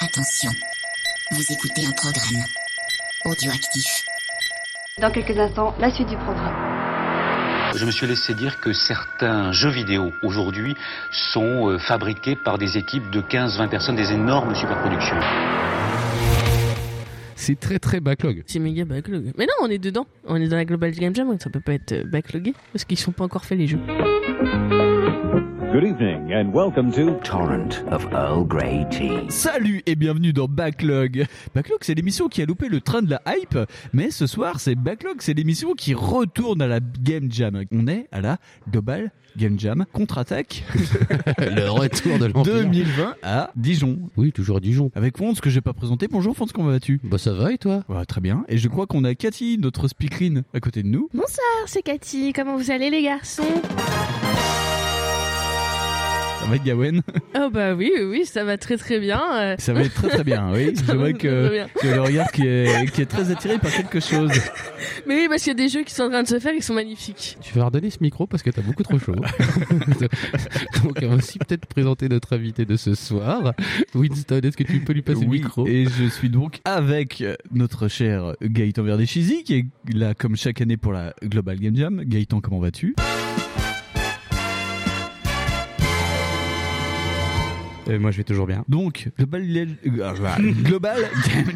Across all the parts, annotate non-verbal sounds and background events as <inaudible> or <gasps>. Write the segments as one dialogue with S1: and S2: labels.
S1: Attention. Vous écoutez un programme audioactif.
S2: Dans quelques instants, la suite du programme.
S3: Je me suis laissé dire que certains jeux vidéo aujourd'hui sont euh, fabriqués par des équipes de 15-20 personnes, des énormes superproductions.
S4: C'est très très backlog.
S5: C'est méga backlog. Mais non, on est dedans. On est dans la Global Game Jam, donc ça peut pas être euh, backlogué parce qu'ils sont pas encore faits les jeux.
S6: Good evening and welcome to
S7: torrent of Earl Grey tea.
S8: Salut et bienvenue dans Backlog. Backlog, c'est l'émission qui a loupé le train de la hype, mais ce soir, c'est Backlog, c'est l'émission qui retourne à la Game Jam. On est à la Global Game Jam contre-attaque
S4: <laughs> le retour de l'Empire.
S8: 2020 à Dijon.
S4: Oui, toujours Dijon.
S8: Avec Fonce que j'ai pas présenté. Bonjour Fonce, comment vas-tu
S4: Bah ça va et toi
S8: Ouais, Très bien. Et je crois qu'on a Cathy, notre speakerine, à côté de nous.
S9: c'est Cathy, comment vous allez les garçons
S8: Ça va être Gawen.
S5: Oh bah oui, oui, oui, ça va très très bien. euh,
S8: Ça va être très très bien,
S5: <laughs>
S4: <laughs>
S8: oui.
S5: Ça
S8: je
S5: va
S8: vois
S5: être très,
S8: que,
S5: très bien.
S8: que le regard qui est, qui est très attiré par quelque chose.
S5: Mais oui, parce qu'il y a des jeux qui sont en train de se faire, ils sont
S8: <laughs>
S5: magnifiques.
S4: Tu vas redonner ce micro parce que t'as beaucoup <laughs> trop chaud. Donc on va aussi peut-être présenter notre invité de ce soir. <laughs> Winston, est-ce que tu peux lui passer
S8: Oui,
S4: le micro
S8: Et je suis donc avec notre cher Gaëtan Verdechizy, qui est là comme chaque année pour la Global Game Jam. Gaëtan, comment vas-tu
S10: Euh, moi, je vais toujours bien. Ah,
S8: Donc, Global, euh,
S10: <laughs>
S8: Global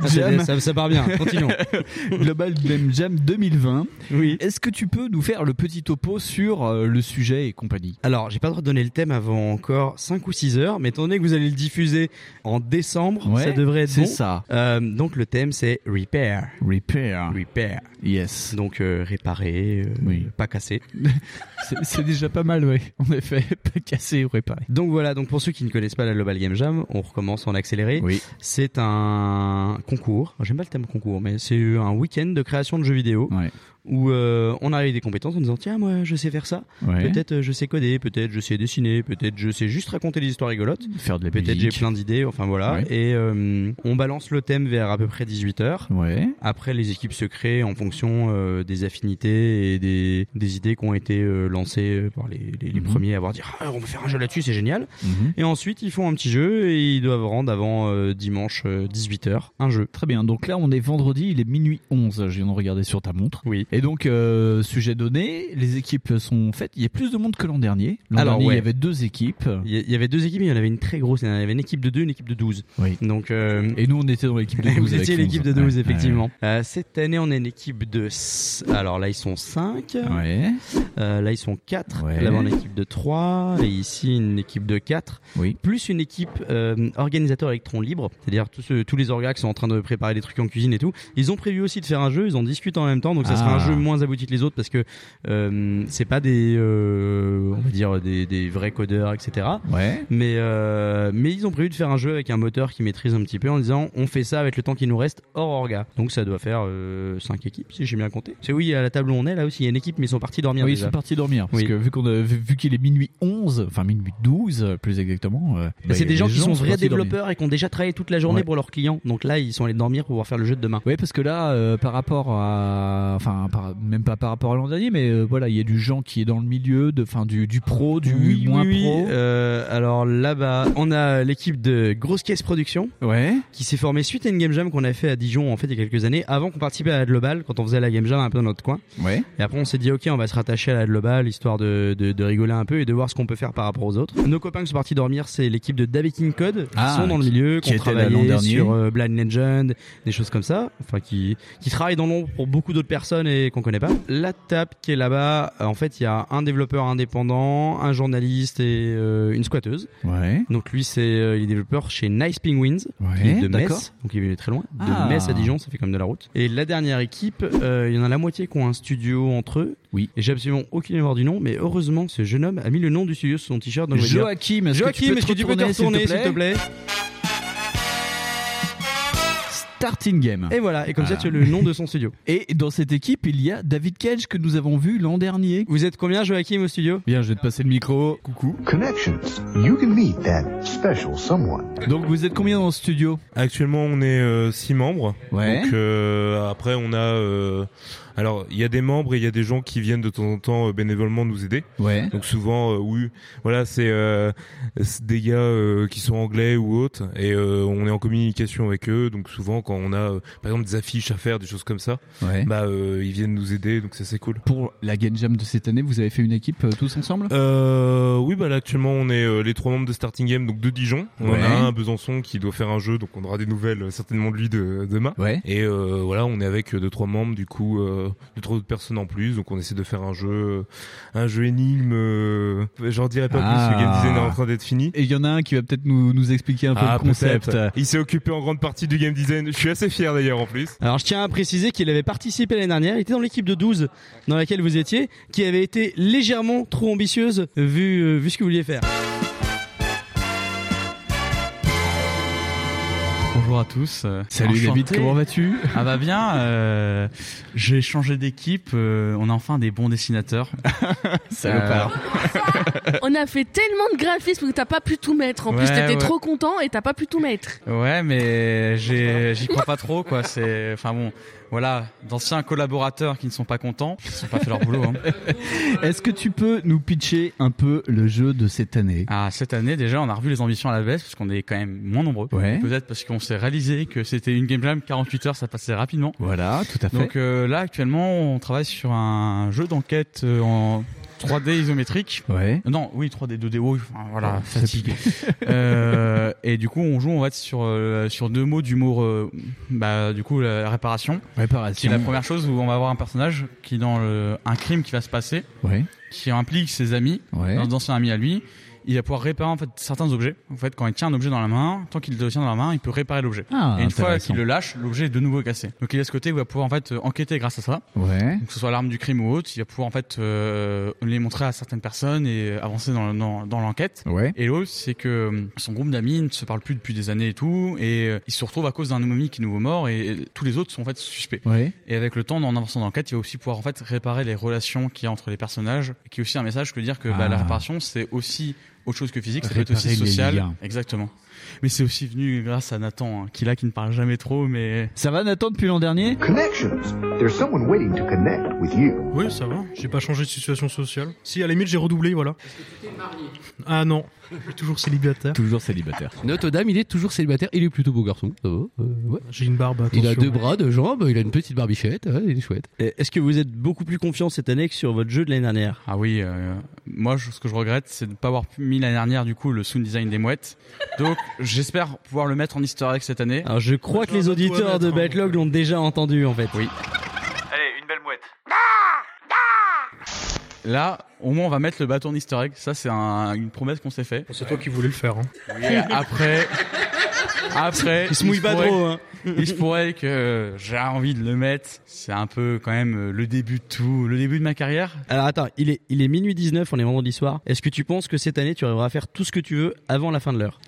S8: Game
S10: Ça,
S8: Jam,
S10: ça, part bien, continuons.
S8: <laughs> Global Game Jam 2020.
S10: oui.
S8: Est-ce que tu peux nous faire le petit topo sur euh, le sujet et compagnie
S10: Alors, j'ai pas le droit de donner le thème avant encore 5 ou 6 heures, mais étant donné que vous allez le diffuser en décembre, ça devrait être
S8: C'est
S10: bon.
S8: ça.
S10: Euh, donc, le thème, c'est Repair.
S8: Repair.
S10: Repair.
S8: Yes.
S10: Donc, euh, réparer, euh,
S8: Oui.
S10: pas casser.
S8: <laughs> C'est- C'est déjà pas mal, oui. En effet, <laughs> pas cassé ou réparé.
S10: Donc voilà, donc pour ceux qui ne connaissent pas la Global Game Jam, on recommence en accéléré.
S8: Oui.
S10: C'est un concours, j'aime pas le thème concours, mais c'est un week-end de création de jeux vidéo
S8: Ouais.
S10: où euh, on arrive avec des compétences en disant tiens moi je sais faire ça,
S8: ouais.
S10: Peut-être euh, je sais coder, peut-être je sais dessiner, peut-être je sais juste raconter des histoires rigolotes.
S8: Faire de la
S10: Peut-être j'ai
S8: musique.
S10: plein d'idées, enfin voilà.
S8: Ouais.
S10: Et euh, on balance le thème vers à peu près 18h.
S8: Ouais.
S10: Après, les équipes se créent en fonction euh, des affinités et des, des idées qui ont été euh, lancées euh, par les, les- les
S8: Mhm.
S10: premiers à avoir dit ah, on va faire un jeu là-dessus, c'est génial.
S8: Mhm.
S10: Et ensuite, ils font un petit jeu et ils doivent rendre avant euh, dimanche 18h un jeu.
S8: Très bien, donc là on est vendredi, il est minuit 11, je viens de regarder sur ta montre.
S10: Oui.
S8: Et donc, euh, sujet donné, les équipes sont faites, il y a plus de monde que l'an dernier. L'an
S10: Alors,
S8: dernier, il
S10: ouais.
S8: y avait deux équipes.
S10: Il y- il y avait deux équipes, mais il y en avait une très grosse. Il y en avait une équipe de 2 une équipe de 12.
S8: Oui.
S10: Donc, euh,
S8: Et nous on était dans l'équipe de 12.
S10: <laughs> Vous
S8: avec
S10: étiez l'équipe de
S8: Fonz.
S10: 12,
S8: Ouais.
S10: effectivement. Euh, cette année, on est une équipe de. s- Alors là, ils sont 5.
S8: Ouais.
S10: là, ils sont 4.
S8: Ouais.
S10: Là-bas, on est une équipe de 3. Et ici, une équipe de 4.
S8: Oui.
S10: Plus une équipe euh, organisateur électron libre. C'est-à-dire tous, ceux- tous les orgas qui sont en train de préparer des trucs en cuisine et tout. Ils ont prévu aussi de faire un jeu. Ils en discutent en même temps. Donc, ça sera
S8: Ah.
S10: un jeu moins abouti que les autres parce que euh, c'est pas des. euh, on va dire des, des vrais codeurs, etc.
S8: Ouais.
S10: Mais, euh, mais ils ont prévu de faire un jeu avec un moteur qui maîtrise un petit peu en disant on fait ça avec le temps qui nous reste hors orga. Donc ça doit faire 5 équipes si j'ai bien compté. C'est oui, à la table où on est là aussi, il y a une équipe mais ils sont partis dormir
S8: Oui, ils
S10: déjà.
S8: sont partis dormir parce
S10: Oui.
S8: que vu qu'on a- vu vu qu'il est minuit 11, enfin minuit 12 euh, plus exactement. euh, bah,
S10: c'est
S8: les
S10: des gens qui sont vrais
S8: partis dormir.
S10: développeurs et qui ont déjà travaillé toute la journée
S8: Ouais.
S10: pour leurs clients. Donc là, ils sont allés dormir pour pouvoir faire le jeu de demain.
S8: Oui, parce que là, euh, par rapport à, enfin, par- même pas par rapport à l'an dernier, mais euh, voilà, il y a du gens qui est dans le milieu, de, enfin, du, du pro, du moins pro.
S10: Euh, alors là-bas, on a l'équipe de Grosse Caisse Production
S8: Ouais.
S10: qui s'est formée suite à une game jam qu'on a fait à Dijon en fait il y a quelques années avant qu'on participait à la Global quand on faisait la game jam un peu dans notre coin.
S8: Ouais.
S10: Et après, on s'est dit, ok, on va se rattacher à la globale, histoire de, de, de rigoler un peu et de voir ce qu'on peut faire par rapport aux autres. Nos copains qui sont partis dormir, c'est l'équipe de David King Code, qui
S8: Ah,
S10: sont dans le milieu,
S8: qui
S10: qui ont
S8: étaient là l'an
S10: travaillé
S8: dernier.
S10: sur euh, Blind Legend, des choses comme ça, enfin qui, qui travaillent dans l'ombre pour beaucoup d'autres personnes et qu'on connaît pas. La tape qui est là-bas, euh, en fait, il y a un développeur indépendant, un journaliste et euh, une squatteuse.
S8: Ouais.
S10: Donc lui, c'est euh, il est développeur chez Nice Penguins, qui est
S8: Ouais.
S10: de
S8: D'accord.
S10: Metz, donc il est très loin. De
S8: Ah.
S10: Metz à Dijon, ça fait comme de la route. Et la dernière équipe, euh, il y en a la moitié qui ont un studio entre eux.
S8: Oui.
S10: Et j'ai absolument aucune mémoire du nom, mais heureusement, ce jeune homme a mis le nom du studio sur son t-shirt. donc je vais dire-
S8: Joachim, est-ce
S10: Joachim,
S8: que
S10: est-ce que tu peux te
S8: retourner,
S10: retourner, s'il te plaît
S8: Starting Game.
S10: Et voilà, et comme
S11: Ah.
S8: Voilà.
S10: ça, tu as le nom de son studio.
S8: Ah. <laughs> Et dans cette équipe, il y a David Cage que nous avons vu l'an dernier.
S10: Vous êtes combien, Joachim, au studio
S8: Bien, je vais te passer le micro. Coucou.
S7: Connections. You can meet that special someone.
S8: Donc, vous êtes combien dans le studio
S12: Actuellement, on est 6 membres. Donc, euh, après, on a euh, Alors, il y a des membres et il y a des gens qui viennent de temps en temps euh, bénévolement nous aider.
S11: Ouais.
S12: Donc souvent, euh, oui, voilà, c'est euh, c'est des gars euh, qui sont anglais ou autres et euh, on est en communication avec eux. Donc souvent, quand on a, euh, par exemple, des affiches à faire, des choses comme ça,
S11: Ouais.
S12: bah euh, ils viennent nous aider. Donc ça, c'est cool.
S11: Pour la Game Jam de cette année, vous avez fait une équipe euh, tous ensemble
S12: Euh, oui, bah là actuellement on est euh, les trois membres de Starting Game, donc de Dijon. On en
S11: Ouais.
S12: a un à Besançon qui doit faire un jeu, donc on aura des nouvelles euh, certainement de lui de, demain. Et euh, voilà, on est avec euh, deux trois membres du coup, euh, deux trois autres personnes en plus, donc on essaie de faire un jeu, euh, un jeu énigme. euh, J'en dirai pas
S11: Ah.
S12: plus, le game design est en train d'être fini.
S11: Et il y en a un qui va peut-être nous, nous expliquer un peu
S12: Ah,
S11: le concept.
S12: peut-être. Il s'est occupé en grande partie du game design. Je suis assez fier d'ailleurs en plus.
S10: Alors je tiens à préciser qu'il avait participé l'année dernière, il était dans l'équipe de 12 dans laquelle vous étiez, qui avait été légèrement trop ambitieuse vu, euh, vu ce que vous vouliez faire.
S13: Bonjour à tous. euh,
S11: Salut
S13: enchanté.
S11: David, comment vas-tu
S13: Ah bah bien, euh, j'ai changé d'équipe, euh, on a enfin des bons
S10: <laughs>
S13: dessinateurs.
S11: Salopard.
S14: On a fait tellement de graphismes que t'as pas pu tout mettre. En plus,
S13: Ouais,
S14: t'étais
S13: ouais.
S14: trop content et t'as pas pu tout mettre.
S13: Euh, Ouais, mais j'ai- j'y crois pas trop, quoi. C'est, enfin bon, voilà, d'anciens collaborateurs qui ne sont pas contents, qui n'ont pas fait leur boulot. hein.
S11: Est-ce que tu peux nous pitcher un peu le jeu de cette année
S13: Ah, cette année, déjà, on a revu les ambitions à la baisse, parce qu'on est quand même moins nombreux.
S11: Ouais.
S13: Peut-être parce qu'on s'est réalisé que c'était une game jam, 48 heures, ça passait rapidement.
S11: Voilà, tout à fait.
S13: Donc euh, là,
S10: Ah.
S13: actuellement, on travaille sur un jeu d'enquête euh, en 3D isométrique.
S11: Ouais.
S13: Non, oui, 3D, 2D, oui, enfin, voilà,
S11: Ça
S13: fatigue. <laughs> Euh, et du coup, on joue, on va être sur, euh, sur deux mots du mot, euh, bah, du coup, la réparation.
S11: Réparation.
S13: Qui est la première chose où on va avoir un personnage qui est dans le- un crime qui va se passer,
S11: Ouais.
S13: qui implique ses amis,
S11: Ouais.
S13: dans- d'anciens amis à lui. Il va pouvoir réparer en fait certains objets. En fait, quand il tient un objet dans la main, tant qu'il le tient dans la main, il peut réparer l'objet.
S11: Ah,
S13: et une fois
S11: intéressant.
S13: qu'il le lâche, l'objet est de nouveau cassé. Donc il a ce côté où il va pouvoir en fait euh, enquêter grâce à ça.
S11: Ouais.
S13: Donc, que ce soit l'arme du crime ou autre, il va pouvoir en fait euh, les montrer à certaines personnes et euh, avancer dans, le- dans, dans l'enquête.
S11: Ouais.
S13: Et l'autre, c'est que euh, son groupe d'amis ne se parle plus depuis des années et tout, et euh, il se retrouve à cause d'un ami qui est nouveau mort, et, et tous les autres sont en fait suspects.
S11: Ouais.
S13: Et avec le temps, en avançant dans l'enquête, il va aussi pouvoir en fait réparer les relations qu'il y a entre les personnages, qui est aussi un message que dire que bah,
S11: Ah.
S13: la réparation c'est aussi autre chose que physique, ça peut être
S11: Réparer
S13: aussi
S11: les
S13: social.
S11: liens.
S13: Exactement. Mais c'est aussi venu grâce à Nathan, hein, qui là qui ne parle jamais trop, mais
S11: ça va Nathan depuis l'an dernier
S7: Connections. There's someone waiting to connect with you.
S15: Oui, ça va. J'ai pas changé de situation sociale. Si, à la limite, j'ai redoublé, voilà. Ah non, toujours célibataire.
S11: Toujours célibataire.
S4: Notre dame, il est toujours célibataire. Il est plutôt beau garçon. ça va, euh, ouais.
S15: J'ai une barbe.
S4: Il a
S15: attention.
S4: deux bras, deux jambes. Il a une petite barbichette. ouais, il est chouette.
S10: Et Est-ce que vous êtes beaucoup plus confiant cette année que sur votre jeu de l'année dernière
S13: Ah oui, euh, moi je- ce que je regrette c'est de ne pas avoir pu- mis l'année dernière du coup le sound design des mouettes.
S10: <laughs>
S13: Donc j'espère pouvoir le mettre en easter egg cette année.
S10: Alors je crois que les auditeurs de Backlog l'ont déjà entendu en fait.
S13: Oui.
S16: Allez, une belle mouette.
S13: Là, au moins on va mettre le bâton en easter egg. Ça c'est un- une promesse qu'on s'est fait.
S15: C'est toi qui voulais le faire. Hein.
S13: Et après, après,
S15: Il se mouille pas
S13: pourrait-
S15: trop, hein.
S13: Il se pourrait que euh, j'ai envie de le mettre. C'est un peu quand même euh, le début de tout, le début de ma carrière.
S10: Alors attends, il est, il est minuit 19, on est vendredi soir. Est-ce que tu penses que cette année tu arriveras à faire tout ce que tu veux avant la fin de l'heure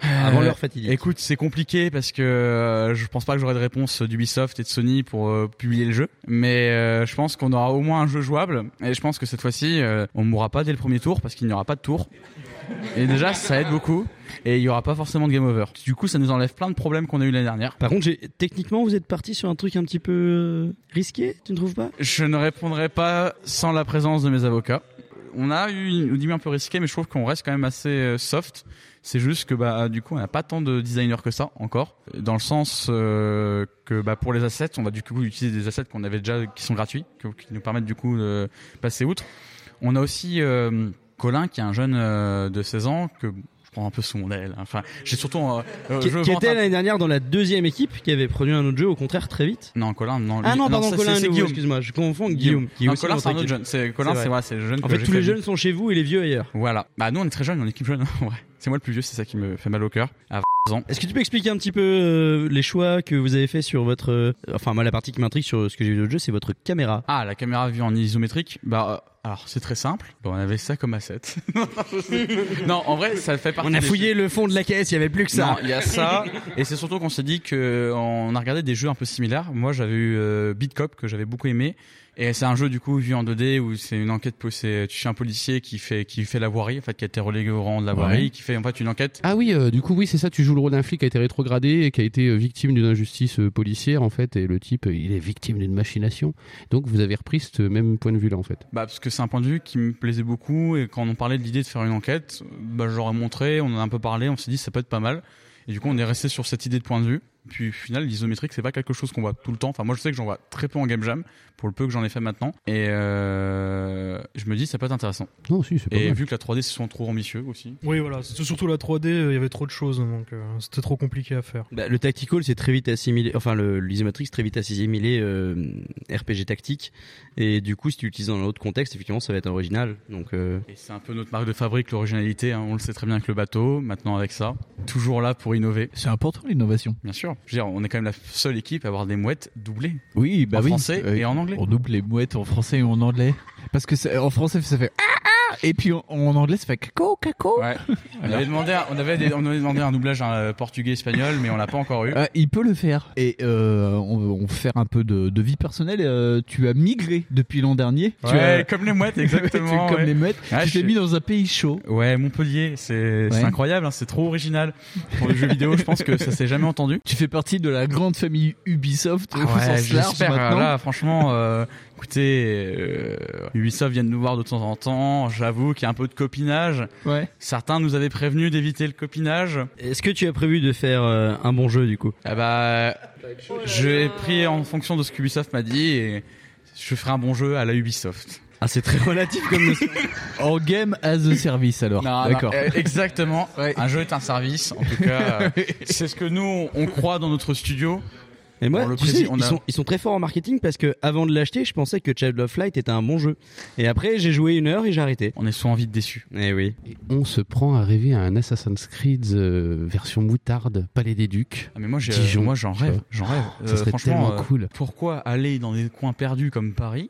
S10: Avant
S13: Euh,
S10: l'heure fatidique.
S13: Écoute, c'est compliqué parce que euh, je pense pas que j'aurai de réponse euh, d'Ubisoft et de Sony pour euh, publier le jeu. Mais euh, je pense qu'on aura au moins un jeu jouable. Et je pense que cette fois-ci, euh, on mourra pas dès le premier tour parce qu'il n'y aura pas de tour. Et déjà, ça aide beaucoup. Et il y aura pas forcément de game over. Du coup, ça nous enlève plein de problèmes qu'on a eu l'année dernière.
S10: Par contre, j'ai- techniquement vous êtes parti sur un truc un petit peu euh, risqué, tu ne trouves pas
S13: Je ne répondrai pas sans la présence de mes avocats. On a eu une une demi un peu risquée, mais je trouve qu'on reste quand même assez euh, soft. C'est juste que bah du coup on n'a pas tant de designers que ça encore, dans le sens euh, que bah pour les assets on va du coup utiliser des assets qu'on avait déjà qui sont gratuits, que- qui nous permettent du coup de passer outre. On a aussi euh, Colin qui est un jeune euh, de 16 ans que je prends un peu sous mon aile. hein. Enfin j'ai surtout euh, euh,
S10: Qui,
S13: je
S10: qui
S13: vante
S10: était
S13: un-
S10: l'année dernière dans la deuxième équipe qui avait produit un autre jeu au contraire très vite
S13: Non, Colin, non.
S10: Ah
S13: lui-
S10: non, pardon,
S13: ça,
S10: Colin,
S13: c'est- c'est
S10: nouveau,
S13: Guillaume.
S10: excuse-moi, je confonds Guillaume. qui est
S13: Non,
S10: aussi
S13: Colin,
S10: dans
S13: c'est un
S10: notre
S13: autre
S10: équipe.
S13: jeune. C'est- Colin,
S10: vrai.
S13: c'est voilà, c'est le jeune.
S10: En
S13: que
S10: fait,
S13: j'ai
S10: tous les
S13: fait
S10: jeunes sont chez vous et les vieux ailleurs.
S13: Voilà. Bah nous on est très jeunes, on est équipe jeune. <laughs> Ouais. C'est moi le plus vieux, c'est ça qui me fait mal au cœur. À 20 ans.
S10: Est-ce que tu peux expliquer un petit peu euh, les choix que vous avez fait sur votre euh, enfin moi la partie qui m'intrigue sur ce que j'ai vu dans le jeu c'est votre caméra.
S13: Ah la caméra vue en isométrique. Bah euh, alors c'est très simple. Bah, on avait ça comme asset. <laughs> <laughs> non en vrai ça fait partie.
S10: On a
S13: des-
S10: fouillé le fond de la caisse, il y avait plus que ça.
S13: Non, il y a
S10: <laughs>
S13: ça. Et c'est surtout qu'on s'est dit que on a regardé des jeux un peu similaires. Moi, j'avais eu euh, Beat Cop que j'avais beaucoup aimé Et c'est un jeu du coup vu en 2D où c'est une enquête, où c'est tu suis un policier qui fait qui fait la voirie, en fait qui a été relégué au rang de la voirie,
S4: Ouais.
S13: qui fait en fait une enquête.
S4: Ah oui, euh, du coup, oui, c'est ça. Tu joues le rôle d'un flic qui a été rétrogradé et qui a été euh, victime d'une injustice euh, policière, en fait. Et le type, euh, il est victime d'une machination. Donc, vous avez repris ce même point de vue-là, en fait.
S13: Bah parce que c'est un point de vue qui me plaisait beaucoup et quand on parlait de l'idée de faire une enquête, bah j'aurais montré, on en a un peu parlé, on s'est dit ça peut être pas mal. Et du coup on est resté sur cette idée de point de vue. Puis au final l'isométrique c'est pas quelque chose qu'on voit tout le temps. Enfin moi je sais que j'en vois très peu en game jam pour le peu que j'en ai fait maintenant. Et euh, je me dis ça peut être intéressant.
S4: Non, si, c'est pas
S13: Et
S4: mal.
S13: vu que la 3D c'est souvent trop ambitieux aussi.
S17: Oui, voilà. C'est surtout la 3D, euh, il y avait trop de choses, donc euh, c'était trop compliqué à faire.
S10: Bah, le tactical, c'est très vite assimilé. Enfin, le- l'isométrique, c'est très vite assimilé euh, RPG tactique. Et du coup, si tu l'utilises dans un autre contexte, effectivement, ça va être original. Donc, euh,
S13: Et c'est un peu notre marque de fabrique, l'originalité. hein. On le sait très bien avec le bateau, maintenant avec ça. Toujours là pour innover.
S8: C'est important l'innovation.
S13: Bien sûr. Je veux dire, on est quand même la seule équipe à avoir des mouettes doublées.
S8: Oui, bah
S13: en
S8: oui.
S13: français
S8: Euh,
S13: et en anglais.
S8: On double les mouettes en français et en anglais. Parce que c'est- en français, ça fait ah, ah et puis en, en anglais, ça fait caco, caco. <laughs>
S13: Ouais. On avait demandé, un- on avait, des- on avait demandé un doublage hein, portugais-espagnol, mais on l'a pas encore eu.
S8: Euh, il peut le faire. Et euh, on, on va faire un peu de, de vie personnelle. Euh, tu as migré depuis l'an dernier. Tu
S13: Ouais,
S8: as-
S13: comme les
S8: <laughs>
S13: mouettes, exactement,
S8: Tu- comme
S13: ouais.
S8: les mouettes.
S13: Ouais,
S8: tu t'es
S13: je-
S8: mis dans un pays chaud.
S13: Ouais, Montpellier, c'est c'est
S8: Ouais.
S13: incroyable, hein, c'est trop original. Pour le jeu vidéo, je pense que ça s'est jamais entendu.
S8: Tu fais partie de la grande famille Ubisoft
S13: Ah
S8: au
S13: ouais,
S8: sens large
S13: j'espère.
S8: maintenant.
S13: Là, franchement, euh, écoutez, euh, Ubisoft vient de nous voir de temps en temps. J'avoue qu'il y a un peu de copinage.
S8: Ouais.
S13: Certains nous avaient prévenu d'éviter le copinage.
S10: est-ce que tu as prévu de faire euh, un bon jeu, du coup
S13: Ah bah, j'ai pris en fonction de ce qu'Ubisoft m'a dit et je ferai un bon jeu à la Ubisoft.
S10: Ah, c'est très relatif
S13: <laughs>
S10: comme.
S8: en game as a service alors.
S13: Non, non,
S8: D'accord.
S13: euh,
S8: <laughs>
S13: exactement. Un jeu est un service. En tout cas, euh, c'est ce que nous on croit dans notre studio.
S10: Et moi,
S13: Dans le
S10: tu
S13: prési-
S10: sais,
S13: on
S10: ils,
S13: a-
S10: sont, ils sont très forts en marketing parce que avant de l'acheter, je pensais que Child of Light était un bon jeu. Et après, j'ai joué une heure et j'ai arrêté.
S13: On est souvent vite déçus.
S10: Eh oui.
S4: On se prend à rêver à un Assassin's Creed euh, version moutarde, Palais des Ducs.
S13: Ah, mais moi, j'ai-
S4: Dijon,
S13: moi j'en
S4: tu vois.
S13: rêve, j'en rêve.
S4: Ça
S13: Euh,
S4: serait
S13: franchement,
S4: tellement
S13: euh,
S4: cool.
S13: pourquoi aller dans des coins perdus comme
S8: <laughs>
S13: Paris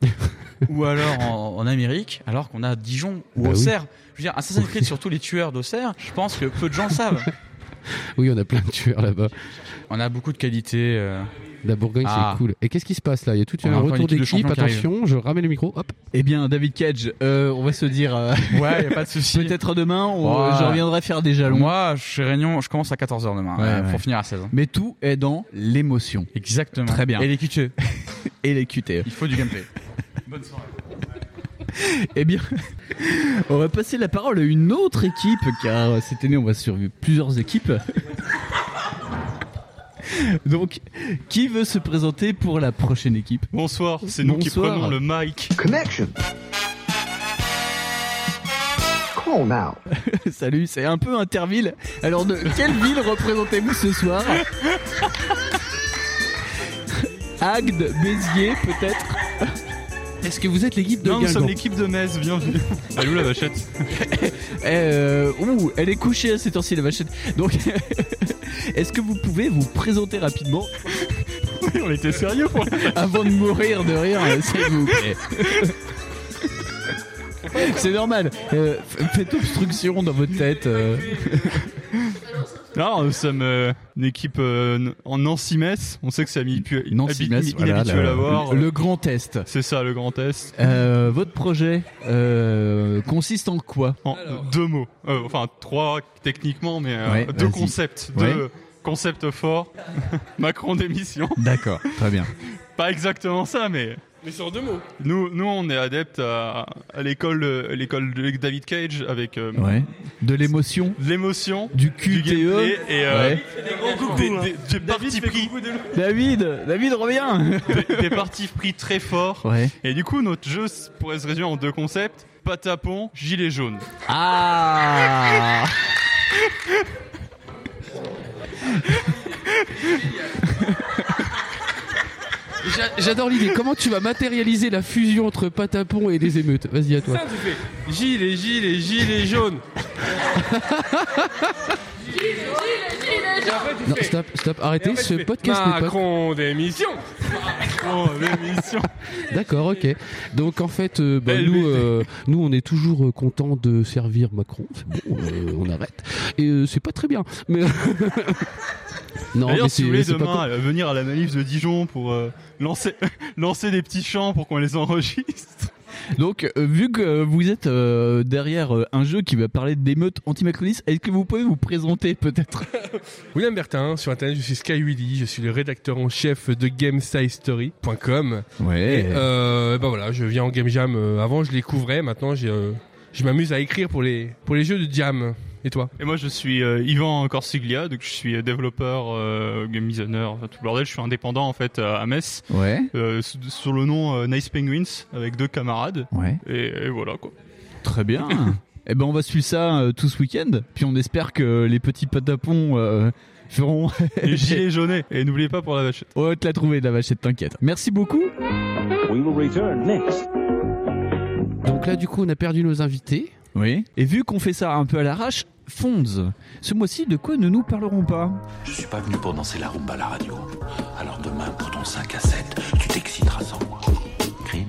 S13: ou alors en, en Amérique alors qu'on a Dijon ou
S4: Bah oui.
S13: Auxerre Je veux dire, Assassin's Creed, surtout les tueurs d'Auxerre, je pense que peu de gens le savent.
S4: Oui, on a plein de tueurs là-bas.
S13: On a beaucoup de qualités. euh.
S4: La Bourgogne,
S13: Ah.
S4: c'est cool. Et qu'est-ce qui se passe là Il y a tout
S13: On a
S4: un
S13: encore une
S4: retour
S13: équipe de
S4: d'équipe.
S13: champions qui arrive.
S4: Attention, je ramène
S13: <laughs>
S4: le micro. Hop.
S8: Eh <laughs> bien, David Cage, euh, on va se dire. euh,
S13: Ouais, y a
S8: <laughs>
S13: pas de souci.
S8: Peut-être demain, on,
S13: Ouais.
S8: je reviendrai faire des jalons.
S13: Moi, je suis réunion, je commence à 14h demain
S8: Ouais,
S13: euh,
S8: ouais.
S13: pour finir à 16h.
S8: Mais tout est dans l'émotion.
S13: Exactement.
S8: Très bien.
S13: Et les QTE.
S8: <laughs> Et les E. QTE.
S13: Il faut du gameplay. Bonne soirée.
S8: <laughs> Eh bien, <laughs> on va passer la parole à une autre équipe, car euh, cette année, on va survivre plusieurs équipes. <laughs> Donc, qui veut se présenter pour la prochaine équipe
S16: Bonsoir, c'est nous qui
S8: Bonsoir.
S16: prenons le mic.
S18: Connection. Come on now.
S8: <laughs> Salut, c'est un peu Interville.
S18: <laughs>
S8: Alors, de quelle ville représentez-vous ce soir Agde, Béziers, peut-être Est-ce que vous êtes l'équipe
S16: Non, nous sommes l'équipe de Metz, bienvenue. Allô la vachette
S8: <laughs> Eh, Euh, ouh, elle est couchée à cette heure-ci, la vachette. Donc, <laughs> est-ce que vous pouvez vous présenter rapidement
S16: On était sérieux pour
S8: Avant de mourir de rire, euh, s'il vous
S16: <laughs>
S8: plaît. C'est normal. Euh, f- <laughs> faites obstruction dans votre tête. euh.
S16: <laughs> Non, nous sommes euh, une équipe euh, n- en Nancy-Metz. On sait que c'est habitu-
S8: Nancy-Metz,
S16: habi-
S8: voilà,
S16: inhabituel
S8: la-
S16: à voir.
S8: le Grand Est.
S16: C'est ça, le Grand Est.
S8: Euh, votre projet euh, consiste en quoi
S16: En deux mots. Euh, enfin, trois techniquement, mais euh,
S8: Ouais,
S16: deux
S8: vas-y.
S16: concepts.
S8: Ouais.
S16: Deux concepts forts. <laughs> Macron démission.
S8: D'accord, très bien.
S16: <laughs> Pas exactement ça, mais...
S19: Mais sur deux mots.
S16: Nous, nous, on est adepte à, à l'école, euh, l'école de David Cage avec euh,
S8: Ouais. De l'émotion,
S16: de l'émotion,
S8: du QTE.
S16: gameplay et euh,
S8: Ouais.
S16: des, hein. des- des partis pris,
S8: David, David
S16: <laughs>
S8: revient.
S16: des- des partis pris très forts.
S8: Ouais.
S16: Et du coup, notre jeu s- pourrait se résumer en deux concepts patapon, gilet jaune.
S8: Ah.
S4: J'a- J'adore l'idée. Comment tu vas matérialiser la fusion entre patapon et des émeutes Vas-y à toi.
S19: Ça, tu fais gilet, gilet, gilet jaune.
S4: Non, stop, stop,
S20: <laughs>
S4: arrêtez. Ce podcast n'est pas.
S19: Macron d'émission.
S20: Oh,
S19: Macron d'émission.
S4: D'accord, ok. Donc en fait, euh, bah,
S19: LBD.
S4: nous, euh, nous, on est toujours euh, contents de servir Macron. C'est bon, euh, on arrête. Et euh, c'est pas très bien. Mais <laughs> Non, mais
S20: D'ailleurs, si
S4: c'est-
S20: vous voulez
S4: c'est pas
S20: demain
S4: con.
S20: euh, venir à la manif de Dijon pour euh,
S16: <laughs>
S20: lancer, lancer des petits chants pour qu'on les enregistre.
S11: Donc, euh, vu que euh, vous êtes euh, derrière euh, un jeu qui va parler d'émeutes anti-macronistes, est-ce que vous pouvez vous présenter peut-être
S19: William Bertin, sur internet, je suis Skywilly, je suis le rédacteur en chef de GameSizeStory.com.
S11: Ouais.
S19: Et, euh, ben voilà, je viens en Game Jam. euh, Avant, je les couvrais, maintenant, j'ai, euh, je m'amuse à écrire pour les, pour les jeux de Jam. Et toi
S16: Et moi, je suis euh, Yvan Corsiglia, donc je suis euh, développeur, euh, game designer, enfin, tout le bordel. Je suis indépendant en fait euh, à Metz,
S11: Ouais.
S16: Euh, sous- sur le nom euh, Nice Penguins, avec deux camarades.
S11: Ouais.
S16: Et, et voilà quoi.
S11: Très bien. <laughs> Eh ben, on va suivre ça euh, tout ce week-end. Puis on espère que les petits patapons euh, feront.
S16: <laughs> Les gilets jaunes. Et n'oubliez pas pour la vachette.
S11: Ouais, te la trouver, la vachette, t'inquiète. Merci beaucoup.
S3: We will return next.
S4: Donc là, du coup, on a perdu nos invités.
S11: Oui. Et vu qu'on fait ça un peu à l'arrache, Fonds, ce mois-ci, de quoi ne nous parlerons pas
S1: Je suis pas venu pour danser la rumba à la radio. Alors demain, pour ton 5 à 7, tu t'exciteras sans moi. Crime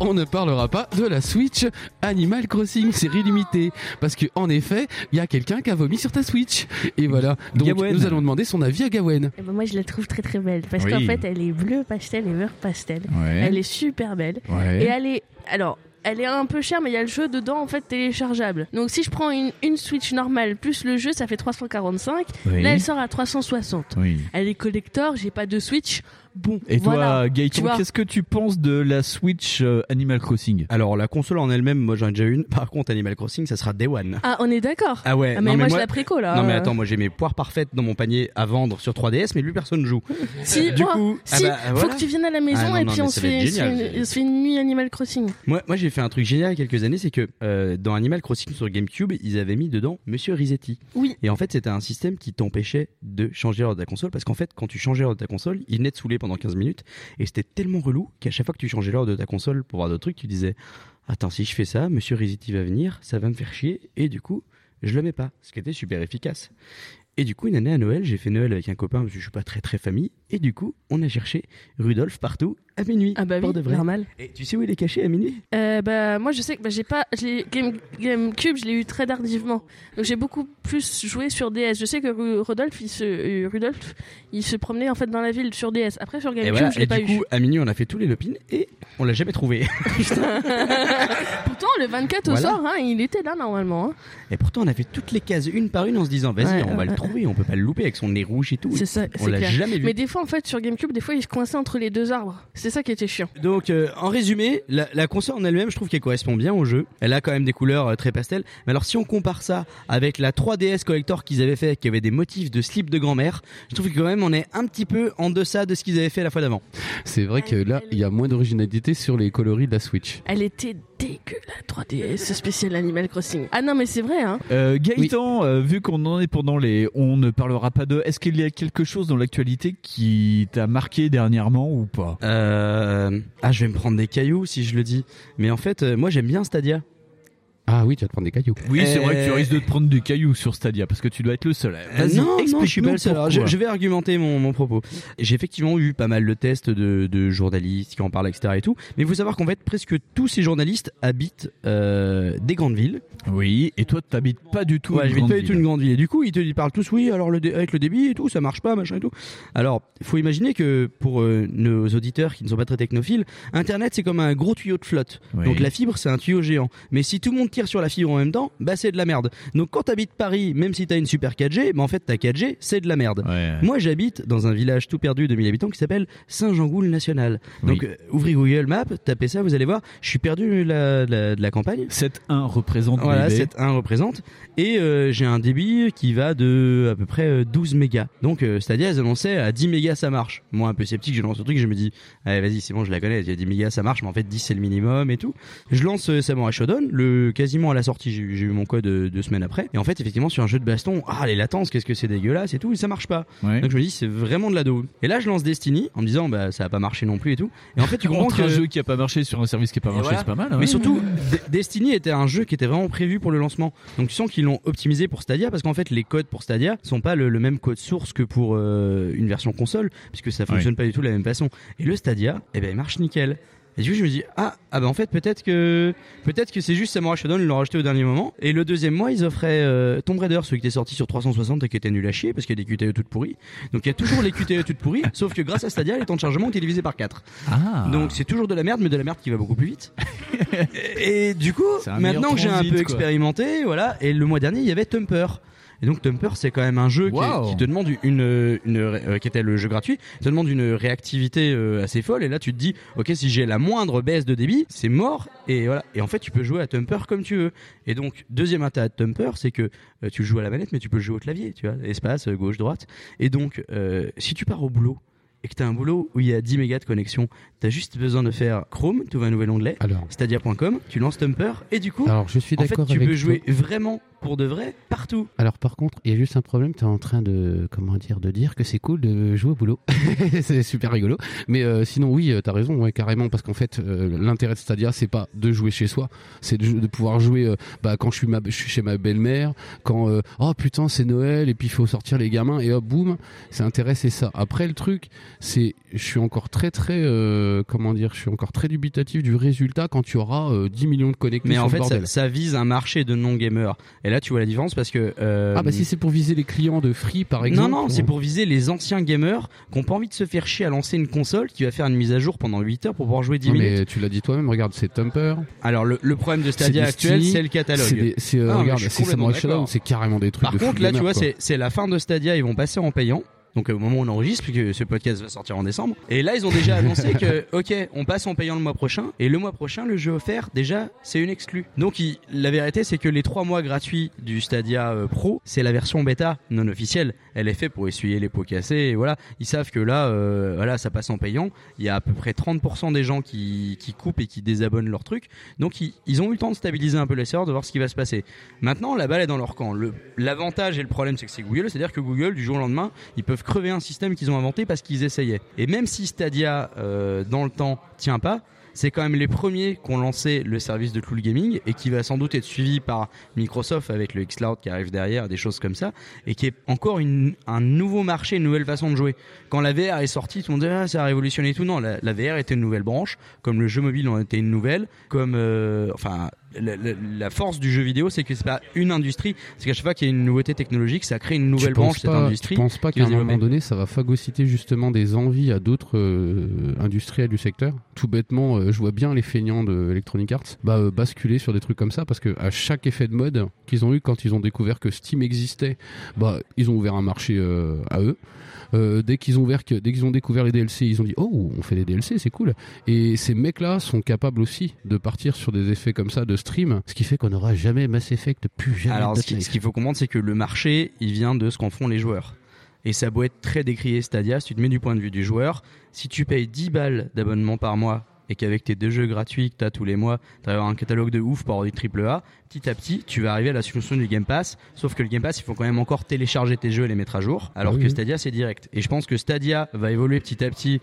S4: On ne parlera pas de la Switch Animal Crossing série limitée parce que en effet, il y a quelqu'un qui a vomi sur ta Switch et voilà. Donc
S5: Gawen.
S4: nous allons demander son avis à Gawen.
S5: Eh ben, moi, je la trouve très très belle parce
S4: Oui.
S5: qu'en fait, elle est bleue pastel et vert pastel.
S4: Ouais.
S5: Elle est super belle.
S4: Ouais.
S5: Et elle est. Alors. Elle est un peu chère, mais il y a le jeu dedans en fait téléchargeable. Donc si je prends une, une Switch normale plus le jeu, ça fait 345.
S11: Oui.
S5: Là, elle sort à 360.
S11: Oui.
S5: Elle est collector, j'ai pas de Switch. Bon.
S11: Et toi,
S10: euh,
S5: voilà. Tu
S11: Gaëtan,
S5: vois.
S11: qu'est-ce que tu penses de la Switch euh, Animal Crossing
S10: Alors, la console en elle-même, moi j'en ai déjà une. <laughs> Par contre, Animal Crossing, ça sera Day One.
S5: Ah, on est d'accord.
S10: Ah ouais.
S5: mais
S10: non,
S5: moi, je la préco là.
S10: Non mais attends, moi j'ai mes poires parfaites dans mon panier à vendre sur 3DS, mais lui personne joue.
S5: Si,
S10: du
S5: moi,
S10: coup, ah
S5: si,
S10: bah,
S5: faut
S10: voilà.
S5: que tu viennes à la maison
S10: Ah non,
S5: et
S10: non,
S5: puis
S10: mais
S5: on
S10: ça
S5: se
S10: va être
S5: fait,
S10: génial.
S5: se fait une, on se fait une nuit Animal Crossing.
S10: Moi, moi j'ai fait un truc génial il y a quelques années, c'est que euh, dans Animal Crossing sur GameCube, ils avaient mis dedans Monsieur Risetti.
S5: Oui.
S10: Et en fait, c'était un système qui t'empêchait de changer l'heure de ta console parce qu'en fait, quand tu changeais l'heure de ta console, il venait te saouler pendant 15 minutes et c'était tellement relou qu'à chaque fois que tu changeais l'heure de ta console pour voir d'autres trucs, tu disais Attends, si je fais ça, Monsieur Risetti va venir, ça va me faire chier et du coup, je le mets pas. Ce qui était super efficace. Et du coup, une année à Noël, j'ai fait Noël avec un copain parce que je suis pas très très famille. Et du coup, on a cherché Rudolf partout à minuit.
S5: Ah bah
S10: pour
S5: oui,
S10: de vrai.
S5: normal.
S10: Et tu sais où il est caché à minuit
S5: Euh, bah moi je sais que bah, j'ai pas je l'ai- Game, GameCube je l'ai eu très tardivement donc j'ai beaucoup plus joué sur DS je sais que Ru- Rodolphe il se euh, Rudolph il se promenait en fait dans la ville sur DS après sur
S10: Et
S5: GameCube
S10: voilà,
S5: je
S10: et
S5: l'ai pas
S10: du
S5: eu
S10: coup, à minuit, on a fait tous les lopines et on l'a jamais trouvé.
S5: pourtant le 24 au
S10: Voilà.
S5: sort hein, il était là normalement hein.
S10: <laughs> et pourtant, on a fait toutes les cases une par une en se disant, vas-y,
S5: Ouais,
S10: on va
S5: ouais,
S10: le
S5: ouais.
S10: trouver, on peut pas le louper avec son nez rouge et tout.
S5: c'est ça
S10: on
S5: c'est
S10: l'a
S5: clair.
S10: jamais vu.
S5: mais des fois en fait sur GameCube des fois il se coinçait entre les deux arbres c'est ça qui était chiant
S10: Donc, euh, en résumé, la, la console en elle-même, je trouve qu'elle correspond bien au jeu. Elle a quand même des couleurs euh, très pastel. Mais alors, si on compare ça avec la 3DS Collector qu'ils avaient fait, qui avait des motifs de slip de grand-mère, je trouve que quand même, on est un petit peu en deçà de ce qu'ils avaient fait la fois d'avant.
S4: C'est vrai que là, il y a moins d'originalité sur les coloris de la Switch.
S5: elle était dégueu la 3DS ce spécial Animal Crossing ah non mais c'est vrai hein
S11: Euh, Gaëtan, euh, vu qu'on en est pendant les, on ne parlera pas de. Est-ce qu'il y a quelque chose dans l'actualité qui t'a marqué dernièrement ou pas
S10: Euh... Ah, je vais me prendre des cailloux si je le dis. Mais en fait, euh, moi, j'aime bien Stadia.
S4: Ah oui, tu vas te prendre des cailloux.
S11: Oui, c'est vrai que tu
S10: Euh,
S11: risques de te prendre des cailloux sur Stadia parce que tu dois être le seul.
S10: Euh,
S11: Vas-y,
S10: non, non,
S11: explique-nous
S10: je suis pas le seul. Alors,
S11: pourquoi.
S10: Je, je vais argumenter mon, mon propos. J'ai effectivement eu pas mal de tests de, de journalistes qui en parlent, etc. et tout. Mais il faut savoir qu'en fait, presque tous ces journalistes habitent euh, des grandes villes.
S11: Oui, et toi, t'habites pas du tout
S10: Ouais,
S11: une
S10: j'habite
S11: grande
S10: pas du tout
S11: ville.
S10: une grande ville. Et du coup, ils te ils parlent tous, oui, alors le dé- avec le débit et tout, ça marche pas, machin et tout. Alors, faut imaginer que pour euh, nos auditeurs qui ne sont pas très technophiles, Internet, c'est comme un gros tuyau de flotte.
S11: Oui.
S10: Donc, la fibre, c'est un tuyau géant. Mais si tout le monde tire sur la fibre en même temps, bah, c'est de la merde. Donc, quand t'habites Paris, même si t'as une super 4G, bah, en fait, ta 4G, c'est de la merde. Moi, j'habite dans un village tout perdu de 1000 habitants qui s'appelle Saint-Jean-Goul National. Donc, euh, ouvrez Google Maps, tapez ça, vous allez voir, je suis perdu de la, de la- de la campagne.
S11: 7-1 représente
S10: Voilà,
S11: BB.
S10: 7.1 hein, représente. Et euh, j'ai un débit qui va de à peu près euh, 12 mégas. Donc, euh, c'est-à-dire, elles annonçaient à 10 mégas ça marche. Moi, un peu sceptique, je lance le truc, je me dis, allez, vas-y, c'est bon, je la connais, il y a 10 mégas ça marche, mais en fait, 10 c'est le minimum et tout. Je lance euh, Samurai Shodown, le, quasiment à la sortie, j'ai eu j'ai eu mon code euh, deux semaines après. Et en fait, effectivement, sur un jeu de baston, ah, les latences, qu'est-ce que c'est dégueulasse et tout, et ça marche pas.
S11: Ouais.
S10: Donc, je me dis, c'est vraiment de la daube. Et là, je lance Destiny en me disant, bah, ça a pas marché non plus et tout. Et en fait, tu comprends
S11: <laughs> Entre un
S10: que-
S11: jeu qui a pas marché sur un service qui a pas
S10: et
S11: marché,
S10: voilà.
S11: c'est pas mal. hein,
S10: Mais
S11: ouais.
S10: surtout, D- Destiny était un jeu qui était vraiment prévu pour le lancement. Donc tu sens qu'ils l'ont optimisé pour Stadia parce qu'en fait les codes pour Stadia sont pas le, le même code source que pour euh, une version console puisque ça fonctionne pas du tout de la même façon. Et le Stadia, eh ben il marche nickel. Et du coup, je me dis, ah, ah bah en fait, peut-être que, peut-être que c'est juste Samurai Shodown, ils l'ont racheté au dernier moment. Et le deuxième mois, ils offraient euh, Tomb Raider, celui qui était sorti sur 360 et qui était nul à chier parce qu'il y a des QTE toutes pourries. Donc il y a toujours les QTE toutes pourries, sauf que grâce à Stadia, les temps de chargement ont été divisés par 4.
S11: Ah.
S10: Donc c'est toujours de la merde, mais de la merde qui va beaucoup plus vite. et du coup,
S11: C'est un meilleur
S10: maintenant que j'ai un
S11: transit,
S10: peu
S11: quoi.
S10: expérimenté, voilà, et le mois dernier, il y avait Tumper. Et donc Tumper, c'est quand même un jeu qui-
S11: Wow.
S10: qui, te demande une, une ré- euh, qui était le jeu gratuit, te demande une réactivité euh, assez folle. Et là, tu te dis, ok, si j'ai la moindre baisse de débit, c'est mort. Et voilà. Et en fait, tu peux jouer à Tumper comme tu veux. Et donc, deuxième intérêt de Tumper, c'est que euh, tu joues à la manette, mais tu peux jouer au clavier. Tu vois, espace, euh, gauche, droite. Et donc, euh, si tu pars au boulot et que tu as un boulot où il y a 10 mégas de connexion, tu as juste besoin de faire Chrome, tu ouvres un nouvel onglet, stadia.com, tu lances Tumper, et du coup,
S4: Alors, je suis
S10: en fait,
S4: d'accord
S10: tu
S4: avec
S10: peux jouer
S4: toi.
S10: vraiment pour de vrai partout.
S4: Alors par contre, il y a juste un problème, tu es en train de comment dire de dire que c'est cool de jouer au boulot. <laughs> c'est super rigolo. Mais euh, sinon oui, euh, t'as raison, ouais, carrément parce qu'en fait euh, l'intérêt de Stadia c'est pas de jouer chez soi, c'est de, de pouvoir jouer euh, bah, quand je suis, ma- je suis chez ma belle-mère, quand euh, oh putain, c'est Noël et puis il faut sortir les gamins et hop boum, c'est intéressé ça. Après le truc, c'est je suis encore très très euh, comment dire, je suis encore très dubitatif du résultat quand tu auras euh, 10 millions de connectés
S10: Mais
S4: sur
S10: en
S4: le
S10: fait,
S4: bordel.
S10: ça, ça vise un marché de non-gamers. Et là, tu vois la différence parce que. euh,
S4: Ah bah si c'est pour viser les clients de Free par exemple.
S10: Non, non,
S4: ou-
S10: c'est pour viser les anciens gamers qui n'ont pas envie de se faire chier à lancer une console qui va faire une mise à jour pendant 8 heures pour pouvoir jouer 10
S4: Non,
S10: minutes.
S4: mais tu l'as dit toi-même, regarde, c'est Tumper.
S10: Alors, le, le problème de Stadia
S4: C'est
S10: actuel,
S4: Destiny,
S10: c'est le catalogue.
S4: c'est des- c'est, euh,
S10: Ah, mais
S4: regarde,
S10: je suis
S4: c'est
S10: complètement
S4: Samurai Shodown,
S10: d'accord.
S4: c'est carrément des trucs
S10: Par
S4: de
S10: contre,
S4: fous
S10: là,
S4: de
S10: tu vois,
S4: merde, quoi.
S10: c'est c'est la fin de Stadia, ils vont passer en payant. Donc, euh, au moment où on enregistre, puisque ce podcast va sortir en décembre. Et là, ils ont déjà annoncé que, ok, on passe en payant le mois prochain. Et le mois prochain, le jeu offert, déjà, c'est une exclue. Donc, il- la vérité, c'est que les trois mois gratuits du Stadia euh, Pro, c'est la version bêta non officielle. Elle est faite pour essuyer les pots cassés. Et voilà, ils savent que là, euh, voilà, ça passe en payant. Il y a à peu près 30% des gens qui, qui coupent et qui désabonnent leur truc. Donc, ils, ils ont eu le temps de stabiliser un peu les serveurs, de voir ce qui va se passer. Maintenant, la balle est dans leur camp. Le- L'avantage et le problème, c'est que c'est Google. C'est-à-dire que Google, du jour au lendemain, ils peuvent crever un système qu'ils ont inventé parce qu'ils essayaient. Et même si Stadia, euh, dans le temps, tient pas, c'est quand même les premiers qui ont lancé le service de Cool Gaming et qui va sans doute être suivi par Microsoft avec le xCloud qui arrive derrière, des choses comme ça, et qui est encore une- un nouveau marché, une nouvelle façon de jouer. Quand la VR est sortie, tout le monde disait ah, ça a révolutionné tout. Non, la, la VR était une nouvelle branche, comme le jeu mobile en était une nouvelle, comme euh, enfin la, la- la force du jeu vidéo, c'est que c'est pas une industrie, c'est qu'à chaque fois qu'il y a une nouveauté technologique, ça crée une nouvelle
S4: tu penses
S10: branche cette
S4: pas-
S10: industrie.
S4: Tu penses pas
S10: qui
S4: qu'à un
S10: va se développer.
S4: moment donné, ça va phagocyter justement des envies à d'autres euh, industriels du secteur Tout bêtement, euh, je vois bien les feignants de Electronic Arts bah, euh, basculer sur des trucs comme ça parce que à chaque effet de mode qu'ils ont eu quand ils ont découvert que Steam existait, bah ils ont ouvert un marché euh, à eux. Euh, dès qu'ils ont ouvert, que, dès qu'ils ont découvert les DLC, ils ont dit oh on fait des DLC, c'est cool. Et ces mecs-là sont capables aussi de partir sur des effets comme ça de stream, ce qui fait qu'on n'aura jamais Mass Effect, plus jamais.
S10: Alors, ce
S4: Death
S10: qui-
S4: Knight.
S10: ce qu'il faut comprendre, c'est que le marché, il vient de ce qu'en font les joueurs. Et ça peut être très décrié Stadia, si tu te mets du point de vue du joueur. Si tu payes 10 balles d'abonnement par mois et qu'avec tes deux jeux gratuits que tu as tous les mois, tu vas avoir un catalogue de ouf pour avoir du triple A, petit à petit, tu vas arriver à la solution du Game Pass. Sauf que le Game Pass, il faut quand même encore télécharger tes jeux et les mettre à jour. Alors
S4: Oui,
S10: que
S4: oui.
S10: Stadia, c'est direct. Et je pense que Stadia va évoluer petit à petit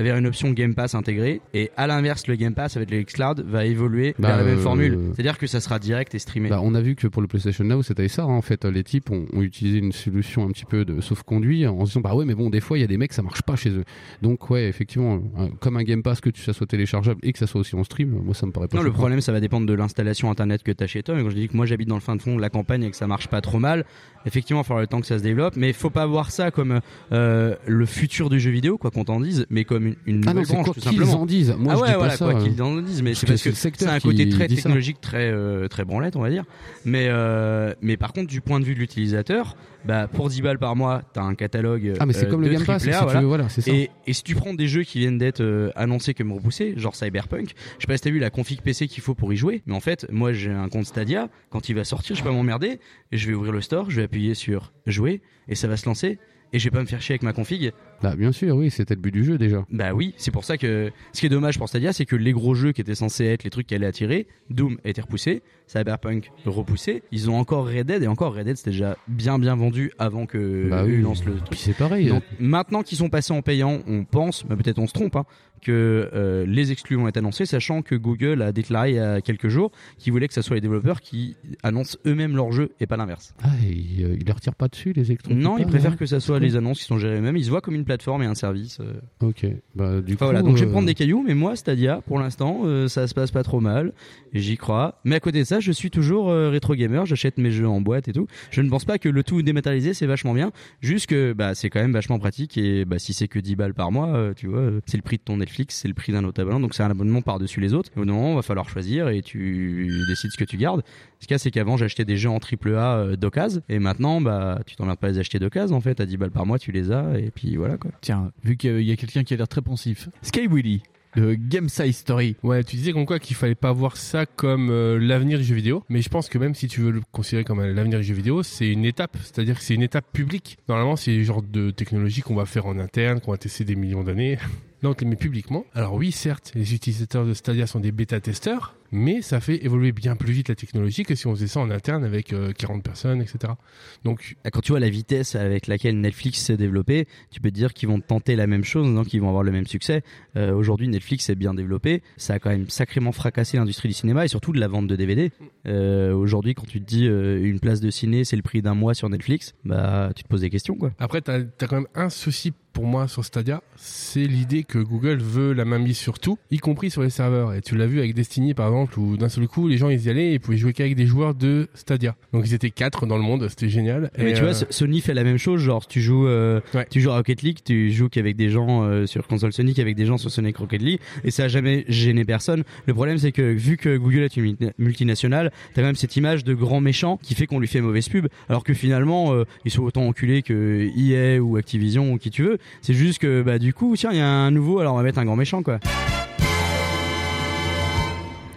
S10: vers une option Game Pass intégrée. Et à l'inverse, le Game Pass avec le xCloud va évoluer
S4: Bah,
S10: vers la même
S4: euh,
S10: formule. C'est-à-dire que ça sera direct et streamé.
S4: Bah, on a vu que pour le PlayStation Now, c'était ça. hein. En fait, les types ont, ont utilisé une solution un petit peu de sauf-conduit en se disant bah ouais, mais bon, des fois, il y a des mecs, ça marche pas chez eux. Donc ouais, effectivement, un- comme un Game Pass, que tu- ça soit téléchargeable et que ça soit aussi en stream, moi ça me paraît pas.
S10: Non, le
S4: choquant.
S10: problème, ça va dépendre de l'installation internet que t'as chez toi. Mais quand je dis que moi j'habite dans le fin de fond de la campagne et que ça marche pas trop mal, effectivement, il faudra le temps que ça se développe. Mais faut pas voir ça comme euh, le futur du jeu vidéo, quoi qu'on t'en dise, mais comme une, une
S4: Ah non,
S10: nouvelle
S4: c'est
S10: branche,
S4: quoi
S10: tout
S4: qu'ils
S10: simplement.
S4: en disent. Moi,
S10: ah
S4: je
S10: ouais,
S4: dis pas
S10: voilà,
S4: ça,
S10: quoi
S4: euh,
S10: qu'ils en disent. Mais
S4: parce
S10: c'est
S4: que
S10: parce
S4: c'est
S10: que
S4: le
S10: c'est
S4: secteur
S10: un côté
S4: qui
S10: très
S4: dit ça.
S10: technologique, très euh, très branlette, on va dire. Mais euh, mais par contre, du point de vue de l'utilisateur, bah pour 10 balles par mois, t'as un catalogue.
S4: Ah, mais c'est
S10: euh,
S4: comme le
S10: de
S4: Game Pass,
S10: AAA,
S4: si tu veux, voilà, c'est ça.
S10: Et- et si tu prends des jeux qui viennent d'être euh, annoncés comme repoussés, genre Cyberpunk, je sais pas si t'as vu la config PC qu'il faut pour y jouer, mais en fait, moi j'ai un compte Stadia, quand il va sortir, je vais pas m'emmerder, et je vais ouvrir le store, je vais appuyer sur jouer, et ça va se lancer, et je vais pas me faire chier avec ma config.
S4: Bah bien sûr, oui, c'était le but du jeu déjà.
S10: Bah oui, c'est pour ça que ce qui est dommage pour Stadia, c'est que les gros jeux qui étaient censés être les trucs qui allaient attirer, Doom a été repoussé, Cyberpunk repoussé, ils ont encore Red Dead et encore Red Dead c'était déjà bien bien vendu avant que
S4: Bah
S10: eux
S4: oui.
S10: lancent le truc.
S4: Puis c'est pareil.
S10: Donc, maintenant qu'ils sont passés en payant, on pense, mais peut-être on se trompe, hein, que euh, les exclus vont être annoncés, sachant que Google a déclaré il y a quelques jours qu'ils voulaient que ce soit les développeurs qui annoncent eux-mêmes leurs jeux et pas l'inverse.
S4: Ah, et, euh, ils ne leur tirent pas dessus les électrons.
S10: Non, ils préfèrent que ça soit les
S4: annonces
S10: annonces qui sont gérées eux-mêmes. Ils se voient comme une plateforme et un service. euh.
S4: Ok, bah du coup.
S10: Enfin, voilà, donc je vais
S4: euh,
S10: prendre des cailloux, mais moi, Stadia, pour l'instant, euh, ça se passe pas trop mal, et j'y crois. Mais à côté de ça, je suis toujours euh, rétro gamer, j'achète mes jeux en boîte et tout. Je ne pense pas que le tout dématérialisé, c'est vachement bien, juste que bah, c'est quand même vachement pratique, et bah, si c'est que 10 balles par mois, euh, tu vois, euh, c'est le prix de ton Netflix, c'est le prix d'un autre abonnement, donc c'est un abonnement par-dessus les autres. Et au bout d'un moment, va falloir choisir, et tu décides ce que tu gardes. Ce qu'il y a, c'est qu'avant, j'achetais des jeux en triple A euh, d'occasion, et maintenant, bah, tu t'emmerdes pas à les acheter d'occasion, en fait, à 10 balles par mois, tu les as, et puis voilà quoi.
S11: Tiens, vu qu'il y a quelqu'un qui a l'air très pensif. Sky Willy, de Game Size Story.
S19: Ouais, tu disais comme quoi qu'il fallait pas voir ça comme euh, l'avenir du jeu vidéo, mais je pense que même si tu veux le considérer comme euh, l'avenir du jeu vidéo, c'est une étape, c'est-à-dire que c'est une étape publique. Normalement, c'est le genre de technologie qu'on va faire en interne, qu'on va tester des millions d'années. <laughs> Là, on te les met publiquement. Alors oui, certes, les utilisateurs de Stadia sont des bêta-testeurs, mais ça fait évoluer bien plus vite la technologie que si on faisait ça en interne avec euh, 40 personnes, etc. Donc,
S10: Ah, quand tu vois la vitesse avec laquelle Netflix s'est développé, tu peux te dire qu'ils vont tenter la même chose, donc qu'ils vont avoir le même succès. Euh, Aujourd'hui, Netflix est bien développé. Ça a quand même sacrément fracassé l'industrie du cinéma et surtout de la vente de DVD. Euh, Aujourd'hui, quand tu te dis euh, une place de ciné, c'est le prix d'un mois sur Netflix, bah tu te poses des questions quoi.
S19: Après, t'as as quand même un souci pour moi sur Stadia, c'est l'idée que Google veut la main mise sur tout, y compris sur les serveurs. Et tu l'as vu avec Destiny par exemple, où d'un seul coup, les gens ils y allaient et ils pouvaient jouer qu'avec des joueurs de Stadia. Donc ils étaient quatre dans le monde, c'était génial.
S10: Mais
S19: Et,
S10: tu vois,
S19: euh,
S10: S- Sony fait la même chose. Genre, tu joues, euh, tu joues à Rocket League, tu joues qu'avec des gens euh, sur console Sony, qu'avec des gens sur Sonic Rocket League, et ça a jamais gêné personne. Le problème, c'est que vu que Google est une multi- multinationale, t'as même cette image de grand méchant qui fait qu'on lui fait mauvaise pub, alors que finalement, euh, ils sont autant enculés que EA ou Activision ou qui tu veux. C'est juste que, bah, du coup, tiens, il y a un nouveau, alors on va mettre un grand méchant, quoi.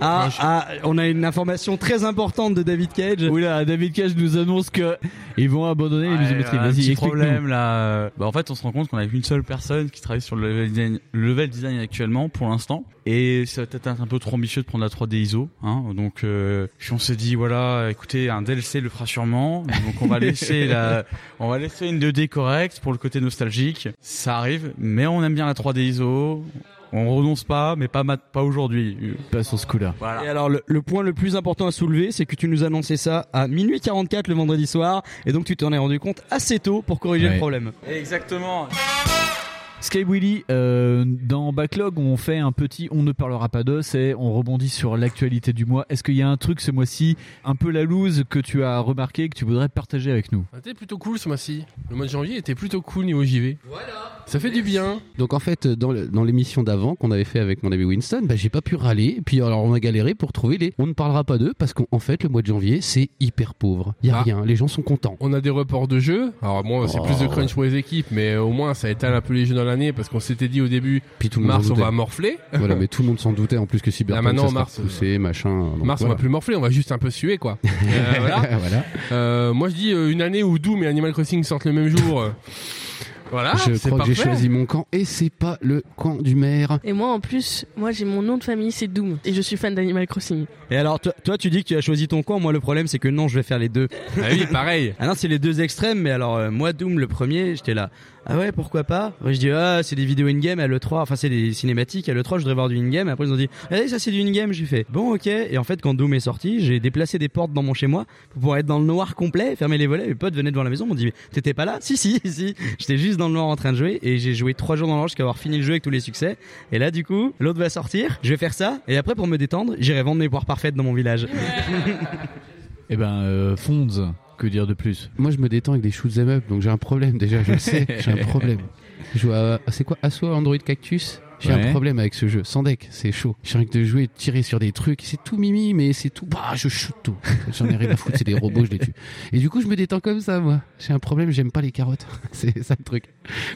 S10: Ah, ah, on a une information très importante de David Cage.
S11: Oula, David Cage nous annonce que ils vont abandonner les
S13: Ouais,
S11: muséométries.
S13: un
S11: Vas-y,
S13: petit
S11: explique-nous.
S13: problème là. Bah, en fait, on se rend compte qu'on a qu'une seule personne qui travaille sur le level design, le level design actuellement pour l'instant. Et ça va peut-être être un peu trop ambitieux de prendre la 3D ISO. Hein. Donc, euh, puis on s'est dit voilà, écoutez, un DLC le fera sûrement. Donc on va
S11: <laughs>
S13: laisser la, on va laisser une 2D correcte pour le côté nostalgique. Ça arrive, mais on aime bien la 3D ISO. On renonce pas, mais pas mat- pas aujourd'hui.
S11: Pas sur ce coup-là.
S10: Et alors le, le point le plus important à soulever, c'est que tu nous annonçais ça à minuit 44 le vendredi soir, et donc tu t'en es rendu compte assez tôt pour corriger
S11: Ouais.
S10: le problème.
S13: Exactement.
S11: Sky Willy, euh, dans Backlog, on fait un petit on ne parlera pas d'eux, c'est on rebondit sur l'actualité du mois. Est-ce qu'il y a un truc ce mois-ci, un peu la loose, que tu as remarqué, que tu voudrais partager avec nous
S19: C'était Ah, plutôt cool ce mois-ci. Le mois de janvier était plutôt cool niveau JV. Ça fait du bien.
S4: Donc en fait, dans le- dans l'émission d'avant qu'on avait fait avec mon ami Winston, bah, j'ai pas pu râler. Et puis alors on a galéré pour trouver les. On ne parlera pas d'eux parce qu'en en fait le mois de janvier c'est hyper pauvre. Y a rien. Les gens sont contents.
S19: Ah. On a des reports de jeux. Alors moi, c'est
S4: Oh.
S19: plus de crunch pour les équipes, mais au moins ça étale un peu les jeux dans l'année parce qu'on s'était dit au début,
S4: Puis tout le monde
S19: mars
S4: en
S19: on
S4: doutait.
S19: va morfler.
S4: Voilà, mais tout le monde s'en doutait en plus que Cyberpunk
S19: Là, maintenant,
S4: ça se
S19: mars, euh,
S4: mars, poussé, machin. donc
S19: Mars, on
S4: voilà.
S19: va plus morfler, on va juste un peu suer,
S4: <laughs>
S19: quoi. Euh, voilà.
S4: Voilà.
S19: Euh, moi, je dis euh, une année où Doom et Animal Crossing sortent le même jour.
S4: <laughs>
S19: euh, voilà.
S4: je
S19: c'est
S4: crois que j'ai
S19: parfait.
S4: choisi mon camp et c'est pas le camp du
S10: Ah.
S4: maire.
S5: Et moi en plus, moi j'ai mon nom de famille, c'est Doom. Et je suis fan d'Animal
S10: <laughs>
S5: Crossing.
S10: Et alors toi, toi, tu dis que tu as choisi ton camp, moi le problème c'est que non je vais faire les deux.
S19: Ah
S10: <laughs>
S19: oui pareil.
S10: ah non c'est les deux extrêmes, mais alors euh, moi Doom le premier j'étais là. Ah ouais pourquoi pas Moi, Je dis ah c'est des vidéos in-game à l'E3, enfin c'est des cinématiques à l'E3 je voudrais voir du in-game. Après ils ont dit allez ça c'est du in-game, j'ai fait bon ok. Et en fait quand Doom est sorti j'ai déplacé des portes dans mon chez moi pour pouvoir être dans le noir complet, fermer les volets. Mes potes venaient devant la maison, m'ont dit t'étais pas là Si si <laughs> si. J'étais juste dans le noir en train de jouer et j'ai joué trois jours dans l'ange jusqu'à avoir fini le jeu avec tous les succès. Et là du coup l'autre va sortir, je vais faire ça et après pour me détendre j'irai vendre mes poires parfaites dans mon village.
S11: Eh ben, euh, Fonds, que dire de plus
S4: Moi je me détends avec des shoots em up, donc j'ai un problème déjà, je le
S11: <laughs>
S4: sais, j'ai un problème. Je joue à. C'est quoi Asso Android Cactus j'ai
S11: Ouais.
S4: un problème avec ce jeu, sans deck, c'est chaud. J'ai envie de jouer, de tirer sur des trucs, c'est tout mimi, mais c'est tout. Bah, je shoot tout. <laughs> J'en ai rien à foutre, c'est des robots, je les tue. Et du coup, je me détends comme ça, moi. J'ai un problème, j'aime pas les carottes. <laughs> C'est ça le truc.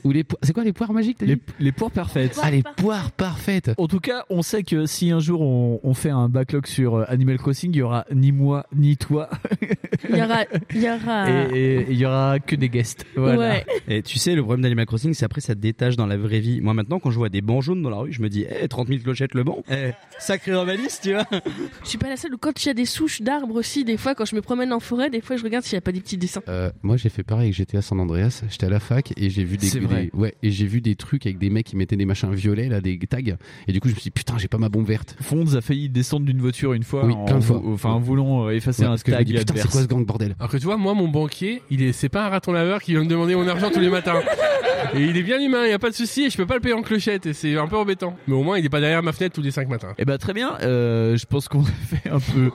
S4: Ou les po- C'est quoi les poires magiques, t'as
S11: les,
S4: dit
S11: les poires parfaites.
S4: Ah, les poires parfaites.
S11: En tout cas, on sait que si un jour on, on fait un backlog sur euh, Animal Crossing, il y aura ni moi ni toi <laughs>
S5: Il y aura. Il y aura...
S11: et et- et il y aura que des guests. Voilà.
S5: Ouais.
S10: Et tu sais, le problème d'Animal Crossing, c'est après ça te détache dans la vraie vie. Moi maintenant, quand je vois des banjos random dans la rue, je me dis, eh, 30 000 clochettes le banc, eh, sacré urbaniste, tu vois.
S5: Je suis pas la seule où quand il y a des souches d'arbres aussi, des fois quand je me promène en forêt, des fois je regarde s'il n'y a pas des petits dessins.
S4: Euh, moi, j'ai fait pareil avec GTA San Andreas. J'étais à la fac et j'ai vu des,
S5: C'est vrai.
S4: des- ouais, et j'ai vu des trucs avec des mecs qui mettaient des machins violets là, des tags. Et du coup, je me suis dit, putain, j'ai pas ma bombe verte.
S11: Fonds a failli descendre d'une voiture une fois,
S4: Oui,
S11: en,
S4: plein de fois.
S11: vou- enfin en voulant euh, effacer
S4: Ouais,
S11: un
S4: parce que je me
S11: tag
S4: dis, putain, c'est quoi ce gang de bordel
S19: Alors que tu vois, moi, mon banquier, il est, c'est pas un raton laveur qui vient me demander mon argent tous les matins. Et il est bien humain, il y a pas de souci, et je peux pas le payer en clochette, et c'est un peu embêtant. Mais au moins, il est pas derrière ma fenêtre tous les 5 matins.
S11: Eh ben très bien, euh, je pense qu'on a <laughs> fait un peu,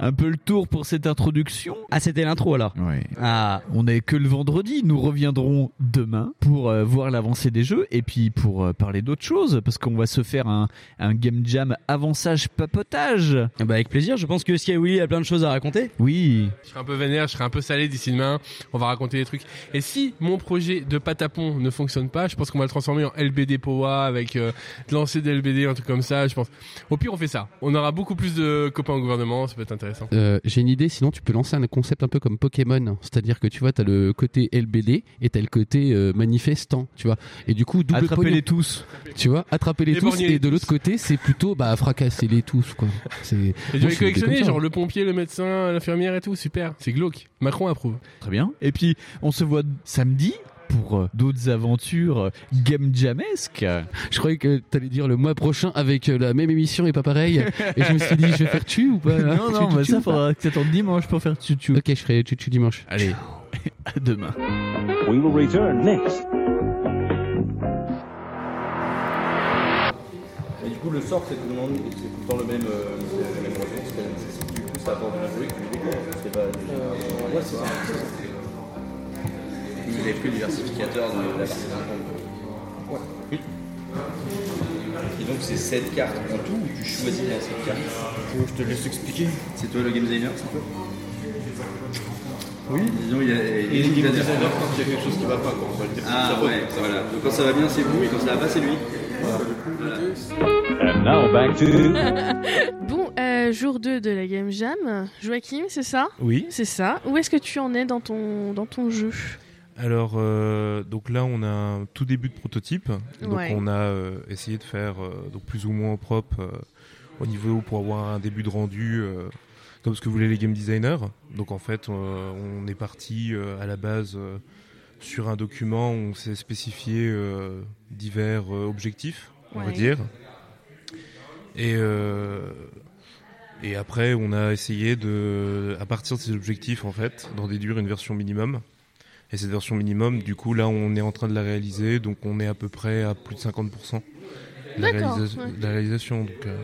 S11: un peu le tour pour cette introduction.
S10: Ah, c'était l'intro alors
S11: Ah, on est que le vendredi, nous reviendrons demain pour euh, voir l'avancée des jeux et puis pour euh, parler d'autres choses parce qu'on va se faire un, un game jam avançage papotage.
S10: Bah avec plaisir, je pense que Skywilly a plein de choses à raconter.
S11: Oui.
S19: Je serai un peu vénère, je serai un peu salé d'ici demain. On va raconter des trucs. Et si mon projet de patapon ne fonctionne pas, je pense qu'on va le transformer en LBD Powa avec euh, de lancer des LBD, un truc comme ça. Je pense. Au pire, on fait ça. On aura beaucoup plus de copains au gouvernement, ça peut être intéressant.
S4: Euh, j'ai une idée, sinon tu peux lancer un concept un peu comme Pokémon, c'est-à-dire que tu vois, t'as le côté LBD et t'as le côté euh, manifestant, tu vois. Et du coup, double
S11: Attrapez-les
S4: pognon.
S11: tous.
S4: Tu vois, attraper les tous.
S19: Éborgnez-les
S4: Et de l'autre côté, c'est plutôt bah fracasser les tous, quoi. C'est.
S19: Et
S4: Moi,
S19: je vais
S4: je suis hein.
S19: collectionner,
S4: comme ça.
S19: genre le pompier, le médecin, l'infirmière et tout, super. C'est glauque. Macron approuve.
S11: Très bien. Et puis on se voit samedi pour euh, d'autres aventures euh, game jamesques.
S4: Je croyais que t'allais dire le mois prochain avec euh, la même émission et pas pareil. Et je me suis dit, je vais faire tu ou pas hein
S11: Non, non,
S4: Tu- tu-
S11: mais
S4: tu
S11: ça
S4: ou pas
S11: faudra que t'attendes dimanche pour faire tutu.
S4: Ok, je ferai tutu dimanche.
S11: Allez, à <laughs> demain.
S3: We will return next.
S17: Et du coup, le sort, c'est tout le monde, c'est tout le temps le même, euh, c'est le même objet, parce que c'est- du coup, ça apporte de la jouer que tu découvres. C'est pas. Euh, ouais, c'est ça. Vous avez plus le diversificateur de la partie Ouais. Et donc, c'est 7 cartes en tout, ou tu choisis la 7 cartes Je te laisse expliquer. C'est toi le game designer, c'est toi oui. Disons, il y a,
S21: Et les game
S17: designers,
S21: designers, quand il y a quelque chose qui va pas, quoi. Enfin,
S17: Ah
S21: ça va.
S17: ouais, voilà. Donc, quand ça va bien, c'est vous, et quand ça va pas, c'est lui.
S3: And now back to.
S5: bon, euh, jour 2 de la Game Jam. Joachim, c'est ça
S12: Oui.
S5: C'est ça. Où est-ce que tu en es dans ton, dans ton jeu
S12: Alors, euh, donc là, on a un tout début de prototype. Donc,
S5: Ouais.
S12: on a euh, essayé de faire euh, donc plus ou moins propre euh, au niveau pour avoir un début de rendu euh, comme ce que voulaient les game designers. Donc, en fait, euh, on est parti euh, à la base euh, sur un document où on s'est spécifié euh, divers euh, objectifs, on va
S17: Ouais.
S12: dire. Et, euh, et après, on a essayé de, à partir de ces objectifs, en fait, d'en déduire une version minimum. Et cette version minimum, du coup, là, on est en train de la réaliser, donc on est à peu près à plus de 50% de la,
S5: D'accord,
S12: réalisa-
S5: ouais.
S12: de la réalisation. Donc, euh,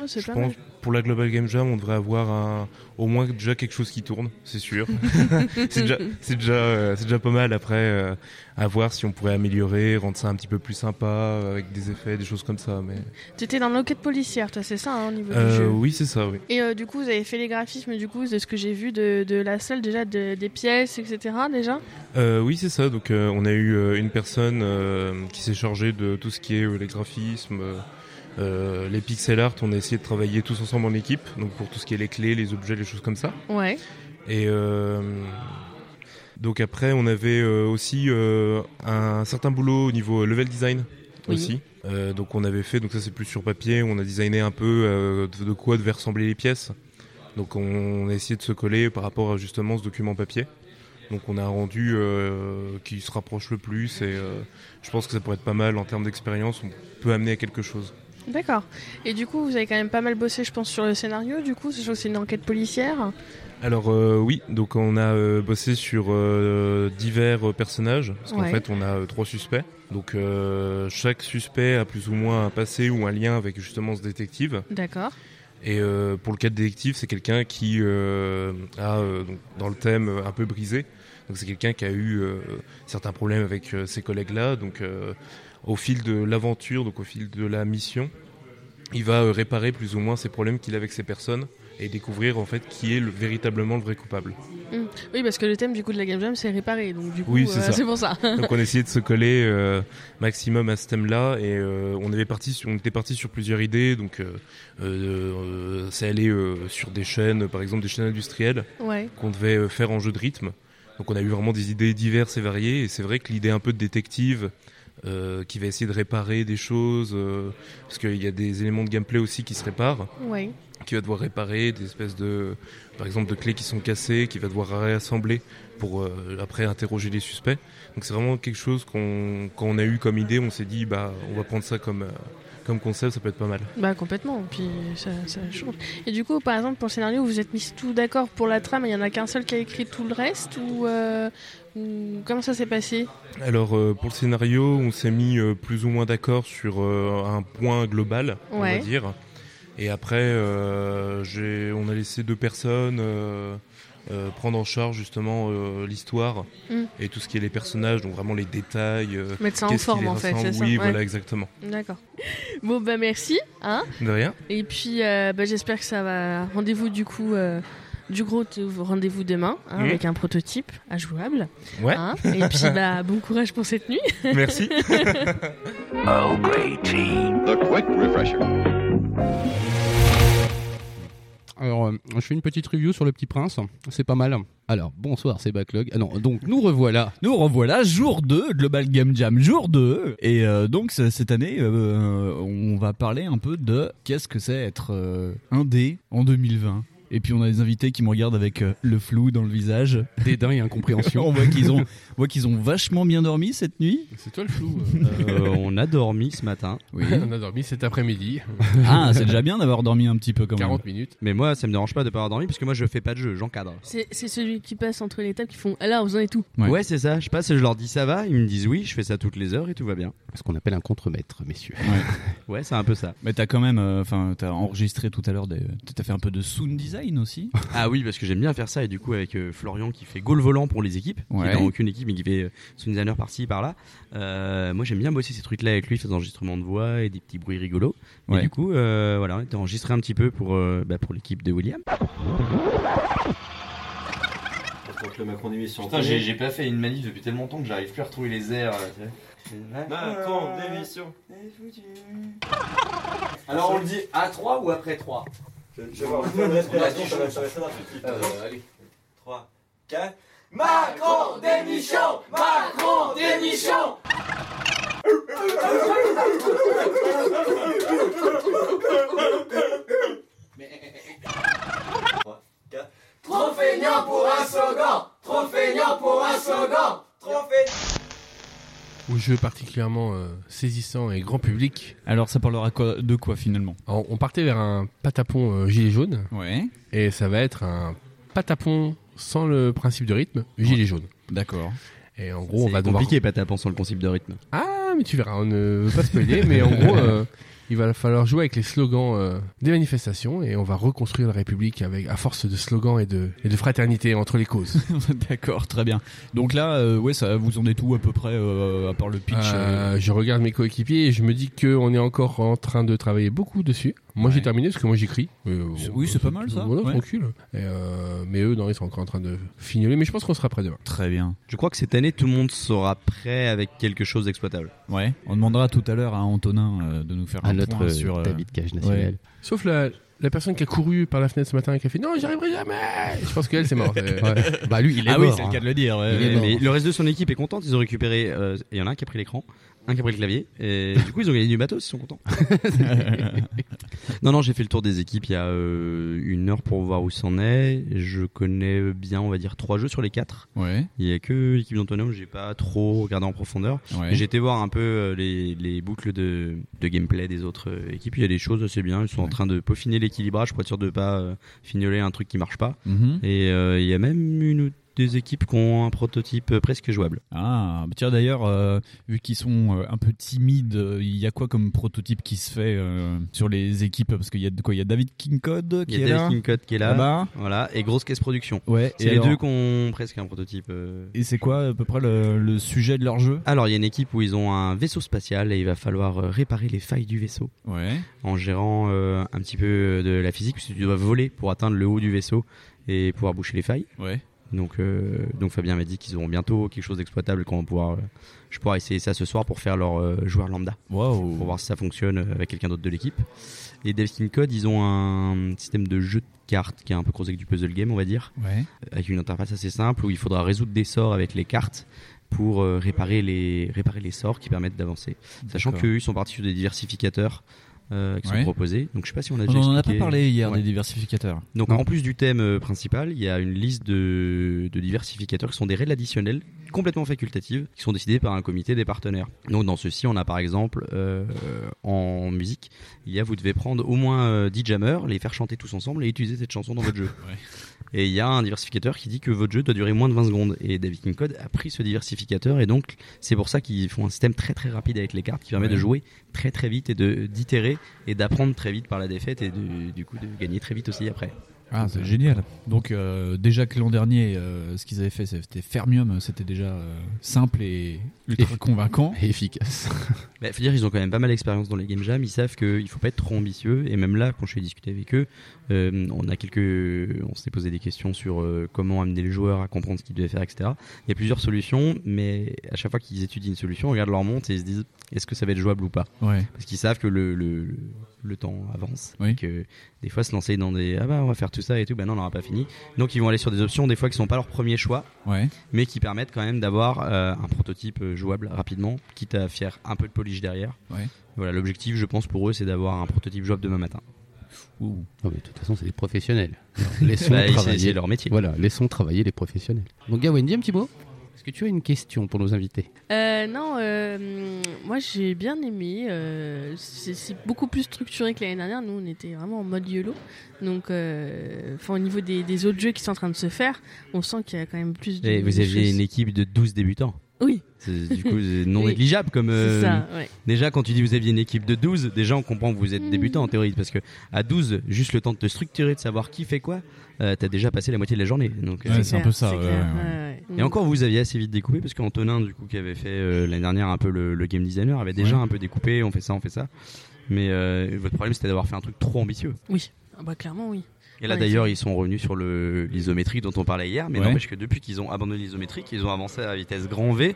S5: Ouais, c'est
S12: je
S5: pas
S12: pense,
S5: mal.
S12: pour la Global Game Jam, on devrait avoir un- au moins déjà quelque chose qui tourne, c'est
S5: <laughs>
S12: sûr. <laughs> c'est déjà, c'est déjà, euh, c'est déjà pas mal. Après, euh, à voir si on pourrait améliorer, rendre ça un petit peu plus sympa, euh, avec des effets, des choses comme ça. Mais...
S5: Tu étais dans l'enquête policière, toi, c'est ça, hein, au niveau du
S12: Euh,
S5: jeu
S12: oui, c'est ça, oui.
S5: Et euh, du coup, vous avez fait les graphismes, du coup, de ce que j'ai vu de, de la salle, déjà, de- des pièces, etc. Déjà
S12: Euh, oui, c'est ça. Donc, euh, on a eu euh, une personne euh, qui s'est chargée de tout ce qui est euh, les graphismes, euh, euh, les pixel art. On a essayé de travailler tous ensemble en équipe, donc pour tout ce qui est les clés, les objets, les choses comme ça.
S5: Ouais.
S12: Et euh, donc après, on avait euh, aussi euh, un certain boulot au niveau euh, level design
S5: Oui.
S12: aussi. Euh, donc on avait fait, donc ça c'est plus sur papier, on a designé un peu euh, de, de quoi devaient ressembler les pièces. Donc on a essayé de se coller par rapport à justement ce document papier. Donc on a un rendu euh, qui se rapproche le plus et euh, je pense que ça pourrait être pas mal en termes d'expérience, on peut amener à quelque chose.
S5: D'accord. Et du coup, vous avez quand même pas mal bossé, je pense, sur le scénario, du coup, sachant que c'est une enquête policière.
S12: Alors euh, oui, donc on a euh, bossé sur euh, divers euh, personnages, parce qu'en
S5: Ouais.
S12: fait on a euh, trois suspects. Donc euh, chaque suspect a plus ou moins un passé ou un lien avec justement ce détective.
S5: D'accord.
S12: Et euh, pour le cas de détective, c'est quelqu'un qui euh, a, euh, donc, dans le thème, euh, un peu brisé. Donc c'est quelqu'un qui a eu euh, certains problèmes avec euh, ses collègues-là. Donc euh, au fil de l'aventure, donc au fil de la mission, il va euh, réparer plus ou moins ces problèmes qu'il a avec ces personnes et découvrir en fait qui est le- véritablement le vrai coupable.
S5: Hmm. Oui, parce que le thème, du coup, de la Game Jam, c'est réparer. Donc, du coup,
S12: Oui,
S5: euh, <laughs>
S12: c'est ça.
S5: pour ça.
S12: <laughs> Donc on a essayé de se coller euh, maximum à ce thème-là et euh, on avait parti, sur- on était parti sur plusieurs idées. Donc euh, euh, euh, c'est allé euh, sur des chaînes, par exemple des chaînes industrielles
S5: Ouais.
S12: qu'on devait euh, faire en jeu de rythme. Donc on a eu vraiment des idées diverses et variées et c'est vrai que l'idée un peu de détective euh, qui va essayer de réparer des choses, euh, parce qu'il y a des éléments de gameplay aussi qui se réparent.
S5: Ouais.
S12: Qui va devoir réparer des espèces de, par exemple, de clés qui sont cassées, qui va devoir réassembler pour euh, après interroger les suspects. Donc c'est vraiment quelque chose qu'on, qu'on a eu comme idée. On s'est dit, bah, on va prendre ça comme, euh, comme concept, ça peut être pas mal.
S5: Bah complètement, puis ça, ça change. Et du coup, par exemple, pour le scénario, vous êtes mis tout d'accord pour la trame, il y en a qu'un seul qui a écrit tout le reste ou, euh, ou comment ça s'est passé
S12: Alors euh, pour le scénario, on s'est mis euh, plus ou moins d'accord sur euh, un point global, on va
S5: Ouais.
S12: dire. Et après, euh, j'ai- on a laissé deux personnes euh, euh, prendre en charge justement euh, l'histoire
S5: Mm.
S12: et tout ce qui est les personnages, donc vraiment les détails. euh,
S5: Mettre ça en
S12: qu'est-ce qui
S5: forme,
S12: les
S5: en fait,
S12: rassemble.
S5: c'est ça,
S12: Oui,
S5: ouais.
S12: voilà, exactement.
S5: D'accord. Bon bah merci, hein
S12: De rien.
S5: Et puis euh, bah, j'espère que ça va. Rendez-vous du coup. euh, Du gros t- rendez-vous demain hein,
S12: Mhm.
S5: avec un prototype à jouable.
S12: Ouais.
S5: hein. Et puis bah, bon courage pour cette nuit.
S12: <laughs>
S5: <laughs>
S12: Merci.
S22: Oh, great tea. The quick refresher.
S4: Alors, euh, je fais une petite review sur Le Petit Prince. C'est pas mal. Alors, bonsoir, c'est Backlog. Ah non, donc nous revoilà.
S8: Nous revoilà, jour 2, Global Game Jam, jour 2. Et euh, donc, c- cette année, euh, on va parler un peu de qu'est-ce que c'est être euh, indé en 2020. Et puis on a des invités qui me regardent avec euh, le flou dans le visage.
S4: Dédain et incompréhension.
S8: <laughs> on voit qu'ils ont, on voit qu'ils ont vachement bien dormi cette nuit.
S19: C'est toi le flou.
S10: Euh, on a dormi ce matin.
S8: Oui.
S19: <laughs> On a dormi cet après-midi.
S8: Ah, c'est déjà bien d'avoir dormi un petit peu quand même.
S19: 40 minutes.
S10: Mais moi, ça me dérange pas de pas avoir dormi parce que moi, je fais pas de jeu, j'encadre.
S5: C'est c'est celui qui passe entre les tables qui font Alors vous en êtes tout.
S10: Ouais, c'est ça. Je passe et je leur dis ça va. Ils me disent oui, je fais ça toutes les heures et tout va bien.
S4: Ce qu'on appelle un contremaître, messieurs.
S10: <laughs> Ouais, c'est un peu ça.
S8: Mais t'as quand même, euh, enfin, t'as enregistré tout à l'heure, des- t'as fait un peu de sound design
S10: <laughs>
S8: aussi.
S10: Ah oui, parce que j'aime bien faire ça. Et du coup, avec euh, Florian qui fait goal volant pour les équipes,
S8: Ouais.
S10: qui est dans aucune équipe, mais qui fait euh, sound designer par-ci, par-là. Euh, moi, j'aime bien bosser ces trucs-là avec lui, faire des enregistrements de voix et des petits bruits rigolos.
S8: Ouais.
S10: Et du coup, euh, voilà, on était enregistré un petit peu pour, euh, bah, pour l'équipe de William.
S15: que le Macron d'émission.
S1: Putain, j'ai, j'ai pas fait une manif depuis tellement longtemps que j'arrive plus à retrouver les airs. là, tu vois.
S15: Macron d'émission.
S1: Alors on le dit à 3 ou après 3 Je vais
S15: voir, on fait une respiration, ça va- ça va- ça va tout de suite.
S1: Euh, Allez. 3, 4. Macron démission Macron démission
S15: Trop feignant pour un slogan Trop feignant pour un slogan Trop feignant
S19: Au jeu particulièrement euh, saisissant et grand public.
S8: Alors ça parlera quoi- de quoi finalement
S19: Alors, on partait vers un patapon euh, gilet jaune. Et ça va être un patapon sans le principe de rythme, gilet jaune.
S8: D'accord.
S19: Et en gros, on
S10: C'est
S19: va devoir.
S10: compliqué, Patapon, sur le concept de rythme.
S19: Ah, mais tu verras, on ne veut pas spoiler, mais en
S10: <laughs>
S19: gros, euh, il va falloir jouer avec les slogans euh, des manifestations et on va reconstruire la République avec, à force de slogans et de, et de fraternité entre les
S10: <laughs>
S19: causes.
S8: D'accord, très bien. Donc là, euh, ouais, ça vous en est tout à peu près euh, à part le pitch. euh,
S19: Euh, je regarde mes coéquipiers et je me dis qu'on est encore en train de travailler beaucoup dessus. Moi, j'ai terminé parce que moi, j'écris. Euh,
S8: Oui, c'est pas mal, ça.
S19: Voilà,
S8: Ouais.
S19: tranquille. Et, euh, mais eux, non, ils sont encore en train de fignoler. Mais je pense qu'on sera prêt demain.
S8: Très bien.
S10: Je crois que cette année, tout le monde sera prêt avec quelque chose d'exploitable.
S8: Ouais, on demandera tout à l'heure à Antonin euh, de nous faire
S10: À
S8: un
S10: notre,
S8: point
S10: euh,
S8: sur
S10: David Cage national.
S8: ouais.
S19: Sauf la, la personne qui a couru par la fenêtre ce matin et qui a fait Non, j'y arriverai jamais Je pense qu'elle,
S8: <laughs>
S19: c'est mort. C'est-
S10: Ouais. Bah lui, il est
S8: Ah oui,
S10: mort.
S8: c'est le
S10: hein.
S8: cas de le dire, ouais,
S10: Il est
S8: ouais.
S10: mort. Mais le reste de son équipe est contente. Ils ont récupéré. euh, Il y en a un qui a pris l'écran, un qui a pris le clavier. <laughs> Et du coup, ils ont gagné du matos. Ils sont <laughs> contents. non, non, j'ai fait le tour des équipes. Il y a euh, une heure pour voir où c'en est. Je connais bien, on va dire, trois jeux sur les quatre.
S8: Ouais.
S10: Il y a que l'équipe d'Antonome. J'ai pas trop regardé en profondeur.
S8: Ouais.
S10: Mais J'ai été voir un peu euh, les, les boucles de, de gameplay des autres euh, équipes. Il y a des choses assez bien. Ils sont en train de peaufiner l'équilibrage pour être sûr de pas euh, fignoler un truc qui marche pas.
S8: Mhm.
S10: Et euh, il y a même une ou deux équipes qui ont un prototype euh, presque jouable.
S8: Ah, bah tiens d'ailleurs, euh, vu qu'ils sont euh, un peu timides, euh, il y a quoi comme prototype qui se fait euh, sur les équipes Parce qu'il y a de quoi Il y a David Kingcode qui
S10: Il y a
S8: est là.
S10: David Kincott qui est là.
S8: Là-bas.
S10: Voilà. Et Grosse Caisse Production.
S8: Ouais, et
S10: C'est les
S8: alors
S10: deux qui ont presque un prototype. euh.
S8: Et c'est quoi à peu près le, le sujet de leur jeu
S10: Alors, il y a une équipe où ils ont un vaisseau spatial et il va falloir euh, réparer les failles du vaisseau.
S8: Ouais.
S10: En gérant euh, un petit peu euh, de la physique, puisque tu dois voler pour atteindre le haut du vaisseau et pouvoir boucher les failles.
S8: Ouais.
S10: Donc, euh, donc Fabien m'a dit qu'ils auront bientôt quelque chose d'exploitable qu'on va pouvoir. euh, je pourrai essayer ça ce soir pour faire leur euh, joueur lambda. Pour voir si ça fonctionne euh, avec quelqu'un d'autre de l'équipe. Et Delphine Code, ils ont un système de jeu de cartes qui est un peu creusé avec du puzzle game, on va dire.
S8: Ouais.
S10: Euh, Avec une interface assez simple où il faudra résoudre des sorts avec les cartes. pour euh, réparer, les, réparer les sorts qui permettent d'avancer. Sachant
S11: D'accord.
S10: qu'ils sont partis sur des diversificateurs. euh, qui sont
S11: Ouais.
S10: proposés. Donc je sais pas si on a
S11: On
S10: déjà
S11: en a
S10: expliqué.
S11: pas parlé hier des diversificateurs.
S10: Donc
S11: Non.
S10: en plus du thème euh, principal, il y a une liste de, de diversificateurs qui sont des règles additionnelles complètement facultatives qui sont décidées par un comité des partenaires. Donc dans ceci, on a par exemple euh, en musique, il y a vous devez prendre au moins euh, 10 jammers, les faire chanter tous ensemble et utiliser cette chanson dans votre jeu. Et il y a un diversificateur qui dit que votre jeu doit durer moins de 20 secondes. Et David King Code a pris ce diversificateur et donc c'est pour ça qu'ils font un système très très rapide avec les cartes qui permet
S11: Ouais.
S10: de jouer très très vite et de d'itérer et d'apprendre très vite par la défaite et de- du coup de gagner très vite aussi après.
S8: Ah, c'est génial. Donc euh, déjà que l'an dernier, euh, ce qu'ils avaient fait, c'était Fermium, c'était déjà euh, simple et ultra <laughs> convaincant.
S4: Et efficace.
S10: Il Bah, faut dire ils ont quand même pas mal d'expérience dans les game jams, ils savent qu'il faut pas être trop ambitieux et même là quand je suis discuté avec eux, euh, on a quelques, on s'est posé des questions sur euh, comment amener les joueurs à comprendre ce qu'ils devaient faire etc. Il y a plusieurs solutions, mais à chaque fois qu'ils étudient une solution, ils regardent leur montre et ils se disent est-ce que ça va être jouable ou pas
S8: Ouais.
S10: Parce qu'ils savent que le, le, le temps avance,
S8: Oui.
S10: et que des fois se lancer dans des ah bah on va faire tout ça et tout, bah non on n'aura pas fini. Donc ils vont aller sur des options des fois qui sont pas leur premier choix,
S8: Ouais.
S10: mais qui permettent quand même d'avoir euh, un prototype euh, jouable rapidement, quitte à faire un peu de polish derrière.
S8: Ouais.
S10: Voilà, l'objectif, je pense, pour eux, c'est d'avoir un prototype jouable demain matin.
S4: Non, mais de toute façon, c'est des
S10: <laughs>
S4: professionnels. Laissons
S10: Bah, c'est-
S4: travailler
S10: c'est leur métier.
S4: Voilà, laissons travailler les professionnels. Donc, Gawendy, un petit mot Est-ce que tu as une question pour nos invités
S5: Euh, non, euh, moi j'ai bien aimé. euh, c'est c'est beaucoup plus structuré que l'année dernière. Nous, on était vraiment en mode YOLO. Donc, euh, enfin, au niveau des, des autres jeux qui sont en train de se faire, on sent qu'il y a quand même plus de.
S10: Et vous aviez
S5: choses.
S10: une équipe de 12 débutants.
S5: Oui.
S10: C'est- Du coup, c'est non
S5: <laughs> Oui.
S10: négligeable comme.
S5: C'est
S10: euh,
S5: ça, ouais.
S10: Déjà, quand tu dis vous aviez une équipe de 12, déjà on comprend que vous êtes débutant en théorie. Parce que à 12, juste le temps de te structurer, de savoir qui fait quoi, euh, t'as déjà passé la moitié de la journée. Donc, euh,
S8: Ouais, C'est c'est un clair, peu ça, c'est ouais, clair, ouais, ouais. ouais.
S10: Et encore,
S5: Mm.
S10: vous aviez assez vite découpé. Parce qu'Antonin, du coup, qui avait fait euh, l'année dernière un peu le, le game designer, avait déjà
S8: Ouais.
S10: un peu découpé on fait ça, on fait ça. Mais euh, votre problème, c'était d'avoir fait un truc trop ambitieux.
S5: Oui, Ah bah, clairement, oui.
S10: Et là
S5: Ouais,
S10: d'ailleurs ils sont revenus sur le- l'isométrie dont on parlait hier, mais
S8: Ouais.
S10: n'empêche que depuis qu'ils ont abandonné l'isométrique, ils ont avancé à vitesse grand V.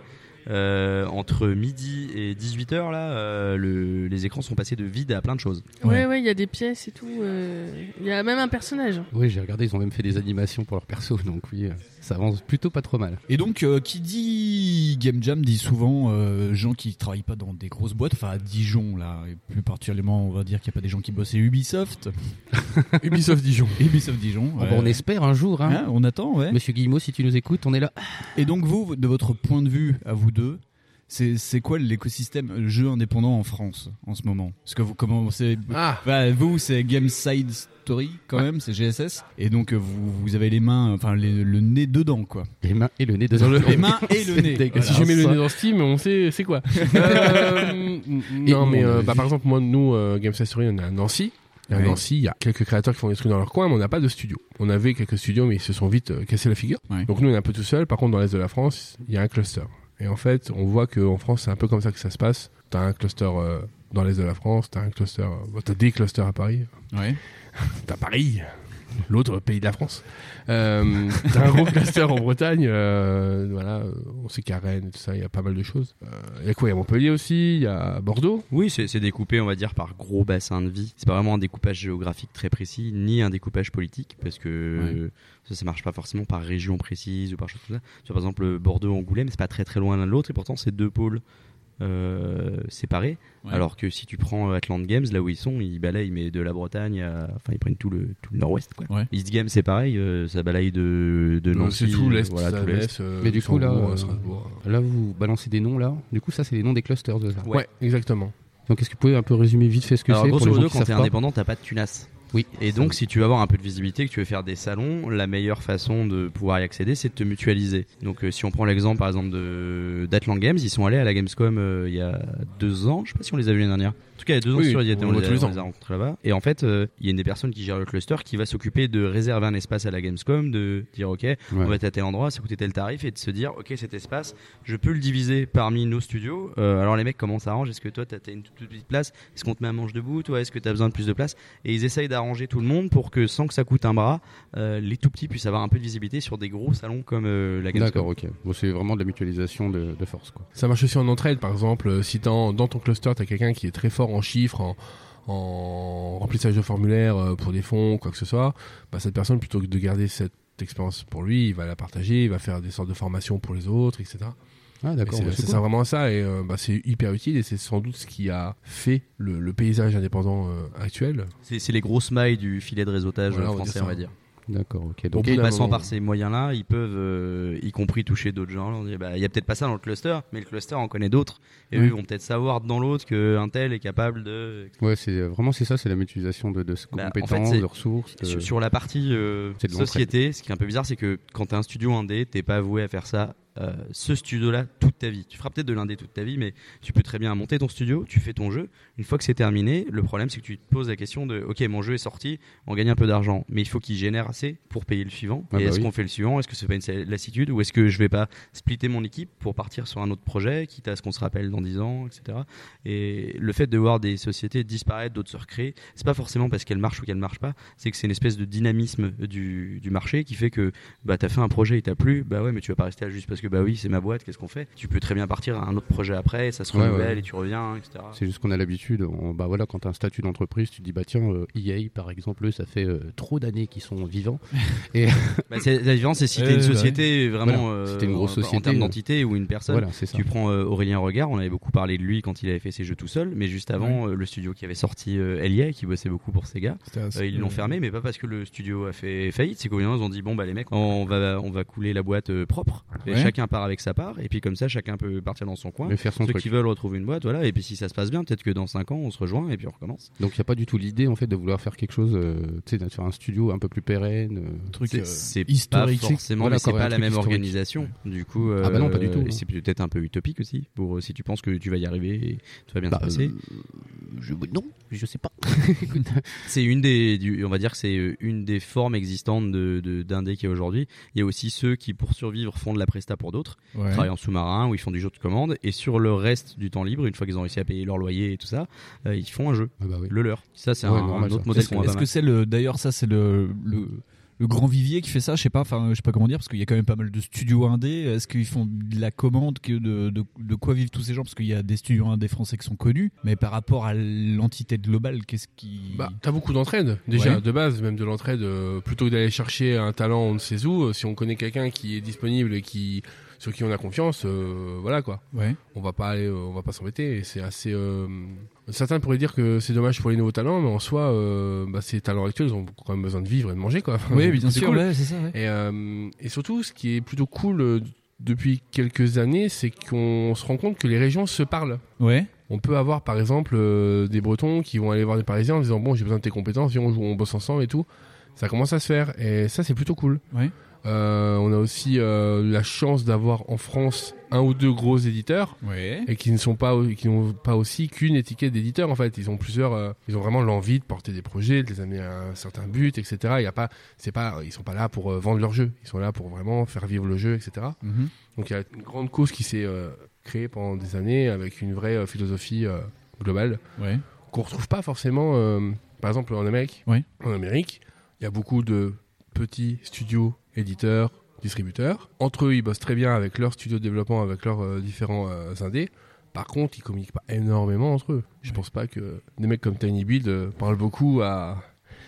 S10: Euh, entre midi et 18h là, euh, le- les écrans sont passés de vide à plein de choses.
S5: Ouais, ouais, il y a des pièces et tout. euh, Il y a même un personnage.
S4: Oui, j'ai regardé, ils ont même fait des animations pour leur perso, donc oui, euh, ça avance plutôt pas trop mal.
S8: Et donc, euh, qui dit Game Jam dit souvent euh, gens qui travaillent pas dans des grosses boîtes, enfin à Dijon là, et plus particulièrement on va dire qu'il n'y a pas des gens qui bossent, et Ubisoft. <laughs> Ubisoft Dijon. Ubisoft Dijon.
S4: Ah bah, on espère un jour, hein.
S8: on attend, ouais.
S4: Monsieur Guillemot, si tu nous écoutes, on est là.
S8: Et donc vous, de votre point de vue, à vous deux, c'est c'est quoi l'écosystème euh, jeu indépendant en France en ce moment Parce que vous commencez,
S19: Ah.
S8: Bah, vous c'est Game Side Story quand même, c'est GSS, et donc euh, vous, vous avez les mains, enfin les- le nez dedans quoi.
S4: Les mains et le nez
S8: Dans
S4: dedans.
S8: le-
S4: <laughs>
S8: les mains et le
S19: C'est
S8: nez.
S19: dégueulasse. Si je mets le nez dans Steam, on sait c'est quoi. Euh, non,
S8: Et
S19: mais
S8: on
S19: euh,
S8: a
S19: bah,
S8: vu.
S19: par exemple, moi, nous, euh, Games Story, on est à Nancy. Et à
S8: Ouais.
S19: Nancy, il y a quelques créateurs qui font des trucs dans leur coin, mais on n'a pas de studio. On avait quelques studios, mais ils se sont vite euh, cassés la figure. Donc nous, on est un peu tout seul. Par contre, dans l'Est de la France, il y a un cluster. Et en fait, on voit qu'en France, c'est un peu comme ça que ça se passe. T'as un cluster euh, dans l'Est de la France, t'as un cluster, euh, bah, t'as des clusters à Paris.
S8: Ouais.
S19: <laughs> t'as Paris, l'autre pays de la France. Euh, <laughs> t'as un
S4: <laughs>
S19: gros cluster en Bretagne, euh, voilà, euh, on sait qu'à Rennes, et tout ça, il y a pas mal de choses. Euh, Il y a quoi Il y a Montpellier aussi, il y a Bordeaux.
S10: Oui, c'est c'est découpé, on va dire, par gros bassin de vie. C'est pas vraiment un découpage géographique très précis, ni un découpage politique, parce que euh, ça, ça marche pas forcément par région précise ou par choses comme ça. Tu vois, par exemple, Bordeaux-Angoulême, c'est pas très très loin l'un de l'autre, et pourtant, c'est deux pôles euh, séparés.
S8: Ouais.
S10: Alors que si tu prends euh, Atlant Games, là où ils sont, ils balayent, mais de la Bretagne à. Enfin, ils prennent tout le, tout le nord-ouest, quoi.
S8: Ouais.
S10: East Games, c'est pareil, euh, ça balaye de, de
S19: Non,
S10: Nancy.
S19: Euh, c'est tout l'Est,
S10: voilà,
S19: ça,
S10: tout
S19: l'Est, euh,
S4: Mais du coup, là,
S19: Luxembourg,
S4: euh,
S19: euh, Strasbourg.
S4: là, vous balancez des noms, là. Du coup, ça, c'est les noms des clusters de ça.
S19: Ouais, exactement.
S4: Donc, est-ce que vous pouvez un peu résumer vite fait ce que
S10: Alors,
S4: c'est pour
S10: grosso
S4: les gens
S10: modo,
S4: qui
S10: quand
S4: savent
S10: t'es
S4: pas
S10: indépendant, t'as pas de tunas.
S4: Oui.
S10: Et donc, si tu veux avoir un peu de visibilité, que tu veux faire des salons, la meilleure façon de pouvoir y accéder, c'est de te mutualiser. Donc, euh, si on prend l'exemple, par exemple, de d'Atlan Games, ils sont allés à la Gamescom euh, il y a deux ans. Je sais pas si on les a vus l'année dernière. En tout cas, il y a deux ans,
S8: Oui,
S10: c'est sûr, il y a-
S8: on les
S10: on, les
S8: voit
S10: a,
S8: tous les
S10: on
S8: ans.
S10: les a rencontrés là-bas. Et en fait, euh, il y a une des personnes qui gère le cluster qui va s'occuper de réserver un espace à la Gamescom, de dire OK, on va être à tel endroit, ça coûtait tel tarif, et de se dire OK, cet espace, je peux le diviser parmi nos studios. Euh, alors les mecs, comment ça arrange Est-ce que toi, t'as t'as une toute toute petite place Est-ce qu'on te met un manche debout Toi, est-ce que t'as besoin de plus de place Et ils essayent d'arranger tout le monde pour que, sans que ça coûte un bras, euh, les tout petits puissent avoir un peu de visibilité sur des gros salons comme euh, la Gamescom.
S4: D'accord, ok. Bon, c'est vraiment de la mutualisation de, de force, quoi.
S19: Ça marche aussi en entraide, par exemple, euh, si t'en- dans ton cluster, tu as quelqu'un qui est très fort en chiffres, en, en remplissage de formulaires euh, pour des fonds, quoi que ce soit, bah, cette personne, plutôt que de garder cette expérience pour lui, il va la partager, il va faire des sortes de formations pour les autres, etc.
S4: Ah, d'accord,
S19: Et
S4: bah,
S19: C'est
S4: c'est
S19: c'est
S4: cool.
S19: vraiment à ça et euh, bah, c'est hyper utile et c'est sans doute ce qui a fait le, le paysage indépendant euh, actuel.
S10: C'est c'est les grosses mailles du filet de réseautage euh,
S19: Voilà, on va
S10: français,
S19: dire
S10: on
S19: ça.
S10: va dire.
S4: D'accord, ok.
S10: Donc,
S4: Donc,
S10: en
S4: au bout d'un
S10: passant
S4: moment-
S10: par ces moyens-là, ils peuvent, euh, y compris toucher d'autres gens. On dit, bah, Il y a peut-être pas ça dans le cluster, mais le cluster en connaît d'autres. Et
S4: Oui.
S10: eux, ils vont peut-être savoir dans l'autre qu'un tel est capable de.
S4: Ouais, c'est euh, vraiment c'est ça, c'est la mutualisation de, de
S10: Bah, en fait,
S4: compétences,
S10: c'est-
S4: de ressources. de-
S10: Sur, sur la partie euh,
S4: C'est de l'entraide.
S10: société, ce qui est un peu bizarre, c'est que quand t'es un studio indé, t'es pas avoué à faire ça. euh, ce studio-là toute ta vie. Tu feras peut-être de l'indé toute ta vie, mais tu peux très bien monter ton studio, tu fais ton jeu. Une fois que c'est terminé, le problème c'est que tu te poses la question de ok mon jeu est sorti, on gagne un peu d'argent, mais il faut qu'il génère assez pour payer le suivant.
S4: Ah
S10: et
S4: bah
S10: est-ce
S4: oui.
S10: qu'on fait le suivant Est-ce que c'est pas une lassitude ou est-ce que je vais pas splitter mon équipe pour partir sur un autre projet, quitte à ce qu'on se rappelle dans 10 ans, etc. Et le fait de voir des sociétés disparaître, d'autres se recréer, c'est pas forcément parce qu'elles marchent ou qu'elles marchent pas, c'est que c'est une espèce de dynamisme du, du marché qui fait que bah t'as fait un projet, il t'a plu, bah ouais mais tu vas pas rester là juste parce que bah oui c'est ma boîte, qu'est-ce qu'on fait Tu peux très bien partir à un autre projet après, ça se
S4: Ouais,
S10: renouvelle
S4: ouais.
S10: et tu reviens, etc.
S4: C'est juste qu'on a l'habitude. on- Bah voilà, quand t'as un statut d'entreprise, tu te dis bah tiens, euh, EA par exemple, eux, ça fait euh, trop d'années qu'ils sont
S10: <laughs>
S4: vivants. Et <laughs>
S10: Bah, c'est- la différence, c'est si t'es une société vraiment
S4: Voilà, si
S10: euh,
S4: t'es une grosse
S10: en-
S4: société
S10: en termes
S4: euh,
S10: d'entité ou une personne.
S4: Voilà, c'est ça.
S10: Tu prends euh, Aurélien Regard, on avait beaucoup parlé de lui quand il avait fait ses jeux tout seul, mais juste avant, euh, le studio qui avait sorti euh, Elia, qui bossait beaucoup pour Sega,
S4: C'était assez-
S10: euh, ils l'ont
S4: euh,
S10: fermé, mais pas parce que le studio a fait faillite, c'est qu'au bout d'un moment, ils ont dit bon bah les mecs, on va on va couler la boîte euh, propre, et
S4: Ouais.
S10: chacun part avec sa part, et puis comme ça, chacun peut partir dans son coin.
S4: Et faire son
S10: Ceux
S4: truc.
S10: qui veulent retrouver une boîte, voilà, et puis si ça se passe bien, peut-être que dans 5 ans, on se rejoint et puis on recommence.
S4: Donc il n'y a pas du tout l'idée en fait de vouloir faire quelque chose, euh, tu sais, de faire un studio un peu plus pérenne, euh,
S10: C'est- c'est pas forcément
S4: Voilà,
S10: mais c'est
S4: encore un
S10: pas la
S4: truc
S10: même
S4: historique.
S10: organisation du coup
S4: ah bah non pas
S10: euh,
S4: du tout.
S10: et c'est peut-être un peu utopique aussi pour euh, si tu penses que tu vas y arriver et tout va bien
S4: Bah, euh,
S10: se passer
S4: je, non je sais pas
S10: <laughs> c'est une des du- on va dire que c'est euh, une des formes existantes de de- d'indé qui est aujourd'hui il y a aussi ceux qui pour survivre font de la presta pour d'autres
S4: Ouais.
S10: travaillent en sous-marin ou ils font du jeu de commande et sur le reste du temps libre une fois qu'ils ont réussi à payer leur loyer et tout ça euh, ils font un jeu
S4: Ah bah
S10: le leur ça c'est
S8: Ouais,
S10: un,
S8: normal,
S10: un autre
S8: ça.
S10: modèle
S8: Est-ce que-
S10: qu'on voit pas
S8: Est-ce que
S10: mal.
S8: c'est le d'ailleurs ça c'est le, le le grand vivier qui fait ça, je sais pas, enfin je sais pas comment dire parce qu'il y a quand même pas mal de studios indés. Est-ce qu'ils font de la commande, que de, de, de quoi vivent tous ces gens parce qu'il y a des studios indés français qui sont connus, mais par rapport à l'entité globale, qu'est-ce qui
S19: Bah, t'as beaucoup d'entraide déjà
S8: Ouais.
S19: de base, même de l'entraide. euh, plutôt que d'aller chercher un talent on ne sait où, euh, si on connaît quelqu'un qui est disponible et qui sur qui on a confiance, euh, voilà quoi.
S8: Ouais.
S19: On va pas aller, euh, on va pas s'embêter. et C'est assez. euh, certains pourraient dire que c'est dommage pour les nouveaux talents, mais en soi, euh, bah, ces talents actuels ils ont quand même besoin de vivre et de manger quoi. <laughs>
S8: Oui, bien
S19: C'est
S8: sûr,
S19: cool.
S8: ouais, c'est ça, ouais.
S19: Et, euh, et surtout, ce qui est plutôt cool euh, depuis quelques années, c'est qu'on se rend compte que les régions se parlent.
S8: Ouais.
S19: On peut avoir par exemple euh, des Bretons qui vont aller voir des Parisiens en disant bon j'ai besoin de tes compétences, viens on, joue, on bosse ensemble et tout. Ça commence à se faire et ça c'est plutôt cool.
S8: Ouais.
S19: Euh, on a aussi euh, la chance d'avoir en France un ou deux gros éditeurs
S8: Ouais.
S19: et qui ne sont pas qui n'ont pas aussi qu'une étiquette d'éditeur en fait. Ils ont plusieurs, euh, ils ont vraiment l'envie de porter des projets, de les amener à un certain but, etc. Il y a pas, c'est pas, ils sont pas là pour euh, vendre leur jeu. Ils sont là pour vraiment faire vivre le jeu, etc.
S8: Mhm.
S19: Donc il y a une grande cause qui s'est euh, créée pendant des années avec une vraie euh, philosophie euh, globale
S8: Ouais.
S19: qu'on retrouve pas forcément, euh, par exemple en Amérique.
S8: Ouais.
S19: En Amérique, il y a beaucoup de petits studios, éditeurs, distributeurs. Entre eux, ils bossent très bien avec leurs studios de développement, avec leurs euh, différents euh, indés. Par contre, ils communiquent pas énormément entre eux. Je pense pas que des mecs comme Tiny Build euh, parlent beaucoup à.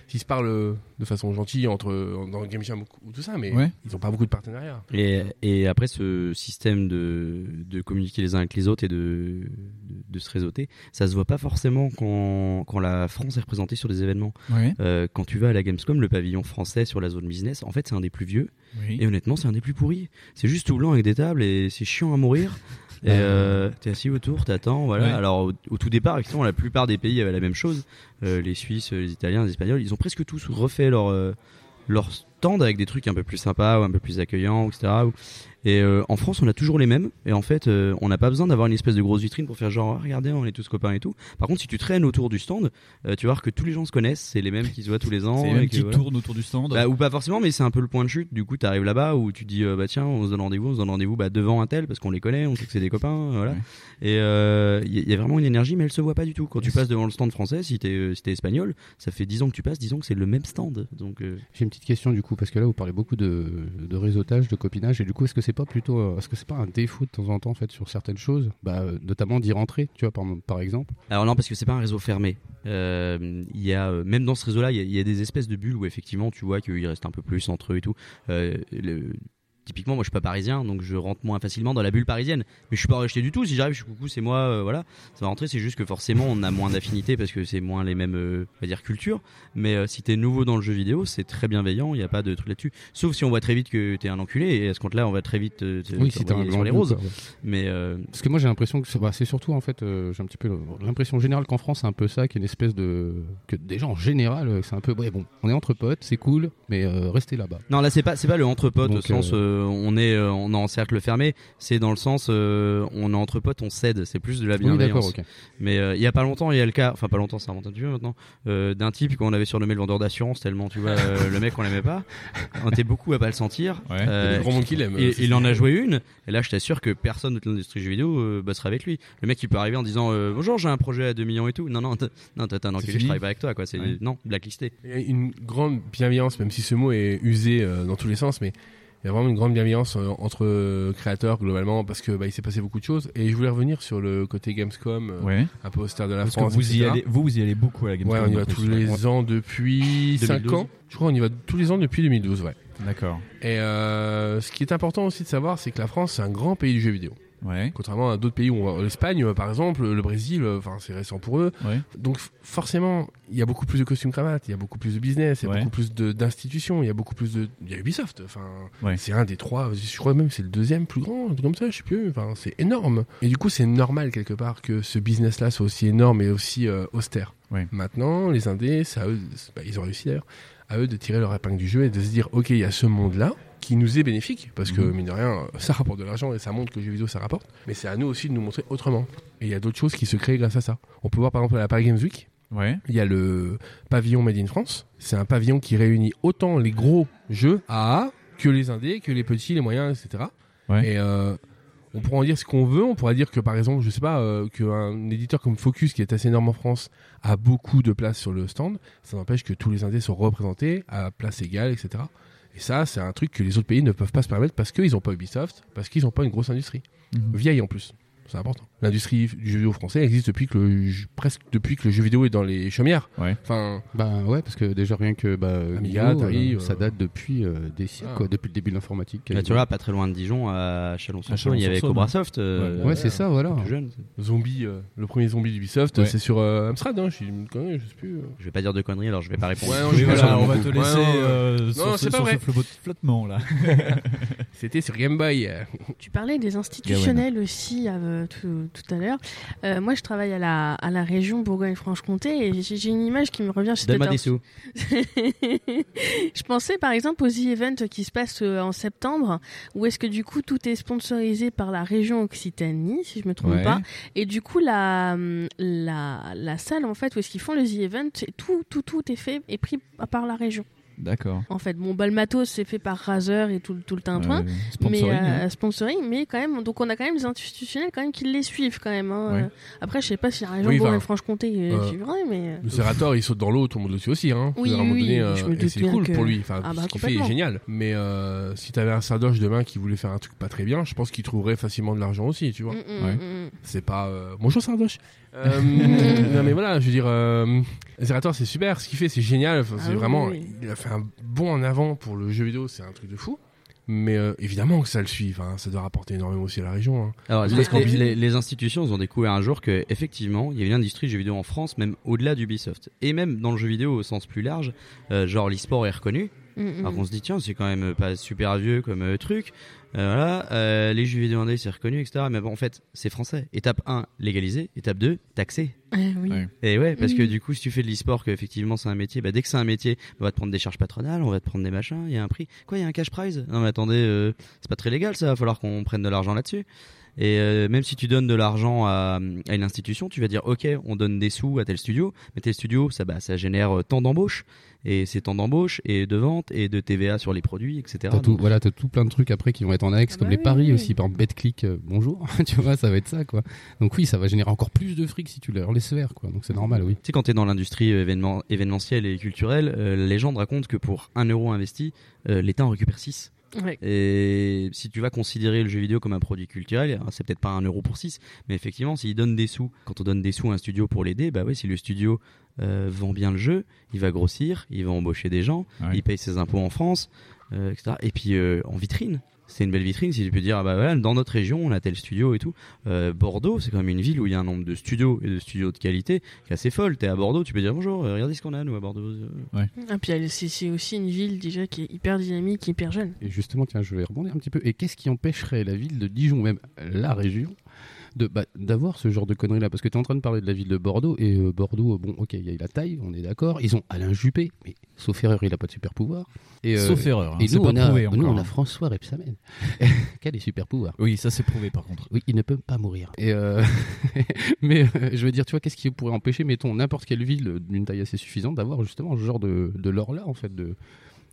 S19: S'ils se parlent euh, de façon gentille entre en- dans Game Jam ou tout ça, mais
S8: Ouais.
S19: ils ont pas beaucoup de partenariats.
S10: Et, et après ce système de, de communiquer les uns avec les autres et de, de, de se réseauter, ça se voit pas forcément quand, quand la France est représentée sur des événements.
S8: Ouais.
S10: Euh, quand tu vas à la Gamescom, le pavillon français sur la zone business, en fait c'est un des plus vieux.
S8: Oui.
S10: Et honnêtement c'est un des plus pourris. C'est juste tout blanc avec des tables et c'est chiant à mourir. Et euh, t'es assis autour, t'attends, voilà.
S8: Ouais.
S10: Alors au, au tout départ, effectivement, la plupart des pays avaient la même chose. Euh, les Suisses, les Italiens, les Espagnols, ils ont presque tous refait leur euh, leur stand avec des trucs un peu plus sympas, ou un peu plus accueillants, etc. Ou- Et euh, en France, on a toujours les mêmes. Et en fait, euh, on n'a pas besoin d'avoir une espèce de grosse vitrine pour faire genre, Ah, regardez, on est tous copains et tout. Par contre, si tu traînes autour du stand, euh, tu vas voir que tous les gens se connaissent, c'est les mêmes qui se voient tous les ans.
S8: C'est les mêmes
S10: et que,
S8: qui tournent autour du stand.
S10: Bah, ou pas forcément, mais c'est un peu le point de chute. Du coup, tu arrives là-bas où tu dis, euh, bah tiens, on se donne rendez-vous, on se donne rendez-vous bah, devant un tel parce qu'on les connaît, on sait que c'est des copains. euh, Voilà. Et il y, a- y a vraiment une énergie, mais elle se voit pas du tout. Quand tu passes devant le stand français, si t'es euh, si t'es espagnol, ça fait 10 ans que tu passes, 10 ans que c'est le même stand. Donc, euh,
S4: J'ai une petite question du coup coup Parce que là, vous parlez beaucoup de, de réseautage, de copinage, et du coup, est-ce que c'est pas plutôt, euh, est-ce que c'est pas un défaut de temps en temps, en fait, sur certaines choses, bah, euh, notamment d'y rentrer, tu vois, par, par exemple
S10: Alors non, parce que c'est pas un réseau fermé. Euh, Il y a euh, même dans ce réseau-là, il y, a- il y a des espèces de bulles où effectivement, tu vois qu'il reste un peu plus entre eux et tout. Euh, le- Typiquement, moi, je suis pas parisien, donc je rentre moins facilement dans la bulle parisienne. Mais je suis pas rejeté du tout. Si j'arrive, je suis coucou, c'est moi, euh, voilà. Ça va rentrer. C'est juste que forcément, on a moins d'affinités parce que c'est moins les mêmes, euh, on va dire, cultures. Mais euh, si t'es nouveau dans le jeu vidéo, c'est très bienveillant. Il n'y a pas de truc là-dessus. Sauf si on voit très vite que t'es un enculé. Et à ce compte-là, on va très vite euh, te-
S4: Oui,
S10: te
S4: si t'es un
S10: renvoyer sur les
S4: blanc,
S10: roses.
S4: quoi, ouais.
S10: Mais euh,
S4: Parce que moi j'ai l'impression que c'est bah, c'est surtout en fait, euh, j'ai un petit peu le- l'impression générale qu'en France c'est un peu ça, qu'il y a une espèce de. que déjà en général euh, c'est un peu. Ouais, bon, on est entre potes, c'est cool, mais euh, restez là-bas.
S10: Non, là, c'est pas, c'est pas le entre potes au
S4: Donc,
S10: sens euh, on est euh, on est en cercle fermé. C'est dans le sens euh, on est entre potes, on cède. C'est plus de la
S4: Oui, d'accord,
S10: bienveillance.
S4: ok.
S10: Mais euh, il y a pas longtemps, il y a le cas, enfin pas longtemps, c'est un vieux maintenant, euh, d'un type qu'on avait surnommé le vendeur d'assurance tellement tu vois euh, le mec on l'aimait pas. On était beaucoup à pas le sentir.
S19: Ouais. Le grand monde qu'il aime,
S10: et-
S19: euh,
S10: il en a joué une. Et là, je t'assure que personne de l'industrie du jeu vidéo euh, bossera avec lui. Le mec, il peut arriver en disant euh, bonjour, j'ai un projet à 2 millions et tout. Non, non, t- non, toi, t'es un
S19: C'est
S10: enculé,
S19: fini.
S10: je travaille pas avec toi, quoi. C'est
S19: Ouais.
S10: non, blacklisté.
S19: Il y a une grande bienveillance, même si ce mot est usé euh, dans tous les sens, mais il y a vraiment une grande bienveillance euh, entre euh, créateurs globalement parce que bah, il s'est passé beaucoup de choses. Et je voulais revenir sur le côté Gamescom, euh,
S11: Ouais.
S19: un peu au stade de la
S11: Parce que
S19: France.
S11: vous y
S19: etc..
S11: allez- vous, vous y allez beaucoup à la Gamescom,
S19: Ouais, on y va
S11: en plus,
S19: tous
S10: euh,
S11: ouais.
S19: les ans depuis 5
S11: 2012.
S19: ans. Je crois qu'on y va tous les ans depuis 2012, ouais.
S11: D'accord.
S19: Et euh, ce qui est important aussi de savoir, c'est que la France, c'est un grand pays du jeu vidéo. Contrairement à d'autres pays, où on va- l'Espagne euh, par exemple, le Brésil, euh, enfin c'est récent pour eux.
S11: Ouais.
S19: Donc f- forcément, il y a beaucoup plus de costumes cravates, il y a beaucoup plus de business, il y a
S11: Ouais.
S19: beaucoup plus de- d'institutions, il y a beaucoup plus de, il y a Ubisoft. Enfin,
S11: Ouais.
S19: c'est un des trois, je crois même que c'est le deuxième plus grand, un truc comme ça, je sais plus. Enfin, c'est énorme. Et du coup, c'est normal quelque part que ce business-là soit aussi énorme et aussi euh, austère.
S11: Ouais.
S19: Maintenant, les indés, ça, eux, c'est- bah, ils ont réussi d'ailleurs, à eux de tirer leur épingle du jeu et de se dire, ok, il y a ce monde-là qui nous est bénéfique, parce que
S11: Mhm.
S19: mine de rien, euh, ça rapporte de l'argent et ça montre que le jeu vidéo, ça rapporte, mais c'est à nous aussi de nous montrer autrement. Et il y a d'autres choses qui se créent grâce à ça. On peut voir par exemple à la Paris Games Week,
S11: Ouais.
S19: il y a le pavillon Made in France. C'est un pavillon qui réunit autant les gros jeux AA que les indés, que les petits, les moyens, etc.
S11: Ouais.
S19: Et euh, on pourra en dire ce qu'on veut. On pourra dire que par exemple, je sais pas, euh, qu'un éditeur comme Focus, qui est assez énorme en France, a beaucoup de place sur le stand. Ça n'empêche que tous les indés sont représentés à place égale, etc. Et ça, c'est un truc que les autres pays ne peuvent pas se permettre parce qu'ils n'ont pas Ubisoft, parce qu'ils n'ont pas une grosse industrie.
S11: Mhm.
S19: Vieille en plus. C'est important. L'industrie du jeu vidéo français existe depuis que le jeu- presque depuis que le jeu vidéo est dans les chaumières. Enfin,
S4: bah ouais, parce que déjà rien que bah,
S19: Amiga,
S4: Nintendo,
S19: Atari,
S4: euh, ça
S19: euh,
S4: date depuis euh, des siècles,
S19: Ah.
S4: quoi, depuis le début de l'informatique.
S10: Bah, tu vois, pas très loin de Dijon, à Chalon-sur-Saône, hein. il y avait
S19: Chalon-sur-Saône.
S10: Cobra Soft. euh,
S19: Ouais, c'est ça, voilà.
S10: plus jeune.
S19: Zombie, euh, le premier zombie d'Ubisoft,
S10: Ouais.
S19: c'est sur euh, Amstrad, hein, je suis une connerie, je sais plus. euh.
S10: Je vais pas dire de conneries, alors je vais pas répondre.
S19: Ouais, non, je- voilà, on va te laisser, euh,
S11: non,
S19: sur ce-
S11: c'est pas
S19: sur
S11: vrai.
S19: ce flot-
S11: flottement là.
S19: <laughs> C'était sur Game Boy. euh.
S5: Tu parlais des institutionnels aussi euh, tout, tout à l'heure. Euh, moi, je travaille à la, à la région Bourgogne-Franche-Comté et j'ai j'ai une image qui me revient. chez
S10: Donne-moi
S5: Tetors.
S10: des sous.
S5: <laughs> je pensais par exemple aux e-events qui se passent euh, en septembre, où est-ce que du coup tout est sponsorisé par la région Occitanie, si je me trompe
S14: Ouais.
S5: pas, et du coup la, hum, la, la salle en fait où est-ce qu'ils font le e-event, tout, tout, tout est fait et pris par la région.
S11: D'accord.
S5: En fait, bon, bah, le matos, c'est fait par Razer et tout, tout le tintouin.
S11: Ouais, sponsoring,
S5: mais, euh,
S11: ouais.
S5: sponsoring, mais quand même, donc on a quand même des institutionnels quand même qui les suivent quand même. hein.
S19: Ouais.
S5: Euh, Après, je sais pas si la région
S19: Oui, enfin,
S5: Bourgogne-Franche-Comté euh,
S19: euh,
S5: suivra, mais.
S19: Le Serrator, il saute dans l'eau, tout le monde le suit aussi. Hein.
S5: Oui,
S19: À un moment
S5: oui,
S19: donné,
S5: oui,
S19: euh,
S5: je me
S19: et
S5: doute
S19: c'est
S5: bien
S19: cool
S5: que-
S19: pour lui. Enfin,
S5: Ah bah,
S19: ce qu'il fait est
S5: complètement.
S19: génial. Mais euh, si t'avais un Sardoche demain qui voulait faire un truc pas très bien, je pense qu'il trouverait facilement de l'argent aussi, tu vois.
S5: Mm, mm, Ouais. mm, mm.
S19: C'est pas. euh, Bonjour Sardoche. Euh, non mais voilà, je veux dire, euh, Zerator c'est super, ce qu'il fait c'est génial, Enfin,
S11: Ah
S19: c'est
S11: oui,
S19: vraiment,
S11: oui.
S19: il a fait un bond en avant pour le jeu vidéo, c'est un truc de fou. Mais euh, évidemment que ça le suit, Enfin, ça doit rapporter énormément aussi à la région. hein.
S10: Alors,
S19: Les-
S10: les,
S19: les-
S10: les- les institutions elles ont découvert un jour que effectivement, il y avait une industrie du jeu vidéo en France, même au-delà d'Ubisoft, et même dans le jeu vidéo au sens plus large, euh, genre l'e-sport est reconnu.
S2: Mm,
S10: Alors
S2: mm.
S10: qu'on se dit tiens, c'est quand même pas super vieux comme euh, truc. Euh, voilà, euh, les jeux vidéo indés c'est reconnu, etc. Mais bon, en fait, c'est français. Étape 1, légalisé. Étape 2, taxé.
S5: Eh oui.
S10: Et ouais, parce que
S5: Mm.
S10: du coup, si tu fais de l'e-sport, que effectivement c'est un métier, bah, dès que c'est un métier, on va te prendre des charges patronales, on va te prendre des machins, il y a un prix. Quoi, il y a un cash prize Non mais attendez, euh, c'est pas très légal ça, va falloir qu'on prenne de l'argent là-dessus. Et euh, même si tu donnes de l'argent à, à une institution, tu vas dire ok, on donne des sous à tel studio, mais tel studio, ça, bah, ça génère euh, tant d'embauches, et c'est tant d'embauches, et de ventes, et de TVA sur les produits, etc.
S4: T'as tout,
S10: Donc,
S4: voilà, t'as tout plein de trucs après qui vont être en annexe, comme les paris aussi, par exemple, BetClick, euh, bonjour, <laughs> tu vois, ça va être ça, quoi. Donc oui, ça va générer encore plus de fric si tu leur laisses faire, quoi. Donc c'est normal, oui.
S10: Tu sais, quand tu es dans l'industrie euh, événement- événementielle et culturelle, euh, la légende raconte que pour 1 euro investi, euh, l'État en récupère 6.
S14: Ouais.
S10: Et si tu vas considérer le jeu vidéo comme un produit culturel, alors c'est peut-être pas 1 euro pour 6, mais effectivement, s'il donne des sous, quand on donne des sous à un studio pour l'aider, bah oui, si le studio euh, vend bien le jeu, il va grossir, il va embaucher des gens, il paye ses impôts en France, euh, etc. Et puis euh, en vitrine. C'est une belle vitrine si tu peux dire ah bah voilà, dans notre région on a tel studio et tout. Euh, Bordeaux c'est quand même une ville où il y a un nombre de studios et de studios de qualité qui est assez folle. T'es à Bordeaux tu peux dire bonjour euh, regardez ce qu'on a nous à Bordeaux.
S8: Ouais.
S5: Ah, puis elle- c'est c'est aussi une ville déjà qui est hyper dynamique, hyper jeune.
S4: Et justement, tiens, je vais rebondir un petit peu. Et qu'est-ce qui empêcherait la ville de Dijon, même la région, de bah, d'avoir ce genre de conneries là Parce que tu es en train de parler de la ville de Bordeaux, et euh, Bordeaux, euh, bon, ok, il y a eu la taille, on est d'accord. Ils ont Alain Juppé, mais sauf erreur, il n'a pas de super pouvoir. Et, euh,
S8: Sauf erreur, hein,
S4: et
S8: c'est
S4: nous,
S8: pas
S4: on a,
S8: prouvé
S4: nous,
S8: encore,
S4: on a
S8: hein.
S4: François Repsamen. <laughs> Quel est super pouvoir
S8: Oui, ça c'est prouvé par contre.
S4: Oui, il ne peut pas mourir. Et euh, <laughs> mais euh, je veux dire, tu vois, qu'est-ce qui pourrait empêcher, mettons, n'importe quelle ville euh, d'une taille assez suffisante d'avoir justement ce genre de, de lore-là, en fait, de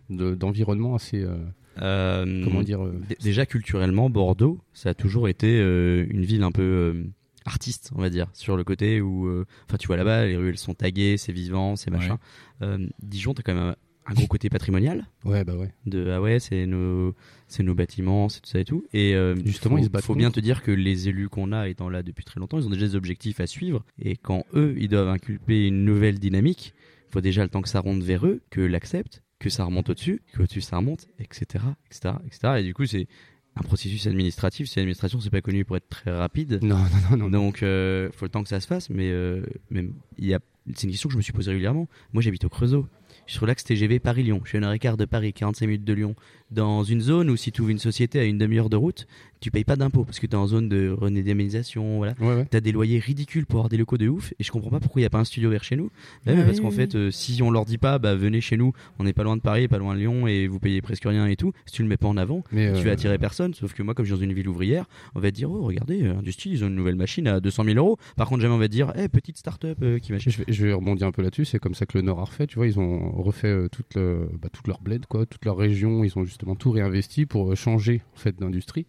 S4: de- d'environnement assez. euh,
S10: Euh,
S4: Comment dire, euh,
S10: d- Déjà culturellement, Bordeaux, ça a toujours été euh, une ville un peu euh, artiste, on va dire, sur le côté où, euh, enfin, tu vois là-bas, les rues elles sont taguées, c'est vivant, c'est machin. Euh, Dijon, t'as quand même un, un gros côté patrimonial.
S4: Ouais, bah ouais.
S10: De ah ouais, c'est nos, c'est nos bâtiments, c'est tout ça et tout. Et euh,
S4: Justement,
S10: faut-
S4: ils se battent
S10: Faut bien
S4: contre.
S10: te dire que les élus qu'on a étant là depuis très longtemps, ils ont déjà des objectifs à suivre. Et quand eux, ils doivent inculper une nouvelle dynamique, il faut déjà le temps que ça ronde vers eux, que l'acceptent, que ça remonte au-dessus, que au-dessus ça remonte, etc., etc., etc. Et du coup, c'est un processus administratif. Si l'administration, c'est pas connu pour être très rapide.
S4: Non, non,
S10: non. Donc, euh, faut le temps que ça se fasse. Mais euh, même, il y a, c'est une question que je me suis posée régulièrement. Moi, j'habite au Creusot. Je suis sur l'axe TGV Paris-Lyon. Je suis à une heure et quart de Paris, 45 minutes de Lyon. Dans une zone où si tu ouvres une société à une demi-heure de route, tu payes pas d'impôts parce que tu es en zone de renégamisation. Voilà.
S4: Ouais, ouais.
S10: Tu as des loyers ridicules pour avoir des locaux de ouf. Et je comprends pas pourquoi il n'y a pas un studio vers chez nous. Bah
S4: Ah
S10: oui, parce
S4: oui,
S10: qu'en
S4: oui,
S10: fait, euh, si on leur dit pas, bah, venez chez nous, on n'est pas loin de Paris, pas loin de Lyon et vous payez presque rien et tout, si tu le mets pas en avant,
S4: Mais,
S10: tu
S4: euh,
S10: vas attirer personne. Sauf que moi, comme je suis dans une ville ouvrière, on va te dire, oh, regardez, euh, Industrie, ils ont une nouvelle machine à 200 000 euros. Par contre, jamais on va te dire, eh, petite start-up euh, qui va
S4: Je vais, je vais rebondir un peu là-dessus. C'est comme ça que le Nord a refait. Tu vois, ils ont refait euh, toute, le- bah, toute leur bled, quoi, toute leur région. Ils ont justement tout réinvesti pour euh, changer en fait d'industrie.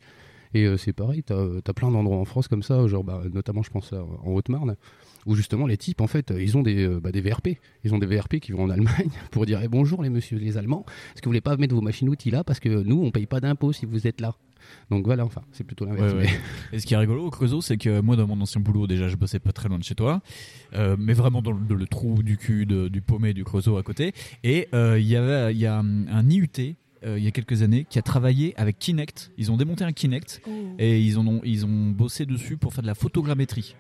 S4: Et euh, c'est pareil, t'as as plein d'endroits en France comme ça, genre bah, notamment je pense à- en Haute-Marne, où justement les types en fait euh, ils ont des, euh, bah, des VRP, ils ont des VRP qui vont en Allemagne <laughs> pour dire eh, bonjour les messieurs les Allemands, est-ce que vous voulez pas mettre vos machines outils là parce que nous on paye pas d'impôts si vous êtes là. Donc voilà, enfin c'est plutôt l'inverse.
S8: Ouais,
S4: mais- <laughs>
S8: ouais. Et ce qui est rigolo au Creusot, c'est que moi, dans mon ancien boulot, déjà, je bossais pas très loin de chez toi, euh, mais vraiment dans le, le trou du cul de- du paumé du Creusot à côté. Et euh, il y avait, il y a un, un IUT. euh, il y a quelques années, qui a travaillé avec Kinect. Ils ont démonté un Kinect et ils, en ont, ils ont bossé dessus pour faire de la photogrammétrie.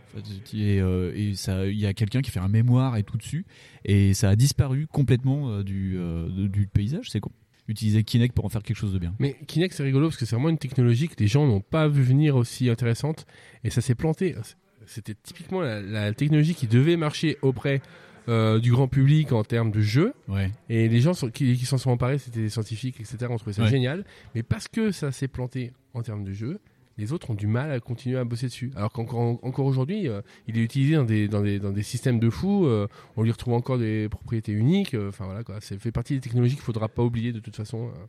S8: Et, euh, et ça, il y a quelqu'un qui fait un mémoire et tout dessus. Et ça a disparu complètement euh, du, euh, de- du paysage, c'est con. Utiliser Kinect pour en faire quelque chose de bien.
S19: Mais Kinect, c'est rigolo parce que c'est vraiment une technologie que les gens n'ont pas vu venir aussi intéressante et ça s'est planté. C'était typiquement la, la technologie qui devait marcher auprès euh, du grand public en termes de jeu.
S8: Ouais.
S19: Et les gens sont- qui, qui s'en sont emparés, c'était des scientifiques, etc. On trouvait ça
S8: Ouais.
S19: génial. Mais parce que ça s'est planté en termes de jeu, les autres ont du mal à continuer à bosser dessus. Alors qu'encore encore aujourd'hui, euh, il est utilisé dans des, dans des, dans des systèmes de fous. euh, on lui retrouve encore des propriétés uniques. euh, Enfin voilà, quoi. Ça fait partie des technologies qu'il faudra pas oublier de toute façon. euh,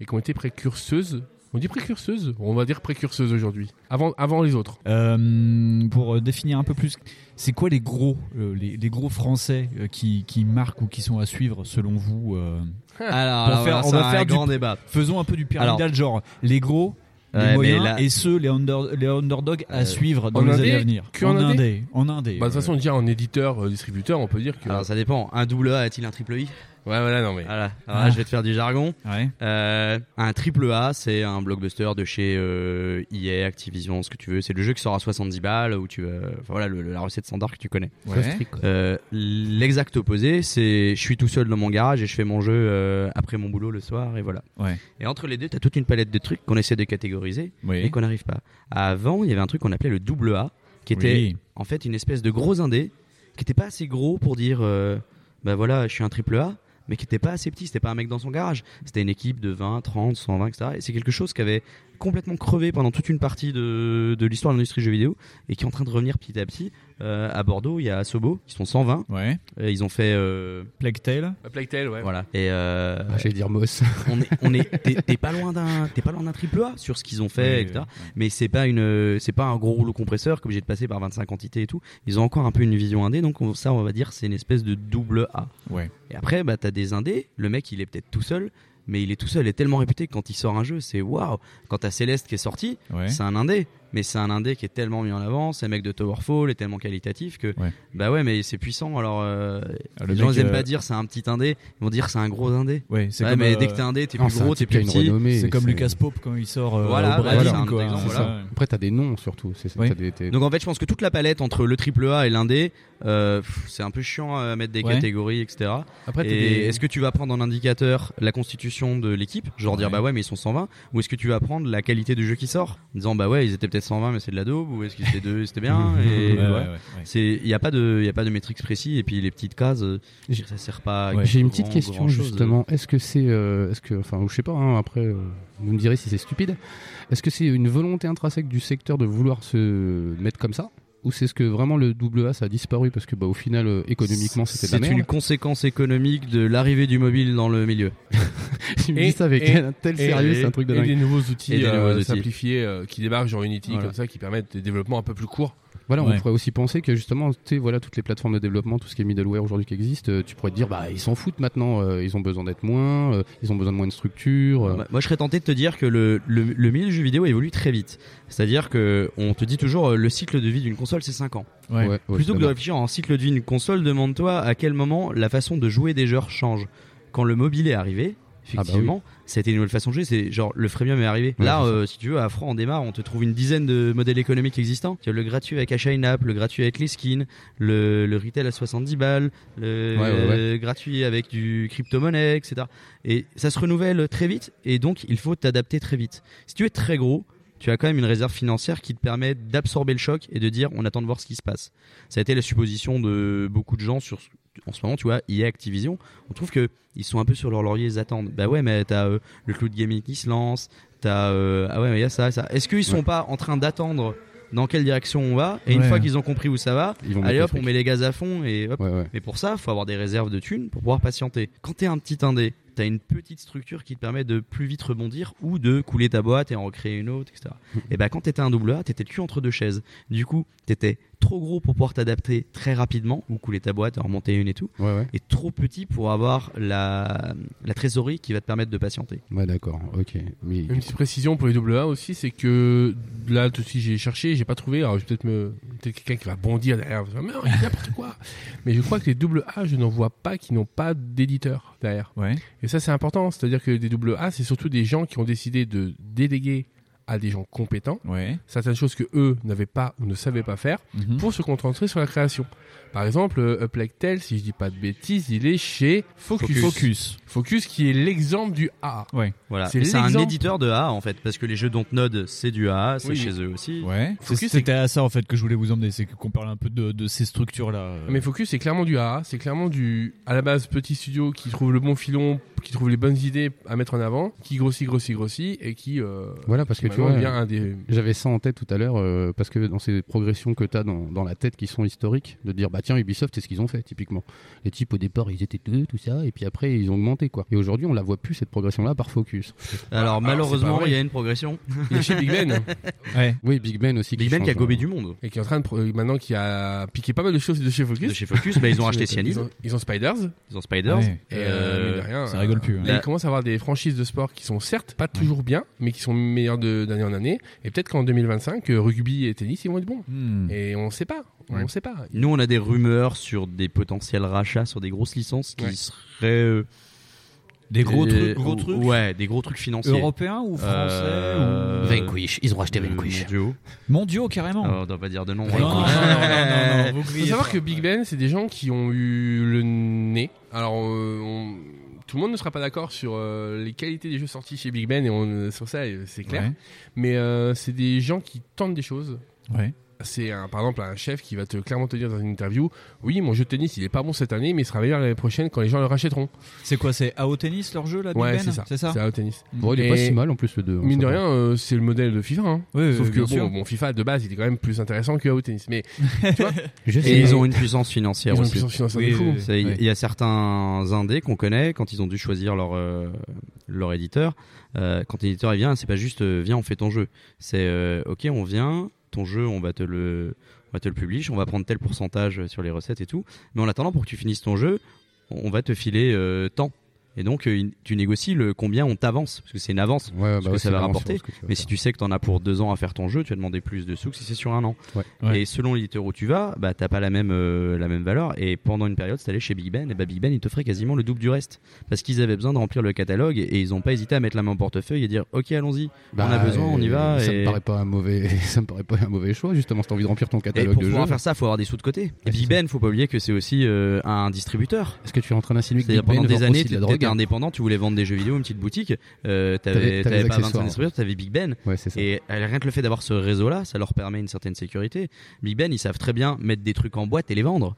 S19: et qui ont été précurseuses. On dit précurseuses On va dire précurseuses aujourd'hui. Avant, avant les autres.
S8: Euh,
S4: <laughs>
S8: pour euh, définir un peu plus, c'est quoi les gros, euh, les, les gros français euh, qui, qui marquent ou qui sont à suivre selon vous euh,
S10: <laughs> Alors,
S8: pour
S10: alors,
S8: faire-
S10: voilà,
S8: on
S10: ça,
S8: va
S10: un
S8: faire du-
S10: grand débat.
S8: Faisons un peu du pyramidal
S10: Alors.
S8: genre les gros, les
S10: Ouais, mais
S8: moyens
S10: là-
S8: et ceux les, under- les underdogs à
S19: Euh,
S8: suivre dans
S19: en
S8: les
S19: indé,
S8: années à venir.
S19: que en indé
S8: en indé.
S19: Bah, de toute façon, déjà en éditeur, euh, distributeur, on peut dire que.
S10: Alors ça dépend. Un double A a-t-il un triple I Ouais,
S19: voilà, non mais.
S10: Voilà. Alors là,
S19: Ah.
S10: je vais te faire du jargon. Euh, un triple A, c'est un blockbuster de chez euh, EA, Activision, ce que tu veux. C'est le jeu qui sort à 70 balles où tu vas- enfin, voilà le- le- la recette standard que tu connais.
S8: Ouais. Ça, c'est triple.
S10: Euh, L'exact opposé, c'est je suis tout seul dans mon garage et je fais mon jeu euh, après mon boulot le soir et voilà.
S8: Ouais.
S10: Et entre les deux, t'as toute une palette de trucs qu'on essaie de catégoriser
S8: Oui.
S10: et qu'on n'arrive pas. Avant, il y avait un truc qu'on appelait le double A, qui était
S8: Oui.
S10: en fait une espèce de gros indé qui n'était pas assez gros pour dire euh, bah voilà je suis un triple A mais qui n'était pas assez petit. C'était pas un mec dans son garage. C'était une équipe de 20, 30, 120, etc. Et c'est quelque chose qui avait complètement crevé pendant toute une partie de, de l'histoire de l'industrie du jeu vidéo et qui est en train de revenir petit à petit. Euh, à Bordeaux, il y a Sobo, qui sont 120.
S11: Ouais.
S10: Euh, ils ont fait. Euh...
S11: Plague Tale.
S13: Plague Tale, ouais.
S10: Voilà. Et euh,
S4: Ah, J'allais dire Moss.
S10: <laughs> on est, on
S4: <laughs>
S10: est, t'es, t'es pas loin d'un, t'es pas loin d'un triple A sur ce qu'ils ont fait,
S4: Oui,
S10: etc. Mais c'est pas une, c'est pas un gros rouleau compresseur qui est obligé de passer par 25 entités et tout. Ils ont encore un peu une vision indé, donc on- ça, on va dire, c'est une espèce de double A.
S11: Ouais.
S10: Et après, bah, t'as des indés. Le mec, il est peut-être tout seul. Mais il est tout seul et tellement réputé que quand il sort un jeu, c'est waouh. Quand t'as Céleste qui est sorti,
S11: Ouais.
S10: c'est un indé, mais c'est un indé qui est tellement mis en avant. C'est un mec de Towerfall, est tellement qualitatif que bah ouais, mais c'est puissant. Alors euh, les gens
S11: mec,
S10: ils aiment
S11: euh,
S10: pas dire c'est un petit indé, ils vont dire c'est ah, un gros indé.
S11: Ouais, c'est
S10: Ouais,
S11: comme,
S10: mais
S11: euh,
S10: dès que t'es indé, t'es
S4: Non,
S10: plus
S4: Ah, c'est un
S10: gros, t'es
S4: type
S10: plus
S4: qui a une
S10: petit.
S4: renommée,
S11: C'est comme
S4: c'est-
S11: Lucas Pope quand il sort euh,
S10: Voilà,
S11: au Brésil,
S10: voilà,
S11: quoi.
S10: c'est un
S11: C'est
S10: exemple,
S11: ça.
S10: voilà.
S4: Après, t'as des noms surtout. c'est- c'est-
S10: Ouais.
S4: t'as des- t'es-
S10: Donc en fait, je pense que toute la palette entre le triple A et l'indé, euh, pff, c'est un peu chiant à mettre des
S4: Ouais.
S10: catégories, etc.
S4: Après, t'as
S10: Et
S4: des-
S10: est-ce que tu vas prendre en indicateur la constitution de l'équipe, genre dire bah ouais mais ils sont 120, ou est-ce que tu vas prendre la qualité du jeu qui sort, en disant bah ouais ils étaient peut-être 120 mais c'est de la daube, ou est-ce qu'ils étaient deux et c'était bien,
S4: <laughs>
S10: et
S4: Ouais, ouais,
S10: voilà.
S4: ouais, ouais.
S10: c'est il y a pas de il y a pas de métrique précis et puis les petites cases, euh, ça sert pas. à
S4: Ah, J'ai une
S10: grand-
S4: petite question
S10: grand-chose.
S4: justement. Est-ce que c'est, euh, est-ce que, enfin, je sais pas. hein, après, euh, vous me direz si c'est stupide. Est-ce que c'est une volonté intrinsèque du secteur de vouloir se mettre comme ça, ou c'est ce que vraiment le double A ça a disparu parce que bah au final euh, économiquement c'était de la
S10: C'est
S4: merde.
S10: une conséquence économique de l'arrivée du mobile dans
S4: <laughs>
S10: le milieu. <laughs>
S4: Tu me dis ça avec un tel sérieux, c'est un truc de
S19: et
S4: dingue.
S19: des nouveaux outils,
S10: Et des
S19: euh,
S10: nouveaux outils.
S19: simplifiés euh, qui débarquent genre Unity
S4: Voilà.
S19: comme ça qui permettent des développements un peu plus courts.
S4: Voilà,
S19: Ouais.
S4: on pourrait aussi penser que justement, tu sais, voilà, toutes les plateformes de développement, tout ce qui est middleware aujourd'hui qui existe, euh, tu pourrais te dire, bah, ils s'en foutent maintenant, euh, ils ont besoin d'être moins, euh, ils ont besoin de moins de structure. euh.
S10: Bah, moi, je serais tenté de te dire que le, le, le milieu du jeu vidéo évolue très vite. C'est-à-dire que on te dit toujours euh, le cycle de vie d'une console, c'est 5 ans.
S4: Ouais. Ouais, ouais,
S10: Plutôt que de
S4: dommage.
S10: réfléchir en cycle de vie d'une console, demande-toi à quel moment la façon de jouer des joueurs change. Quand le mobile est
S4: Ah
S10: arrivé,
S4: bah oui.
S10: effectivement, c'était une nouvelle façon de jouer. C'est genre le freemium est arrivé.
S4: Ouais,
S10: Là,
S4: c'est ça.
S10: euh, si tu veux, à Franc, on démarre, on te trouve une dizaine de modèles économiques existants. Tu as le gratuit avec Achat In-App, le gratuit avec les skins, le, le retail à 70 balles, le,
S4: Ouais, ouais, ouais.
S10: euh, gratuit avec du crypto-monnaie, etc. Et ça se renouvelle très vite et donc il faut t'adapter très vite. Si tu es très gros, tu as quand même une réserve financière qui te permet d'absorber le choc et de dire on attend de voir ce qui se passe. Ça a été la supposition de beaucoup de gens sur en ce moment, tu vois, il y a Activision. On trouve que ils sont un peu sur leur laurier, ils attendent. Bah ouais, mais t'as euh, le cloud gaming qui se lance, t'as euh, ah ouais, mais il y a ça, ça. Est-ce qu'ils sont
S4: Ouais.
S10: pas en train d'attendre dans quelle direction on va Et une
S4: Ouais.
S10: fois qu'ils ont compris où ça va,
S4: Ils vont
S10: allez
S4: mettre
S10: hop,
S4: les
S10: on met les gaz à fond et hop.
S4: Ouais, ouais.
S10: Mais pour ça, faut avoir des réserves de thunes pour pouvoir patienter. Quand t'es un petit indé, t'as une petite structure qui te permet de plus vite rebondir ou de couler ta boîte et en recréer une autre,
S4: <laughs>
S10: etc. et ben quand t'étais un double A, t'étais le cul entre deux chaises. Du coup, t'étais trop gros pour pouvoir t'adapter très rapidement ou couler ta boîte, en remonter une et tout. Et trop petit pour avoir la, la trésorerie qui va te permettre de patienter.
S4: Ouais, d'accord, ok. Mais
S19: Une petite précision pour les double A aussi, c'est que là, tout si j'ai cherché, j'ai pas trouvé. Alors, je vais peut-être me, peut-être quelqu'un qui va bondir derrière. Mais non, il dit n'importe quoi. Mais je crois que les double A, je n'en vois pas qui n'ont pas d'éditeur derrière. Et ça, c'est important. C'est-à-dire que des double A, c'est surtout des gens qui ont décidé de déléguer à des gens compétents certaines choses que eux n'avaient pas ou ne savaient pas faire pour se concentrer sur la création. Par exemple, euh, A Plague Tale, si je dis pas de bêtises, il est chez Focus.
S11: Focus.
S19: Focus, qui est l'exemple du A.
S10: Voilà.
S19: C'est
S10: Et C'est un
S19: l'exemple
S10: éditeur de A en fait, parce que les jeux Dontnod, c'est du A, c'est
S19: Oui.
S10: chez eux aussi.
S19: Ouais.
S10: Focus,
S11: C'est- C'était à ça en fait que je voulais vous emmener, c'est que- qu'on parle un peu de, de ces euh, structures là.
S4: euh,
S19: Mais Focus, c'est clairement du AA, c'est clairement du, à la base, petit studio qui trouve le bon filon, qui trouve les bonnes idées à mettre en avant, qui grossit, grossit, grossit, et qui, euh,
S4: Voilà, parce
S19: qui
S4: que tu
S19: maintenant devient
S4: vois,
S19: un des-
S4: j'avais ça en tête tout à l'heure, euh, parce que dans ces progressions que tu as dans, dans la tête qui sont historiques, de dire, bah tiens, Ubisoft, c'est ce qu'ils ont fait, typiquement. Les types, au départ, ils étaient deux, tout ça, et puis après, ils ont augmenté, quoi. Et aujourd'hui, on la voit plus, cette progression-là, par focus.
S19: Ah,
S10: Alors, malheureusement, il y a une progression.
S19: Il est chez Big
S10: <laughs>
S19: Ben.
S4: Oui, Big Ben aussi.
S10: Big Ben
S4: change,
S10: qui a gobé
S4: hein.
S10: du monde.
S19: Et qui est en train de, pro- maintenant qui a piqué pas mal de choses de chez Focus.
S10: De chez Focus, bah, ils
S19: <laughs>
S10: ont acheté Cyanide.
S19: Ils ont, ils ont Spiders.
S10: Ils ont Spiders. Ouais.
S19: Et
S10: Et,
S19: euh, mine de rien,
S10: ça rigole plus, hein.
S19: Là,
S10: La-
S19: ils commencent à avoir des franchises de sport qui sont certes pas toujours bien, mais qui sont meilleures de- d'année en année. Et peut-être qu'en 2025, euh, rugby et tennis, ils vont être bons. Et on sait pas. On
S10: Ouais.
S19: sait pas.
S10: Nous, on a des rumeurs sur des potentiels rachats, sur des grosses licences qui
S19: Ouais.
S10: seraient. euh,
S11: Des gros
S10: euh,
S11: trucs, gros
S10: ou-
S11: trucs
S10: Ouais, des gros trucs financiers.
S11: Européens ou français
S10: Euh,
S11: ou- Vanquish, ils ont racheté
S10: euh,
S11: Vanquish.
S10: Mondiaux.
S11: Mondiaux carrément.
S4: Oh,
S10: Ah, on doit pas dire de nom.
S4: hein.
S11: Non, non, non, non, non, non, vous
S19: Faut
S11: grillez
S19: savoir
S11: ça.
S19: que Big Ben, c'est des gens qui ont eu le nez. Alors, euh, on- tout le monde ne sera pas d'accord sur euh, les qualités des jeux sortis chez Big Ben, et on, sur ça, euh, c'est clair.
S11: Ouais.
S19: Mais euh, c'est des gens qui tentent des choses.
S11: Ouais.
S19: c'est un- par exemple un chef qui va te clairement te dire dans une interview Oui, mon jeu de tennis, il est pas bon cette année, mais il sera meilleur l'année prochaine quand les gens le rachèteront.
S8: C'est quoi C'est AO Tennis leur jeu là Big
S19: Ouais,
S8: Ben
S19: c'est ça.
S8: C'est ça
S19: C'est AO Tennis.
S4: Bon, il est pas si mal, en plus, le deux, hein,
S19: Mine de
S4: ça va.
S19: rien, euh, c'est le modèle de FIFA. hein.
S4: Ouais,
S19: Sauf
S4: ouais,
S19: que
S4: bien
S19: bon,
S4: sûr.
S19: bon, FIFA de base, il est quand même plus intéressant que AO Tennis. Mais tu
S10: <laughs>
S19: vois,
S10: Et
S19: et-
S10: ils ont une puissance financière
S19: Ils ont une
S10: aussi.
S19: puissance financière
S10: Oui,
S19: de fou.
S10: oui, oui. C'est- Il y a certains indés qu'on connaît, quand ils ont dû choisir leur, euh, leur éditeur, euh, quand l'éditeur il vient, c'est pas juste euh, viens, on fait ton jeu. C'est euh, ok, on vient, ton jeu, on va te le. On va te le publish, on va prendre tel pourcentage sur les recettes et tout. Mais en attendant, pour que tu finisses ton jeu, on on va te filer euh, tant. Et donc, euh, tu négocies le combien on t'avance, parce que c'est une avance,
S4: ouais,
S10: ce
S4: bah
S10: que
S4: ouais, c'est
S10: ça
S4: une
S10: va
S4: avance sur
S10: rapporter.
S4: ce que tu vas
S10: Mais si tu sais que t'en as pour deux ans à faire ton jeu, tu vas demander plus de sous que si c'est sur un an. Et selon l'éditeur où tu vas, bah t'as pas la même euh, la même valeur. Et pendant une période, c'est allé chez Big Ben, et bah Big Ben il t'offrait quasiment le double du reste parce qu'ils avaient besoin de remplir le catalogue et ils ont pas hésité à mettre la main au portefeuille et dire ok allons-y, on a
S4: Bah,
S10: besoin, on y va.
S4: Ça
S10: et...
S4: me paraît pas un mauvais, <laughs> ça me paraît pas un mauvais choix justement. Si t'as envie de remplir ton
S10: Et
S4: catalogue
S10: pour
S4: de
S10: pouvoir
S4: jeux.
S10: faire ça, faut avoir des sous de côté. Et Big Ben, faut pas oublier que c'est aussi euh, un distributeur.
S4: Est-ce que tu es en train d'insinuer que
S10: C'est-à-dire
S4: Big
S10: pendant
S4: Ben
S10: des
S4: vend
S10: années,
S4: aussi de
S10: tu
S4: la drogue
S10: étais indépendant, tu voulais vendre des jeux vidéo, une petite boutique, euh,
S4: T'avais-
S10: t'avais
S4: t'avais
S10: t'avais
S4: les
S10: pas 25
S4: accessoires.
S10: distributeurs, t'avais Big Ben. Et euh, rien que le fait d'avoir ce réseau-là, ça leur permet une certaine sécurité. Big Ben, ils savent très bien mettre des trucs en boîte et les vendre.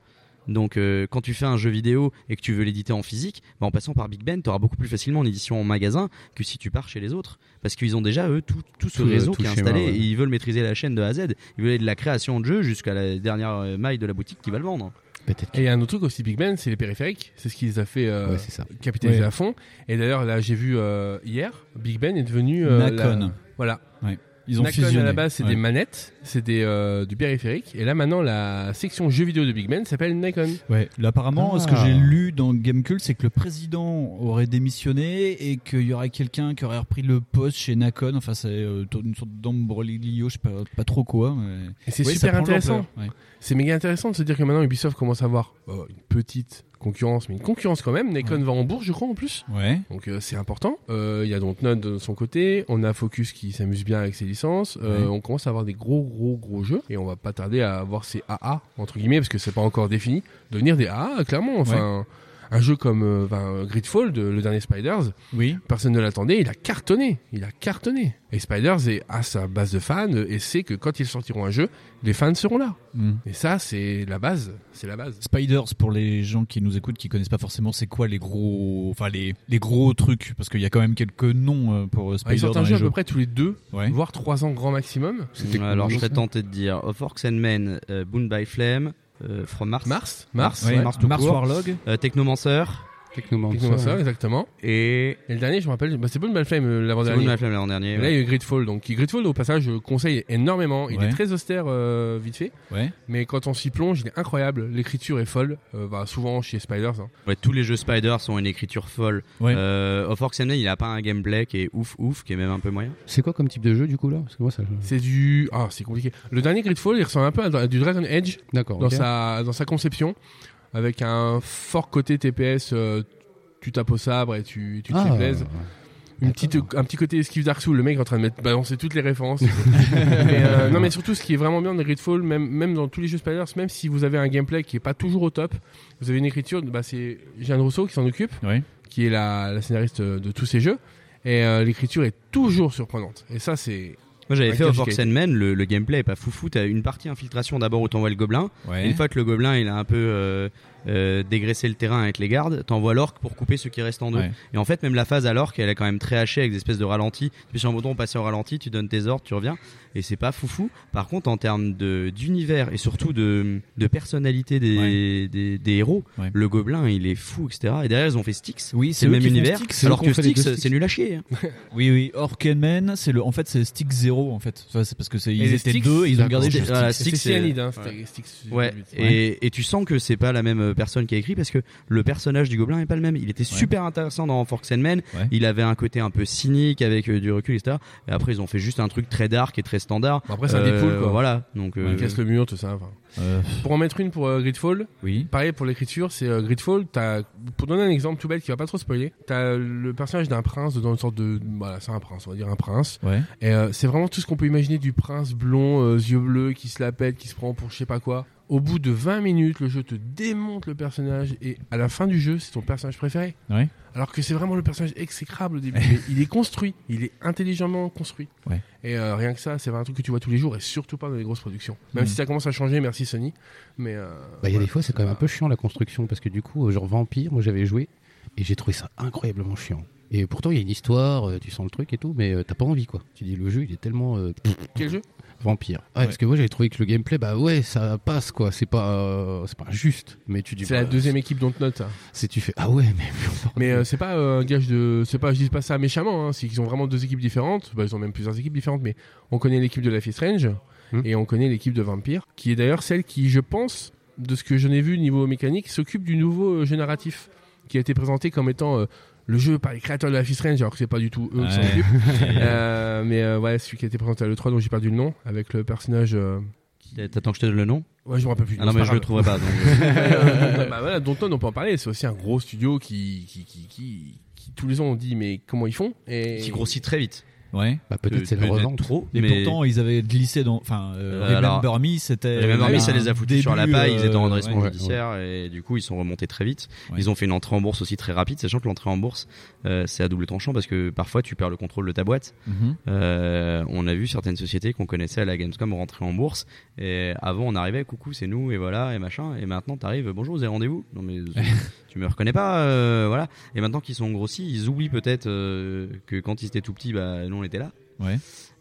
S10: Donc euh, quand tu fais un jeu vidéo et que tu veux l'éditer en physique, bah, en passant par Big Ben, tu auras beaucoup plus facilement une édition en magasin que si tu pars chez les autres. Parce qu'ils ont déjà, eux, tout, tout ce
S4: Tout le-
S10: réseau
S4: tout
S10: qui est
S4: le schéma,
S10: installé
S4: ouais.
S10: et ils veulent maîtriser la chaîne de A à Z. Ils veulent aller de la création de jeu jusqu'à la dernière euh, maille de la boutique qui va le vendre.
S19: Et il y a un autre truc aussi, Big Ben, c'est les périphériques. C'est ce qu'ils a fait euh,
S10: Ouais, c'est ça.
S19: capitaliser
S10: Ouais.
S19: à fond. Et d'ailleurs, là, j'ai vu euh, hier, Big Ben est devenu. euh,
S8: Nacon.
S19: la- Voilà.
S8: Ouais. Ils ont
S19: Nacon,
S8: fusionné.
S19: à la base, c'est
S8: Ouais.
S19: des manettes, c'est des, euh, du périphérique. Et là, maintenant, la section jeux vidéo de Big Ben s'appelle Nacon.
S8: Ouais, là, apparemment, ce que
S19: Ah.
S8: j'ai lu dans Gamecult, c'est que le président aurait démissionné et qu'il y aurait quelqu'un qui aurait repris le poste chez Nacon. Enfin, c'est euh, une sorte d'embroglio, je sais pas, pas trop quoi. mais-
S19: Et c'est
S8: Ouais, ça
S19: super
S8: prend de
S19: intéressant.
S8: l'ampleur, ouais.
S19: C'est méga intéressant de se dire que maintenant Ubisoft commence à avoir euh, une petite concurrence, mais une concurrence quand même. Nacon va en bourse, je crois, en plus.
S8: Ouais.
S19: Donc euh, c'est important. Euh, Il y a Dontnod de son côté, on a Focus qui s'amuse bien avec ses licences. Euh,
S8: Ouais.
S19: On commence à avoir des gros, gros, gros jeux et on va pas tarder à avoir ces AA entre guillemets parce que c'est pas encore défini. Devenir des AA, clairement. Enfin. Un jeu comme euh, ben, Gridfall, de- le dernier Spiders,
S8: oui.
S19: personne ne l'attendait, il a cartonné, il a cartonné. Et Spiders est, à sa base de fans euh, et sait que quand ils sortiront un jeu, les fans seront là.
S8: Mm.
S19: Et ça, c'est la base, c'est la base.
S8: Spiders pour les gens qui nous écoutent qui connaissent pas forcément c'est quoi les gros enfin les, les gros trucs parce qu'il y a quand même quelques noms euh, pour euh,
S19: Ah, Ils
S8: Spiders
S19: sortent
S8: dans
S19: un
S8: les
S19: jeu à
S8: jeux.
S19: peu près tous les deux, voire trois ans grand maximum.
S10: Mm, Alors je serais tenté de dire Of Orcs and Men, euh, Boon by Flame, euh, From Mars.
S19: Mars, Mars,
S10: Ouais,
S19: ouais.
S10: Mars, tout
S19: Mars
S10: court.
S19: Warlog.
S10: Euh, Technomancer.
S19: Technomancer,
S10: ouais.
S19: exactement.
S10: Et...
S19: le dernier, je me rappelle, bah, c'est Boon Malflame euh, l'avant-dernier.
S10: C'est Boon Malflame l'avant-dernier,
S19: Et
S10: ouais.
S19: Là, il y a eu Gridfall. Donc, qui- Gridfall, au passage, je conseille énormément. Il
S8: Ouais.
S19: est très austère, euh, vite fait.
S8: Ouais.
S19: Mais quand on s'y plonge, il est incroyable. L'écriture est folle. Euh, bah, souvent chez Spiders. hein.
S10: Ouais, tous les jeux Spider sont une écriture folle.
S19: Ouais.
S10: Euh, of Orcs and Men, il a pas un gameplay qui est ouf ouf, qui est même un peu moyen.
S4: C'est quoi comme type de jeu du coup là Parce que moi ça.
S19: C'est du. Ah, c'est compliqué. Le dernier Gridfall, il ressemble un peu à, à du Dragon Edge.
S4: D'accord,
S19: Dans,
S4: ok.
S19: sa, dans sa conception. Avec un fort côté TPS. euh, tu tapes au sabre et tu, tu te
S4: Ah,
S19: fais plaisir. Une petite, un petit côté esquive Dark Souls, le mec est en train de mettre, balancer toutes les
S4: <laughs>
S19: références. mais euh, non, mais surtout, ce qui est vraiment bien dans Gridfall, même, même dans tous les jeux Spiders, même si vous avez un gameplay qui est pas toujours au top, vous avez une écriture, bah, c'est Jeanne Rousseau qui s'en occupe,
S8: Oui.
S19: qui est la, la scénariste de tous ces jeux, et euh, l'écriture est toujours surprenante. Et ça, c'est.
S10: Moi j'avais
S19: un
S10: fait Of
S19: cache-
S10: Orcs and Men, le, le gameplay est pas foufou, t'as une partie infiltration d'abord où t'envoies le gobelin.
S8: Ouais.
S10: Une fois que le gobelin il a un peu euh, euh, dégraissé le terrain avec les gardes, t'envoies l'orque pour couper ce qui reste en deux.
S8: Ouais.
S10: Et en fait même la phase à l'orque elle est quand même très hachée avec des espèces de ralentis. Tu appuies sur un bouton, on passe au ralenti, tu donnes tes ordres, tu reviens. Et c'est pas foufou. Par contre en termes de- d'univers et surtout de, de personnalité des, des, des héros,
S8: Ouais.
S10: le gobelin il est fou etc. Et derrière ils ont fait Styx,
S8: Oui,
S10: c'est le même univers. alors que Styx c'est nul à chier. hein.
S8: <laughs> oui, oui. Orkenman, c'est le, en fait, c'est Stick 0 en fait. Ça, c'est parce que c'est, ils
S10: Et
S8: étaient
S10: Styx,
S8: deux, et ils ont
S10: d'accord.
S8: gardé juste
S10: Voilà,
S8: Styx.
S10: Styx, c'est-
S19: hein. c'était
S10: ouais.
S19: Styx,
S10: Ouais,
S8: j'ai oublié.
S10: et, et tu sens que c'est pas la même euh, personne qui a écrit parce que le personnage du gobelin est pas le même. Il était super intéressant dans Forks and Men.
S8: Ouais.
S10: Il avait un côté un peu cynique avec euh, du recul, etc. Et après, ils ont fait juste un truc très dark et très standard.
S19: Après, c'est un
S10: Euh,
S19: Deadpool, quoi. Bah,
S10: Voilà. Donc, euh,
S19: Il casse le mur, tout ça. enfin. Pour en mettre une pour euh, Gridfall,
S8: oui.
S19: pareil pour l'écriture, c'est euh, Gridfall. t'as- pour donner un exemple tout bête qui va pas trop spoiler, t'as le personnage d'un prince dans une sorte de. Voilà, c'est un prince, on va dire un prince.
S8: Ouais.
S19: Et euh, c'est vraiment tout ce qu'on peut imaginer du prince blond, euh, yeux bleus, qui se la pète, qui se prend pour je sais pas quoi. Au bout de 20 minutes, le jeu te démonte le personnage et à la fin du jeu, c'est ton personnage préféré.
S8: Ouais.
S19: Alors que c'est vraiment le personnage exécrable au début. mais il est construit, il est intelligemment construit.
S8: Ouais.
S19: Et euh, rien que ça, c'est un truc que tu vois tous les jours et surtout pas dans les grosses productions. Même
S4: Mm.
S19: si ça commence à changer, merci Sony. Mais euh,
S4: Bah, il y a des fois, c'est quand même un peu chiant la construction parce que du coup, euh, genre Vampire, moi j'avais joué et j'ai trouvé ça incroyablement chiant. Et pourtant, il y a une histoire, euh, tu sens le truc et tout, mais euh, t'as pas envie quoi. Tu dis, le jeu il est tellement. euh, pff,
S19: Quel jeu
S4: Vampire. Ouais,
S19: Ouais.
S4: Parce que moi j'avais trouvé que le gameplay, bah ouais, ça passe quoi. C'est pas, euh, c'est pas juste. Mais tu dis.
S19: C'est la
S4: bah,
S19: deuxième équipe dont note.
S4: C'est tu fais. Ah ouais, mais.
S19: Mais euh, c'est pas euh, un gage de. C'est pas, je dis pas ça méchamment. Hein. C'est qu'ils ont vraiment deux équipes différentes. Bah, ils ont même plusieurs équipes différentes. Mais on connaît l'équipe de Life is Strange et on connaît l'équipe de Vampire, qui est d'ailleurs celle qui, je pense, de ce que je n'ai vu niveau mécanique, s'occupe du nouveau euh, jeu narratif qui a été présenté comme étant. euh, le jeu par les créateurs de Life is Strange, alors que c'est pas du tout eux qui s'en
S8: Ouais.
S19: occupent. Euh, mais euh, ouais, celui qui a été présenté à l'E3, dont j'ai perdu le nom, avec le personnage euh,
S10: T'attends que je te donne le nom
S19: Ouais, je me rappelle plus.
S10: Ah non,
S19: c'est
S10: mais je
S19: grave.
S10: le trouverai
S19: <laughs>
S10: pas. donc.
S19: Euh, bah, voilà, Downton, on peut en parler. C'est aussi un gros studio qui, qui, qui, qui, qui, tous les ans, on dit, mais comment ils font et...
S10: Qui grossit très vite. Euh,
S8: Ouais.
S4: Bah, peut-être c'est la revente.
S8: trop.
S10: Mais-
S8: Mais, pourtant, ils avaient glissé dans. Enfin, euh,
S10: Euh, alors,
S8: Remember Me, c'était.
S10: Remember Me, ça
S8: un
S10: les a foutus sur la
S8: début,
S10: paille, ils étaient en
S8: euh,
S10: redressement
S8: ouais.
S10: judiciaire et du coup ils sont remontés très vite. Ils ont fait une entrée en bourse aussi très rapide, sachant que l'entrée en bourse euh, c'est à double tranchant parce que parfois tu perds le contrôle de ta boîte.
S8: Mhm.
S10: Euh, on a vu certaines sociétés qu'on connaissait à la Gamescom rentrer en bourse et avant on arrivait coucou c'est nous et voilà et machin et maintenant t'arrives bonjour vous avez rendez-vous non
S8: <laughs>
S10: mais tu me reconnais pas euh, voilà et maintenant qu'ils sont grossis ils oublient peut-être euh, que quand ils étaient tout petits bah nous on était là.
S8: Ouais.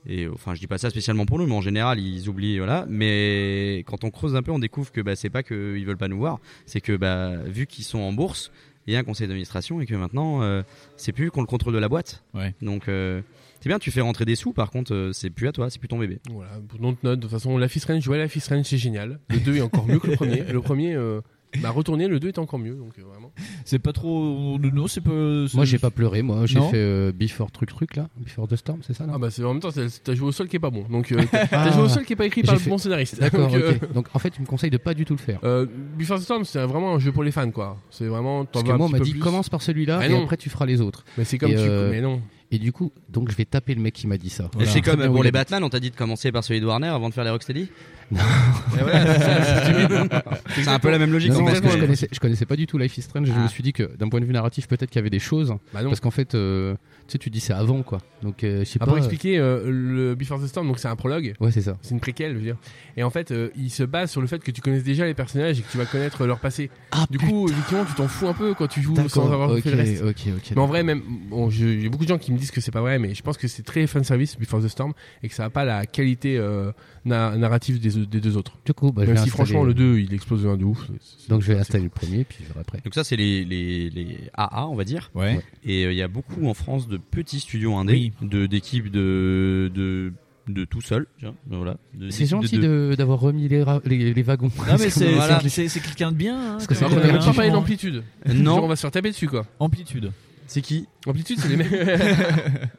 S10: Et enfin, je dis pas ça spécialement pour nous, mais en général, ils oublient, voilà. Mais quand on creuse un peu, on découvre que bah, c'est pas qu'ils veulent pas nous voir, c'est que bah, vu qu'ils sont en bourse, il y a un conseil d'administration et que maintenant, euh, c'est plus qu'on le contrôle de la boîte.
S8: Ouais.
S10: Donc, euh, c'est bien, tu fais rentrer des sous, par contre, euh, c'est plus à toi, c'est plus ton bébé.
S19: Voilà, pour Dontnod, de toute façon, Life is Strange, jouer à Life is Strange, c'est génial. Le 2 est encore mieux que le premier. Le premier euh, m'a retourné, le 2 est encore mieux. Donc, euh, vraiment.
S8: C'est pas trop. Non, c'est pas.
S4: Moi j'ai pas pleuré, moi j'ai
S19: Non.
S4: fait euh, Before Truc Truc là, Before the Storm, c'est ça là
S19: Ah bah c'est en même temps, t'as t'as joué au sol qui est pas bon. Donc euh, t'as t'as joué au sol qui est pas écrit par
S4: Ah. J'ai
S19: le
S4: fait-
S19: bon <laughs> scénariste.
S4: D'accord,
S19: Donc, euh,
S4: ok. Donc en fait, tu me conseilles de pas du tout le faire.
S19: euh, Before the Storm, c'est vraiment un jeu pour les fans, quoi. C'est vraiment. t'en
S4: Parce que
S19: veux un
S4: moi, on
S19: petit
S4: m'a
S19: peu
S4: dit
S19: plus.
S4: commence par celui-là
S19: Ah
S4: et
S19: non.
S4: après tu feras les autres.
S19: Mais c'est comme
S4: Et,
S19: tu-
S4: euh,
S19: mais non.
S4: Et du coup, donc je vais taper le mec qui m'a dit ça.
S10: Et c'est
S4: Très bien,
S10: comme pour
S4: Ah, bah oui, il
S10: les
S4: a dit-
S10: Batman, on t'a dit de commencer par celui de Warner avant de faire les Rocksteady Non. <laughs> <laughs> c'est un peu la même logique.
S4: Non,
S10: en fait.
S4: parce que je, connaissais, je connaissais pas du tout Life is Strange. Je
S10: Ah.
S4: me suis dit que d'un point de vue narratif, peut-être qu'il y avait des choses.
S19: Bah
S4: parce qu'en fait, euh, tu sais, tu dis c'est avant quoi. Donc euh, je sais
S19: Ah,
S4: pas.
S19: pour expliquer euh, le Before the Storm, donc c'est un prologue.
S4: Ouais, c'est ça.
S19: C'est une préquelle, je veux dire. Et en fait, euh, il se base sur le fait que tu connaisses déjà les personnages et que tu vas connaître euh, leur passé. du coup, effectivement, tu t'en fous un peu quand tu joues
S4: Ah, D'accord,
S19: sans avoir
S4: ok,
S19: fait le reste.
S4: ok, ok,
S19: mais en
S4: d'accord.
S19: vrai, même, bon, je- il y a beaucoup de gens qui me disent que c'est pas vrai, mais je pense que c'est très fan service Before the Storm et que ça a pas la qualité euh, na- narrative des, des deux autres.
S4: Du coup, bah, je
S19: même
S4: vais
S19: si
S4: installer-
S19: franchement le 2 il explose de un de ouf.
S4: Donc je vais installer le premier puis je verrai après.
S10: Donc ça, c'est les, les, les AA, on va dire.
S4: Ouais.
S10: Et euh, il y a beaucoup en France de petits studios indés,
S4: Oui.
S10: de d'équipes de, de de tout seul. tiens, Voilà. De-
S4: euh, C'est
S10: d'équipes
S4: gentil
S10: de-
S4: de- d'avoir remis les, ra- les, les wagons. <laughs>
S10: Non, mais c'est-
S4: Voilà.
S8: <laughs>
S10: c'est-
S8: C'est c'est quelqu'un de bien. Hein,
S4: Parce que
S8: quand
S4: c'est
S8: même. Euh,
S4: vrai qu'on avait
S19: On va parler d'amplitude.
S4: Non.
S19: On va se faire taper dessus quoi.
S8: Amplitude.
S10: C'est qui
S19: Amplitude, c'est
S8: <laughs>
S19: les mecs.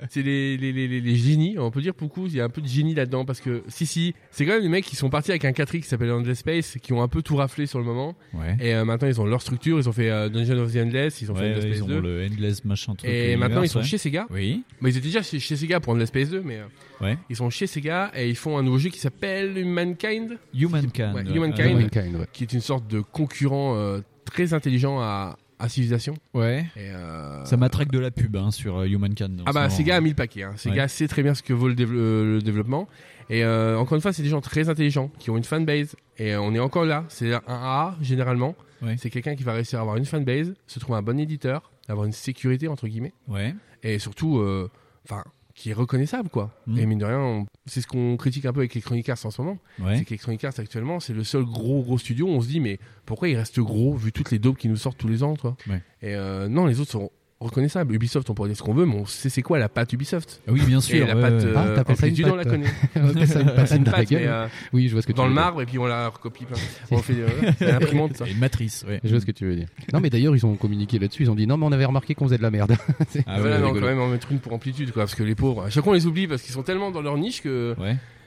S19: c'est les, les, les, les- les génies. On peut dire beaucoup, il y a un peu de génie là-dedans parce que, si, si, c'est quand même des mecs qui sont partis avec un 4 qui s'appelle Endless Space, qui ont un peu tout raflé sur le moment.
S8: Ouais.
S19: Et euh, maintenant, ils ont leur structure, ils ont fait euh, Dungeon of the Endless, ils ont
S8: Ouais,
S19: fait Endless
S8: ouais, ils
S19: Space
S8: ont
S19: 2.
S8: le Endless machin truc
S19: Et
S8: universe,
S19: maintenant, ils sont
S8: ouais.
S19: chez Sega.
S8: Oui.
S19: Mais ils étaient déjà chez, chez Sega pour Endless Space 2, mais. euh,
S8: Ouais.
S19: Ils sont chez Sega et ils font un nouveau jeu qui s'appelle Humankind.
S8: Humankind.
S19: Ouais,
S8: Ouais.
S19: Humankind,
S8: Humankind, ouais.
S19: qui est une sorte de concurrent euh, très intelligent à, à Civilization.
S8: Ouais.
S19: Et, euh,
S8: Ça m'attraque de la pub hein, sur euh, Humankind.
S19: Ah bah Sega a mis le paquet. Hein. Sega
S8: Ouais.
S19: sait très bien ce que vaut le, dév- euh, le développement. Et euh, encore une fois, c'est des gens très intelligents qui ont une fanbase. Et euh, on est encore là. C'est un AA généralement.
S8: Ouais.
S19: C'est quelqu'un qui va réussir à avoir une fanbase, se trouver un bon éditeur, avoir une sécurité entre guillemets.
S8: Ouais.
S19: Et surtout, euh, enfin, qui est reconnaissable quoi.
S8: Mm.
S19: Et mine de rien, on- c'est ce qu'on critique un peu avec les Chronic Arts en ce moment.
S8: Ouais.
S19: C'est que les Chronic Arts actuellement, c'est le seul gros gros studio. où On se dit mais pourquoi il reste gros vu toutes les daubes qui nous sortent tous les ans quoi.
S8: Ouais.
S19: Et euh, non, les autres sont reconnaissables. Ubisoft, on pourrait dire ce qu'on veut, mais on sait c'est quoi la patte Ubisoft.
S8: Ah oui, bien sûr,
S19: Et la
S8: ouais,
S19: patte
S8: ouais.
S19: euh,
S8: Ah, t'appelles ça une
S19: Amplitude, on la
S8: patte.
S19: connaît.
S8: On
S4: <laughs>
S8: appelle ça une patte,
S19: C'est une
S8: dans la
S19: patte,
S8: gueule.
S19: mais, euh,
S4: Oui, je vois ce que tu
S19: Dans
S4: veux
S19: le
S4: dire.
S19: marbre, et puis on la recopie.
S4: <laughs>
S19: plein. on fait euh,
S8: <laughs>
S19: c'est l'imprimante, ça.
S8: Une matrice, ouais.
S4: Je vois ce que tu veux dire. Non, mais d'ailleurs, ils ont communiqué là-dessus. Ils ont dit non, mais on avait remarqué qu'on faisait de la merde. <laughs> C'est-
S19: Ah voilà, non, quand même en mettre une pour amplitude, quoi, parce que les pauvres, à chaque fois on les oublie parce qu'ils sont tellement dans leur niche que.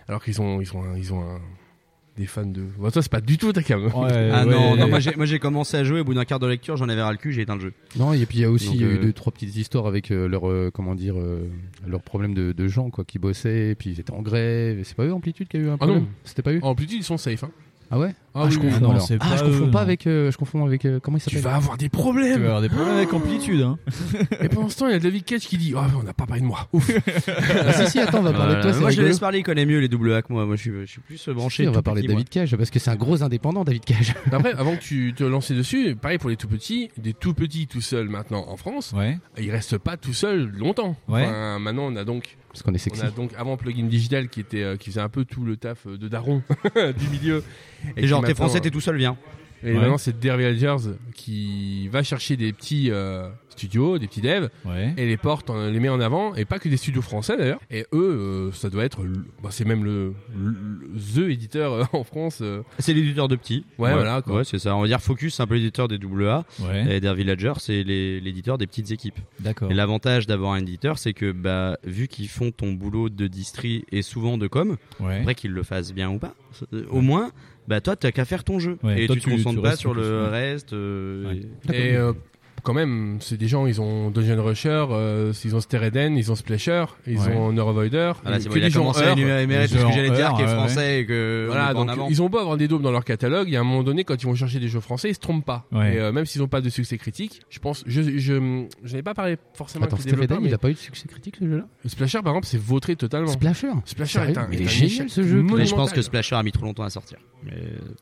S19: Alors qu'ils ont, ils sont, un- ils ont un- des fans de. Bon, toi, c'est pas du tout ta <laughs> cam.
S10: <laughs> ah non, non, moi j'ai- moi j'ai commencé à jouer au bout d'un quart de lecture, j'en avais ras le cul, j'ai éteint le jeu.
S4: Non, et puis il y a aussi
S10: Donc,
S4: il y a eu
S10: euh, <laughs>
S4: deux trois petites histoires avec euh, leur euh, comment dire euh, leur problème de, de gens quoi qui bossaient et puis ils étaient en grève. Et C'est pas eux Amplitude qui a eu un
S19: Ah non.
S4: problème. C'était pas eux.
S19: Amplitude, ils sont safe. Hein.
S4: Ah ouais
S8: Ah oui,
S4: je
S8: oui,
S4: confonds,
S8: non,
S4: alors.
S8: c'est
S4: Ah,
S8: pas
S4: je confonds
S8: eux,
S4: pas
S8: non.
S4: avec. euh, je confonds avec. euh, comment il s'appelle
S8: Tu vas avoir des problèmes. Tu vas avoir des problèmes avec amplitude. <laughs> Hein.
S19: Oh. Et pour l'instant, il y a David Cage qui dit Ah, on n'a pas parlé de moi. Ouf.
S4: Ah, si, si, attends, on va parler de toi. c'est
S10: Moi, je
S4: rigolo.
S10: laisse parler, il connaît mieux les double A que moi. Moi, je suis, je suis plus branché.
S4: Si, on
S10: tout
S4: va parler de
S10: petit,
S4: David Cage parce que c'est un gros indépendant, David Cage.
S19: Après, avant que tu te lances dessus, pareil pour les tout petits, des tout petits tout seuls maintenant en France, ils restent pas tout seuls longtemps.
S4: Ouais.
S19: Enfin, maintenant, on a donc.
S4: Parce qu'on est sexy.
S19: On a donc avant Plugin Digital qui était euh, qui faisait un peu tout le taf euh, de Daron <laughs> du milieu.
S10: Et
S19: qui
S10: genre, t'es
S19: maintenant,
S10: français,
S19: euh,
S10: t'es tout seul, viens.
S19: Et
S10: Ouais.
S19: maintenant, c'est Derby Algers qui va chercher des petits euh, studios, des petits devs, et les porte, en- les met en avant, et pas que des studios français d'ailleurs. Et eux, euh, ça doit être, le- bah, c'est même le, le- the éditeur euh, en France. euh.
S10: C'est l'éditeur de petits.
S19: Ouais, voilà, quoi.
S10: Ouais, c'est ça. On va dire Focus, c'est un peu l'éditeur des AA.
S8: Ouais.
S10: Et Der Villager, c'est les- l'éditeur des petites équipes.
S8: D'accord.
S10: Et l'avantage d'avoir un éditeur, c'est que, bah, vu qu'ils font ton boulot de distri et souvent de com,
S8: Ouais.
S10: après qu'ils le fassent bien ou pas, euh, au moins, bah, toi, t'as qu'à faire ton jeu.
S8: Ouais,
S10: et
S8: toi,
S10: tu te
S8: tu-
S10: concentres
S8: tu
S10: pas
S8: restes
S10: sur le
S8: focus, ouais.
S10: reste. euh,
S19: Et euh, quand même, c'est des gens, ils ont Dungeon Rusher, euh, ils ont Stereden, ils ont Splasher, ils
S10: Ouais.
S19: ont Neurovoider.
S10: Ah là, c'est
S19: que
S10: bon, il
S19: des
S10: a
S19: gens
S10: commencé à
S19: heurts.
S10: énumérer
S19: Des
S10: tout ce que
S19: gens
S10: j'allais dire, qui est
S19: heurts,
S10: français et que on
S19: Voilà,
S10: met pas en
S19: donc
S10: avant.
S19: ils ont beau avoir des daubes dans leur catalogue, il y a un moment donné, quand ils vont chercher des jeux français, ils se trompent pas.
S4: Ouais.
S19: Et euh, même s'ils n'ont pas de succès critique, je pense. Je, je, je n'ai pas parlé forcément
S4: Attends,
S19: avec les
S4: Stephen
S19: développeurs,
S4: Dane, il a pas eu de succès critique ce jeu-là
S19: mais Splasher, par exemple, c'est vautré totalement.
S4: Splasher
S19: Splasher
S4: Sérieux
S19: est un.
S4: Mais
S19: est
S4: il est
S19: un
S4: génial,
S19: échec
S4: ce jeu.
S10: Mais je pense
S19: monumental.
S10: que Splasher a mis trop longtemps à sortir. Mais...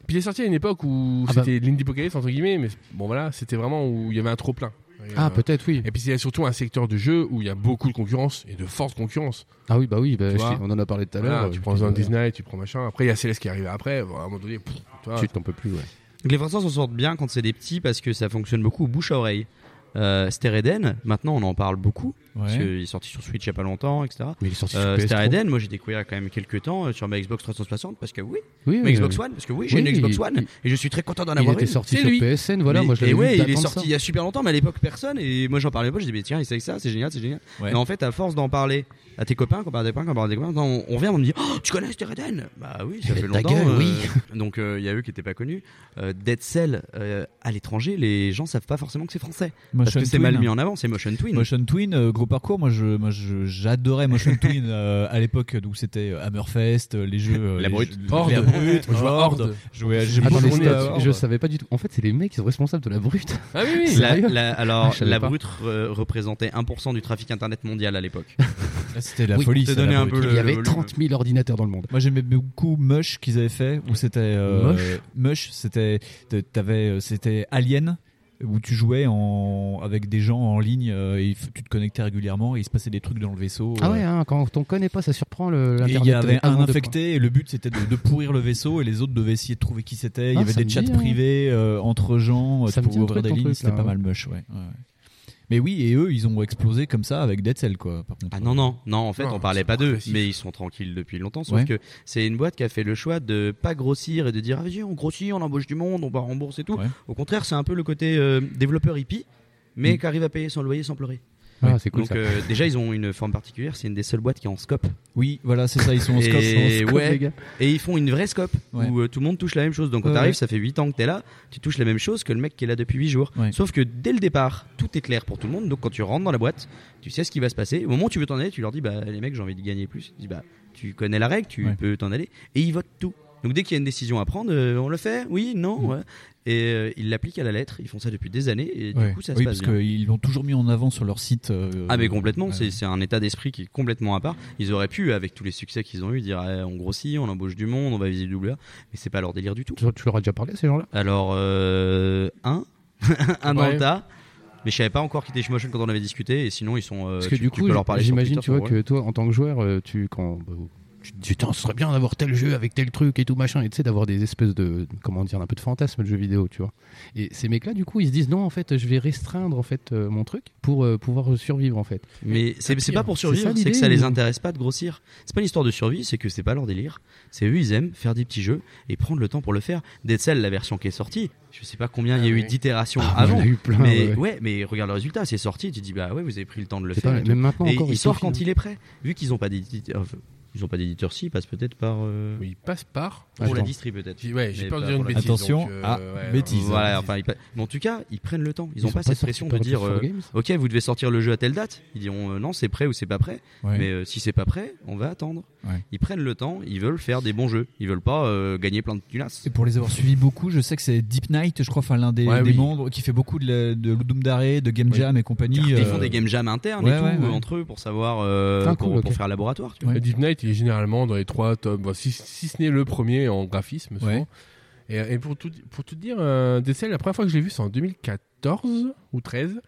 S19: Puis il est sorti à une époque où
S10: Ah bah.
S19: c'était l'indie-apocalypse, entre guillemets, mais bon voilà, c'était vraiment où il y avait un trop-plein. Et,
S4: Ah,
S19: euh,
S4: peut-être, oui.
S19: Et puis il y a surtout un secteur de jeu où il y a beaucoup de concurrence et de forte concurrence.
S4: Ah oui, bah oui, bah,
S19: Tu
S4: je-
S19: vois
S4: on en a parlé tout à
S19: Voilà,
S4: l'heure.
S19: tu
S4: euh,
S19: prends
S4: putain,
S19: un Disney, tu prends machin. Après, il y a Céleste qui arrive après. bon, à un moment donné, pff, tu
S8: Ah.
S19: vois.
S4: Tu t'en peux plus, ouais.
S10: Donc les Français s'en sortent bien quand c'est des petits parce que ça fonctionne beaucoup au bouche à oreille. Euh, Stereden, maintenant on en parle beaucoup parce
S8: Ouais.
S10: qu'il est sorti sur Switch il y a pas longtemps, etc.
S4: Mais il est sorti sur PS3.
S10: Stereden, moi j'ai découvert il y a quand même quelques temps euh, sur ma Xbox 360 parce que oui,
S4: Oui,
S10: ma
S4: oui,
S10: Xbox
S4: oui.
S10: One parce que oui, j'ai
S4: Oui,
S10: une Xbox
S4: il-
S10: One et je suis très content d'en
S4: il
S10: avoir
S4: était
S10: une.
S4: sorti
S10: C'est
S4: sur
S10: lui.
S4: PSN, voilà, moi, je l'avais
S10: Et
S4: vu
S10: ouais, il est
S4: d'attendre
S10: sorti
S4: ça.
S10: il y a super longtemps, mais à l'époque personne et moi j'en parlais pas, je disais mais tiens, il sait que ça, c'est génial, c'est génial.
S8: Ouais.
S10: Mais en fait, à force d'en parler à tes copains, qu'on parle des copains, qu'on parle des copains, on, on vient, on me dit oh, tu connais Stereden Bah oui, ça
S8: Mais
S10: fait
S8: ta
S10: longtemps.
S8: gueule,
S10: euh,
S8: oui.
S10: Donc euh, il y a eux qui n'étaient pas connus. Euh, Dead Cell euh, à l'étranger, les gens savent pas forcément que c'est français parce que c'est mal mis en avant, c'est Motion Twin.
S8: Motion Twin, euh, gros parcours. Moi, je, moi, je- j'adorais
S19: <laughs>
S8: Motion Twin euh, à l'époque. Donc, c'était euh, Hammerfest, euh, les jeux. euh,
S10: La
S8: les
S10: Brute.
S8: jeux-
S10: Horde.
S8: La Brute.
S10: Je vois
S8: Horde.
S10: Horde.
S8: Je jouais à- j'ai
S4: Attends,
S8: beaucoup
S4: les
S8: joué à
S4: stats,
S8: Horde.
S4: je savais pas du tout. En fait, c'est les mecs qui sont responsables de la brute. <laughs>
S10: Ah La-
S4: Sérieux
S10: la-
S4: Ah,
S10: alors,
S4: je savais
S10: la
S4: pas.
S10: brute re- représentait 1% du trafic internet mondial
S8: <laughs>
S10: à l'époque.
S8: C'était la
S10: Oui,
S8: folie.
S10: pour te
S8: ça, la
S10: donner un
S8: Brute.
S10: peu le-
S4: Il y avait
S10: le-
S4: 30 000 ordinateurs dans le monde.
S8: Moi j'aimais beaucoup Mush qu'ils avaient fait où c'était euh,
S4: Mush
S8: Mush, c'était t- t'avais euh, c'était Alien où tu jouais en avec des gens en ligne euh, et f- tu te connectais régulièrement et il se passait des trucs dans le vaisseau.
S4: Ah
S8: euh,
S4: ouais, hein, quand on connaît pas, ça surprend le-
S8: et
S4: l'internet.
S8: il y avait
S4: avant
S8: un
S4: de-
S8: infecté et le but c'était de, de pourrir le vaisseau et les autres devaient essayer de trouver qui c'était. Il y
S4: Ah,
S8: avait
S4: ça
S8: des
S4: me
S8: chats
S4: dit, hein.
S8: privés euh, entre gens euh,
S4: Ça me
S8: pour
S4: dit un
S8: ouvrir
S4: truc,
S8: des
S4: ton
S8: lignes.
S4: truc,
S8: C'était
S4: là,
S8: pas
S4: ouais.
S8: mal Mush, ouais. ouais, ouais. Mais oui, et eux ils ont explosé comme ça avec Dead Cell quoi. Par contre.
S10: Ah non, non, non, en fait,
S8: Non,
S10: on parlait
S8: c'est
S10: pas d'eux, mais ils sont tranquilles depuis longtemps. Sauf
S8: Ouais.
S10: que c'est une boîte qui a fait le choix de pas grossir et de dire, ah, vas-y, on grossit, on embauche du monde, on part en bourse et tout. Au contraire, c'est un peu le côté euh, développeur hippie, mais qui arrive à payer son loyer sans pleurer.
S8: Ah, c'est cool,
S10: Donc,
S8: ça.
S10: euh, déjà, ils ont une forme particulière, c'est une des seules boîtes qui est en scope.
S8: Oui, voilà, c'est ça, ils sont en scope,
S10: Et,
S8: en scope,
S10: ouais,
S8: les gars.
S10: et ils font une vraie scope
S8: Ouais.
S10: où euh, tout le monde touche la même chose. Donc quand
S8: Ouais,
S10: t'arrives,
S8: ouais.
S10: ça fait 8 ans que t'es là, tu touches la même chose que le mec qui est là depuis 8 jours. Sauf que dès le départ, tout est clair pour tout le monde. Donc quand tu rentres dans la boîte, tu sais ce qui va se passer. Au moment où tu veux t'en aller, tu leur dis bah les mecs, j'ai envie de gagner plus. Ils disent bah tu connais la règle, tu
S8: Ouais.
S10: peux t'en aller. Et ils votent tout. Donc dès qu'il y a une décision à prendre, euh, on le fait, oui,
S8: Mm.
S10: non, ouais. et euh, ils l'appliquent à la lettre. Ils font ça depuis des années et
S8: Ouais.
S10: du coup ça
S8: oui,
S10: se passe
S8: parce
S10: bien.
S8: qu'ils l'ont toujours mis en avant sur leur site. euh,
S10: Ah mais complètement,
S8: ouais.
S10: c'est- c'est un état d'esprit qui est complètement à part. Ils auraient pu, avec tous les succès qu'ils ont eu, dire eh, on grossit, on embauche du monde, on va viser le AA, mais c'est pas leur délire du tout.
S4: Tu, tu leur as déjà parlé à ces gens-là
S10: Alors, euh, un, <laughs> un dans
S4: Ouais.
S10: le tas, mais je savais pas encore qu'ils étaient chez Motion quand on avait discuté, et sinon ils sont... euh,
S4: Parce que
S10: tu-
S4: du
S10: tu
S4: coup,
S10: peux leur parler sur
S4: j'imagine,
S10: Twitter,
S4: tu vois,
S10: pour
S4: que
S10: eux.
S4: toi, en tant que joueur, euh, tu quand bah, tu te dis tiens, ce serait bien d'avoir tel jeu avec tel truc et tout machin, et tu sais d'avoir des espèces de comment dire un peu de fantasme de jeu vidéo, tu vois. Et ces mecs-là, du coup, ils se disent non, en fait, je vais restreindre en fait euh, mon truc pour euh, pouvoir survivre en fait.
S10: Mais c'est c'est pas pour survivre,
S4: ça,
S10: c'est que
S4: l'idée,
S10: ça les
S4: ou-
S10: intéresse pas de grossir. C'est pas une histoire de survie, c'est que c'est pas leur délire. C'est eux, ils aiment faire des petits jeux et prendre le temps pour le faire. Dead Cell, la version qui est sortie, je sais pas combien il y a eu d'itérations
S4: Ah, il y en
S10: avant.
S4: a eu plein,
S10: mais
S4: ouais.
S10: mais regarde le résultat, c'est sorti, tu te dis bah ouais, vous avez pris le temps de le
S4: C'est
S10: faire.
S4: pas-
S10: et
S4: même
S10: tout.
S4: maintenant
S10: Et
S4: encore,
S10: il
S4: ils
S10: sort
S4: peaufinent.
S10: quand il est prêt. Vu qu'ils ont pas d'éditeur, enfin, ils ont pas d'éditeur, si, ils passent peut-être par. euh,
S19: Ils passent par.
S10: Pour la
S8: Attends.
S10: distri peut-être.
S8: J'ai- ouais, j'ai
S10: Mais
S8: peur de
S10: pas
S8: dire une
S10: pour la-
S8: bêtise, Attention donc, euh, à ouais, bêtise.
S10: bah, Voilà, enfin, ils pa- mais en tout cas, ils prennent le temps. Ils
S8: Ils
S10: n'ont
S8: ont
S10: pas
S8: pas
S10: cette
S8: sorti
S10: pression de
S8: par
S10: dire
S8: Before
S10: euh,
S8: Games
S10: OK, vous devez sortir le jeu à telle date. Ils diront euh, non, c'est prêt ou c'est pas prêt.
S8: Ouais.
S10: Mais euh, si c'est pas prêt, on va attendre.
S8: Ouais.
S10: Ils prennent le temps, ils veulent faire des bons jeux. Ils veulent pas euh, gagner plein de tunas.
S8: Et pour les avoir suivis beaucoup, je sais que c'est Deep Knight, je crois, enfin l'un des,
S10: Ouais,
S8: des
S10: oui.
S8: membres qui fait beaucoup de, la- de Ludum Dare, de Game
S10: Oui.
S8: Jam et compagnie.
S10: Ils font
S8: euh,
S10: des game jam internes et
S8: ouais,
S10: tout
S8: ouais,
S10: euh,
S8: ouais.
S10: entre eux pour savoir euh,
S8: Ah,
S10: pour,
S8: cool,
S10: pour
S8: ok.
S10: faire laboratoire. tu vois.
S19: Ouais. Deep Knight il est généralement dans les trois tomes, Bon, si, si ce n'est le premier en graphisme. souvent.
S8: Ouais.
S19: Et, et pour tout pour tout dire, euh, DCL, la première fois que je l'ai vu, c'est en 2014 ou 13.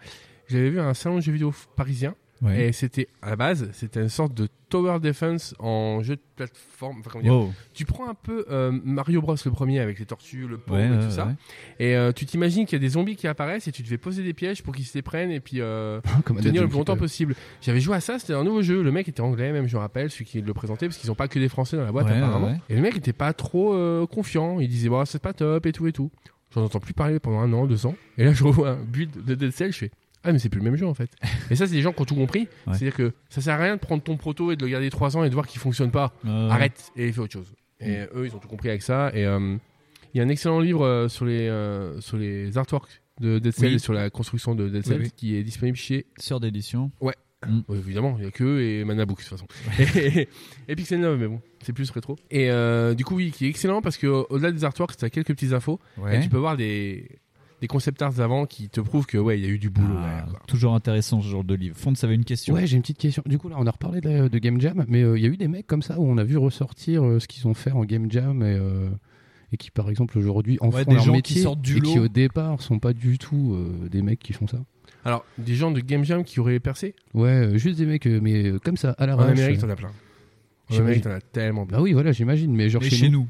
S19: J'avais vu à un salon de jeux vidéo f- parisien.
S8: Ouais.
S19: Et c'était à la base, c'était une sorte de tower defense en jeu de plateforme. Enfin, comment dire,
S8: Wow.
S19: Tu prends un peu euh, Mario Bros le premier avec les tortues, le pont
S8: Ouais,
S19: et tout
S8: ouais,
S19: ça.
S8: ouais.
S19: Et euh, tu t'imagines qu'il y a des zombies qui apparaissent et tu devais poser des pièges pour qu'ils se les prennent et puis euh,
S8: <laughs> Comme à
S19: tenir
S8: Donkey
S19: le plus longtemps
S8: Kong.
S19: possible. J'avais joué à ça, c'était un nouveau jeu. Le mec était anglais, même je me rappelle, celui qui le présentait, parce qu'ils ont pas que des français dans la boîte
S8: Ouais,
S19: apparemment.
S8: ouais, ouais.
S19: Et le mec était pas trop euh, confiant. Il disait, bah, c'est pas top et tout et tout. J'en entends plus parler pendant un an, deux ans. Et là, je <laughs> revois un build de Dead Cell, je fais. Ah mais c'est plus le même jeu
S8: <laughs>
S19: en fait. Et ça c'est des gens qui ont tout compris.
S8: Ouais.
S19: C'est-à-dire que ça sert à rien de prendre ton proto et de le garder trois ans et de voir qu'il fonctionne pas.
S8: Euh, Ouais.
S19: Arrête et fais autre chose. Et
S8: Mm.
S19: eux ils ont tout compris avec ça. Et euh, il y a un excellent livre euh, sur les euh, sur les artworks de Dead Cell
S8: Oui.
S19: et sur la construction de Dead
S8: Oui,
S19: Cell
S8: oui.
S19: qui est disponible chez
S8: Sœur d'édition. Mm.
S19: Ouais. Ouais, évidemment, il n'y a que eux et Manabook de toute façon. et, <laughs> et Pixel 9, mais bon, c'est plus rétro. Et euh, du coup, oui, qui est excellent parce que euh, au-delà des artworks, tu as quelques petites infos.
S8: Ouais.
S19: Et tu peux voir des, des concept arts avant qui te prouvent que, ouais, il y a eu du boulot. derrière, quoi.
S8: ah, Toujours intéressant ce genre de livre. Fond, ça avait une question.
S4: Ouais, j'ai une petite question. Du coup, là, on a reparlé de, de Game Jam, mais euh, il y a eu des mecs comme ça où on a vu ressortir euh, ce qu'ils ont fait en Game Jam et, euh, et qui, par exemple, aujourd'hui, en
S8: Ouais,
S4: font
S8: des
S4: leur
S8: gens qui
S4: métier
S8: sortent du
S4: et qui,
S8: lot.
S4: au départ, sont pas du tout euh, des mecs qui font ça.
S10: Ah.
S19: Alors, des gens de Game Jam qui auraient percé
S4: Ouais, euh, juste des mecs, euh, mais euh, comme ça, à la
S19: En Amérique, t'en as plein. En Amérique, t'en as tellement plein.
S4: Bah oui, voilà, j'imagine, mais genre
S19: Mais
S4: chez,
S19: chez
S4: nous.
S19: nous.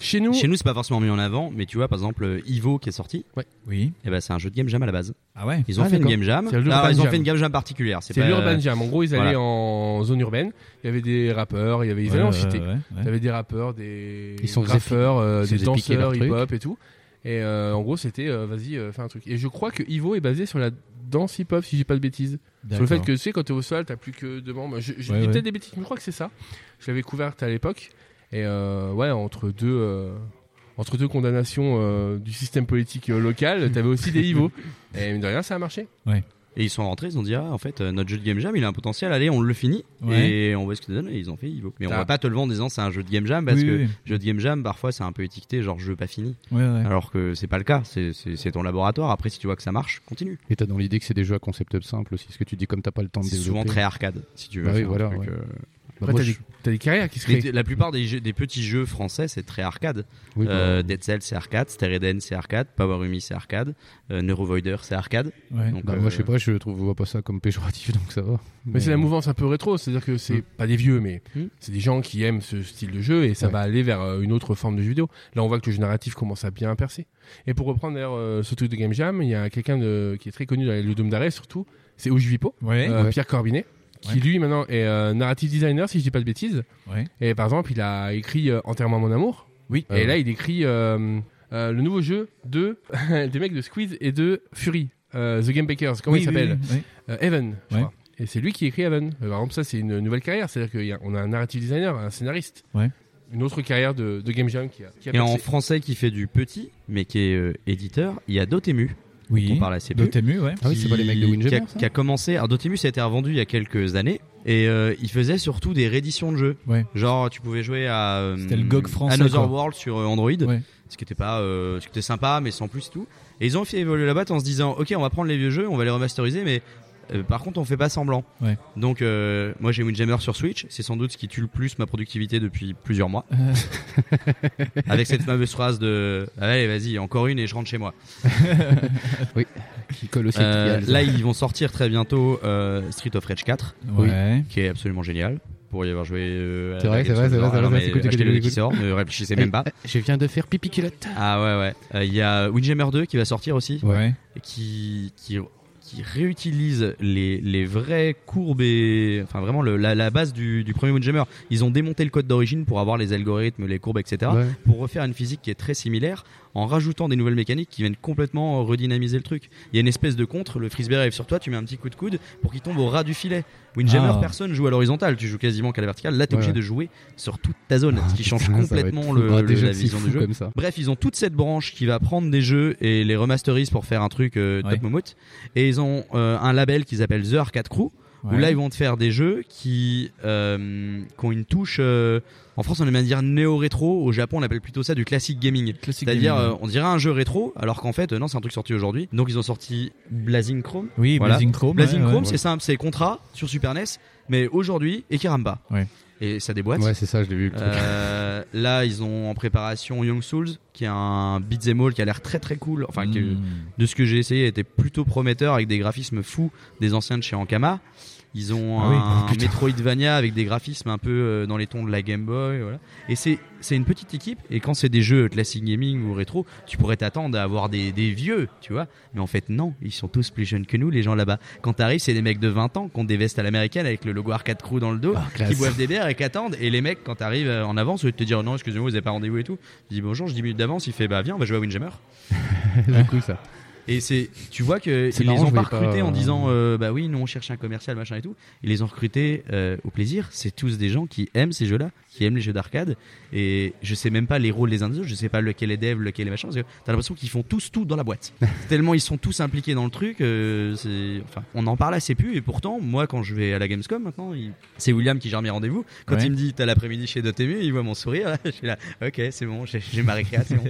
S19: Chez nous,
S10: Chez nous, c'est pas forcément mis en avant, mais tu vois, par exemple, euh, Ivo qui est sorti.
S8: Oui.
S10: Et ben, c'est un jeu de game jam à la base.
S8: Ah ouais.
S10: Ils ont
S19: Ah,
S10: fait une
S19: d'accord.
S10: game jam.
S19: C'est l'Urban
S10: Ah, ils ont
S19: Jam.
S10: fait une game jam particulière.
S19: C'est
S10: pas-
S19: l'Urban Jam. En gros, ils allaient
S10: Voilà.
S19: en zone urbaine. Il y avait des rappeurs, il y avait, ils allaient
S8: Ouais,
S19: en
S8: ouais,
S19: cité.
S8: ouais, ouais.
S19: Il y avait des rappeurs, des
S4: Ils se sont faisait
S19: graffeurs,
S4: pi-
S19: euh,
S4: ils se
S19: des
S4: faisaient piquer leur
S19: danseurs
S4: truc.
S19: hip-hop et tout. Et euh, en gros, c'était euh, vas-y, euh, fais un truc. Et je crois que Ivo est basé sur la danse hip-hop, si j'ai pas de bêtises. Sur le fait
S8: D'accord.
S19: que tu sais, quand t'es au sol, t'as plus que deux membres. Je, je
S8: Ouais,
S19: dis
S8: ouais.
S19: peut-être des bêtises, mais je crois que c'est ça. Je l'avais couverte à l'époque. Et euh, ouais, entre deux. euh, entre deux condamnations euh, du système politique euh, local, t'avais aussi des Ivo.
S4: <laughs>
S19: Et mine de rien, ça a marché.
S10: Et ils sont rentrés, ils ont dit, ah, en fait, euh, notre jeu de game jam, il a un potentiel, allez, on le finit.
S8: Ouais.
S10: Et on voit ce qu'il donne, et ils ont fait Ivo. Mais on
S8: T'as-
S10: va pas te le vendre en disant, c'est un jeu de game jam, parce
S8: Oui,
S10: que
S8: oui.
S10: jeu de game jam, parfois, c'est un peu étiqueté, genre jeu pas fini.
S8: Ouais, ouais.
S10: Alors que c'est pas le cas, c'est- c'est c'est ton laboratoire. Après, si tu vois que ça marche, continue.
S4: Et t'as dans l'idée que c'est des jeux à concept simple aussi, ce que tu dis, comme t'as pas le temps de
S10: C'est
S4: développer.
S10: souvent très arcade, si tu veux.
S4: Bah oui,
S10: faire un
S4: voilà.
S10: truc,
S4: ouais.
S10: euh,
S4: Bah,
S19: Après,
S4: moi,
S19: t'as
S4: je-
S19: des- t'as des carrières qui se
S10: Mais
S19: créent.
S10: La plupart des, jeux- des petits jeux français, c'est très arcade.
S4: Oui, bah,
S10: Euh, Dead Cell, c'est arcade. Stereden, c'est arcade. Power Umi, c'est arcade. Euh, Neurovoider, c'est arcade. Donc,
S4: Bah,
S10: euh,
S4: Moi, je sais pas, je trouve je vois pas ça comme péjoratif, donc ça va.
S19: Mais c'est la mouvance un peu rétro, c'est-à-dire que c'est
S8: Hmm.
S19: pas des vieux, mais c'est des gens qui aiment ce style de jeu et ça va aller vers euh, une autre forme de jeu vidéo. Là, on voit que le jeu narratif commence à bien percer. Et pour reprendre d'ailleurs euh, ce truc de Game Jam, il y a quelqu'un de- qui est très connu dans le Dôme d'Arrêt surtout, c'est Ojuipo,
S8: Ouais.
S19: euh,
S8: Ouais.
S19: Pierre Corbinet, qui lui maintenant est euh, narrative designer, si je dis pas de bêtises.
S8: Ouais.
S19: Et par exemple, il a écrit euh, Enterrement mon amour.
S8: Oui.
S19: Et là, il écrit euh, euh, le nouveau jeu de <laughs> des mecs de Squeeze et de Fury, euh, The Game Bakers. Comment
S8: Oui,
S19: il
S8: oui,
S19: s'appelle
S8: oui, oui.
S19: Euh, Evan, je
S8: Ouais.
S19: crois. Et c'est lui qui écrit Evan. Euh, par exemple, ça, c'est une nouvelle carrière. C'est-à-dire qu'on a, un narrative designer, un scénariste.
S8: Ouais.
S19: Une autre carrière de, de Game Jam qui a, qui a
S10: Et en
S19: percé.
S10: français qui fait du petit, mais qui est euh, éditeur, il y a Dotemu.
S8: Oui,
S10: dont on parle assez peu.
S8: Dotemu, ouais. Ah oui, c'est pas les mecs de Windjammer,
S10: Qui a,
S8: ça
S10: qui a commencé. Alors Dotemu, ça a été revendu il y a quelques années. Et euh, il faisait surtout des rééditions de jeux.
S8: Ouais.
S10: Genre, tu pouvais jouer à euh,
S8: C'était le GOG français,
S10: Another
S8: quoi.
S10: World sur euh, Android.
S8: Ouais.
S10: Ce qui était pas, euh, ce qui était sympa, mais sans plus et tout. Et ils ont fait évoluer la boîte en se disant, ok, on va prendre les vieux jeux, on va les remasteriser, mais euh, par contre, on fait pas semblant.
S8: Ouais.
S10: Donc, euh, moi, j'ai Windjammer sur Switch. C'est sans doute ce qui tue le plus ma productivité depuis
S8: <laughs>
S10: plusieurs mois. <laughs> Avec cette fameuse phrase de Allez, vas-y, encore une et je rentre chez moi.
S4: <laughs> oui, qui colle aussi.
S10: Euh, là, ils vont sortir très bientôt euh, Street of Rage 4,
S8: Ouais.
S10: qui est absolument génial. Pour y avoir joué. euh, à
S4: C'est
S10: la
S4: vrai, c'est vrai,
S10: Games
S4: c'est vrai,
S10: World.
S4: c'est
S10: Ah non,
S4: vrai,
S10: mais
S4: c'est cool, c'est
S10: achetez
S4: cool,
S10: le
S4: c'est
S10: qui
S4: cool.
S10: sort, ne réfléchissez même pas.
S4: Eh, Je viens de faire pipi
S10: <laughs>
S4: culotte.
S10: Ah ouais, ouais. Euh, Il y a Windjammer 2 qui va sortir aussi.
S8: Ouais.
S10: et Qui, qui, qui réutilise les, les vraies courbes et. Enfin, vraiment le- la, la base du, du premier Windjammer. Ils ont démonté le code d'origine pour avoir les algorithmes, les courbes, etc.
S4: Ouais.
S10: Pour refaire une physique qui est très similaire en rajoutant des nouvelles mécaniques qui viennent complètement euh, redynamiser le truc. Il y a une espèce de contre, le frisbee arrive sur toi, tu mets un petit coup de coude pour qu'il tombe au ras du filet. Windjammer,
S8: Ah.
S10: personne joue à l'horizontale, tu joues quasiment qu'à la verticale. Là, t'es
S8: Ouais,
S10: obligé
S8: ouais.
S10: de jouer sur toute ta zone,
S8: Ah,
S10: ce qui change
S8: putain, ça va être fou.
S10: complètement le,
S8: Ah,
S10: le-
S8: déjà
S10: la
S8: que c'est
S10: vision
S8: fou
S10: du jeu.
S8: comme ça.
S10: Bref, ils ont toute cette branche qui va prendre des jeux et les remasterise pour faire un truc euh, top
S8: Ouais.
S10: moumoute. Et ils ont euh, un label qu'ils appellent The Arcade Crew. Où
S8: Ouais.
S10: là, ils vont te faire des jeux qui, euh, qui ont une touche. euh, en France, on aime bien dire néo-rétro. Au Japon, on appelle plutôt ça du classic gaming. C'est-à-dire,
S8: gaming,
S10: euh, on dirait un jeu rétro, alors qu'en fait, euh, non, c'est un truc sorti aujourd'hui. Donc, ils ont sorti Blazing Chrome.
S8: Oui, Blazing Chrome,
S10: Blazing
S8: ouais, ouais,
S10: Chrome,
S8: ouais.
S10: c'est simple, c'est Contra sur Super NES, mais aujourd'hui, et Karamba.
S8: Ouais.
S10: Et ça déboîte.
S4: Ouais, c'est ça, je l'ai vu, le truc.
S10: Euh, là, ils ont en préparation Young Souls, qui est un beat'em all qui a l'air très très cool. Enfin, qui,
S8: Mm.
S10: de ce que j'ai essayé, était plutôt prometteur avec des graphismes fous des anciens de chez Ankama. Ils ont
S8: Ah oui,
S10: un
S8: oh, putain.
S10: Metroidvania avec des graphismes un peu euh, dans les tons de la Game Boy. Voilà. Et c'est c'est une petite équipe. Et quand c'est des jeux classique gaming ou rétro, tu pourrais t'attendre à avoir des, des vieux, tu vois. Mais en fait, non, ils sont tous plus jeunes que nous, les gens là-bas. Quand t'arrives, c'est des mecs de 20 ans qui ont des vestes à l'américaine avec le logo Arcade Crew dans le dos, qui
S8: Ah, classe.
S10: boivent des bières et qui attendent. Et les mecs, quand t'arrives euh, en avance, au lieu de te dire non, excusez-moi, vous avez pas rendez-vous et tout, je dis bonjour, je 10 minutes d'avance, il fait bah viens, on va jouer à Windjammer.
S4: du coup, ça.
S10: Et c'est, tu vois que
S4: C'est
S10: ils les
S4: marrant,
S10: ont
S4: je
S10: pas
S4: voyais pas,
S10: recrutés en
S4: euh,
S10: disant euh, bah oui, nous on cherche un commercial, machin et tout. Ils les ont recrutés euh, au plaisir. C'est tous des gens qui aiment ces jeux-là, qui aiment les jeux d'arcade. Et je sais même pas les rôles des uns des autres. Je sais pas lequel est dev, lequel est machin. Parce que t'as l'impression qu'ils font tous tout dans
S4: <laughs>
S10: la boîte. Tellement ils sont tous impliqués dans le truc. euh, c'est, enfin, on en parle assez plus. Et pourtant, moi quand je vais à la Gamescom maintenant, il- c'est William qui gère mes rendez-vous. Quand
S8: Ouais.
S10: il me dit t'as l'après-midi chez DotTV, il voit mon sourire. <laughs> je suis là, ok, c'est bon, j'ai, j'ai
S4: <laughs>
S10: ma récréation.
S4: <laughs>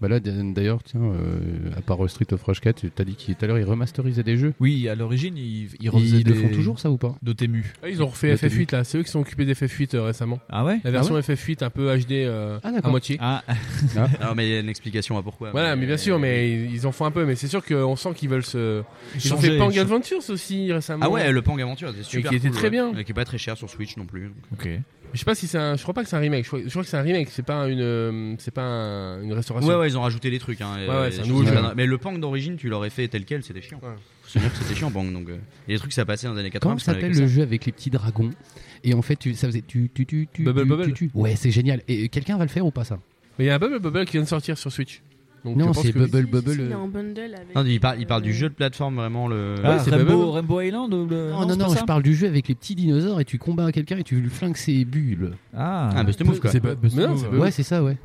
S4: Bah là, d'ailleurs, tiens, euh, à part euh, Street of Rage 4, t'as dit qu'il- tout à l'heure, ils remasterisaient des jeux.
S8: Oui, à l'origine, ils,
S4: Ils,
S8: refaisaient
S4: le
S8: des-
S4: font toujours, ça, ou pas
S8: Dotemu.
S19: Ah, ils ont refait
S4: Dotemu.
S19: FF8 là, c'est eux qui sont occupés d'FF8 euh, récemment.
S8: Ah ouais
S19: La version FF8 un peu HD euh,
S4: Ah,
S19: à
S4: d'accord.
S19: moitié.
S8: Ah.
S10: <laughs> non mais il y a une explication à
S19: <laughs>
S10: pourquoi.
S19: Voilà, mais bien sûr, mais ils ils en font un peu, mais c'est sûr qu'on sent qu'ils veulent se. Ils ont
S10: Changer,
S19: fait Pang
S10: changer.
S19: Adventures aussi récemment.
S10: Ah ouais, le Pang Aventure, c'est super
S19: Et qui était
S10: cool,
S19: très
S10: ouais.
S19: bien.
S10: Et qui est pas très cher sur Switch non plus. euh.
S8: Ok.
S19: Mais Je sais pas si c'est un. Je crois pas que c'est un remake. Je crois, je crois que c'est un remake. C'est pas une. euh, C'est pas un- une restauration.
S10: Ouais, ouais, ils ont rajouté des trucs. Hein,
S19: Ouais,
S10: Et,
S19: ouais,
S10: et
S19: c'est un
S10: je
S19: nouveau
S10: trouve
S19: jeu.
S10: ça- Mais le Pang d'origine, tu l'aurais fait tel quel, c'était chiant. Faut se dire que c'était chiant, Pang. Donc, euh, et les trucs, ça passait dans les années 80.
S4: Comment
S10: parce qu'on avait
S4: s'appelle
S10: que
S4: le
S10: ça.
S4: jeu avec les petits dragons Et en fait, tu, ça faisait tu tu tu tu
S19: Bubble
S4: tu,
S19: Bobble.
S4: tu, tu. Ouais, c'est génial. Et euh, quelqu'un va le faire ou pas ça
S19: Mais il y a un Bubble Bubble qui vient de sortir sur Switch. Donc,
S4: Non,
S19: je pense
S4: c'est
S19: que-
S4: Bubble euh,
S5: Il
S4: Bubble.
S5: est en bundle avec.
S10: Non, il parle, il parle du jeu de plateforme vraiment. Le...
S8: Ah,
S4: Ouais, c'est
S8: Rainbow,
S4: Bubble.
S8: Rainbow Island ou le-
S4: Non,
S8: c'est
S4: Euh, Oh, non,
S8: pas
S4: non,
S8: ça
S4: je parle du jeu avec les petits dinosaures et tu combats quelqu'un et tu lui flingues ses bulles.
S8: Ah,
S10: Ah, Bust a Move, quoi.
S19: C'est pas-
S8: Bust
S19: mais
S8: a
S19: non,
S8: Move,
S19: c'est
S8: ouais.
S19: Bubble.
S4: Ouais, c'est ça, ouais.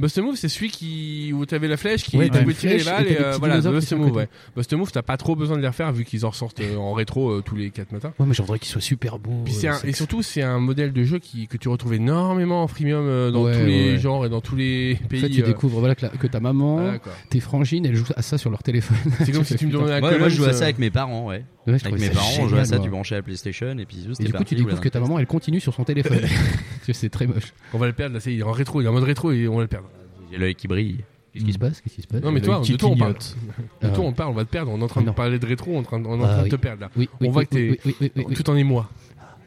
S19: Bust a Move, c'est celui qui où t'avais la flèche qui
S4: Ouais,
S19: tu
S4: t'as
S19: pouvais
S4: une
S19: tirer les
S4: flèche
S19: balles
S4: et t'as
S19: et
S4: des
S19: euh,
S4: petits
S19: voilà
S4: dinosaures qui
S19: Bust a
S4: sont à
S19: Move.
S4: côté.
S19: Ouais. Bust a Move, t'as pas trop besoin de les refaire vu qu'ils en ressortent euh, en rétro euh, tous les 4 matins.
S4: Ouais, mais j'aimerais qu'il soit super beau.
S19: Puis c'est
S4: euh,
S19: un-
S4: ça-
S19: et surtout, c'est un modèle de jeu qui, que tu retrouves énormément en freemium euh, dans
S4: Ouais,
S19: tous les
S4: ouais.
S19: genres et dans tous les
S4: En
S19: pays.
S4: fait, tu
S19: euh,
S4: découvres voilà, que, la- que ta maman,
S19: Voilà, quoi.
S4: tes frangines, elles jouent à ça sur leur téléphone.
S19: C'est comme si tu me donnais un
S10: Ouais, moi, je jouais à
S19: Columns,
S10: ça
S19: euh,
S10: avec mes parents, ouais.
S4: Ouais, je
S10: avec
S4: trouvais
S10: mes
S4: ça
S10: parents, on jouait à ça,
S4: génial,
S10: tu
S4: moi.
S10: branchais la PlayStation et puis c'était
S4: Et du coup,
S10: parti,
S4: tu découvres
S10: voilà.
S4: que ta maman, elle continue sur
S19: <laughs>
S4: son téléphone. Parce que c'est très moche.
S19: On va le perdre là, c'est- il est en rétro, il est en mode rétro et on va le perdre.
S10: J'ai l'œil qui brille.
S4: Qu'est-ce qui se passe Qu'est-ce qui se passe
S19: Non, mais toi,
S4: Qui
S19: de toi, on parle.
S4: clignote.
S19: De
S4: Ah.
S19: toi, on parle, on va te perdre. On est en train de parler de rétro, on est en train de, on est en train
S4: Ah,
S19: de te
S4: oui.
S19: perdre là.
S4: Oui, oui,
S19: on voit
S4: oui,
S19: que t'es
S4: oui, oui, oui, oui, oui.
S19: tout en émoi.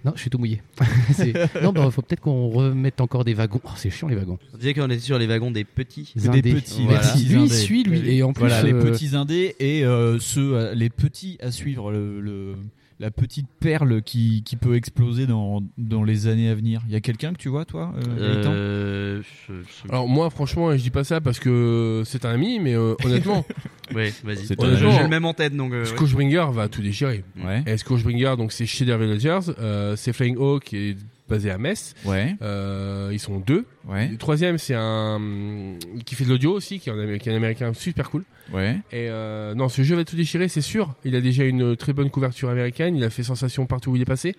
S4: Non, je suis tout mouillé. <laughs> C'est- non, bah, faut peut-être qu'on remette encore des wagons. Oh, c'est chiant les wagons.
S10: On disait qu'on était sur les wagons des petits.
S4: Zindés. Ah. Des petits, merci. Lui, il suit, lui. Et en plus,
S8: Voilà, les
S4: euh,
S8: petits indés et euh, ceux, à- les petits à suivre, le, le- la petite perle qui, qui peut exploser dans, dans les années à venir. Il y a quelqu'un que tu vois, toi euh, Gaëtan
S10: Euh, je- je-
S19: Alors moi, franchement, je dis pas ça parce que c'est un ami, mais euh, honnêtement,
S10: <laughs> Ouais, vas-y.
S19: C'est
S10: J'ai
S19: un genre.
S10: le même en tête donc. euh, ouais.
S19: Scourgebringer va tout déchirer. Et Scourgebringer, donc c'est chez The Villagers, euh, c'est Flying Hawk qui est basé à Metz.
S8: Ouais.
S19: Euh, ils sont deux.
S8: Ouais.
S19: Le troisième, c'est un hum, qui fait de l'audio aussi, qui est, un, Amé- qui est un américain super cool.
S8: Ouais.
S19: Et euh, non, ce jeu va tout déchirer, c'est sûr. Il a déjà une très bonne couverture américaine. Il a fait sensation partout où il est passé.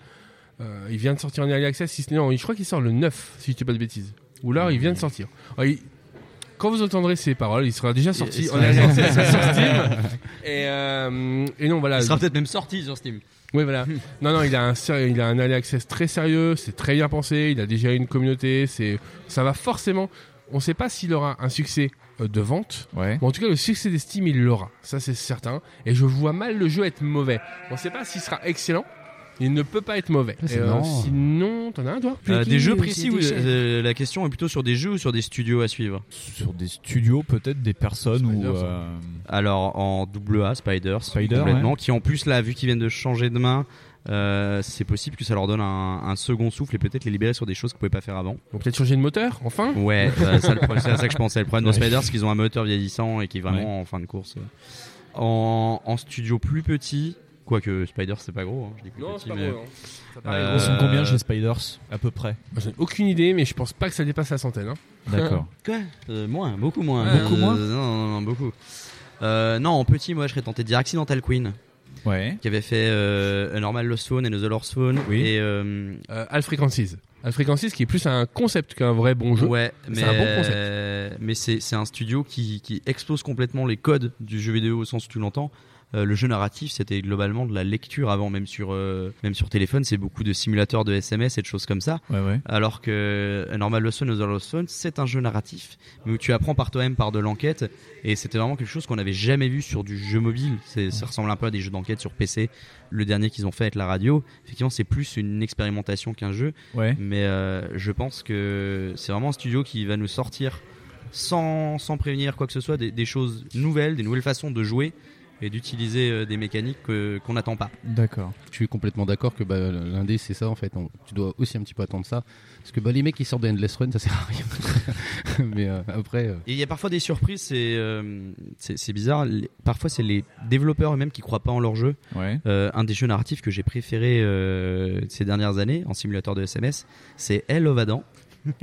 S19: Euh, il vient de sortir en early access, si ce n'est non, je crois qu'il sort le 9, si je dis pas de bêtises. Ou là, il vient de sortir. Ah, il- Quand vous entendrez ces paroles, il sera déjà sorti
S10: il
S19: en
S10: sera-
S19: early access <laughs> sur Steam. Et, euh, et non, voilà.
S10: Il sera peut-être même sorti sur Steam.
S19: Oui,
S10: <laughs>
S19: voilà. non, non, il a un sérieux- il a un early access très sérieux, c'est très bien pensé, il a déjà une communauté, c'est, ça va forcément. On sait pas s'il aura un succès euh, de vente. Mais en tout cas, le succès des Steam, il l'aura. Ça, c'est certain. Et je vois mal le jeu être mauvais. On sait pas s'il sera excellent. Il ne peut pas être mauvais.
S10: Ah, c'est
S19: Et, euh,
S10: marrant.
S19: sinon, t'en as un, toi
S10: Euh, des jeux précis, oui, euh, la question est plutôt sur des jeux ou sur des studios à suivre
S8: Sur des studios, peut-être des personnes ou.
S10: Spiders,
S8: euh,
S10: Alors en AA, Spiders,
S8: Spider,
S10: complètement,
S8: ouais.
S10: qui en plus là, vu qu'ils viennent de changer de main, euh, c'est possible que ça leur donne un, un second souffle et peut-être les libérer sur des choses qu'ils pouvaient pas faire avant.
S19: Donc, peut-être changer de moteur, enfin
S8: <laughs>
S19: <laughs>
S10: Ouais, euh, ça, le problème- c'est à ça que je pensais. Le problème de
S8: Ouais.
S10: Spiders, c'est qu'ils ont un moteur vieillissant et qui est vraiment en fin de course. En, en studio plus petit, Quoique Spider, c'est pas gros. hein, je dis plus
S19: Non,
S10: petit,
S19: c'est pas
S10: mais-
S19: gros, non. Ça
S11: paraît
S10: Euh,
S11: gros. Ils sont combien chez Spiders, à peu près
S19: J'en ai aucune idée, mais je pense pas que ça dépasse la centaine. hein. <laughs>
S10: D'accord. <laughs> Quoi Euh, Moins, beaucoup moins.
S19: Ah, beaucoup
S10: Euh,
S19: moins
S10: non, non, non, beaucoup. Euh, non, en petit, moi, je serais tenté de dire Accidental Queen.
S11: Ouais.
S10: Qui avait fait euh, Normal Lost Phone et The Lost Phone.
S19: Oui.
S10: Et, euh,
S19: Euh, Al Frequencies. Al Frequencies qui est plus un concept qu'un vrai bon jeu.
S10: Ouais, mais
S19: c'est un bon concept.
S10: euh, mais c'est c'est un studio qui, qui explose complètement les codes du jeu vidéo au sens où tu l'entends. Euh, le jeu narratif, c'était globalement de la lecture avant, même sur euh, même sur téléphone, c'est beaucoup de simulateurs de SMS et de choses comme ça.
S11: Ouais, ouais.
S10: Alors que euh, Normal Lost Son, Other Lost Son, c'est un jeu narratif, mais où tu apprends par toi-même, par de l'enquête, et c'était vraiment quelque chose qu'on n'avait jamais vu sur du jeu mobile. C'est- Ça ressemble un peu à des jeux d'enquête sur PC. Le dernier qu'ils ont fait avec la radio, effectivement, c'est plus une expérimentation qu'un jeu.
S11: Ouais.
S10: Mais euh, je pense que c'est vraiment un studio qui va nous sortir sans, sans prévenir quoi que ce soit des, des choses nouvelles, des nouvelles façons de jouer et d'utiliser euh, des mécaniques que- qu'on n'attend pas.
S11: D'accord.
S4: Je suis complètement d'accord que bah, l'indé c'est ça en fait. On- tu dois aussi un petit peu attendre ça parce que bah, les mecs qui sortent de Endless Run ça sert à rien. <laughs> Mais euh, après, euh,
S10: Et il y a parfois des surprises, c'est euh, c'est c'est bizarre. Les- Parfois, c'est les développeurs eux-mêmes qui croient pas en leur jeu.
S11: Ouais.
S10: Euh, un des jeux narratifs que j'ai préféré euh, ces dernières années en simulateur de SMS, c'est Hell of Adam.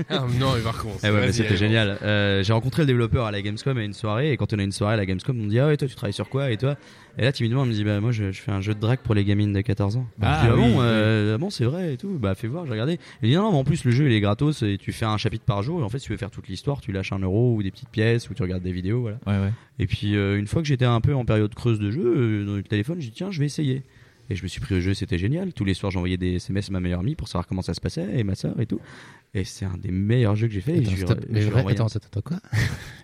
S19: Ah, non, il va recommencer.
S10: Eh ouais, mais
S19: Vas-y,
S10: c'était
S19: allez,
S10: génial. Euh, j'ai rencontré le développeur à la Gamescom à une soirée, et quand on a une soirée à la Gamescom, on me dit Ah ouais, toi tu travailles sur quoi Et toi Et là, timidement, on me dit Bah, moi je, je fais un jeu de drague pour les gamines de 14 ans.
S11: Ah,
S10: je dis,
S11: oui,
S10: bon, euh, ah bon, c'est vrai et tout. Bah, fais voir, j'ai regardé. Il dit Non, non, mais en plus, le jeu il est gratos, et tu fais un chapitre par jour, et en fait, si tu veux faire toute l'histoire, tu lâches un euro ou des petites pièces, ou tu regardes des vidéos, voilà.
S11: Ouais, ouais.
S10: Et puis, euh, une fois que j'étais un peu en période creuse de jeu, euh, dans le téléphone, j'ai dit Tiens, je vais essayer. Et je me suis pris au jeu, c'était génial. Tous les soirs, j'envoyais des SMS à ma meilleure amie pour savoir comment ça se passait et ma soeur et tout. Et c'est un des meilleurs jeux que j'ai fait.
S4: Attends,
S10: et je lui-
S4: stop.
S10: je
S4: Mais
S10: lui ai
S4: vrai-
S10: envoyé un-
S4: attends, attends, attends,
S10: <laughs>
S4: quoi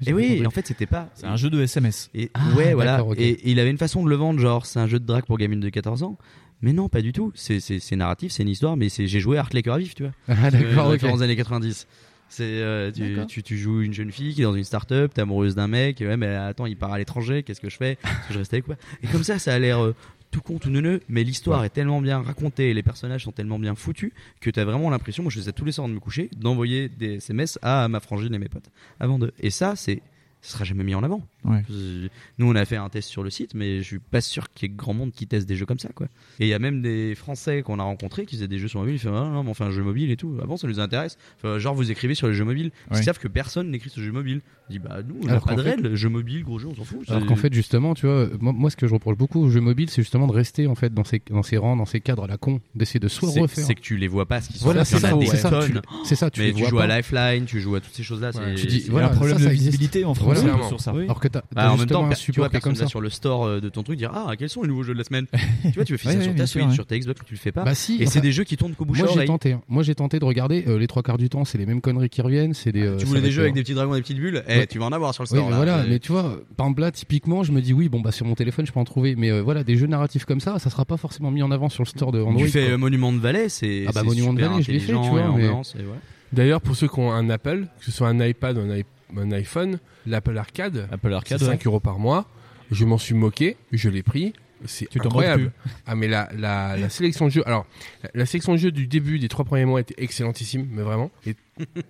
S10: Et oui, en fait, c'était pas.
S11: C'est un jeu de SMS.
S10: Et,
S4: Ah,
S10: ouais, voilà.
S4: d'accord, ok.
S10: Et, et il avait une façon de le vendre, genre, c'est un jeu de drague pour gamine de 14 ans. Mais non, pas du tout. C'est- C'est c'est narratif, c'est une histoire, mais c'est- j'ai joué à Art les Cœurs Vifs, tu vois.
S4: Ah, d'accord,
S10: Euh,
S4: ok.
S10: référence aux années 90. C'est euh, tu,
S4: D'accord.
S10: tu, tu joues une jeune fille qui est dans une start-up, t'es amoureuse d'un mec, et ouais, mais attends, il part à l'étranger, qu'est-ce que je fais Est-ce que je reste avec quoi Et comme ça, ça a l'air euh, tout con, tout neuneux, mais l'histoire est tellement bien racontée, et les personnages sont tellement bien foutus, que t'as vraiment l'impression, moi je faisais tous les soirs de me coucher, d'envoyer des SMS à ma frangine et mes potes avant de. Et ça, c'est. Ce sera jamais mis en avant.
S11: Ouais.
S10: Euh, Nous, on a fait un test sur le site, mais je suis pas sûr qu'il y ait grand monde qui teste des jeux comme ça, quoi. Et il y a même des Français qu'on a rencontrés qui faisaient des jeux sur mobile. Ils font, ah, non, mais on fait un jeu mobile et tout. Avant, ça nous intéresse. Enfin, genre, vous écrivez sur les jeux mobiles.
S4: Ouais.
S10: Ils savent que personne n'écrit sur les jeux mobiles. Ils disent, bah, nous, on n'a
S4: Alors
S10: pas
S4: qu'en
S10: de
S4: fait-
S10: règles. Jeu mobile, gros jeu, on s'en fout.
S4: Alors
S10: C'est-
S4: qu'en fait, justement, tu vois, moi, moi, ce que je reproche beaucoup aux jeux mobiles, c'est justement de rester en fait dans ces, dans ces rangs, dans ces cadres à la con, d'essayer de soit
S10: c'est-
S4: refaire.
S10: c'est que tu les vois pas ce qu'ils sont.
S4: Voilà,
S10: Il y en
S4: c'est ça,
S10: a des
S4: c'est ça, tu-
S10: tonnes.
S4: c'est ça, tu
S10: Mais
S4: les
S10: tu
S4: vois
S10: joues
S4: pas.
S10: à Lifeline, tu joues à toutes ces choses-là. c'est-
S4: Tu dis,
S10: c'est-
S4: voilà, ça, ça existe. Voilà.
S10: Oui.
S4: Alors que t'as,
S10: Bah,
S4: t'as
S10: en même
S4: justement
S10: temps,
S4: un
S10: per- tu vois,
S4: support qui est
S10: personne
S4: comme
S10: va
S4: ça.
S10: sur le store euh, de ton truc dire Ah, quels sont les nouveaux jeux de la
S4: <laughs>
S10: semaine Tu vois, tu veux
S4: Ouais,
S10: faire ça
S4: ouais,
S10: sur ta
S4: bien
S10: Switch,
S4: sûr, ouais.
S10: sur ta Xbox, tu le fais pas.
S4: Bah si,
S10: Et
S4: enfin,
S10: c'est des jeux qui tournent qu'au bouche à
S4: Moi j'ai
S10: oreille.
S4: tenté, hein. moi j'ai tenté de regarder euh, les trois quarts du temps, c'est les mêmes conneries qui reviennent, c'est des. euh,
S10: Ah, Tu
S4: ça
S10: voulais
S4: va
S10: des
S4: être,
S10: jeux avec
S4: euh,
S10: des petites dragons, des petites bulles
S4: Ouais.
S10: Eh, tu vas en avoir sur le
S4: Oui,
S10: store.
S4: mais
S10: là.
S4: voilà,
S10: Euh,
S4: mais tu vois, par exemple là, typiquement, je me dis oui, bon bah sur mon téléphone, je peux en trouver, mais euh, voilà, des jeux narratifs comme ça, ça sera pas forcément mis en avant sur le store de Android.
S10: Tu fais
S4: quoi.
S10: euh, Monument de Valais, c'est.
S4: Ah bah,
S10: c'est
S4: Monument de
S10: super
S4: Valais, je l'ai fait, tu
S10: intelligent
S4: vois,
S10: et en
S4: mais-
S10: ambiance, et voilà.
S19: D'ailleurs, pour ceux qui ont un Apple, que ce soit un iPad ou un, i- un iPhone, l'Apple Arcade,
S11: Apple Arcade,
S19: c'est
S11: ouais.
S19: 5 euros par mois. Je m'en suis moqué, je l'ai pris. C'est
S11: Tu t'en moques
S19: incroyable. Ah mais la, la, la sélection de jeux, alors la, la sélection de jeux du début des trois premiers mois était excellentissime, mais vraiment. Et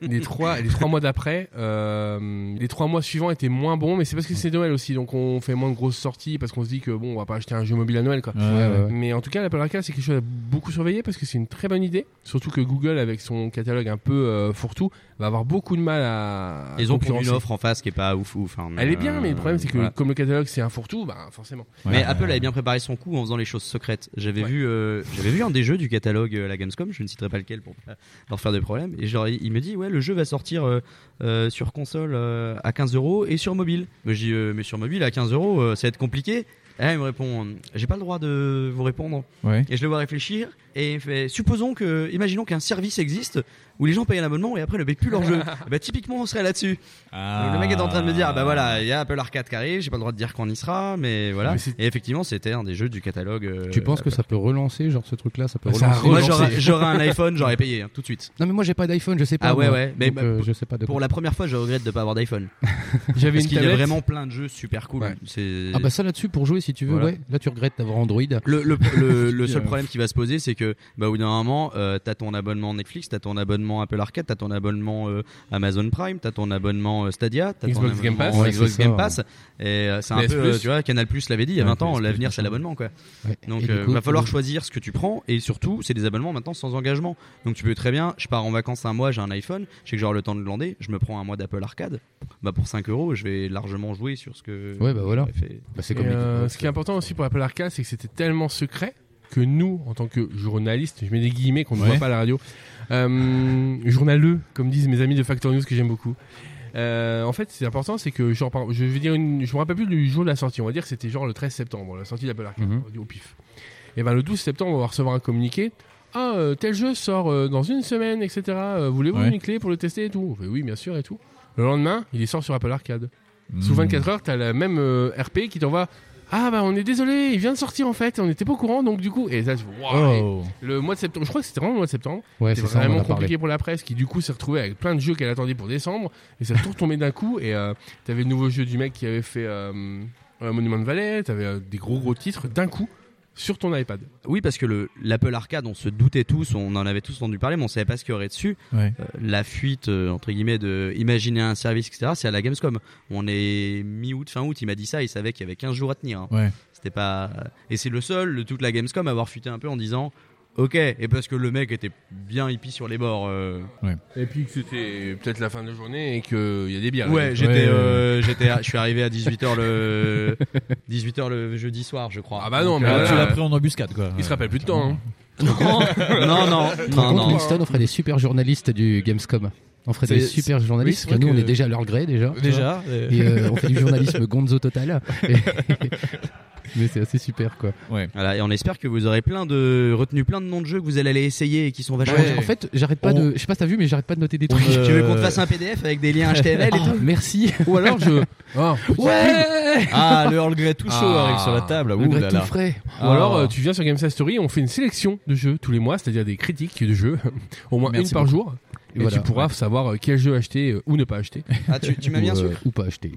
S19: les trois, les trois mois d'après, euh, les trois mois suivants étaient moins bons, mais c'est parce que c'est Noël aussi, donc on fait moins de grosses sorties parce qu'on se dit que bon, on va pas acheter un jeu mobile à Noël quoi.
S4: Ouais, ouais, ouais.
S19: Euh, Mais en tout cas, l'Apple Arcade, c'est quelque chose à beaucoup surveiller parce que c'est une très bonne idée. Surtout que Google, avec son catalogue un peu euh, fourre-tout, va avoir beaucoup de mal à.
S10: Ils ont produit
S19: concurrencer.
S10: une offre en face qui est pas ouf ouf. hein, mais,
S19: Elle est bien, mais le problème, c'est que
S10: voilà.
S19: comme le catalogue, c'est un fourre-tout, bah forcément.
S10: Mais Apple avait bien préparé son coup en faisant les choses secrètes. J'avais vu, euh, j'avais vu un des jeux du catalogue euh, à la Gamescom, je ne citerai pas lequel pour pas leur faire de problème. Et genre, il il me dit, ouais, le jeu va sortir euh, euh, sur console euh, à 15 euros et sur mobile. Mais je dis, euh, mais sur mobile à 15 euros, euh, ça va être compliqué. Et là, il me répond, j'ai pas le droit de vous répondre.
S11: Ouais.
S10: Et je le vois réfléchir et il me fait, supposons que, imaginons qu'un service existe où les gens payent un abonnement et après ne payent plus leur jeu. bah, typiquement, on serait là-dessus. Donc, Le mec est en train de me dire, ah bah voilà, il y a Apple Arcade qui arrive, j'ai pas le droit de dire qu'on y sera, mais voilà.
S4: Mais c'est-
S10: et effectivement, c'était un des jeux du catalogue. euh,
S4: Tu penses que ça peut relancer, genre ce truc-là, ça peut
S10: Bah, Ça
S4: relancer.
S10: a Moi, relancé. j'aurais- j'aurais <laughs> un iPhone, j'aurais payé, hein, tout de suite.
S4: Non mais moi j'ai pas d'iPhone, je sais pas.
S10: Ah ouais,
S4: moi.
S10: ouais, mais
S4: Donc,
S10: bah,
S4: euh,
S10: pour-
S4: je sais pas de
S10: Pour
S4: quoi.
S10: la première fois, je regrette de pas avoir <laughs> d'iPhone.
S4: J'avais
S10: Parce
S4: une
S10: qu'il y a
S4: tablette.
S10: vraiment plein de jeux super cool. C'est-
S4: Ah bah ça là-dessus pour jouer si tu veux,
S10: Voilà.
S4: ouais. Là tu regrettes d'avoir Android.
S8: <laughs>
S4: <laughs>
S10: Le, le, le seul problème qui va se poser, c'est que bah, au bout d'un moment, euh, t'as ton abonnement Netflix, t'as ton abonnement abonnement Apple Arcade, t'as ton abonnement euh, Amazon Prime, t'as ton abonnement euh, Stadia, t'as ton
S8: Xbox
S10: abonnement
S8: Game Pass. Ouais,
S10: Xbox
S8: c'est ça,
S10: Game
S8: ouais.
S10: Pass. Et euh, c'est un
S8: PS+.
S10: peu, euh, tu vois, Canal Plus l'avait dit il y a
S8: Ouais,
S10: 20 ans,
S8: PS+,
S10: l'avenir c'est
S8: machin.
S10: l'abonnement quoi.
S8: Ouais.
S10: Donc
S8: Et du
S10: euh,
S8: coup,
S10: va falloir
S8: le-
S10: choisir ce que tu prends et surtout c'est des abonnements maintenant sans engagement. Donc tu peux très bien, je pars en vacances un mois, j'ai un iPhone, je sais que j'aurai le temps de glander, je me prends un mois d'Apple Arcade, bah pour 5 euros je vais largement jouer sur ce que.
S19: Ouais, bah voilà.
S10: j'aurais fait.
S19: Et, euh, ce qui est important aussi pour Apple Arcade, c'est que c'était tellement secret que nous, en tant que journalistes, je mets des guillemets qu'on ne
S8: Ouais.
S19: voit pas à la radio, euh, journaleux, comme disent mes amis de Factor News que j'aime beaucoup. euh, en fait, c'est important, c'est que genre, par- je vais dire, une- je me rappelle plus du jour de la sortie. On va dire que c'était genre le 13 septembre, la sortie d'Apple Arcade,
S8: Mhm.
S19: on dit au pif. Et ben le 12 septembre, on va recevoir un communiqué. Ah, euh, tel jeu sort euh, dans une semaine, etc. Euh, Voulez-vous
S8: Ouais.
S19: une clé pour le tester et tout On fait, Oui, bien sûr et tout. Le lendemain, il est sort sur Apple Arcade. Sous
S8: Mm.
S19: 24 heures, t'as la même euh, RP qui t'envoie. Ah bah on est désolé, il vient de sortir en fait, on n'était pas au courant donc du coup et là je fais, waouh.
S8: Oh.
S19: Et le mois de septembre, je crois que c'était vraiment le mois de septembre,
S8: Ouais,
S19: c'était
S8: c'est ça, on en a
S19: vraiment
S8: parlé.
S19: compliqué pour la presse qui du coup s'est retrouvée avec plein de jeux qu'elle attendait pour décembre et ça a tout retombé d'un coup et euh, t'avais le nouveau jeu du mec qui avait fait euh, euh, Monument de Valais, t'avais euh, des gros gros titres d'un coup sur ton iPad.
S10: Oui, parce que le- l'Apple Arcade, on se doutait tous, on en avait tous entendu parler, mais on savait pas ce qu'il y aurait dessus.
S8: Ouais.
S10: Euh, la fuite, euh, entre guillemets, de imaginer un service, etc., c'est à la Gamescom. On est mi-août, fin août, il m'a dit ça, il savait qu'il y avait 15 jours à tenir. hein.
S8: Ouais.
S10: C'était pas. euh, Et c'est le seul de toute la Gamescom à avoir fuité un peu en disant. Ok, et parce que le mec était bien hippie sur les bords. euh.
S19: Et puis que c'était peut-être la fin de journée et qu'il y a des bières.
S10: Ouais, j'étais, euh, j'étais, à- je suis arrivé à 18h le 18h le jeudi soir, je crois.
S19: Ah bah non,
S10: Donc,
S19: mais
S10: euh,
S19: là,
S4: Il se rappelle
S19: plus de temps, hein.
S10: non, non,
S4: Tu te rends
S10: non,
S4: compte,
S10: non.
S4: Winston, on ferait des super journalistes du Gamescom. On ferait des
S10: C'est-
S4: super
S10: c'est-
S4: journalistes,
S10: oui,
S4: parce que
S10: c'est
S4: nous,
S10: vrai
S4: on est
S10: que-
S4: déjà à leur gré, déjà. tu
S10: Déjà,
S4: vois.
S10: euh.
S4: Et euh, on
S10: <laughs>
S4: fait du journalisme gonzo total. Et- Mais c'est assez super, quoi.
S10: Voilà, et on espère que vous aurez plein de retenu plein de noms de jeux que vous allez aller essayer et qui
S8: bah,
S10: sont vachement.
S4: En fait, j'arrête pas de. Je sais pas si t'as vu, mais j'arrête pas de noter des trucs. Euh,
S10: Tu veux qu'on te fasse un PDF avec
S4: <laughs>
S10: des liens HTML et
S4: Ah,
S10: tout
S4: Merci. Oh,
S19: Ou alors
S4: <laughs>
S19: je.
S4: ouais.
S10: Ah, le Earl Grey tout chaud
S8: arrive sur
S4: Ah,
S8: la table.
S19: Le
S8: Ouh
S19: grec
S8: là
S19: tout
S8: là.
S19: frais. Ou
S8: Ah.
S19: alors euh, tu viens sur Game Side Story, on fait une sélection de jeux tous les mois, c'est-à-dire des critiques de jeux, <laughs> au moins
S8: Merci
S19: une par
S8: beaucoup.
S19: jour.
S8: Et
S19: Et,
S8: voilà.
S19: tu pourras savoir euh, quel jeu acheter euh, ou ne pas acheter.
S10: Ah, tu- tu m'as mis
S19: Ou,
S10: un
S19: euh,
S10: sucre.
S4: Ou pas acheter.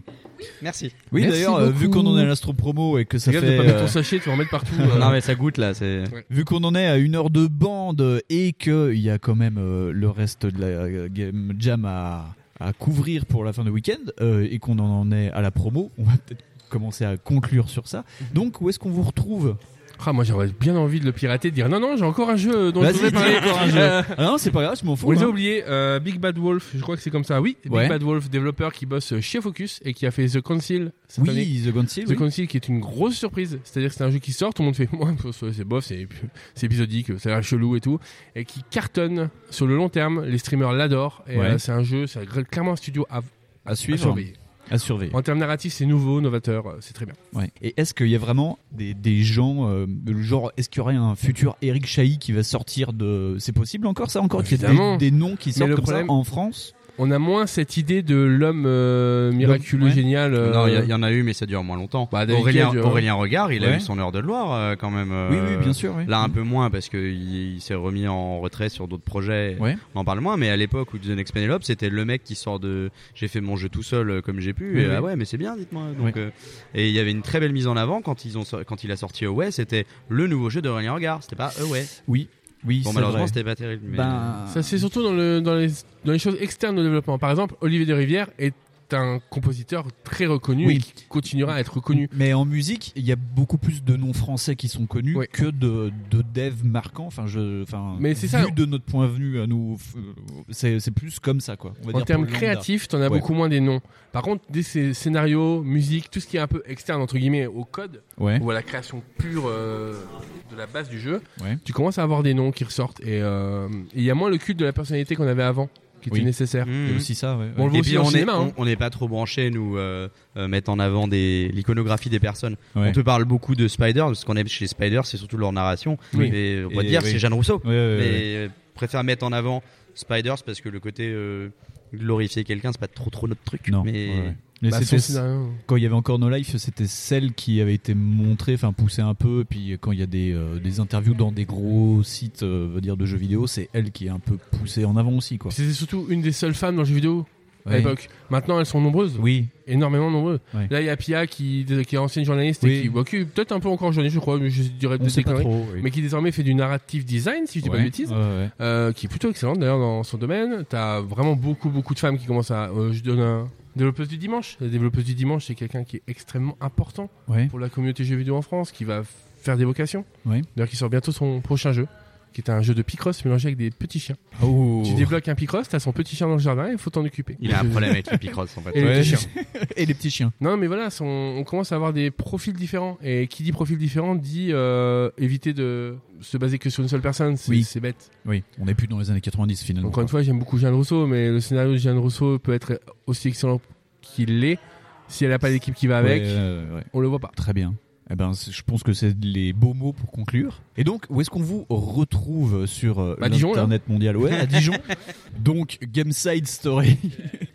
S10: Merci.
S8: Oui,
S19: Merci
S8: d'ailleurs, euh, vu
S19: beaucoup.
S8: qu'on en est à l'astro promo et que ça
S19: Fais gaffe de
S8: fait.
S19: pas mettre ton sachet, tu vas en mettre partout, euh.
S10: Non, mais ça goûte là, c'est.
S8: Vu qu'on en est à une heure de bande et qu'il y a quand même euh, le reste de la euh, Game Jam à, à couvrir pour la fin de week-end euh, et qu'on en est à la promo, on va peut-être commencer à conclure sur ça. Donc, où est-ce qu'on vous retrouve
S19: Mhm. ah, moi j'aurais bien envie de le pirater, de dire non, non, j'ai encore un jeu dont
S8: Vas-y,
S19: je voulais
S8: dis
S19: parler.
S8: encore un jeu.
S19: Euh,
S8: Ah non, c'est pas grave, je m'en fous,
S19: On les a
S8: hein.
S19: oubliés, euh, Big Bad Wolf, je crois que c'est comme ça, oui.
S8: Ouais.
S19: Big Bad Wolf, développeur qui bosse chez Focus et qui a fait The Council cette
S8: Oui,
S19: année.
S8: The Council,
S19: The
S8: oui.
S19: Council qui est une grosse surprise. C'est-à-dire que c'est un jeu qui sort, tout le monde fait <laughs> Moi, c'est bof, c'est c'est épisodique, ça a l'air chelou et tout. Et qui cartonne sur le long terme, les streamers l'adorent. Et
S8: Ouais.
S19: euh, c'est un jeu, c'est clairement un studio à,
S8: À suivre.
S19: surveiller.
S8: À surveiller.
S19: En termes narratifs, c'est nouveau, novateur, euh, c'est très bien.
S8: Ouais. Et est-ce qu'il y a vraiment des, des gens, euh, le genre, est-ce qu'il y aurait un futur Eric Chahi qui va sortir de. C'est possible encore ça encore qu'il y ait
S19: Évidemment.
S8: des, des noms qui
S19: Mais
S8: sortent
S19: le
S8: comme
S19: problème-
S8: ça en France
S19: On a moins cette idée de l'homme euh, miraculeux
S8: ouais.
S19: génial. euh,
S10: Non, il y a- il y, en a eu, mais ça dure moins longtemps.
S8: Bah, David
S10: Aurélien,
S8: Cage, ouais.
S10: Aurélien Regard, il a
S8: Ouais.
S10: eu son heure de gloire euh, quand même. euh,
S8: Oui, oui, bien sûr, oui.
S10: Là, un peu moins parce qu'il il, s'est remis en retrait sur d'autres projets.
S8: Ouais.
S10: On en parle moins, mais à l'époque où The Next Penelope, c'était le mec qui sort de j'ai fait mon jeu tout seul euh, comme j'ai pu.
S8: Oui,
S10: et,
S8: oui.
S10: Ah ouais, mais c'est bien, dites-moi. Donc,
S8: Ouais.
S10: euh, et il y avait une très belle mise en avant quand, ils ont, so- quand il a sorti Away, c'était le nouveau jeu d'Aurélien Regard. C'était pas Away.
S8: Oui, oui,
S10: Bon,
S8: c'est
S10: malheureusement,
S8: vrai.
S10: c'était pas terrible. Mais... euh,
S8: Ben,
S19: Ça, c'est surtout dans, le- dans les, dans les choses externes au développement. Par exemple, Olivier de Rivière est un compositeur très reconnu
S8: Oui.
S19: et qui continuera à être reconnu.
S8: Mais en musique, il y a beaucoup plus de noms français qui sont connus que de, de devs marquants. Enfin, je, enfin,
S19: Mais c'est ça.
S8: vu de notre point de vue à nous, euh, f- c'est c'est plus comme ça quoi. On va
S19: En
S8: dire
S19: termes
S8: pour le lambda.
S19: créatifs, t'en as
S8: Ouais.
S19: beaucoup moins des noms. Par contre, des scé- scénarios, musique, tout ce qui est un peu externe entre guillemets au code
S8: Ouais.
S19: ou à la création pure euh, de la base du jeu,
S8: Ouais.
S19: tu commences à avoir des noms qui ressortent et euh, et il y a moins le culte de la personnalité qu'on avait avant, qui était
S8: Oui.
S10: Mmh.
S19: nécessaire.
S8: Il y a aussi ça, ouais.
S19: On le voit
S10: Et
S19: aussi
S10: puis
S19: dans le
S10: on est-
S19: cinéma, hein.
S10: on- on n'est pas trop branché nous euh, euh, mettre en avant des l'iconographie des personnes.
S8: Ouais.
S10: On te parle beaucoup de Spider, parce qu'on aime chez Spider, c'est surtout leur narration.
S8: Oui.
S10: Mais euh, on va
S8: Et
S10: dire
S8: oui.
S10: c'est Jeanne Rousseau.
S8: Ouais, ouais,
S10: mais
S8: ouais.
S10: euh, préfère mettre en avant Spiders parce que le côté euh, glorifier quelqu'un c'est pas trop trop notre truc.
S8: Non.
S10: Mais
S8: Ouais. Mais
S10: Bah,
S8: c'était-
S10: son scénario.
S8: quand il y avait encore No Life, c'était celle qui avait été montrée, enfin poussée un peu. Et puis quand il y a des, euh, des interviews dans des gros sites, euh, veut dire de jeux vidéo, c'est elle qui est un peu poussée en avant aussi quoi.
S19: Puis C'était surtout une des seules femmes dans le jeu vidéo à l'époque. Maintenant, elles sont nombreuses.
S8: Oui.
S19: Énormément nombreuses.
S8: Ouais.
S19: Là, il y a Pia qui, qui est ancienne journaliste
S8: Oui.
S19: et qui, bah, qui est peut-être un peu encore journaliste, je crois, mais je dirais
S8: On
S19: peut-être
S8: sait
S19: des
S8: pas
S19: conneries,
S8: trop, oui.
S19: mais qui désormais fait du narrative design, si je dis pas
S8: Ouais.
S19: de bêtises,
S8: Ouais, ouais.
S19: euh, qui est plutôt excellente d'ailleurs dans son domaine. T'as vraiment beaucoup, beaucoup de femmes qui commencent à. euh, je donne un. Développeuse du dimanche. La développeuse du dimanche, c'est quelqu'un qui est extrêmement important
S8: Ouais.
S19: pour la communauté jeux vidéo en France, qui va faire des vocations.
S8: Ouais.
S19: D'ailleurs, qui sort bientôt son prochain jeu, qui est un jeu de picross mélangé avec des petits chiens.
S8: Oh.
S19: Tu débloques un picross, t'as son petit chien dans le jardin, il faut t'en occuper.
S10: Il a un
S19: <laughs>
S10: problème avec les picross, en fait.
S19: Et les
S10: Ouais. <laughs>
S19: petits chiens.
S8: Et les petits chiens.
S19: Non, mais voilà, son- on commence à avoir des profils différents. Et qui dit profil différent dit euh, éviter de se baser que sur une seule personne. C'est
S8: Oui.
S19: c'est bête.
S8: Oui, on n'est plus dans les années 90 finalement.
S19: Encore une fois, j'aime beaucoup Jeanne Rousseau, mais le scénario de Jeanne Rousseau peut être aussi excellent qu'il l'est si elle n'a pas d'équipe qui va avec.
S8: Ouais, euh, ouais.
S19: On le voit pas.
S8: Très bien. Eh ben, c'est- je pense que c'est les beaux mots pour conclure. Et donc, où est-ce qu'on vous retrouve sur euh,
S19: Bah, Dijon,
S8: l'internet
S19: là.
S8: mondial Ouais, à
S19: <laughs>
S8: Dijon. donc, Gameside Story.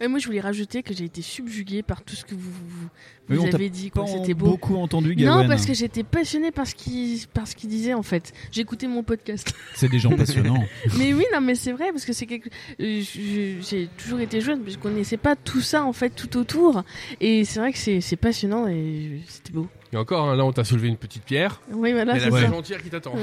S5: Mais moi, je voulais rajouter que j'ai été subjuguée par tout ce que vous, vous,
S8: Mais
S5: vous
S8: on t'a
S5: avez dit. quoi.
S8: pas
S5: C'était beau.
S8: beaucoup entendu, hein.
S5: Non,
S8: Gawen.
S5: parce que j'étais passionnée par ce qu'il par ce qu'il disait en fait. J'écoutais mon podcast. <laughs>
S8: C'est des gens passionnants.
S5: mais oui, non, mais c'est vrai parce que c'est quelque. euh, je- je- J'ai toujours été jeune, mais je connaissais pas tout ça en fait tout autour. Et c'est vrai que c'est c'est passionnant et c'était beau.
S19: Et encore, hein, là, on t'a soulevé une petite pierre.
S5: Oui, voilà,
S19: Mais
S5: c'est
S19: la
S5: ça.
S19: plus entière
S5: <laughs>
S19: qui t'attend.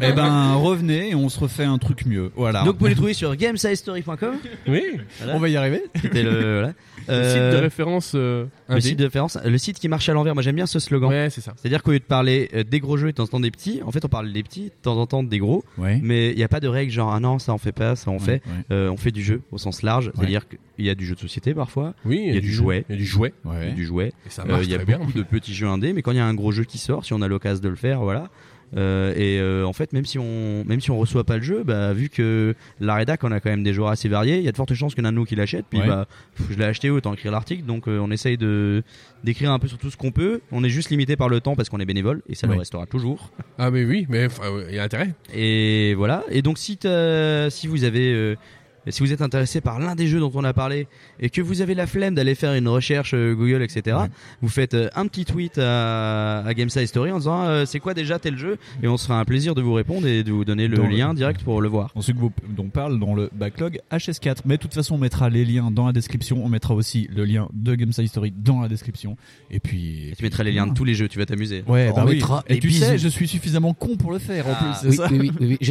S8: eh ben, revenez et on se refait un truc mieux. Voilà.
S10: Donc, vous pouvez les
S19: <laughs>
S10: trouver sur gamesizestory.com.
S19: Oui,
S10: Voilà.
S8: on va y arriver.
S10: C'était le, voilà.
S19: Le site de
S10: Euh,
S19: référence. euh,
S10: Le
S19: indé.
S10: site de référence, le site qui marche à l'envers. Moi, j'aime bien ce slogan.
S19: Ouais, c'est ça.
S10: C'est-à-dire qu'au lieu de parler euh, des gros jeux et de temps en temps des petits, en fait, on parle des petits, de temps en temps des gros. Mais il n'y a pas de règle genre, ah non, ça on fait pas, ça on fait. Euh, on fait du jeu au sens large. C'est-à-dire qu'il y a du jeu de société parfois.
S19: Oui,
S10: il y a du jouet.
S19: Il y a du jouet.
S10: Il y a du jouet.
S19: Et ça
S10: Euh,
S19: marche
S10: Il y a
S19: très bien.
S10: beaucoup de petits jeux indés, mais quand il y a un gros jeu qui sort, si on a l'occasion de le faire, voilà. Euh, et euh, en fait, même si on même si on reçoit pas le jeu, bah, vu que la rédac on a quand même des joueurs assez variés, il y a de fortes chances qu'il y en a de nous qui l'achètent. Puis
S8: Ouais.
S10: bah, pff, je l'ai acheté, autant écrire l'article. Donc euh, on essaye de d'écrire un peu sur tout ce qu'on peut. On est juste limité par le temps parce qu'on est bénévole et ça
S8: Ouais.
S10: le restera toujours.
S19: Ah mais oui, mais enfin, ouais, il y a intérêt.
S10: Et voilà. Et donc si t'as- si vous avez euh, si vous êtes intéressé par l'un des jeux dont on a parlé et que vous avez la flemme d'aller faire une recherche euh, Google, etc., vous faites euh, un petit tweet à, à GameSide Story en disant euh, c'est quoi déjà tel jeu et on se fera un plaisir de vous répondre et de vous donner le
S8: Dans le-
S10: lien direct pour le voir.
S8: On sait que vous, dont on parle dans le backlog HS4. Mais de toute façon, on mettra les liens dans la description. On mettra aussi le lien de Gameside Story dans la description. Et puis.
S10: Et tu mettras les liens
S19: Ah.
S10: de tous les jeux, tu vas t'amuser.
S8: Ouais,
S10: On
S8: bah oui.
S10: mettra
S8: Et
S10: des
S8: tu sais,
S10: bisous.
S8: je suis suffisamment con pour le faire en plus.
S10: Ah.
S8: c'est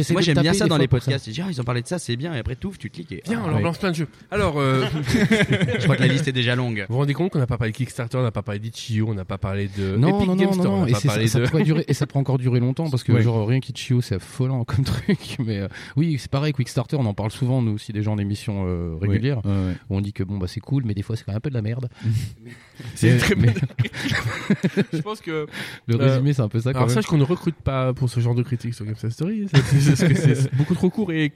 S8: ça
S10: Moi j'aime bien ça dans les podcasts. Je dis, ah, ils ont parlé de ça, c'est bien. Et après, tout, tu cliques. Et,
S19: Viens,
S10: ah,
S19: on leur
S10: ouais.
S19: lance plein de jeux. Alors,
S4: <laughs>
S19: euh,
S10: <laughs>
S19: <laughs>
S10: Je crois que la liste est déjà longue.
S19: Vous vous rendez compte qu'on n'a pas parlé de Kickstarter, on n'a pas parlé d'Itch.io, on n'a pas parlé de
S4: Non,
S19: Epic
S4: non,
S19: Game
S4: non,
S19: Store,
S4: non,
S19: on
S4: non,
S19: n'a
S4: et
S19: pas
S4: c'est-
S19: parlé
S4: ça,
S19: de...
S4: pourrait
S19: <laughs>
S4: durer, et ça pourrait encore durer longtemps parce que
S19: Ouais.
S4: genre rien qui chio c'est affolant <laughs> comme truc, mais euh, oui c'est pareil Quickstarter on en parle souvent nous aussi des gens en émission euh, régulière où on dit que bon bah c'est cool mais des fois c'est quand même un peu de la merde.
S19: <laughs> C'est
S4: Mais-
S19: très
S4: mais- <laughs>
S19: Je pense que
S4: le
S19: Euh,
S4: résumé c'est un peu ça. Quand
S19: alors
S4: même.
S19: sache qu'on ne recrute pas pour ce genre de critique sur GameStar Story,
S4: <laughs>
S19: c'est- c'est- parce que c'est c'est beaucoup trop court et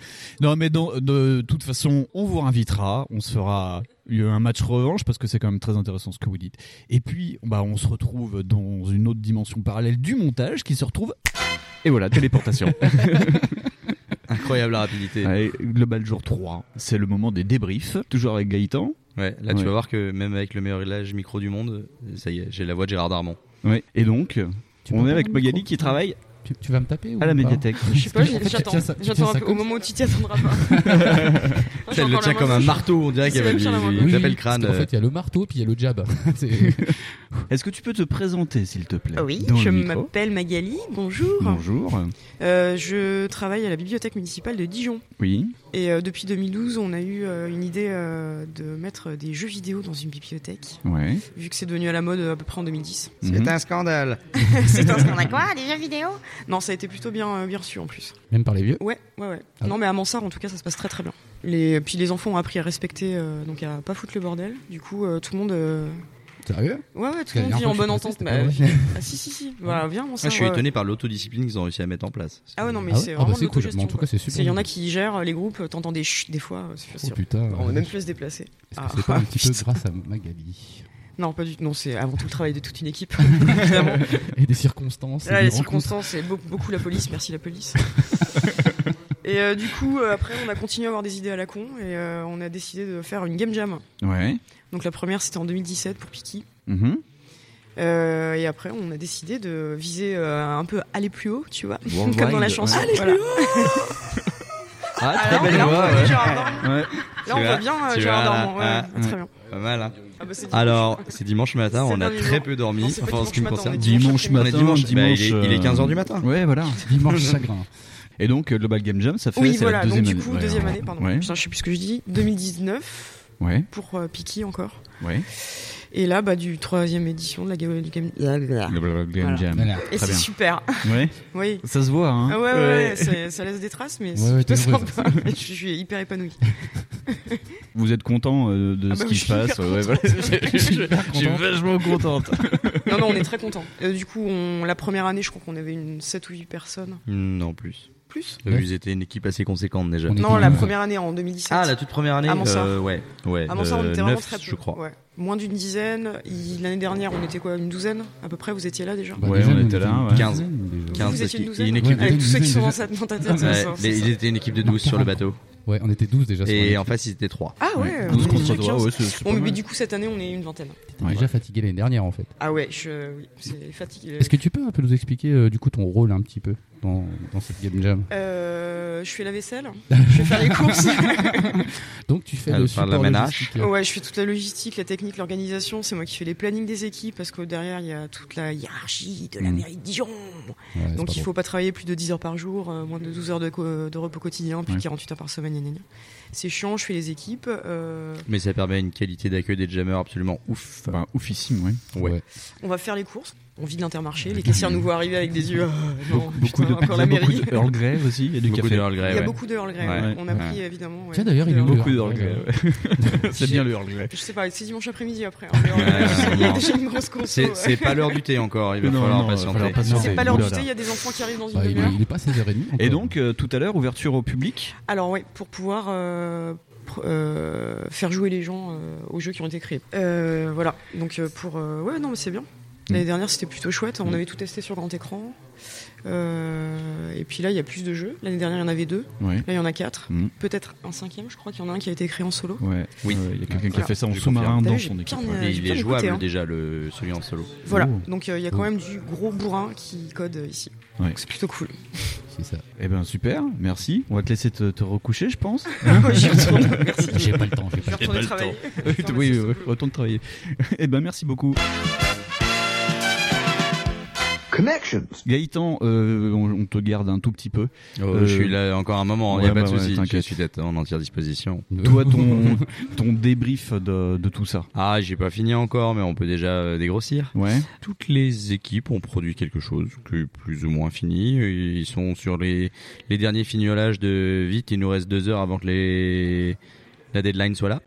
S8: <laughs> Non, mais dans- de toute façon, on vous invitera. On se fera euh, un match revanche parce que c'est quand même très intéressant ce que vous dites. Et puis, bah, on se retrouve dans une autre dimension parallèle du montage qui se retrouve. Et voilà, <laughs> téléportation.
S10: Incroyable la rapidité.
S8: Ouais, global jour 3, c'est le moment des débriefs, toujours avec Gaëtan.
S10: Ouais, là tu
S8: Ouais.
S10: vas voir que même avec le meilleur réglage micro du monde, ça y est, j'ai la voix de Gérard Darmon.
S8: Ouais. Et donc, on est avec
S10: prendre le
S8: Magali
S10: micro
S8: qui travaille
S4: tu, tu vas me taper ou
S8: à la
S4: pas
S8: médiathèque.
S4: Je sais
S5: pas,
S4: En fait, tu
S5: j'attends.
S4: tiens ça- tu tiens
S5: J'attends un
S4: ça
S5: peu au
S4: comme
S5: moment où tu t'y
S2: <laughs>
S5: attendras pas. J'ai
S10: Elle le
S5: encore
S10: tient
S5: la
S10: comme
S5: main
S10: un
S5: sous-
S10: marteau, on dirait
S5: C'est
S10: qu'il va
S5: même
S10: lui
S5: sur la main
S10: lui
S5: gauche.
S10: taper le crâne.
S4: En fait il y a le marteau puis il y a le jab. <laughs> C'est-
S8: <laughs> Est-ce que tu peux te présenter, s'il te plaît
S2: Oui,
S8: dans le
S2: je
S8: micro
S2: m'appelle Magali, bonjour.
S8: Bonjour.
S2: Euh, je travaille à la bibliothèque municipale de Dijon.
S8: Oui.
S2: Et euh, depuis 2012, on a eu euh, une idée euh, de mettre des jeux vidéo dans une bibliothèque.
S8: Ouais. Mhm.
S2: Vu que c'est devenu à la mode euh, à peu près en 2010.
S10: <laughs> C'est un scandale.
S2: <laughs> c'est un scandale. Quoi Des jeux vidéo Non, ça a été plutôt bien, euh, bien reçu en plus.
S4: Même par les vieux. Ah.
S2: Ouais, ouais, ouais. non, mais à Mansart, en tout cas, ça se passe très très bien. Les... Puis les enfants ont appris à respecter, euh, donc à pas foutre le bordel. Du coup, euh, tout le monde. euh,
S4: Sérieux
S2: Ouais, ouais,
S4: Parce
S2: tout
S4: que
S2: le
S4: la
S2: monde
S4: dernière
S2: vit
S4: fois
S2: en
S4: que
S2: bonne
S4: je suis
S2: entente.
S4: passé,
S2: Bah,
S4: c'était pas
S2: ah, si, si, si. Voilà, viens,
S10: Ah,
S2: Mansart.
S10: je suis
S2: ouais, ouais.
S10: étonné par l'autodiscipline qu'ils ont réussi à mettre en place.
S2: Ah ouais, non, mais c'est
S4: Ah
S2: vraiment
S4: bah,
S2: de
S4: c'est cool.
S2: l'autogestion,
S4: Bon, en tout cas,
S2: quoi.
S4: c'est super
S2: Il y en
S4: bien.
S2: a qui gèrent les groupes, t'entends des chutes des fois, euh, c'est
S19: Oh,
S2: facile.
S4: putain.
S2: On est même plus se déplacer.
S4: Est-ce
S2: Ah.
S4: que c'est pas un petit peu grâce à Magali
S2: Non, pas du tout. Non, c'est avant tout le travail de toute une
S4: <laughs>
S2: équipe. évidemment.
S4: Et des circonstances, et
S2: Ah, les
S4: des rencontres.
S2: circonstances, et beaucoup, beaucoup la police. Merci la
S4: <laughs>
S2: police. et euh, du coup, euh, après, on a continué à avoir des idées à la con et euh, on a décidé de faire une game jam.
S8: Ouais.
S2: Donc la première, c'était en 2017 pour Piki.
S4: Mm-hmm.
S8: Mhm.
S2: Euh, et après, on a décidé de viser euh, un peu aller plus haut, tu vois, <laughs>
S8: Worldwide,
S2: comme dans la chanson.
S8: ouais. Aller
S2: Voilà.
S8: Ah, très
S2: Alors,
S8: belle
S2: là, on
S8: voix.
S2: peut
S8: ouais.
S2: déjà avoir-
S8: Ouais.
S2: Là, on
S10: Tu
S2: va
S10: vois,
S2: bien, euh,
S10: tu
S2: Gérard
S10: vois, là,
S2: Darmon, ouais,
S10: ah,
S2: très bien.
S10: Pas mal, hein.
S2: Ah bah, c'est dimanche.
S10: Alors, c'est dimanche matin,
S2: C'est
S10: on a
S2: dernier
S10: très
S2: jour.
S10: peu dormi.
S2: Non, c'est pas
S10: enfin, en ce qui me
S2: dimanche matin,
S10: concerne.
S2: on est dimanche
S10: on est dimanche. Bah, il, est,
S3: dimanche,
S10: il est 15h du
S3: euh,
S10: matin.
S3: Ouais, voilà,
S10: <laughs>
S3: dimanche chagrin.
S8: Et donc, euh, Global Game Jam, ça fait
S2: Oui,
S8: c'est
S2: voilà,
S8: la deuxième
S2: donc du
S8: année.
S2: coup,
S8: Ouais.
S2: deuxième année, pardon.
S8: Ouais.
S2: Putain, je sais plus ce que je dis. 2019,
S8: Ouais.
S2: pour euh, Piki encore.
S8: Ouais.
S2: Et là, bah, du troisième édition de la Game, du game...
S8: Global Game
S2: Voilà.
S8: Jam.
S2: Voilà.
S8: Très
S2: Et c'est
S8: bien.
S2: super.
S8: Ouais.
S2: <laughs> Oui.
S8: Ça se voit, hein.
S2: Ah ouais, ouais,
S8: Ouais.
S2: ouais, c'est- ça laisse des traces, mais
S8: Ouais,
S2: c'est
S8: ouais,
S2: plutôt
S8: t'as raison. <laughs>
S2: sympa. je, je suis hyper épanouie.
S8: Vous êtes content euh, de
S2: <laughs> Ah
S8: ce
S2: bah
S8: qui
S2: oui,
S8: se
S2: je suis hyper
S8: passe ouais,
S2: contente.
S8: <laughs> voilà.
S2: <laughs> Je suis
S10: <laughs>
S2: hyper
S8: Je suis
S2: contente.
S8: vachement contente.
S2: <laughs> non, non, on est très contents. Euh, du coup, on, la première année, je crois qu'on avait une 7 ou 8 personnes.
S10: Non, plus.
S2: Plus
S10: Euh, Ils étaient une équipe assez conséquente déjà.
S2: Non, la première année en 2017.
S10: Ah, la toute première année
S2: À Mansart.
S10: euh, Ouais, ouais.
S2: À Mansart, on
S10: euh,
S2: était vraiment
S10: neuf,
S2: très peu.
S10: je crois.
S2: Ouais. Moins d'une dizaine. Il- L'année dernière, on était quoi Une douzaine à peu près Vous étiez là déjà
S4: Bah,
S10: ouais, on était là. Ouais. 15.
S2: Vous
S10: 15
S2: étiez une
S10: parce qu'il-
S2: douzaine
S10: une équipe
S2: Avec
S10: de-
S2: tous ceux qui sont dans sa- dans ta tête.
S10: Ouais,
S2: c'est ça, c'est
S10: mais
S2: ça.
S10: ils étaient une équipe de 12 sur le
S19: Oh.
S10: bateau.
S4: Ouais, on était 12 déjà. sur
S10: Et
S4: l'équipe.
S10: en face, ils étaient 3.
S2: Ah ouais, on est déjà 15. Bon, mais du coup, cette année, on est une vingtaine.
S4: T'étais déjà fatigué l'année dernière en fait.
S2: Ah ouais, je, oui, c'est fatigué.
S4: Est-ce que tu peux un peu nous expliquer euh, du coup ton rôle un petit peu dans, dans cette game jam
S2: Euh, je fais la
S4: <laughs>
S2: vaisselle, je vais faire les courses.
S4: Donc, tu fais
S10: Elle
S4: le
S10: parle de
S4: support
S10: ménage.
S4: logistique.
S2: <laughs>
S4: euh,
S2: Ouais, je fais toute la logistique, la technique, l'organisation. C'est moi qui fais les plannings des équipes parce que derrière il y a toute la hiérarchie de la
S4: Mm.
S2: mairie de Dijon.
S4: Ouais, c'est
S2: Donc
S4: pas
S2: il
S4: beau.
S2: faut pas travailler plus de 10 heures par jour, euh, moins de 12 heures de, co- de repos quotidien, puis
S10: Ouais.
S2: 48 heures par semaine. gna, gna, gna. C'est chiant, je fais les équipes. euh,
S10: Mais ça permet une qualité d'accueil des jammers absolument ouf.
S8: Enfin, oufissime, oui.
S10: Ouais.
S2: on va faire les courses. On vide l'intermarché, les caissières nous voient arriver avec des yeux. ah, non,
S8: Beaucoup de
S2: putain, encore la
S8: pizza, beaucoup
S2: mairie. <laughs>
S8: de Earl Grey aussi, et du
S10: Beaucoup
S8: café.
S10: de Earl Grey,
S2: Il y a
S10: ouais.
S2: beaucoup de Earl Grey.
S10: Ouais.
S2: ouais. On a
S10: Ouais.
S2: pris évidemment. ouais.
S10: Tiens, d'ailleurs, il est où,
S8: Beaucoup
S10: le
S8: d'Earl Grey, <laughs> ouais. C'est bien le Earl Grey.
S2: Je sais pas, c'est dimanche après-midi après. hein,
S8: <laughs>
S2: le Earl
S10: Ouais,
S2: <laughs> Grey. Il y a
S10: non.
S2: déjà une grosse conso,
S10: C'est
S2: ouais.
S10: c'est pas l'heure du thé encore, il va
S8: Non,
S10: falloir
S8: non, il va
S10: patienter.
S8: falloir patienter.
S2: C'est pas l'heure du
S8: Oulala.
S2: thé, il y a des enfants qui arrivent dans une
S8: Bah, il est-
S2: demi-heure.
S8: il est
S4: pas 16h30.
S8: Et donc, euh, tout à l'heure, ouverture au public.
S2: Alors oui, pour pouvoir euh, pr- euh, faire jouer les gens euh, aux jeux qui ont été créés. Euh, voilà, donc euh, pour... euh, ouais, non, mais
S8: Mm.
S2: c'est bien. L'année dernière, c'était plutôt chouette. On avait tout testé sur grand écran. Euh, et puis là, il y a plus de jeux. L'année dernière, il y en avait deux.
S8: Ouais.
S2: Là, il y en a quatre.
S8: Mm.
S2: Peut-être un cinquième. Je crois qu'il y en a un qui a été créé en solo.
S8: Ouais. Oui.
S10: Bah,
S8: Euh, il y a quelqu'un qui a
S2: Voilà.
S8: fait ça en
S2: Je
S8: sous-marin
S2: confirme. T'as
S8: dans
S2: vu, j'ai
S8: son
S2: bien,
S8: équipe. Oh.
S2: euh,
S10: Et
S2: j'ai bien
S10: il est
S2: écouté,
S10: jouable
S2: hein.
S10: déjà, le, celui en solo. Oh.
S2: Voilà, donc euh, il y a quand même du gros bourrin qui code euh, ici. Donc, C'est plutôt cool.
S4: C'est ça.
S8: Eh ben super, merci. On va te laisser te, te recoucher, je
S2: <laughs>
S8: pense.
S2: Moi, j'y retourne, merci. J'ai pas le temps, j'ai pas le
S8: J'ai
S2: temps. Je vais retourner
S8: <laughs>
S13: <laughs>
S8: Oui,
S2: travailler.
S8: oui, oui, retourne travailler. Eh ben merci beaucoup.
S13: Connections.
S8: Gaëtan, euh, on, on te garde un tout petit peu.
S10: Euh,
S8: Euh,
S10: je suis là encore un moment, il
S8: ouais,
S10: n'y a pas de
S8: bah ouais,
S10: souci. je
S8: t'inquiète.
S10: suis d'être en entière disposition.
S8: Toi,
S10: <laughs>
S8: ton, ton débrief de, de tout ça.
S10: Ah, j'ai pas fini encore, mais on peut déjà euh, dégrossir. Toutes les équipes ont produit quelque chose qui est plus ou moins fini. Euh, Ils sont sur les, les derniers fignolages de vite. Il nous reste deux heures avant que les, la deadline soit là.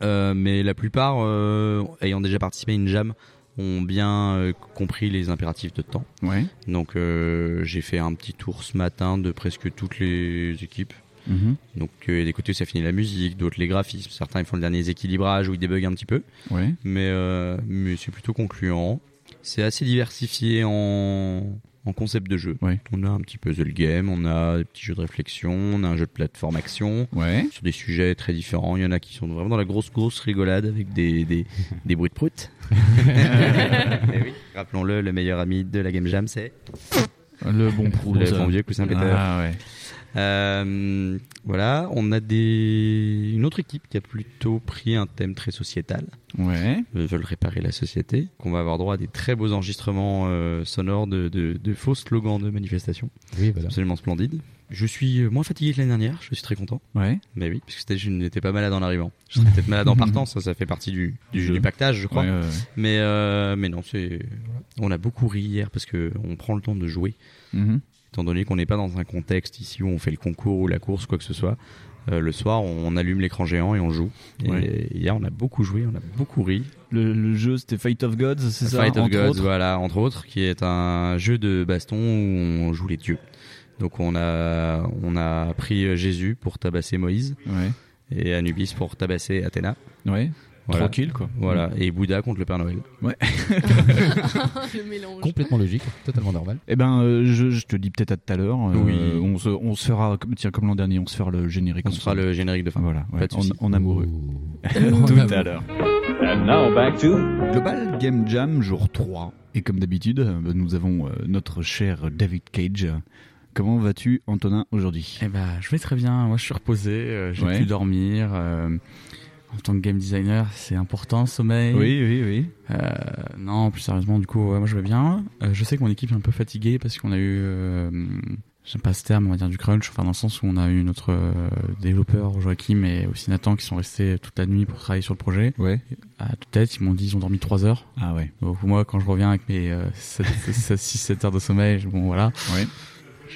S10: Euh, mais la plupart, euh, ayant déjà participé à une jam, ont bien euh, compris les impératifs de temps.
S8: Ouais.
S10: Donc euh, j'ai fait un petit tour ce matin de presque toutes les équipes.
S8: Mhm.
S10: Donc euh, des côtés ça finit la musique, d'autres les graphismes, certains ils font le dernier équilibrage ou ils débuguent un petit peu.
S8: Ouais.
S10: Mais, euh, mais c'est plutôt concluant. C'est assez diversifié en, en concept de jeu. On a un petit puzzle game, on a des petits jeux de réflexion, on a un jeu de plateforme action sur des sujets très différents. Il y en a qui sont vraiment dans la grosse grosse rigolade avec
S8: <laughs>
S10: des, des, des bruits de prout. <laughs> Eh oui, rappelons-le, le meilleur ami de la game jam c'est...
S8: Le bon prout.
S10: Le bon vieux coussin péteur.
S8: Ah ouais.
S10: Euh, voilà, on a des... une autre équipe qui a plutôt pris un thème très sociétal.
S8: Ouais.
S10: Ils veulent réparer la société. On va avoir droit à des très beaux enregistrements euh, sonores de, de- de faux slogans de manifestations.
S4: Oui, voilà.
S10: C'est Absolument splendide. Je suis euh, moins fatigué que l'année dernière, je suis très content.
S8: Ouais.
S10: Mais oui, parce que c'était- je n'étais pas malade en arrivant.
S4: <laughs>
S10: Je serais peut-être malade en partant, ça, ça fait partie du, du, du pactage, je crois.
S8: Ouais, ouais, ouais.
S10: Mais, euh, mais non, c'est. On a beaucoup ri hier parce qu'on prend le temps de jouer.
S8: Mhm.
S10: Étant donné qu'on n'est pas dans un contexte ici où on fait le concours ou la course, quoi que ce soit, euh, le soir, on allume l'écran géant et on joue. Et
S8: Ouais.
S10: hier, on a beaucoup joué, on a beaucoup ri.
S8: Le, le jeu, c'était Fight of Gods, c'est ça
S10: Fight of
S8: entre
S10: Gods,
S8: autres
S10: <laughs> voilà, entre autres, qui est un jeu de baston où on joue les dieux. Donc on a, on a pris Jésus pour tabasser Moïse et Anubis pour tabasser Athéna.
S8: Ouais. Tranquille, quoi.
S10: Voilà, et Bouddha contre le Père Noël. <laughs>
S8: <laughs> Ouais.
S4: Complètement logique, totalement normal.
S8: <laughs> Eh ben, euh, je, je te dis peut-être à tout à l'heure. euh,
S10: Oui.
S8: On se, on se fera, comme- tiens, comme l'an dernier, on se fera le générique. On se fera
S10: le générique de fin.
S8: Voilà, ouais,
S10: Pas de souci.
S8: en, en amoureux.
S3: En
S8: tout
S3: amoureux.
S8: <laughs> à l'heure.
S3: And now back to-
S8: Global Game Jam, jour 3. Et comme d'habitude, euh, nous avons euh, notre cher David Cage euh, Comment vas-tu, Antonin, aujourd'hui
S13: Eh ben, je vais très bien. Moi, je suis reposé. euh, J'ai
S8: Ouais.
S13: pu dormir. euh, en tant que game designer, c'est important le sommeil.
S8: Oui, oui, oui.
S13: Euh, non, plus sérieusement, du coup, ouais, moi, je vais bien. Euh, je sais que mon équipe est un peu fatiguée parce qu'on a eu. euh, J'aime pas ce terme, on va dire du crunch, enfin dans le sens où on a eu notre euh, développeur Joachim et aussi Nathan qui sont restés toute la nuit pour travailler sur le projet.
S8: Ouais.
S13: À toute tête, ils m'ont dit ils ont dormi 3 heures.
S8: Ah ouais.
S13: Donc moi quand je reviens avec mes euh,
S8: <laughs>
S13: 6-7 heures de sommeil, je- bon voilà.
S8: Ouais.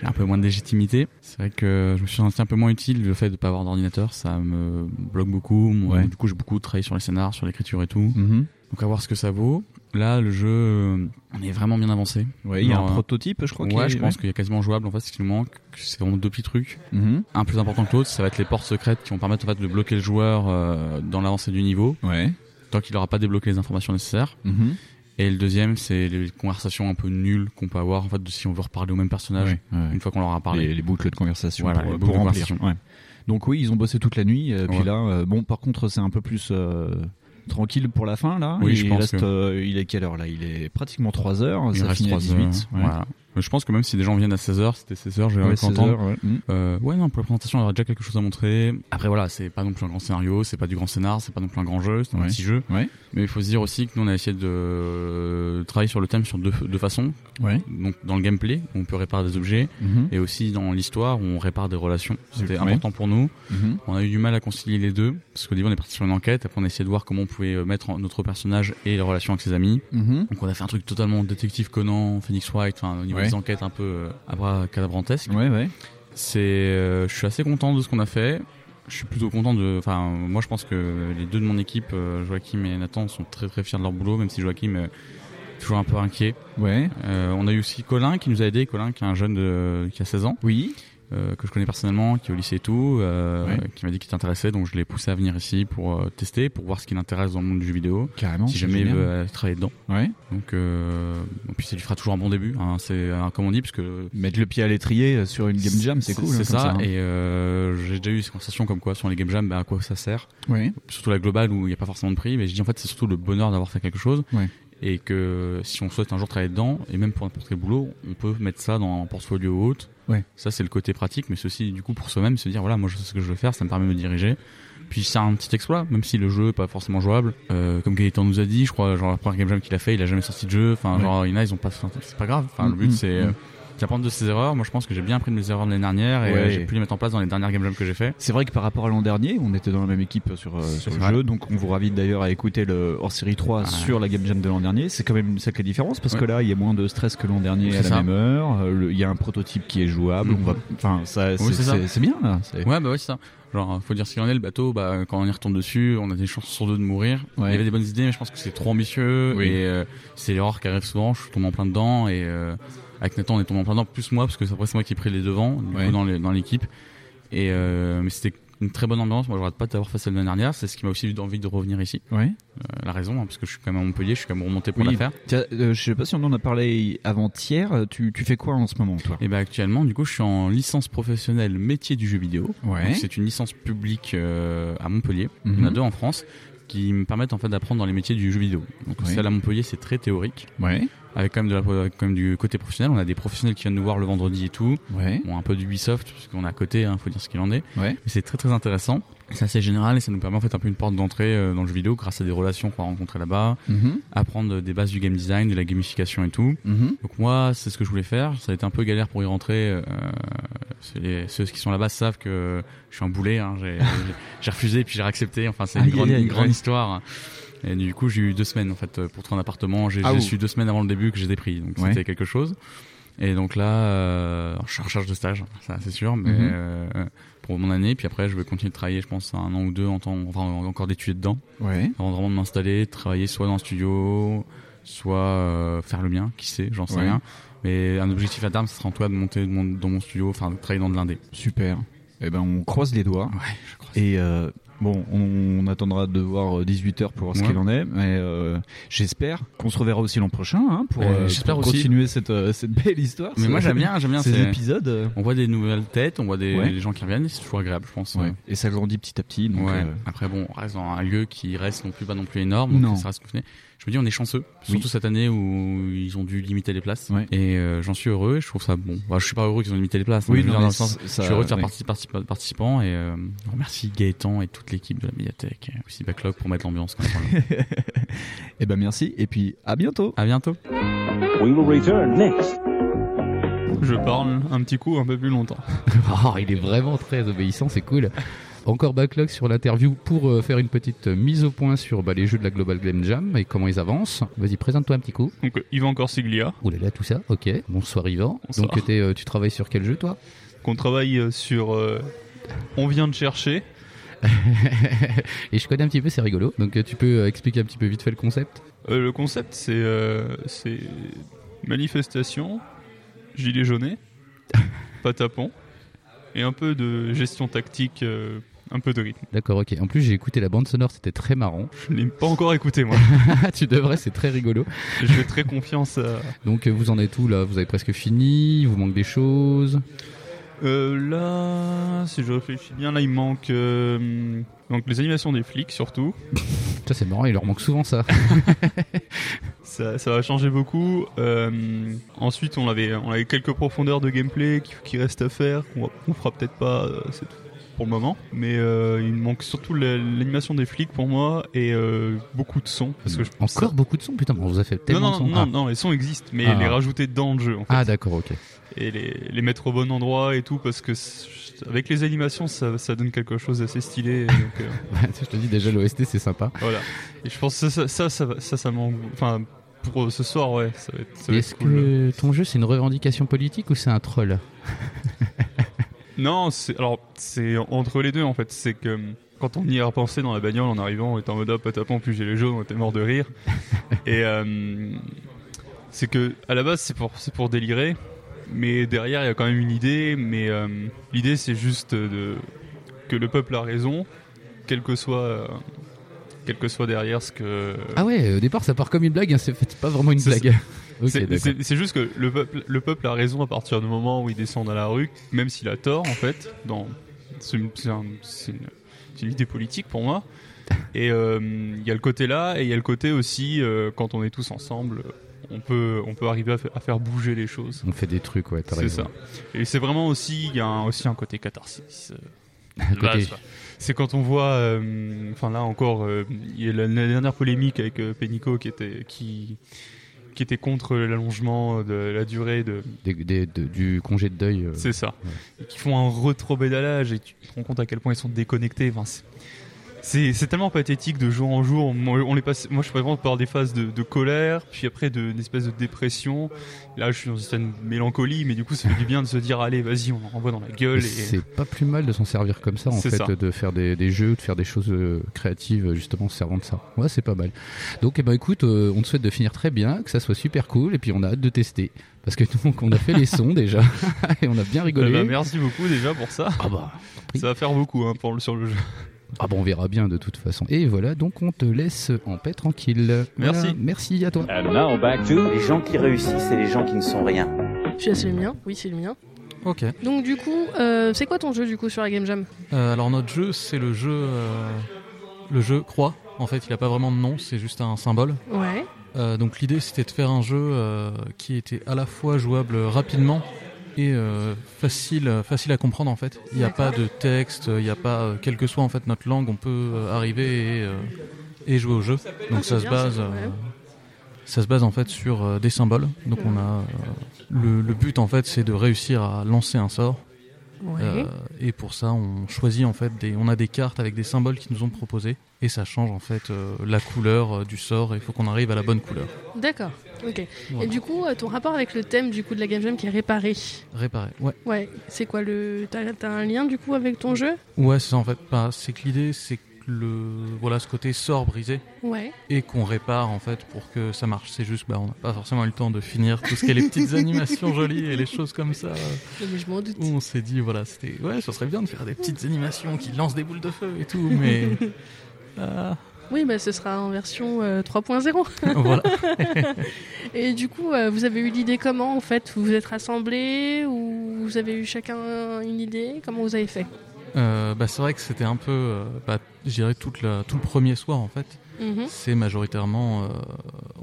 S13: J'ai un peu moins de légitimité. C'est vrai que je me suis senti un peu moins utile. Le fait de ne pas avoir d'ordinateur, ça me bloque beaucoup. Moi,
S8: Ouais.
S13: Du coup, j'ai beaucoup travaillé sur les scénars, sur l'écriture et tout.
S8: Mhm.
S13: Donc, à voir ce que ça vaut. Là, le jeu, euh, on est vraiment bien avancé.
S8: Ouais, il y a
S13: Genre,
S8: un
S13: euh,
S8: prototype, je crois, qui
S13: Ouais,
S8: est-
S13: je pense
S8: ouais.
S13: qu'il y a quasiment jouable. En fait, ce qui nous manque, c'est vraiment deux petits trucs.
S8: Mhm.
S13: Un plus important que l'autre, ça va être les portes secrètes qui vont permettre en fait, de bloquer le joueur euh, dans l'avancée du niveau.
S8: Ouais.
S13: Tant qu'il n'aura pas débloqué les informations nécessaires.
S8: Mhm.
S13: Et le deuxième, c'est les conversations un peu nulles qu'on peut avoir en fait de si on veut reparler au même personnage
S8: Ouais, ouais.
S13: une fois qu'on leur a parlé.
S8: Les, les boucles de conversation
S13: Voilà,
S8: pour, euh,
S13: les
S8: pour
S13: boucles de
S8: remplir.
S13: conversation.
S8: Ouais. Donc oui, ils ont bossé toute la nuit. euh, Puis
S13: Ouais.
S8: là, euh, bon, par contre, c'est un peu plus euh, tranquille pour la fin là.
S13: Oui,
S8: il
S13: je pense
S8: reste,
S13: que-
S8: euh, il est quelle heure là Il est pratiquement 3 heures.
S13: Il
S8: ça
S13: reste
S8: finit à
S13: 3
S8: 18.
S13: heures,
S8: ouais.
S13: voilà. Mais Je pense que même si des gens viennent à 16h, c'était 16h, j'ai
S8: Ouais,
S13: envie
S8: 16 heures,
S13: d'entendre.
S8: ouais. Mm.
S13: Euh, ouais, non, pour la présentation, il y aura déjà quelque chose à montrer. Après, voilà, c'est pas non plus un grand scénario, c'est pas du grand scénar, c'est pas non plus un grand jeu, c'est un
S8: Ouais.
S13: petit jeu.
S8: Ouais.
S13: Mais il faut se dire aussi que nous, on a essayé de euh, travailler sur le thème sur deux, deux façons.
S8: Ouais.
S13: Donc, dans le gameplay, on peut réparer des objets,
S8: Mhm.
S13: et aussi dans l'histoire, on répare des relations. C'était
S8: Ouais.
S13: important pour nous.
S8: Mhm.
S13: On a eu du mal à concilier les deux, parce qu'au début, on est parti sur une enquête, après, on a essayé de voir comment on pouvait euh, mettre en- notre personnage et les relations avec ses amis.
S8: Mhm.
S13: Donc on a fait un truc totalement détective Conan, Phoenix Wright, enfin au niveau
S8: Ouais.
S13: des enquêtes un peu euh, abracadabrantesques.
S8: Ouais, ouais.
S13: C'est, euh, je suis assez content de ce qu'on a fait. Je suis plutôt content de, enfin moi je pense que les deux de mon équipe, euh, Joachim et Nathan, sont très très fiers de leur boulot, même si Joachim euh, est toujours un peu inquiet.
S8: Ouais.
S13: Euh, on a eu aussi Colin qui nous a aidé, Colin qui est un jeune de- qui a 16 ans. Euh,
S8: Oui.
S13: que je connais personnellement, qui est au lycée et tout, euh,
S8: Ouais.
S13: qui m'a dit qu'il était intéressé, donc je l'ai poussé à venir ici pour euh, tester, pour voir ce qui l'intéresse dans le monde du jeu vidéo.
S8: Carrément,
S13: Si
S8: c'est
S13: jamais il
S8: génial.
S13: veut euh, travailler dedans.
S8: Ouais.
S13: Donc, euh, et puis ça lui fera toujours un bon début. hein. C'est un comme on dit, parce que
S8: Mettre le pied à l'étrier euh, sur une game jam, c'est cool. hein,
S13: C'est
S8: comme
S13: ça.
S8: hein.
S13: Et euh, j'ai déjà eu ces conversations comme quoi sur les game jams, bah, à quoi ça sert.
S8: Oui.
S13: Surtout la globale où il n'y a pas forcément de prix, mais je dis en fait c'est surtout le bonheur d'avoir fait quelque chose.
S8: Ouais.
S13: Et que si on souhaite un jour travailler dedans, et même pour n'importe quel boulot, on peut mettre ça dans un portfolio ou autre.
S8: Ouais.
S13: Ça c'est le côté pratique, mais ceci du coup pour soi-même se dire voilà moi je sais ce que je veux faire, ça me permet de me diriger. Puis c'est un petit exploit, même si le jeu n'est pas forcément jouable. Euh, comme Gaëtan nous a dit, je crois genre la première game jam qu'il a fait, il a jamais sorti de jeu. Enfin
S8: Ouais.
S13: genre il y en a ils ont pas, enfin, c'est pas grave. Enfin le
S8: Mm,
S13: but
S8: mm,
S13: c'est euh,
S8: mm.
S13: d'apprendre de ses erreurs. Moi je pense que j'ai bien appris de mes erreurs de l'année dernière et
S8: Ouais.
S13: euh, j'ai pu les mettre en place dans les dernières game jams que j'ai fait.
S8: C'est vrai que par rapport à l'an dernier, on était dans la même équipe sur, euh, sur le
S13: vrai.
S8: jeu, donc on vous ravite d'ailleurs à écouter le hors série 3 sur la Game Jam de l'an dernier. C'est quand même une sacrée différence parce que
S13: Ouais.
S8: là, il y a moins de stress que l'an dernier
S13: C'est
S8: à la
S13: ça.
S8: même heure. euh, le- Il y a un prototype qui est jouable.
S13: Mhm.
S8: On va, enfin, ça,
S13: Oui,
S8: c'est-
S13: c'est ça.
S8: c'est c'est bien là. c'est-
S13: Ouais, bah ouais, c'est ça. Genre, faut dire ce qu'il en est, le bateau, bah, quand on y retourne dessus, on a des chances sur deux de mourir.
S8: Ouais.
S13: Il y avait des bonnes idées, mais je pense que c'est trop ambitieux.
S8: Oui.
S13: Et euh, c'est l'erreur qui arrive souvent, je tombe en plein dedans. Et euh, avec Nathan, on est tombé en plein dedans, plus moi, parce que après, c'est moi qui ai pris les devants, du
S8: Ouais.
S13: coup, dans les- dans l'équipe. Et euh, mais c'était une très bonne ambiance. Moi, je regrette pas d'avoir fait celle de l'année dernière. C'est ce qui m'a aussi donné envie de revenir ici.
S8: Ouais.
S13: Euh, la raison, hein, parce que je suis quand même à Montpellier, je suis quand même remonté pour
S8: Oui.
S13: la faire.
S8: Tiens, euh, je sais pas si on en a parlé avant-hier. euh, Tu, tu fais quoi en ce moment, toi
S13: Et ben actuellement, du coup, je suis en licence professionnelle métier du jeu vidéo.
S8: Ouais.
S13: Donc, C'est une licence publique euh, à Montpellier.
S8: Mhm.
S13: Il y en a deux en France qui me permettent en fait d'apprendre dans les métiers du jeu vidéo. Donc
S8: Ouais.
S13: celle à Montpellier, c'est très théorique.
S8: Ouais.
S13: Avec quand même, de la- avec quand même du côté professionnel, on a des professionnels qui viennent nous voir le vendredi et tout.
S8: Ouais.
S13: Bon, un peu d'Ubisoft, parce qu'on est à côté, hein, faut dire ce qu'il en est.
S8: Ouais.
S13: Mais c'est très très intéressant. C'est assez général et ça nous permet en fait un peu une porte d'entrée euh, dans le jeu vidéo grâce à des relations qu'on va rencontrer là-bas,
S8: Mhm.
S13: apprendre des bases du game design, de la gamification et tout.
S8: Mhm.
S13: Donc moi, c'est ce que je voulais faire. Ça a été un peu galère pour y rentrer. euh, c'est les- ceux qui sont là-bas savent que je suis un boulet. hein. J'ai- j'ai- J'ai refusé puis j'ai accepté. Enfin, c'est une
S8: Aïe,
S13: grande,
S8: aïe, aïe,
S13: une grande
S8: ouais.
S13: histoire. Et du coup, j'ai eu deux semaines en fait euh, pour trouver un appartement. J'ai
S8: Ah,
S13: j'ai
S8: ouh.
S13: su deux semaines avant le début que j'étais pris. Donc
S8: Ouais.
S13: c'était quelque chose. Et donc là, euh, je suis en recherche de stage, ça c'est sûr, mais
S8: Mhm.
S13: euh, pour mon année. Puis après, je vais continuer de travailler, je pense, un an ou deux, en temps, enfin encore d'étudier dedans,
S8: Ouais.
S13: avant vraiment de m'installer, travailler soit dans le studio, soit euh, faire le mien, qui sait, j'en sais
S8: Ouais.
S13: rien. Mais un objectif à terme, ce sera en tout cas de monter de mon- dans mon studio, enfin de travailler dans de l'indé.
S8: Super. Eh ben, on croise les doigts. Et euh, Bon, on, on attendra de voir 18h pour voir ce
S11: Ouais.
S8: qu'il en est, mais euh, j'espère qu'on se reverra aussi l'an prochain hein, pour,
S13: Euh,
S8: euh,
S13: j'espère
S8: pour
S13: aussi.
S8: continuer cette, euh, cette belle histoire.
S13: Mais
S8: ce-
S13: moi j'aime
S8: <laughs>
S13: bien, j'aime bien
S8: ces
S13: c'est-
S8: épisodes.
S13: On voit des nouvelles têtes, on voit des,
S8: Ouais.
S13: des gens qui reviennent, c'est toujours agréable, je pense.
S8: Ouais. Et ça grandit petit à petit. donc,
S13: Ouais.
S8: euh,
S13: Après bon, on reste dans un lieu qui reste non plus pas non plus énorme, donc
S8: Non.
S13: ça reste confiné. Je me dis on est chanceux, surtout cette année où ils ont dû limiter les places. Et euh, j'en suis heureux, et je trouve ça bon. Bah, je suis pas heureux qu'ils ont limité les places.
S8: Oui,
S13: mais je veux
S8: non,
S13: dire
S8: mais
S13: dans le sens,
S8: ça-
S13: je suis heureux de faire
S8: ouais.
S13: partie partie- participant et euh, on remercie Gaëtan et toute l'équipe de la médiathèque, et aussi Backlog pour mettre l'ambiance.
S8: <laughs> Eh ben merci et puis à bientôt.
S13: À bientôt.
S3: We will return next.
S13: Je parle un petit coup un peu plus
S4: <laughs>
S13: longtemps.
S4: Oh, il est vraiment très obéissant, c'est cool. Encore backlog sur l'interview pour euh, faire une petite euh, mise au point sur bah, les jeux de la Global Game Jam et comment ils avancent. Vas-y, présente-toi un petit coup.
S16: Donc euh, Yvan Corsiglia.
S4: Ouh là là, tout ça, ok. Bonsoir Yvan.
S16: Bonsoir.
S4: Donc t'es, euh, tu travailles sur quel jeu toi
S16: qu'on travaille euh, sur euh, On vient de chercher.
S4: <laughs> Et je connais un petit peu, c'est rigolo. Donc euh, tu peux euh, expliquer un petit peu vite fait le concept
S16: Euh, le concept, c'est euh, c'est manifestation,
S11: <laughs>
S16: gilet jaune, patapon, et un peu de gestion tactique, euh, un peu de rythme.
S4: D'accord, ok. En plus, j'ai écouté la bande sonore, c'était très marrant.
S16: Je l'ai pas encore écouté, moi.
S4: <laughs> tu devrais, c'est très rigolo.
S16: Je fais très confiance à...
S4: Donc euh, vous en êtes où là Vous avez presque fini Il vous manque des choses
S16: Euh, là, si je réfléchis bien, là, il manque... euh, donc les animations des flics, surtout.
S4: Ça c'est marrant, il leur manque souvent ça.
S16: Ça, ça va changer beaucoup. Euh, ensuite, on avait, on avait quelques profondeurs de gameplay qui, qui restent à faire, qu'on va- qu'on fera peut-être pas euh, c'est tout pour le moment. Mais euh, il me manque surtout la- l'animation des flics pour moi et euh, beaucoup de sons. <laughs> Parce que je pense
S4: Encore beaucoup de sons Putain, mais on vous a fait
S16: Non, non,
S4: tellement de sons.
S16: non,
S4: Ah.
S16: non, les sons existent, mais
S4: Ah.
S16: les rajouter dans le jeu. En fait.
S4: Ah, d'accord, ok.
S16: Et les, les mettre au bon endroit et tout, parce que c'est- avec les animations, ça, ça donne quelque chose d'assez stylé. donc,
S4: <laughs>
S16: euh,
S4: je te dis déjà, l'OST c'est sympa.
S16: voilà. Et je pense que ça, ça, ça, va- ça, ça m'en- Enfin, pour ce soir, ouais, ça va être, ça va
S4: Mais
S16: être
S4: Est-ce
S16: cool.
S4: que ton jeu c'est une revendication politique ou c'est un troll
S16: Non, c'est alors c'est entre les deux en fait. C'est que hum, quand on y a repensé dans la bagnole en arrivant, on était en mode ah, patapon, puis j'ai les jaunes, on était mort de rire. Et euh, c'est que à la base c'est pour c'est pour délirer, mais derrière il y a quand même une idée. Mais euh, l'idée c'est juste de que le peuple a raison, quel que soit euh, quel que soit derrière ce que
S4: Ah ouais, au départ ça part comme une blague, hein, c'est c'est pas vraiment une
S16: Euh, c'est-
S4: blague. <laughs> Ok,
S16: c'est-
S4: d'accord.
S16: c'est- C'est juste que le peuple, le peuple a raison à partir du moment où il descend dans la rue, même s'il a tort, en fait. dans- C'est une, c'est un- c'est une- c'est une idée politique pour moi. Et euh, il y a le côté là, et il y a le côté aussi, euh, quand on est tous ensemble, on peut, on peut arriver à, fa- à faire bouger les choses.
S4: On fait des trucs, ouais, t'as
S16: C'est
S4: raison.
S16: ça. Et c'est vraiment aussi, il y a un- aussi un côté catharsis. euh, de
S4: Côté-
S16: base, quoi. C'est quand on voit, euh, enfin là encore, euh, il y a la, la dernière polémique avec euh, Pénicaud qui était, qui, qui était contre l'allongement de la durée de.
S4: Des- des- de- du congé de deuil. euh,
S16: C'est ça.
S4: ouais.
S16: Et qui font un retrobédalage et tu te rends compte à quel point ils sont déconnectés. Enfin, c'est- c'est c'est tellement pathétique de jour en jour. Moi, on les passe, moi je suis vraiment par des phases de, de colère, puis après de- d'une espèce de dépression. Là, je suis dans une certaine mélancolie, mais du coup, ça fait du bien de se dire allez, vas-y, on en renvoie dans la gueule. Et...
S4: <laughs> C'est pas plus mal de s'en servir comme ça, en
S16: C'est
S4: fait,
S16: ça.
S4: de faire des, des jeux, de faire des choses euh, créatives, euh, justement, se servant de ça. Ouais, c'est pas mal. Donc, eh ben, écoute, euh, on te souhaite de finir très bien, que ça soit super cool, et puis on a hâte de tester. Parce que <laughs> donc, on a fait les sons déjà, <laughs> et on a bien rigolé.
S16: Eh ben, merci beaucoup déjà pour ça.
S4: bah,
S16: ça va faire beaucoup hein, pour le, sur le jeu.
S4: Ah bon, on verra bien de toute façon. Et voilà, donc on te laisse en paix tranquille.
S16: Merci.
S4: Voilà, merci à toi.
S3: And now back to
S23: Les gens qui réussissent et les gens qui ne sont rien.
S5: Tu as c'est le mien Oui, c'est le mien.
S24: Ok.
S5: Donc du coup, euh, c'est quoi ton jeu du coup sur la Game Jam
S24: Euh, alors notre jeu, c'est le jeu, euh, le jeu croix. En fait, il n'a pas vraiment de nom, c'est juste un symbole.
S5: Ouais.
S24: Euh, donc l'idée, c'était de faire un jeu euh, qui était à la fois jouable rapidement et euh, facile, facile à comprendre en fait. Il n'y a pas de texte, il n'y a pas, euh, quelle que soit en fait notre langue, on peut euh, arriver et, euh, et jouer au jeu. Donc Ah, ça c'est se bien, ça, base. ouais. euh, ça se base en fait sur euh, des symboles. Donc on a euh, le, le but en fait c'est de réussir à lancer un sort. Euh,
S5: Ouais.
S24: et pour ça on choisit en fait des, on a des cartes avec des symboles qui nous ont proposés et ça change en fait euh, la couleur euh, du sort. Il faut qu'on arrive à la bonne couleur.
S5: D'accord. Ok.
S24: Voilà.
S5: Et du coup, euh, ton rapport avec le thème du coup de la Game Jam qui est réparé.
S24: Réparer. Ouais.
S5: Ouais. C'est quoi le T'as t'as un lien du coup avec ton jeu
S24: Ouais, c'est ça en fait. Bah, c'est que l'idée, c'est que le voilà ce côté sort brisé
S5: Ouais.
S24: et qu'on répare en fait pour que ça marche. C'est juste bah on n'a pas forcément eu le temps de finir tout ce qui est les
S5: <laughs>
S24: petites animations jolies et les choses comme ça.
S5: Non, mais je m'en doute.
S24: Où on s'est dit voilà c'était ouais ça serait bien de faire des petites animations qui lancent des boules de feu et tout
S5: <laughs>
S24: mais ah.
S5: Oui, bah, ce sera en version euh, 3.0.
S24: <laughs> Voilà.
S5: <laughs> Et du coup, euh, vous avez eu l'idée comment en fait Vous vous êtes rassemblés ou vous avez eu chacun une idée Comment vous avez fait
S24: Euh, bah, c'est vrai que c'était un peu, euh, bah, je dirais tout le, tout le premier soir en fait.
S5: Mhm.
S24: C'est majoritairement, euh,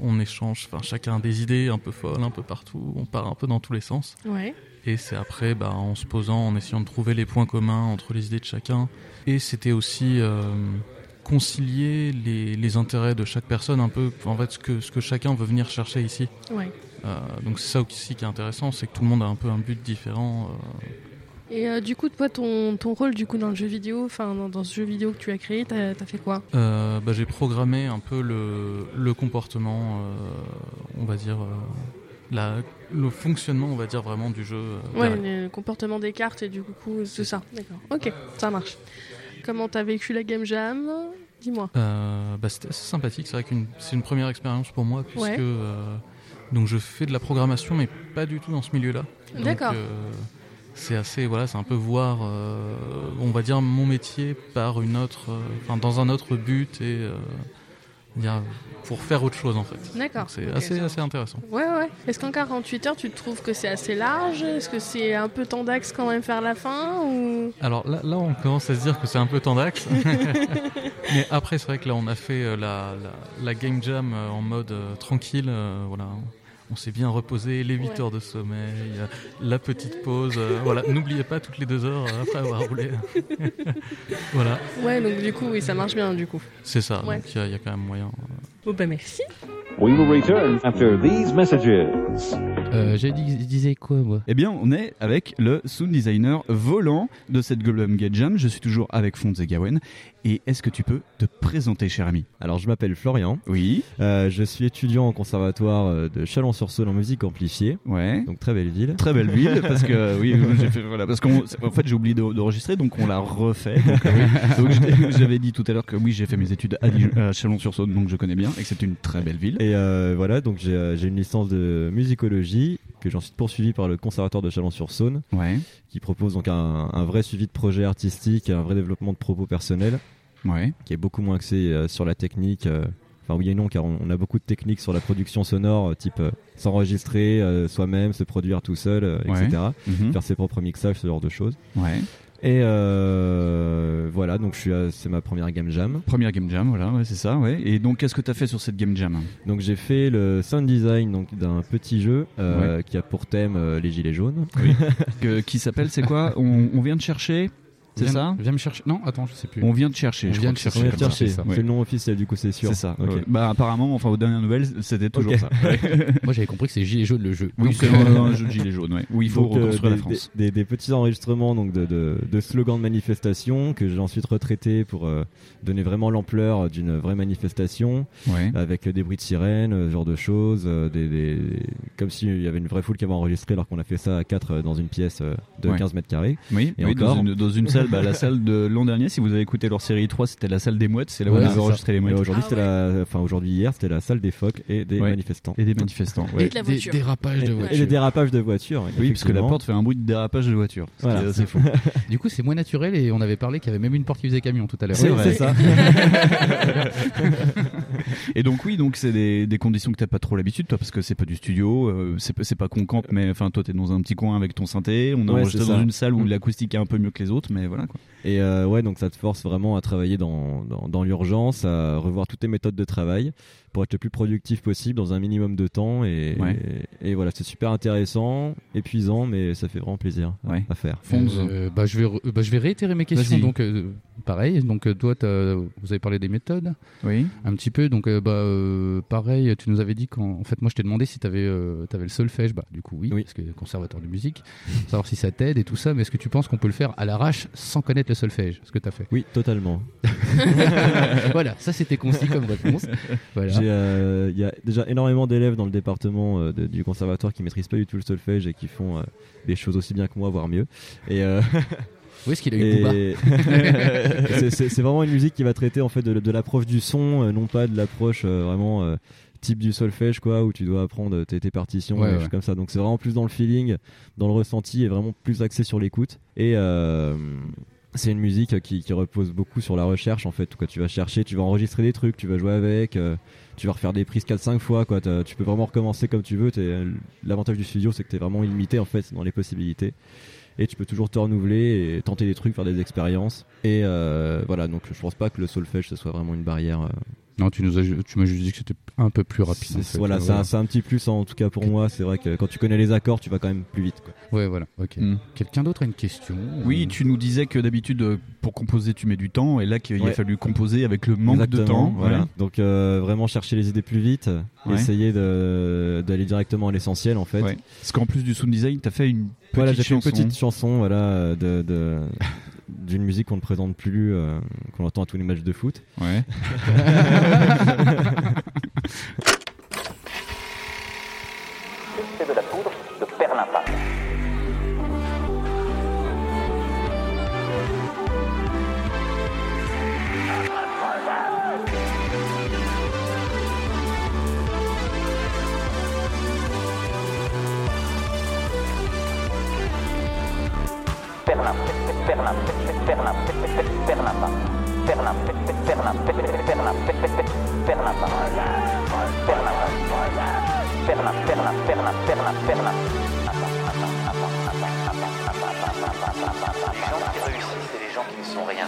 S24: on échange, enfin chacun a des idées un peu folles, un peu partout, on part un peu dans tous les sens.
S5: Ouais.
S24: Et c'est après, bah, en se posant, en essayant de trouver les points communs entre les idées de chacun. Et c'était aussi euh, concilier les, les intérêts de chaque personne un peu, en fait ce que ce que chacun veut venir chercher ici.
S5: Ouais.
S24: Euh, donc c'est ça aussi qui est intéressant, c'est que tout le monde a un peu un but différent. euh,
S5: Et euh, du coup, toi, ton, ton rôle du coup dans le jeu vidéo, enfin dans, dans ce jeu vidéo que tu as créé, t'as as fait quoi
S24: Euh, bah, J'ai programmé un peu le, le comportement, euh, on va dire, euh, la, le fonctionnement, on va dire, vraiment du jeu. euh,
S5: Ouais,
S24: derrière.
S5: le comportement des cartes et du coup tout ça. D'accord. Ok, ça marche. Comment t'as vécu la game jam Dis-moi.
S24: Euh, bah, C'était assez sympathique, c'est vrai que c'est une première expérience pour moi, puisque
S5: Ouais.
S24: euh, donc je fais de la programmation, mais pas du tout dans ce milieu-là. Donc,
S5: D'accord.
S24: euh, c'est assez, voilà, c'est un peu voir, euh, on va dire, mon métier par une autre, euh, enfin, dans un autre but et euh, dire, pour faire autre chose en fait.
S5: D'accord.
S24: Donc, C'est
S5: Ok,
S24: assez,
S5: ça
S24: assez intéressant.
S5: Ouais, ouais. Est-ce qu'en 48 heures, tu trouves que c'est assez large Est-ce que c'est un peu tendax quand même vers la fin ou...
S24: Alors là, là, on commence à se dire que c'est un peu <laughs> tendax. Mais après, c'est vrai que là, on a fait euh, la, la- la game jam euh, en mode euh, tranquille. euh, voilà, on, on s'est bien reposé, les 8 Ouais. heures de sommeil, euh, la petite pause. euh, <laughs> voilà, n'oubliez pas toutes les deux heures euh, après avoir <laughs> roulé. voilà,
S5: Ouais, donc du coup, oui, ça marche bien du coup.
S24: c'est ça.
S5: Ouais.
S24: Donc il y a- il y, a quand même moyen. euh.
S5: Bon, bah merci.
S3: We will return after these messages.
S24: Euh, J'ai dit, disais quoi moi
S8: Eh bien, on est avec le sound designer volant de cette Goblin Gate Jam. Je suis toujours avec Fonz et Gawen. Et est-ce que tu peux te présenter, cher ami
S15: Alors, je m'appelle Florian.
S8: Oui.
S15: Euh, je suis étudiant en conservatoire euh, de Chalon-sur-Saône en musique amplifiée.
S8: Ouais.
S15: Donc, très belle ville.
S8: Très belle
S15: <laughs>
S8: ville, parce que oui, j'ai fait, voilà, parce qu'en fait j'ai oublié d'en- d'enregistrer, donc on l'a refait. Donc, euh,
S15: <laughs>
S8: oui. Donc, j'étais- j'avais dit tout à l'heure que oui, j'ai fait mes études à, Dijon- à Chalon-sur-Saône, donc je connais bien, et que c'est une très belle ville.
S15: Et euh, voilà, donc j'ai euh, j'ai une licence de musicologie que j'ai ensuite poursuivie par le conservatoire de Chalon-sur-Saône, qui propose donc un, un vrai suivi de projet artistique, un vrai développement de propos personnels, qui est beaucoup moins axé euh, sur la technique. euh, Enfin oui et non, car on, on a beaucoup de techniques sur la production sonore, euh, type euh, s'enregistrer euh, soi-même, se produire tout seul, euh,
S8: Ouais.
S15: etc.
S8: Mhm.
S15: Faire ses propres mixages, ce genre de choses.
S8: Ouais.
S15: Et euh, voilà, donc je suis à- c'est ma première game jam.
S8: Première game jam, voilà, ouais, c'est ça, ouais. Et donc qu'est-ce que t'as fait sur cette game jam
S15: Donc j'ai fait le sound design donc d'un petit jeu euh, qui a pour thème euh, les gilets jaunes. <laughs>
S8: Que- Qui s'appelle, c'est quoi on, on vient de chercher, c'est
S15: Viens-
S8: ça
S4: Viens me chercher. Non, attends, je sais plus.
S8: On vient de chercher.
S15: On
S8: je crois
S15: vient de
S8: que c'est
S15: chercher,
S8: comme ça.
S15: c'est ça.
S8: Ouais.
S15: C'est le nom officiel, du coup, c'est sûr.
S8: C'est ça.
S15: Ok.
S8: ouais. Bah apparemment, enfin aux dernières nouvelles, c'était toujours
S15: Ok.
S8: ça.
S4: Moi, j'avais compris que c'est Gilets jaunes le jeu.
S8: Oui,
S4: Donc,
S8: c'est
S4: euh,
S8: un, un jeu de gilets jaunes, ouais, où il faut
S15: Donc, euh,
S8: reconstruire la
S15: des,
S8: France.
S15: Des, des- des petits enregistrements donc de, de- de slogans de manifestation que j'ai ensuite retraité pour euh, donner vraiment l'ampleur d'une vraie manifestation
S8: Ouais.
S15: avec euh, des bruits de sirène, euh, ce genre de choses, euh, des, des- comme s'il y avait une vraie foule qui avait enregistré alors qu'on a fait ça à 4 dans une pièce euh, de
S8: Ouais.
S15: 15 mètres carrés.
S8: Oui,
S15: et
S8: oui,
S15: encore.
S8: Dans, une, dans une salle, bah, la salle de l'an dernier, si vous avez écouté leur série 3, c'était la salle des mouettes, c'est là où
S15: Ouais,
S8: ils
S15: c'est
S8: avaient
S15: ça.
S8: enregistré les
S15: Et
S8: mouettes.
S15: Aujourd'hui, c'était la, enfin aujourd'hui hier, c'était la salle des phoques et des
S8: Ouais.
S15: manifestants.
S8: Et des manifestants.
S15: Ouais.
S8: Et de la Des- voiture. des dérapages de
S15: Et- Et
S8: voiture.
S15: des dérapages de voiture.
S8: Oui, parce que la
S15: effectivement.
S8: porte fait un bruit de dérapage de voiture. ce qui
S15: Voilà.
S8: est assez <laughs> fou.
S4: Du coup, c'est moins naturel et on avait parlé qu'il y avait même une porte qui faisait camion tout à l'heure.
S8: C'est vrai.
S4: <laughs>
S8: <laughs> et donc oui, donc c'est des, des conditions que t'as pas trop l'habitude, toi, parce que c'est pas du studio, euh, c'est pas- c'est pas concamp, mais enfin toi t'es dans un petit coin avec ton synthé, on a
S15: Ouais,
S8: enregistré
S15: c'est
S8: dans
S15: ça.
S8: une salle où l'acoustique est un peu mieux que les autres, mais voilà quoi.
S15: Et euh, ouais, donc ça te force vraiment à travailler dans, dans, dans l'urgence, à revoir toutes tes méthodes de travail pour être le plus productif possible dans un minimum de temps. Et,
S8: Ouais.
S15: et, et voilà, c'est super intéressant, épuisant, mais ça fait vraiment plaisir à- à faire.
S4: Euh, bah, je vais, re- bah, je vais réitérer mes questions.
S15: Mmh. Vas-y.
S4: Donc, euh, pareil. Donc, euh, toi, t'as- vous avez parlé des méthodes.
S8: Oui.
S4: Un petit peu. Donc, euh, bah, euh, pareil, tu nous avais dit qu'en en fait, moi, je t'ai demandé si t'avais avais le solfège. Bah, du coup, oui, parce que conservatoire de musique. savoir si ça t'aide et tout ça. Mais est-ce que tu penses qu'on peut le faire à l'arrache sans connaître le solfège Ce que t'as fait.
S15: Oui, totalement.
S4: <laughs> voilà, ça c'était concis comme
S15: <laughs>
S4: réponse. Voilà.
S15: J'ai, euh, Il y a déjà énormément d'élèves dans le département euh, de- du conservatoire qui maîtrisent pas du tout le solfège et qui font euh, des choses aussi bien que moi, voire mieux. Et, euh,
S25: <laughs> Où est-ce qu'il a eu
S15: Et-
S25: Booba
S15: <laughs>
S25: <laughs>
S15: c'est, c'est- c'est vraiment une musique qui va traiter en fait de, de l'approche du son, euh, non pas de l'approche euh, vraiment euh, type du solfège quoi, où tu dois apprendre tes, tes partitions
S25: Ouais,
S15: et des
S25: ouais.
S15: choses comme ça. Donc c'est vraiment plus dans le feeling, dans le ressenti et vraiment plus axé sur l'écoute. Et euh, c'est une musique qui, qui repose beaucoup sur la recherche en fait. Quoi. Tu vas chercher, tu vas enregistrer des trucs, tu vas jouer avec, euh, tu vas refaire des prises 4-5 fois. Quoi. T'as- Tu peux vraiment recommencer comme tu veux. T'es- L'avantage du studio c'est que tu es vraiment illimité en fait dans les possibilités et tu peux toujours te renouveler et tenter des trucs, faire des expériences. Et euh, voilà, donc je pense pas que le solfège ce soit vraiment une barrière. euh.
S25: Non, tu nous as ju- tu m'as juste dit que c'était un peu plus rapide. en
S15: C'est-
S25: fait.
S4: euh,
S15: voilà, c'est un- c'est un, petit plus hein, en tout cas pour moi. C'est vrai que quand tu connais les accords, tu vas quand même plus vite. Quoi.
S25: Ouais, voilà. Ok. Quelqu'un d'autre a une question
S11: Hmm. Oui, tu nous disais que d'habitude euh, pour composer tu mets du temps et là qu'il a
S15: Ouais.
S11: fallu composer avec le manque de
S15: Exactement,
S11: temps.
S15: Voilà.
S11: Ouais.
S15: Donc euh, vraiment chercher les idées plus vite,
S11: Ouais.
S15: essayer de- d'aller directement à l'essentiel en fait.
S11: Ouais. Parce qu'en plus du sound design, t'as fait une petite
S15: voilà, j'ai fait une
S11: chanson.
S15: petite chanson voilà, euh, de, de- <laughs> d'une musique qu'on ne présente plus, euh, qu'on entend à tous les matchs de foot. <laughs>
S11: Ouais. <laughs>
S23: C'est de la poudre de perlimpin.
S1: Perlin,
S23: gens qui réussissent, c'est les gens qui ne sont rien.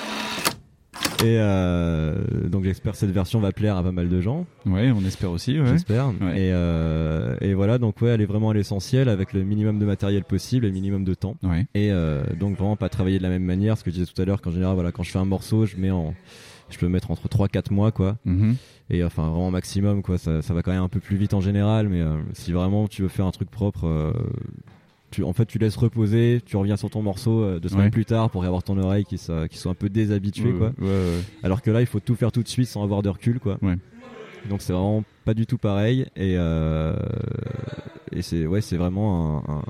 S15: Et euh, donc j'espère que cette version va plaire à pas mal de gens.
S11: Ouais, on espère aussi. ouais.
S15: J'espère. Et, euh, et voilà, donc ouais, aller vraiment à l'essentiel avec le minimum de matériel possible et le minimum de temps. Et euh, donc vraiment pas travailler de la même manière, ce que je disais tout à l'heure, qu'en général, voilà, quand je fais un morceau, je mets en, je peux mettre entre 3-4 mois, quoi.
S11: Mhm.
S15: Et enfin vraiment maximum, quoi. Ça, ça va quand même un peu plus vite en général, mais euh, si vraiment tu veux faire un truc propre. euh, tu, en fait, tu laisses reposer, tu reviens sur ton morceau euh, deux semaines
S11: Ouais.
S15: plus tard pour avoir ton oreille qui, soit- qui soit un peu déshabituée.
S11: Ouais,
S15: quoi.
S11: ouais, ouais.
S15: Alors que là, il faut tout faire tout de suite sans avoir de recul, quoi. Donc c'est vraiment pas du tout pareil et euh, et c'est ouais c'est vraiment un- un-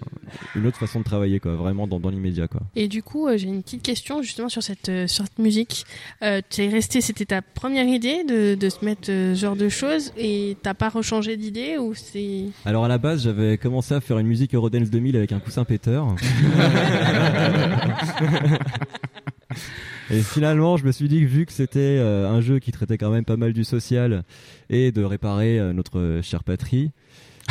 S15: une autre façon de travailler quoi, vraiment dans, dans l'immédiat quoi.
S5: Et du coup, euh, j'ai une petite question justement sur cette, euh, sur cette musique. Euh, tu es resté, c'était ta première idée de, de se mettre euh, ce genre de choses et t'as pas rechangé d'idée ou c'est.
S15: Alors à la base, j'avais commencé à faire une musique Eurodance 2000 avec un coussin péteur. Et finalement, je me suis dit que vu que c'était euh, un jeu qui traitait quand même pas mal du social et de réparer euh, notre euh, chère patrie,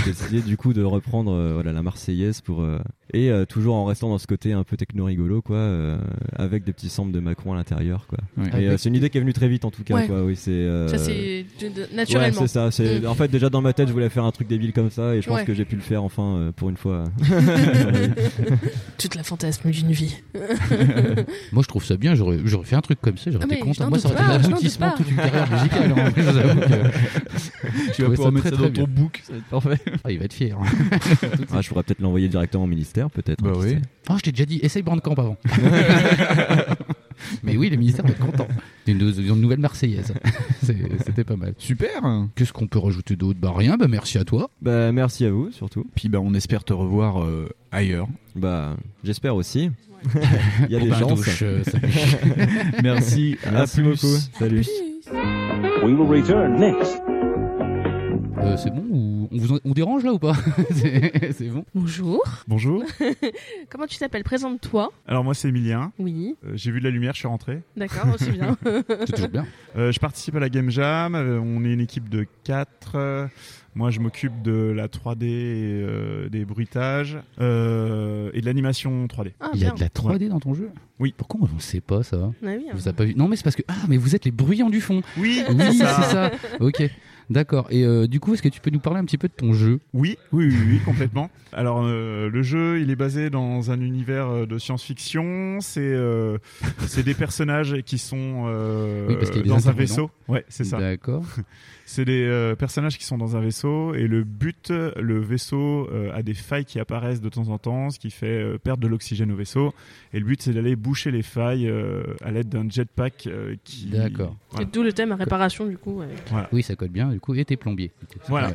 S15: j'ai décidé du coup de reprendre euh, voilà la Marseillaise pour euh, et euh, toujours en restant dans ce côté un peu techno rigolo quoi, euh, avec des petits samples de Macron à l'intérieur quoi.
S11: Ouais.
S15: Et euh,
S11: Avec-
S15: c'est une idée qui est venue très vite en tout cas
S5: Ouais.
S15: quoi. Oui, c'est euh,
S5: Ça, c'est de- de- naturellement.
S15: Ouais, c'est ça. c'est-
S5: Mm.
S15: En fait, déjà dans ma tête, je voulais faire un truc débile comme ça, et je pense
S5: Ouais.
S15: que j'ai pu le faire enfin euh, pour une
S11: <laughs>
S15: fois.
S20: <laughs>
S5: Toute la fantasme d'une vie.
S25: <laughs> Moi, je trouve ça bien. J'aurais j'aurais fait un truc comme ça. J'aurais
S5: Ah,
S25: été
S5: mais je
S25: content.
S5: n'en
S25: Moi, ça
S5: doute
S25: aurait été
S5: pas, je n'en
S25: l'aboutissement de
S5: doute
S25: toute une
S5: pas.
S25: carrière musicale.
S5: <laughs>
S25: hein. Je vous avoue que- je
S11: Tu vas
S25: trouvais
S11: pouvoir mettre ça
S25: très,
S11: dans
S25: très
S11: ton
S25: bien.
S11: book, ça va être parfait.
S25: <laughs> Ah, il va être fier.
S15: Ah, je pourrais peut-être l'envoyer directement au ministère, peut-être. Bah oui.
S25: Ah, je t'ai déjà dit, essaye Brandcamp
S11: <laughs>
S25: avant. Mais oui, le ministère va être content. Une, nou- une nouvelle
S8: <laughs>
S25: Marseillaise. C'est- C'était pas mal.
S11: Super
S25: Qu'est-ce qu'on peut rajouter d'autre Bah rien, bah merci à toi.
S15: Bah merci à vous surtout.
S11: Puis bah on espère te revoir euh, ailleurs.
S15: Bah j'espère aussi. Il y a
S11: Bon,
S15: des
S11: bah,
S15: chances.
S11: douche, euh,
S3: <laughs>
S15: <laughs>
S11: salut. Merci, à
S15: Merci
S11: plus.
S15: beaucoup. Salut.
S3: We will return next.
S25: Euh, c'est bon ou on, vous en- on dérange là ou
S11: <laughs>
S25: pas C'est c'est bon
S5: Bonjour. <laughs>
S20: Bonjour.
S5: Comment tu t'appelles Présente-toi.
S20: Alors moi c'est Emilien.
S5: Oui.
S20: Euh, J'ai vu de la lumière, je suis rentré.
S5: D'accord, oh, c'est
S20: <laughs>
S5: bien. C'est toujours bien.
S20: Euh, je participe à la Game Jam. euh, on est une équipe de 4. Moi je m'occupe de la 3D, et, euh, des bruitages euh, et de l'animation 3D.
S5: Ah,
S25: Il y a de la 3D dans ton jeu
S20: Oui.
S25: Pourquoi on ne sait pas
S5: Bah
S25: ça
S20: Ah oui, hein.
S25: Vous avez pas vu Non, mais c'est parce que. Ah, mais vous êtes les bruyants du fond
S20: Oui,
S25: oui
S20: c'est
S25: c'est
S20: ça.
S25: ça. Ok, d'accord. Et euh, du coup, est-ce que tu peux nous parler un petit peu de ton jeu
S20: Oui, oui, oui, oui, complètement. Alors euh, le jeu, il est basé dans un univers euh, de science-fiction. C'est euh, c'est des personnages qui sont euh,
S25: Oui, parce qu'il y a des
S20: dans un
S25: intervenants.
S20: vaisseau. Ouais, c'est ça.
S25: D'accord.
S20: C'est des euh, personnages qui sont dans un vaisseau et le but, le vaisseau euh, a des failles qui apparaissent de temps en temps, ce qui fait euh, perdre de l'oxygène au vaisseau. Et le but, c'est d'aller boucher les failles euh, à l'aide d'un jetpack euh, qui.
S25: D'accord.
S5: Et
S20: Voilà.
S5: d'où le thème à réparation du coup. avec-
S20: Voilà.
S4: <laughs>
S25: Oui, ça colle bien, du coup, et t'es plombier.
S20: Voilà.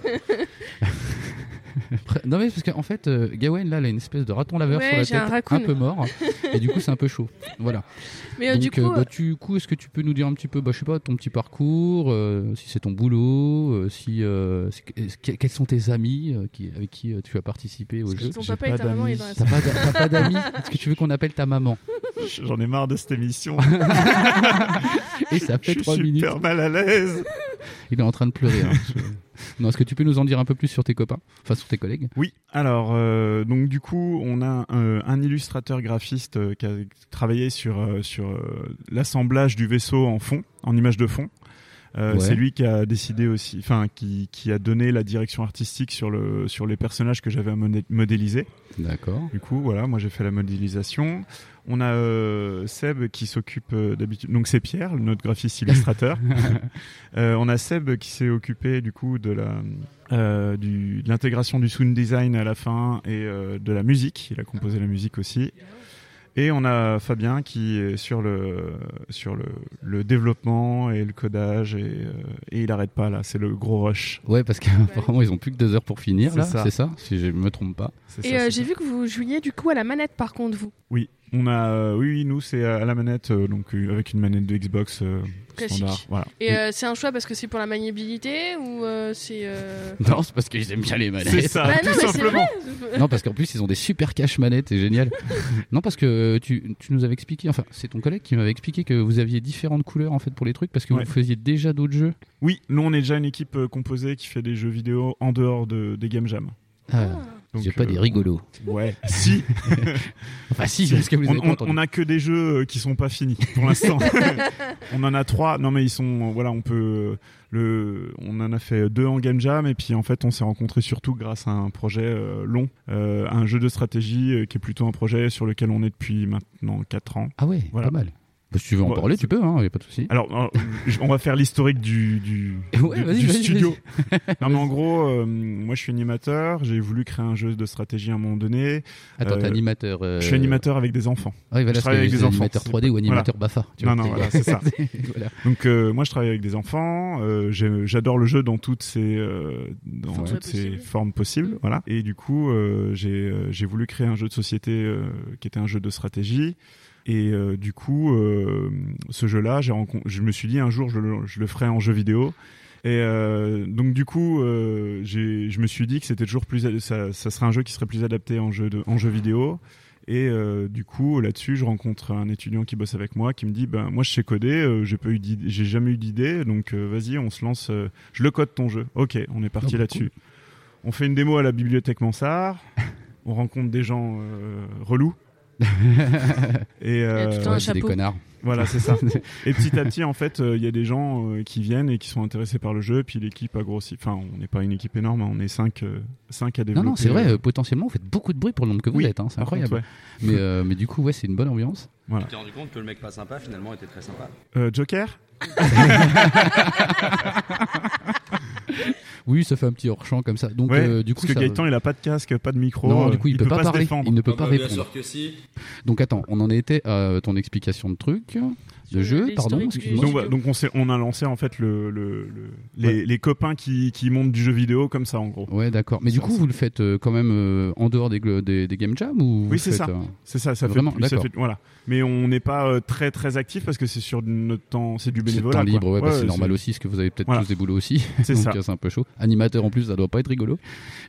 S4: non mais parce qu'en fait, euh, Gawain là, elle a une espèce de raton laveur
S5: Ouais, j'ai
S4: sur la
S5: un
S4: tête,
S5: raccoon.
S4: peu mort, et du coup c'est un peu chaud. Voilà.
S5: Mais, euh,
S4: Donc,
S5: du coup,
S4: bah,
S5: euh,
S4: du coup, est-ce que tu peux nous dire un petit peu, bah, je sais pas, ton petit parcours, euh, si c'est ton boulot, euh, si euh, c'est- est-ce que- quels sont tes amis euh, qui, avec qui euh, tu as participé au jeu
S5: ton J'ai papa et pas ta maman, d'amis. ils dans la <laughs>
S4: T'as pas
S5: salle.
S4: d'a- t'as pas d'amis Est-ce que tu veux qu'on appelle ta maman
S20: J'en ai marre de
S25: <laughs>
S20: cette émission. <laughs>
S4: Et ça fait
S20: Je suis
S4: 3
S20: super
S4: minutes.
S20: mal à l'aise.
S4: Il est en train de
S20: <laughs>
S4: pleurer. hein. Je- Non, est-ce que tu peux nous en dire un peu plus sur tes copains, enfin sur tes collègues
S20: Oui, alors euh, donc du coup, on a euh, un illustrateur graphiste euh, qui a travaillé sur euh, sur euh, l'assemblage du vaisseau en fond, en image de fond. Euh,
S16: Ouais.
S20: C'est lui qui a décidé aussi, enfin qui, qui a donné la direction artistique sur le sur les personnages que j'avais à modé- modéliser.
S4: D'accord.
S20: Du coup, voilà, moi j'ai fait la modélisation. On a euh, Seb qui s'occupe euh, d'habitude. Donc c'est Pierre, notre graphiste illustrateur. Euh, on a Seb qui s'est occupé du coup de la euh, du- de l'intégration du sound design à la fin et euh, de la musique. Il a composé la musique aussi. Et on a Fabien qui est sur le sur le, le développement et le codage et, euh, et il arrête pas là. C'est le gros rush.
S4: Ouais, parce qu'apparemment ils ont plus que deux heures pour finir
S20: C'est
S4: là,
S20: ça.
S4: c'est ça Si je me trompe pas.
S5: Et euh, j'ai vu que vous jouiez du coup à la manette par contre vous.
S20: Oui, on a, euh, oui, oui, nous c'est à la manette, euh, donc euh, avec une manette de Xbox euh,
S5: Classique.
S20: standard. Voilà.
S5: Et euh, c'est un choix parce que c'est pour la maniabilité ou euh, c'est.
S20: <laughs>
S5: euh,
S4: <laughs> Non, c'est parce qu'ils aiment bien les manettes.
S20: C'est ça, Bah
S5: non, tout mais c'est simplement. vrai.
S4: Non, parce qu'en plus, ils ont des super cache manettes,
S20: <laughs>
S4: c'est génial. non, parce que euh, tu, tu nous avais expliqué, enfin, c'est ton collègue qui m'avait expliqué que vous aviez différentes couleurs en fait pour les trucs parce que
S20: Ouais.
S4: vous faisiez déjà d'autres jeux.
S20: Oui, nous on est déjà une équipe euh, composée qui fait des jeux vidéo en dehors de, des game jam. euh,
S4: Ah, vous êtes pas des rigolos.
S20: Ouais, si.
S4: <laughs> Enfin, si, parce que vous les
S20: on,
S4: avez pas
S20: on-
S4: entendus.
S20: on a que des jeux euh, qui sont pas finis pour
S12: <laughs>
S16: <laughs>
S20: l'instant. <laughs> on en a trois. Non mais ils sont, voilà, on peut euh, le, on en a fait deux en game jam et puis en fait on s'est rencontrés surtout grâce à un projet euh, long, euh, un jeu de stratégie euh, qui est plutôt un projet sur lequel on est depuis maintenant quatre ans.
S4: Ah ouais,
S20: Voilà.
S4: pas mal. Bah, si tu veux en
S20: Ouais,
S4: parler, tu peux, hein, y a pas de souci.
S20: Alors, alors, euh, je- on va faire l'historique du, du,
S4: <laughs> Ouais,
S20: du-
S4: vas-y,
S20: du
S4: vas-y,
S20: studio. non,
S4: <laughs>
S20: mais en gros, euh, moi je suis animateur, j'ai voulu créer un jeu de stratégie à un moment donné.
S4: Attends,
S20: Euh,
S4: t'es animateur, euh,
S20: Je suis animateur avec des enfants.
S4: Ah oui, voilà,
S20: je travaille
S4: parce
S20: avec
S4: que
S20: des
S4: c'est
S20: enfants.
S4: animateur
S20: c'est
S4: 3D ou
S20: pas-
S4: animateur BAFA, tu vois,
S20: non, non,
S4: c'est-
S20: voilà, c'est ça.
S4: <laughs> Voilà.
S20: Donc, euh, moi je travaille avec des enfants, euh, j'ai- j'adore le jeu dans toutes ses, euh, dans
S4: Formes
S20: toutes ses
S4: possibles.
S20: formes possibles. Voilà. Et du coup, euh, j'ai euh, j'ai voulu créer un jeu de société euh, qui était un jeu de stratégie. Et euh, du coup, euh, ce jeu-là, j'ai rencon- je me suis dit un jour, je le, je le ferai en jeu vidéo. Et euh, donc du coup, euh, j'ai- je me suis dit que c'était toujours plus, ad- ça, ça serait un jeu qui serait plus adapté en jeu, de, en jeu vidéo. Et euh, du coup, là-dessus, je rencontre un étudiant qui bosse avec moi, qui me dit, ben moi je sais coder, euh, j'ai pas eu d'idée- j'ai jamais eu d'idée, donc euh, vas-y, on se lance, euh, je le code ton jeu. Ok, on est parti
S4: bah,
S20: là-dessus. On fait une démo à la bibliothèque Mansart. on rencontre des gens euh,
S4: <laughs>
S20: relous. et euh,
S4: a tout le temps un Ouais, c'est des chapeau. connards.
S20: Voilà, c'est
S4: <laughs>
S20: ça. et petit à petit, en fait, euh, il y a des gens euh, qui viennent et qui sont intéressés par le jeu. Puis l'équipe a grossi. Enfin, on n'est pas une équipe énorme, hein, on est 5 cinq à
S4: Non,
S20: développer.
S4: non, c'est vrai, euh, potentiellement, vous faites beaucoup de bruit pour le nombre que vous
S20: Oui,
S4: êtes, hein, c'est
S20: par
S4: incroyable.
S20: contre,
S4: mais, euh, mais du coup, ouais, c'est une bonne ambiance.
S20: Voilà.
S8: Tu t'es rendu compte que le mec pas sympa finalement était très sympa.
S20: Euh, Joker
S4: <laughs> Oui, ça fait un petit hors-champ comme ça. Donc,
S20: Ouais,
S4: euh, du coup,
S20: parce que
S4: ça-
S20: Gaëtan, il a pas de casque, pas de micro.
S4: Non,
S20: euh,
S4: du coup, il, peut, pas,
S20: se
S4: parler.
S20: défendre.
S4: Il ne
S8: Ah bah
S4: peut pas répondre.
S8: que si.
S4: Donc, attends, on en était à euh, ton explication de truc, de jeu, pardon. excuse-moi.
S20: Donc, voilà, donc on, s'est- on a lancé en fait le, le- le- les, les copains qui, qui montent du jeu vidéo comme ça en gros.
S4: Ouais, d'accord. Mais du
S20: Ça,
S4: coup,
S20: ça-
S4: vous le faites euh, quand même euh, en dehors des, glo- des, des game jam ou vous
S20: Oui,
S4: le
S20: c'est
S4: faites,
S20: ça.
S4: euh,
S20: C'est ça, ça fait
S4: Vraiment,
S20: plus- ça
S4: d'accord.
S20: fait- voilà. Mais on n'est pas euh, très très actif parce que c'est sur notre temps, c'est du
S4: C'est le
S20: bénévolat.
S4: temps
S20: quoi.
S4: libre, ouais, bah, c'est
S20: ouais,
S4: normal aussi, parce que vous avez peut-être
S20: Voilà.
S4: tous des boulots aussi.
S20: C'est
S4: <laughs> donc
S20: ça.
S4: euh, c'est un peu chaud. Animateur en plus, ça doit pas être rigolo.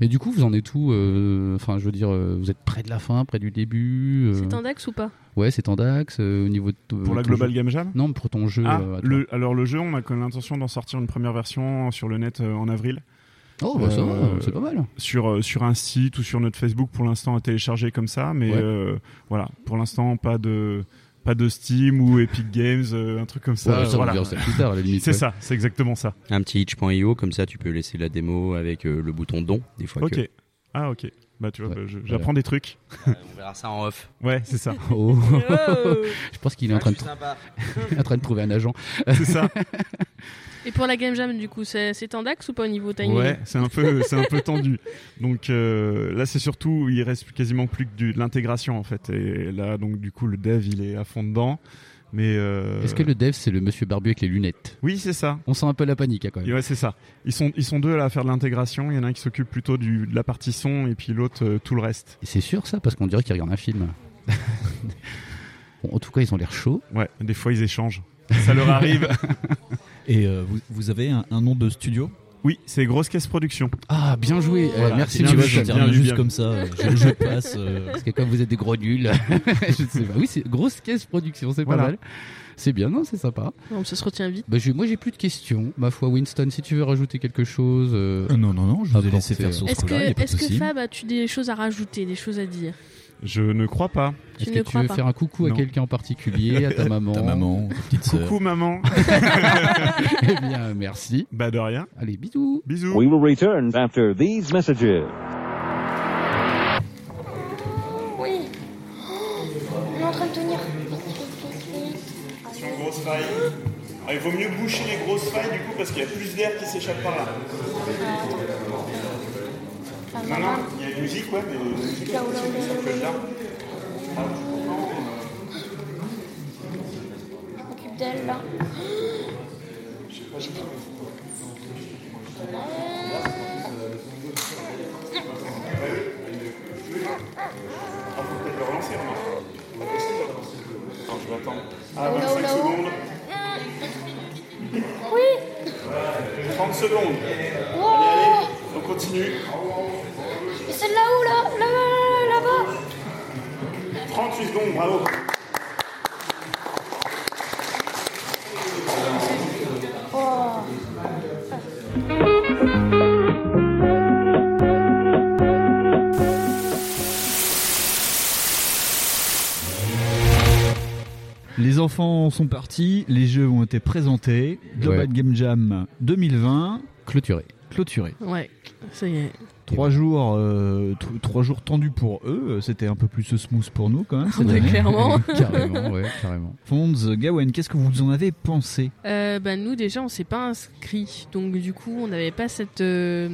S4: Et du coup, vous en êtes où euh, Enfin, je veux dire, euh, vous êtes près de la fin, près du début. euh,
S5: C'est Tendax ou pas
S4: Ouais, c'est Tendax. euh, au niveau de t-
S20: Pour la
S4: ton
S20: Global
S4: jeu.
S20: Game Jam
S4: Non, mais pour ton jeu.
S20: Ah,
S4: euh, à toi.
S20: le- alors le jeu, on a quand même l'intention d'en sortir une première version sur le net euh, en avril.
S4: Oh, bah, ça va, c'est pas mal.
S20: Sur, euh, sur un site ou sur notre Facebook, pour l'instant, à télécharger comme ça. Mais
S4: Ouais.
S20: euh, voilà, pour l'instant, pas de, pas de Steam ou Epic Games, euh, un truc comme ça.
S4: Oh,
S10: Ouais,
S20: euh,
S10: ça, on
S20: voilà.
S10: verra ça plus tard, à la limite,
S20: C'est
S10: ouais.
S20: ça, c'est exactement ça.
S10: Un petit itch.io, comme ça tu peux laisser la démo avec euh, le bouton don, des fois.
S20: Ok.
S10: que-
S20: Ah, ok. Bah, tu vois, bah, je-
S10: voilà.
S20: j'apprends des trucs.
S10: on verra ça en off.
S20: Ouais, c'est ça.
S4: <laughs> Oh. je pense qu'il est en train, de... <laughs> en train de trouver un agent.
S20: C'est
S4: <laughs>
S20: ça.
S5: Et pour la game jam du coup c'est c'est Tendax ou pas au niveau timing
S20: Ouais, c'est un peu, c'est
S5: <laughs>
S20: un peu tendu. Donc euh, là, c'est surtout, il reste quasiment plus que du- de l'intégration en fait. Et là, donc du coup, le dev, il est à fond dedans. Mais euh,
S4: Est-ce que le dev, c'est le monsieur barbu avec les lunettes
S20: Oui, c'est ça.
S4: On sent un peu la panique, hein, quand même.
S20: Et ouais, c'est ça. Ils sont, ils sont deux là, à faire de l'intégration. Il y en a un qui s'occupe plutôt du, de la partie son et puis l'autre euh, tout le reste.
S4: Et c'est sûr, ça Parce qu'on dirait qu'ils regardent
S20: <laughs>
S4: un film. Bon, en tout cas, ils ont l'air chauds.
S20: Ouais, des fois, ils échangent. Ça leur
S15: <laughs>
S20: arrive.
S4: <laughs>
S8: Et euh, vous, vous avez un, un nom de studio
S20: Oui, c'est Grosse Caisse Production.
S4: Ah, bien joué. Euh,
S8: Voilà,
S4: merci,
S8: bien Eh,
S4: monsieur.
S8: vu, je termine juste comme ça, euh, je- <laughs> je passe, euh.
S4: Parce que comme vous êtes des gros nuls, <laughs> je ne sais pas. Oui, c'est grosse caisse production, c'est
S8: Voilà.
S4: pas mal. C'est bien, non, c'est sympa.
S5: Non, ça se retient vite.
S4: Bah, j'ai- moi, j'ai plus de questions. Ma foi, Winston, si tu veux rajouter quelque chose. euh,
S8: non, non, non, je
S4: vous ai laissé
S8: faire sur
S5: Est-ce que, est-ce que Fab, as-tu des choses à rajouter, des choses à dire
S20: Je ne crois pas.
S5: Tu
S4: Est-ce
S5: ne
S4: que tu
S5: crois
S4: veux
S5: pas.
S4: faire un coucou
S20: Non.
S4: à quelqu'un en particulier,
S20: <laughs>
S4: à ta maman euh,
S20: Ta maman,
S8: ta petite
S20: sœur. Coucou, <laughs> maman.
S4: eh bien, merci.
S20: Bah, de rien.
S4: Allez, bisous.
S20: Bisous.
S3: We will return after these messages.
S1: Oui. On est en train de tenir.
S20: Sur grosse faille. Ah, il vaut mieux boucher les grosses failles du coup parce qu'il y a plus d'air qui s'échappe par là. Non, non, il y a une musique, ouais, mais la musique, c'est un peu là.
S1: Je m'occupe d'elle là.
S20: Attends, je vais attendre.
S1: Ah,
S20: Ah,
S1: oula,
S20: 25
S1: oula,
S20: secondes.
S1: Oui.
S20: 30 secondes.
S1: Wow.
S20: On continue.
S1: Et celle là-haut là, là, là, là-bas.
S20: 38 secondes, bravo.
S8: Les enfants sont partis, les jeux ont été présentés. Global
S4: Ouais.
S8: Game Jam 2020.
S4: Clôturé.
S8: Clôturé.
S5: Ouais, ça y est.
S8: Trois jours, euh, tr- trois jours tendus pour eux. Euh, C'était un peu plus smooth pour nous quand même. Cette
S5: Ouais,
S8: année.
S5: clairement.
S8: <laughs>
S4: Carrément, ouais, carrément.
S8: Fonds, Gawen, qu'est-ce que vous en avez pensé
S5: Euh, bah, nous déjà on s'est pas inscrit donc du coup on n'avait pas cette euh,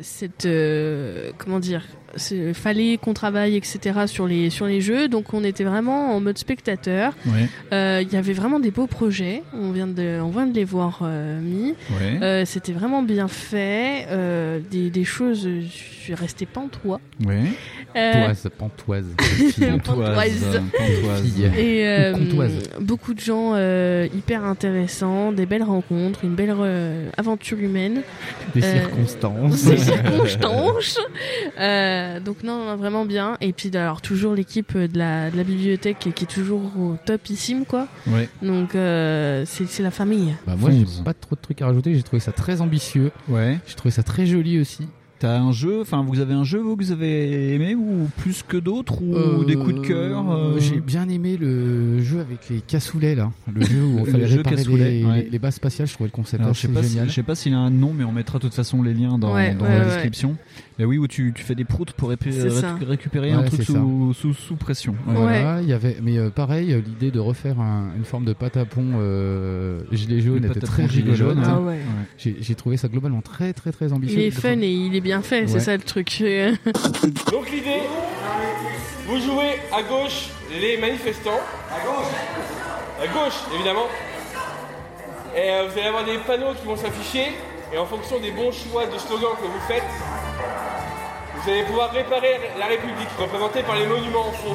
S5: cette euh, comment dire ce- fallait qu'on travaille etc sur les sur les jeux donc on était vraiment en mode spectateur
S26: Ouais.
S5: Euh, il y avait vraiment des beaux projets on vient de on vient de les voir euh, mis
S26: Ouais.
S5: Euh, c'était vraiment bien fait euh, des, des choses je suis restée pantois
S8: Ouais.
S5: Euh,
S4: Pantoise,
S5: <laughs>
S4: pantoise.
S5: Pantoise.
S4: Fille.
S5: Et euh,
S4: Comtoise.
S5: beaucoup de gens euh, hyper intéressants, des belles rencontres, une belle euh, aventure humaine.
S4: Des
S5: Euh,
S4: circonstances. <laughs>
S5: Des circonstances. Euh, donc non, non, vraiment bien. Et puis alors toujours l'équipe de la, de la bibliothèque qui est toujours au topissime quoi.
S8: Ouais.
S5: Donc euh, c'est c'est la famille.
S4: Bah, moi, j'ai pas trop de trucs à rajouter. J'ai trouvé ça très ambitieux.
S8: Ouais.
S4: J'ai trouvé ça très joli aussi.
S8: T'as un jeu, enfin vous avez un jeu vous que vous avez aimé ou plus que d'autres ou
S4: Euh,
S8: des coups de cœur euh
S4: J'ai bien aimé le jeu avec les cassoulets là, le jeu où
S8: <laughs>
S4: on
S8: Le
S4: fallait
S8: jeu
S4: réparer
S8: cassoulet,
S4: les,
S8: ouais.
S4: les- les bases spatiales. Je trouvais le concept
S8: Alors, je
S4: assez
S8: sais pas, si-
S4: génial.
S8: je sais pas s'il a un nom, mais on mettra de toute façon les liens dans,
S4: Ouais,
S8: dans
S4: ouais,
S8: la
S4: ouais.
S8: description. Mais oui, où tu, tu fais des proutes pour répu-
S4: C'est ça.
S8: récu- récupérer
S4: Ouais,
S8: un truc
S4: c'est ça.
S8: sous, sous, sous pression. Ouais.
S4: Voilà, il y avait, mais euh, pareil, euh, l'idée de refaire un- une forme de pâte à pont euh, gilet jaune
S8: Le
S4: était
S8: pâte à
S4: très
S8: pont gilet
S4: rigolote.
S8: jaune, hein.
S5: Ah ouais. ouais.
S4: J'ai j'ai trouvé ça globalement très très très ambitieux.
S5: Il est fun et il est bien fait,
S4: Ouais.
S5: c'est ça le
S4: <laughs>
S5: truc.
S19: Donc l'idée, vous jouez à gauche les manifestants. À gauche À gauche, évidemment. Et euh, vous allez avoir des panneaux qui vont s'afficher. Et en fonction des bons choix de slogans que vous faites, vous allez pouvoir réparer la République, représentée par les monuments en fond.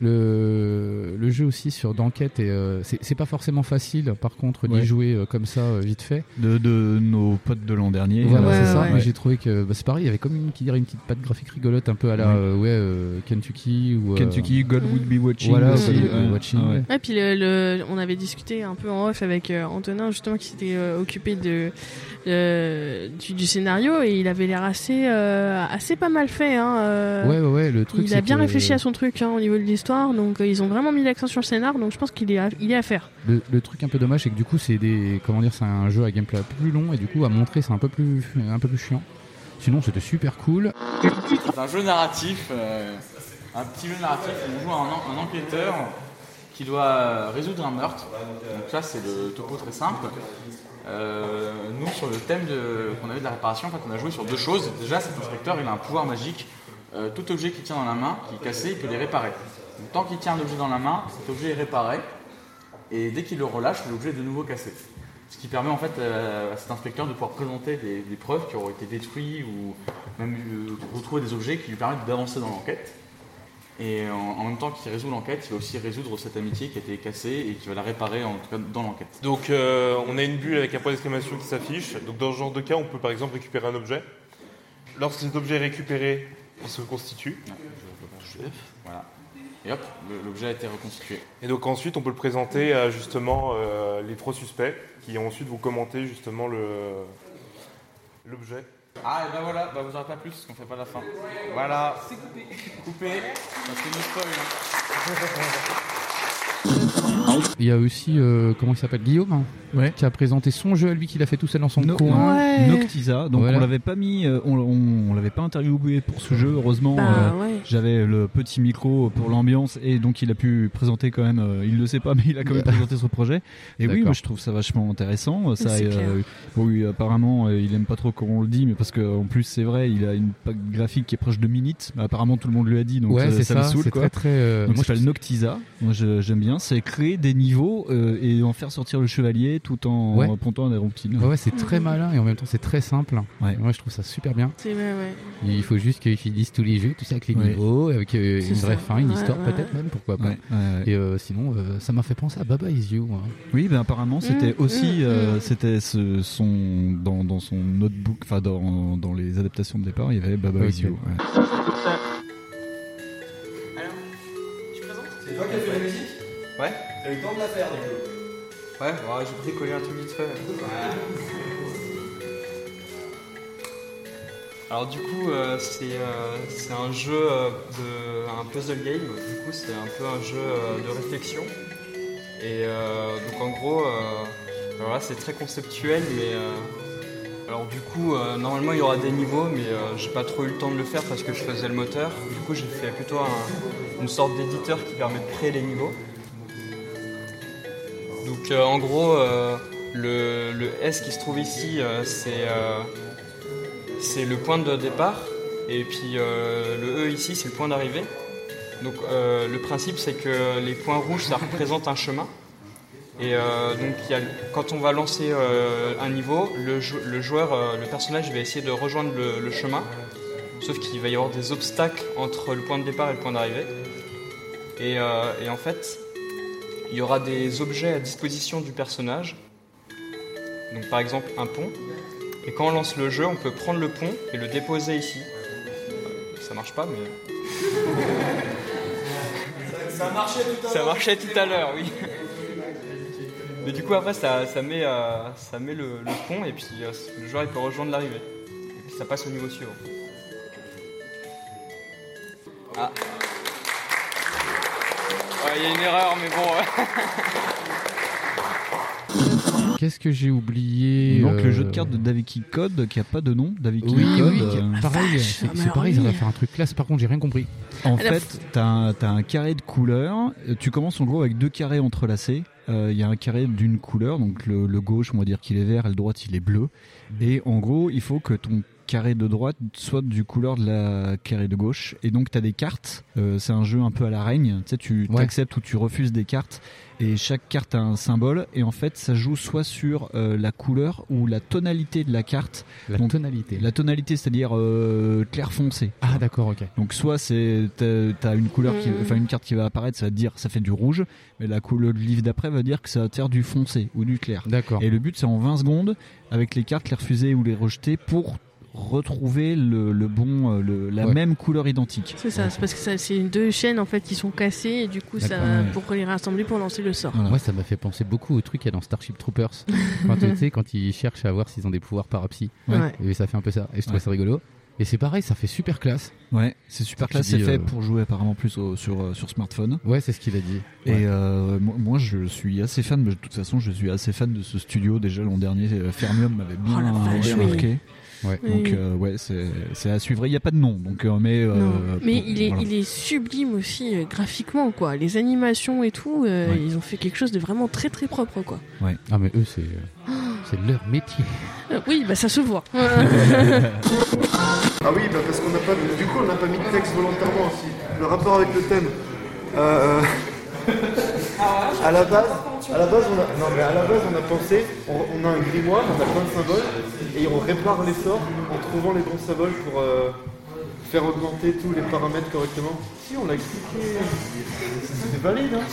S4: Le, le jeu aussi sur d'enquête et euh, c'est c'est pas forcément facile. Par contre, d'y
S8: Ouais.
S4: jouer euh, comme ça euh, vite fait.
S8: De, de nos potes de l'an dernier.
S4: Voilà,
S8: Euh,
S4: c'est ça. Mais
S8: ouais.
S4: j'ai trouvé que bah, c'est pareil. Il y avait comme une, qui dirait une petite patte graphique rigolote, un peu à la
S8: Ouais.
S4: euh, ouais, euh, Kentucky ou euh,
S8: Kentucky, God Would Be Watching
S4: Voilà,
S8: aussi.
S4: God Would Be
S8: Ouais.
S4: Watching.
S8: Ah ouais.
S5: Ouais, puis le, le- on avait discuté un peu en off avec euh, Antonin, justement, qui s'était euh, occupé de, de- du, du scénario et il avait l'air assez, euh, assez pas mal fait. Hein, euh,
S4: Ouais, ouais, ouais, le truc,
S5: Il
S4: c'est
S5: a bien
S4: que-
S5: réfléchi à son truc hein, au niveau de l'histoire, donc euh, ils ont vraiment mis l'accent sur le scénar, donc je pense qu'il est, à- il est à faire.
S4: Le, le truc un peu dommage, c'est que du coup, c'est des comment dire, c'est un jeu à gameplay un peu plus long et du coup, à montrer, c'est un peu plus, un peu plus chiant. Sinon, c'était super cool.
S13: C'est un jeu narratif, euh, un petit jeu narratif où on joue un, en- un enquêteur qui doit euh, résoudre un meurtre. Donc ça, c'est le topo très simple. Euh, nous, sur le thème de- qu'on avait de la réparation, en fait, on a joué sur deux choses. Déjà, cet inspecteur, il a un pouvoir magique. Euh, tout objet qu'il tient dans la main, qui est cassé, il peut les réparer. Donc, tant qu'il tient un objet dans la main, cet objet est réparé. Et dès qu'il le relâche, l'objet est de nouveau cassé. Ce qui permet en fait euh, à cet inspecteur de pouvoir présenter des, des preuves qui auront été détruites ou même euh, retrouver des objets qui lui permettent d'avancer dans l'enquête. Et en, en même temps qu'il résout l'enquête, il va aussi résoudre cette amitié qui a été cassée et qui va la réparer en tout cas dans l'enquête.
S12: Donc euh, on a une bulle avec un point d'exclamation qui s'affiche. Donc dans ce genre de cas, on peut par exemple récupérer un objet. Lorsque cet objet est récupéré, il se reconstitue.
S13: Voilà. Et hop, le- l'objet a été reconstitué.
S12: Et donc ensuite, on peut le présenter à justement euh, les trois suspects qui ensuite vont commenter justement le l'objet.
S13: Ah, et ben voilà, bah, vous n'aurez pas plus parce qu'on fait pas la fin. Voilà.
S12: C'est
S13: coupé. Coupé. Parce que nous spoil.
S4: Il y a aussi, euh, comment il s'appelle, Guillaume, hein, qui a présenté son jeu à lui qu'il a fait tout seul dans son coin.
S8: Noctisa, donc
S4: Voilà.
S8: on l'avait pas mis, euh, on, on- on l'avait pas interviewé pour ce jeu, heureusement.
S5: Bah,
S8: euh,
S5: ouais.
S8: J'avais le petit micro pour l'ambiance et donc il a pu présenter quand même, euh, il le sait pas, <laughs> mais il a
S4: <laughs>
S8: quand même présenté son projet. Et oui,
S4: D'accord.
S8: moi je trouve ça vachement intéressant. Ça,
S4: C'est
S8: euh,
S4: clair.
S8: bon, oui, apparemment, euh, il aime pas trop quand on le dit, mais parce qu'en plus c'est vrai, il a une pack graphique qui est proche de Minit. Apparemment, tout le monde lui a dit, donc euh,
S4: Ouais,
S8: ça,
S4: c'est
S8: me
S4: ça,
S8: saoule
S4: c'est
S8: quoi.
S4: très, très, euh,
S8: donc
S4: moi,
S8: ça s'appelle
S4: je-
S8: Noctisa. Moi je- j'aime bien, c'est créer des niveaux euh, et en faire sortir le chevalier tout en
S4: Ouais.
S8: pontant des romptines.
S4: Ouais, ouais, c'est très malin et en même temps c'est très simple. Ouais. je trouve ça super bien.
S5: C'est vrai, ouais.
S4: Il faut juste qu'ils finissent tous les jeux, tout ça avec les
S8: Ouais.
S4: niveaux, avec euh,
S8: C'est
S4: une vraie
S8: ça.
S4: fin, une
S8: Ouais,
S4: histoire
S8: ouais,
S4: peut-être
S8: ouais.
S4: même, pourquoi pas.
S8: Ouais, ouais, ouais.
S4: Et euh, sinon, euh, ça m'a fait penser à Baba Is You. hein.
S8: Oui, ben apparemment c'était
S4: Mm,
S8: aussi
S4: mm,
S8: euh, c'était ce- son dans, dans son notebook, enfin dans, dans les adaptations de départ, il y avait Baba
S4: Ok.
S8: Is You. ouais.
S1: C'est toi qui as fait la musique
S13: Ouais.
S1: T'as eu le temps de la faire du coup
S13: Ouais, bah, j'ai bricolé un truc vite fait.
S17: Alors du coup, euh, c'est euh, c'est un jeu euh, de un puzzle game. Du coup, c'est un peu un jeu euh, de réflexion. Et euh, donc en gros, euh, alors là, c'est très conceptuel, mais euh, alors du coup, euh, normalement, il y aura des niveaux, mais euh, j'ai pas trop eu le temps de le faire parce que je faisais le moteur. Du coup, j'ai fait plutôt un- une sorte d'éditeur qui permet de créer les niveaux. Donc euh, en gros, euh, le, le S qui se trouve ici, euh, c'est euh, c'est le point de départ. Et puis euh, le E ici, c'est le point d'arrivée. Donc euh, le principe, c'est que les points rouges, ça représente un chemin. Et euh, donc il y a- quand on va lancer euh, un niveau, le, jou- le joueur, euh, le personnage va essayer de rejoindre le, le chemin. Sauf qu'il va y avoir des obstacles entre le point de départ et le point d'arrivée. Et, euh, et en fait, il y aura des objets à disposition du personnage. Donc par exemple un pont. Et quand on lance le jeu, on peut prendre le pont et le déposer ici. Euh, Ça marche pas, mais
S1: Ça marchait tout à l'heure.
S17: ça marchait tout à l'heure,
S1: <laughs>
S17: oui. Mais du coup après, ça, ça met, euh, ça met le, le pont et puis euh, le joueur il peut rejoindre l'arrivée. Et puis ça passe au niveau suivant. Ah. Ouais, Il y a une erreur, mais bon.
S4: Qu'est-ce que j'ai oublié
S8: Il manque
S4: euh,
S8: le jeu de cartes de Daviki Code qui a pas de nom, Daviki
S4: Oui,
S8: Code.
S4: oui,
S8: euh,
S4: pareil, c'est c'est pareil, ça va faire un truc classe. Par contre, j'ai rien compris.
S8: En fait, t'as un, t'as un carré de couleurs. Euh, Tu commences en gros avec deux carrés entrelacés. Euh, Il y a un carré d'une couleur, donc le, le gauche, on va dire qu'il est vert, et le droite, il est bleu. Et en gros, il faut que ton carré de droite soit du couleur de la carré de gauche. Et donc, t'as des cartes. Euh, c'est un jeu un peu à la règne. Tu sais, tu
S4: Ouais.
S8: acceptes ou tu refuses des cartes. Et chaque carte a un symbole. Et en fait, ça joue soit sur euh, la couleur ou la tonalité de la carte.
S4: La tonalité.
S8: La tonalité, c'est-à-dire euh, clair foncé.
S4: Ah d'accord, ok.
S8: Donc soit c'est t'as t'as une couleur, qui,
S4: Mhm.
S8: enfin une carte qui va apparaître, ça va te dire ça fait du rouge, mais la couleur de livre d'après va dire que ça va te faire du foncé ou du clair.
S4: D'accord.
S8: Et le but c'est en 20 secondes avec les cartes les refuser ou les rejeter pour retrouver le, le bon, euh, le- la même couleur identique.
S5: C'est ça, c'est parce que ça- c'est deux chaînes en fait qui sont cassées et du coup, ça,
S8: D'accord.
S5: pour les rassembler pour lancer le sort.
S4: Moi, ça m'a fait penser beaucoup au truc qu'il y a dans Starship Troopers. quand, tu sais, quand ils cherchent à voir s'ils ont des pouvoirs parapsy.
S5: Ouais.
S4: Et ça fait un peu ça. Et je trouve
S8: Ouais.
S4: ça rigolo. Et c'est pareil, ça fait super classe.
S8: Ouais, c'est super classe.
S4: Tu
S8: C'est
S4: dis,
S8: fait
S4: euh,
S8: pour jouer apparemment plus au- sur, euh, sur smartphone.
S4: Ouais, c'est ce qu'il a dit.
S8: Et euh, moi, moi, je suis assez fan, mais de toute façon, je suis assez fan de ce studio. Déjà, l'an dernier, euh, Fermium m'avait bien Oh, la vache, bien oui. marqué.
S4: Ouais.
S8: Donc,
S5: Oui.
S8: euh, ouais, c'est c'est à suivre. Il n'y a pas de nom, donc, euh, mais. euh,
S5: Mais
S8: pour-
S5: il est,
S8: voilà.
S5: il est sublime aussi euh, graphiquement, quoi. Les animations et tout, euh,
S8: Ouais.
S5: ils ont fait quelque chose de vraiment très très propre, quoi.
S8: Ouais.
S4: Ah, mais eux, c'est c'est leur métier.
S5: Euh, oui, bah ça se voit. <laughs>
S12: Ah oui, bah parce qu'on n'a pas. Du coup, on n'a pas mis de texte volontairement aussi. Le rapport avec le thème. Euh, euh,
S13: ah
S12: à la base, à la base, on a. Non, mais à la base, on a pensé. On, on a un grimoire, on a plein de symboles, et on répare les sorts en trouvant les bons symboles pour euh, faire augmenter tous les paramètres correctement. Si, on l'a expliqué. C'était valide, hein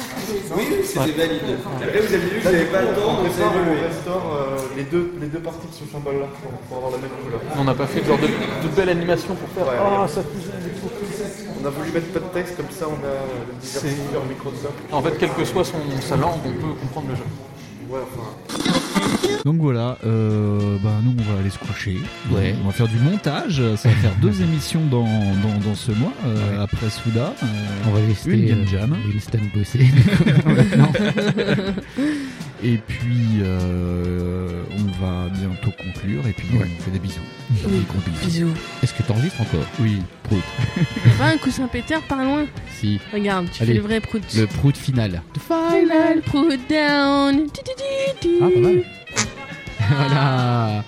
S24: Oui, oui, c'était valide. Après, vous avez vu que
S12: Là,
S24: j'avais
S12: du
S24: pas
S12: coup,
S24: le temps,
S12: On
S24: vous
S12: répare
S24: savez,
S12: et
S24: le-
S12: on restaure euh, les, deux, les deux parties de ce symbole-là pour, pour avoir la même couleur.
S24: On n'a pas fait genre de, de belle animation pour faire.
S12: Ouais,
S24: Ah,
S12: ouais.
S24: ça-
S12: On a voulu mettre pas de texte, comme ça on a le diversité
S24: C'est-
S12: sur micro de ça.
S24: En fait, quelle que soit son, sa langue, on peut comprendre le jeu.
S12: Ouais, enfin.
S8: Donc voilà, euh, bah, nous on va aller se coucher.
S4: Ouais.
S8: On va faire du montage. Ça va faire
S4: <laughs>
S8: deux émissions dans, dans, dans ce mois euh, après Souda. euh,
S4: On va laisser
S8: une game
S4: euh,
S8: jam.
S4: Winston bosser. <laughs> Non.
S8: <laughs> et puis euh, on va bientôt conclure. Et puis
S4: Ouais.
S8: on fait des bisous.
S5: Oui.
S8: Des gros
S5: Bisous.
S4: Est-ce que t'enregistres encore Oui. Prout.
S5: Y'a ben, pas un coussin pétard par loin
S4: si.
S5: Regarde, tu
S4: Allez,
S5: fais le vrai prout.
S4: Le
S5: <laughs>
S4: prout final.
S5: Final prout down. Tu, tu, tu, tu.
S4: Ah, pas mal. voilà.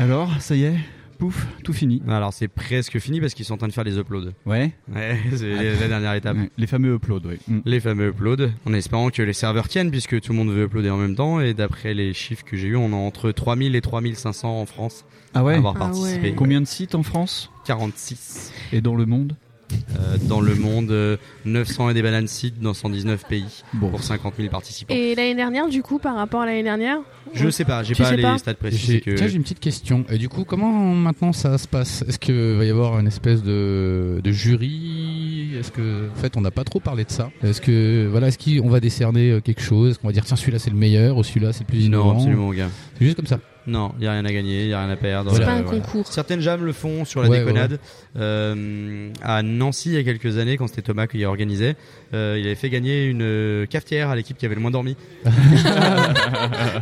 S8: Alors, ça y est, pouf, tout fini.
S10: Alors c'est presque fini parce qu'ils sont en train de faire les uploads.
S8: Ouais. Ah.
S10: c'est la dernière étape.
S8: Les fameux uploads, oui. Mm.
S10: Les fameux uploads, en espérant que les serveurs tiennent puisque tout le monde veut uploader en même temps et d'après les chiffres que j'ai eu, on a entre 3000 et 3500 en France
S8: Ah ouais.
S10: à avoir participé.
S8: Combien de sites en France
S10: 46.
S8: Et dans le monde
S10: Euh, dans le monde, euh, 900 et des bananes sites dans 119 pays pour 50 000 participants.
S5: Et l'année dernière, du coup, par rapport à l'année dernière Ah
S10: Je sais pas, j'ai
S5: Tu
S10: pas
S5: sais
S10: les
S5: pas
S10: stats
S4: J'ai-
S10: précis. Que...
S4: Tiens, j'ai une petite question. Et du coup, comment maintenant ça se passe Est-ce qu'il va y avoir une espèce de, de jury Est-ce que, en fait, on n'a pas trop parlé de ça Est-ce que, voilà, est-ce qu'on va décerner euh, quelque chose Est-ce qu'on va dire, tiens, celui-là c'est le meilleur ou celui-là c'est le plus
S10: Non,
S4: innovant
S10: absolument, gars.
S4: C'est juste comme ça.
S10: Non, il n'y a rien à gagner, il n'y a rien à perdre.
S4: C'est pas
S10: Euh,
S4: un
S10: voilà.
S4: concours.
S10: Certaines jams le font sur la
S4: Ouais,
S10: déconnade. Euh, à Nancy, il y a quelques années, quand c'était Thomas qui organisait, euh, il avait fait gagner une euh, cafetière à l'équipe qui avait le moins dormi.
S4: <laughs>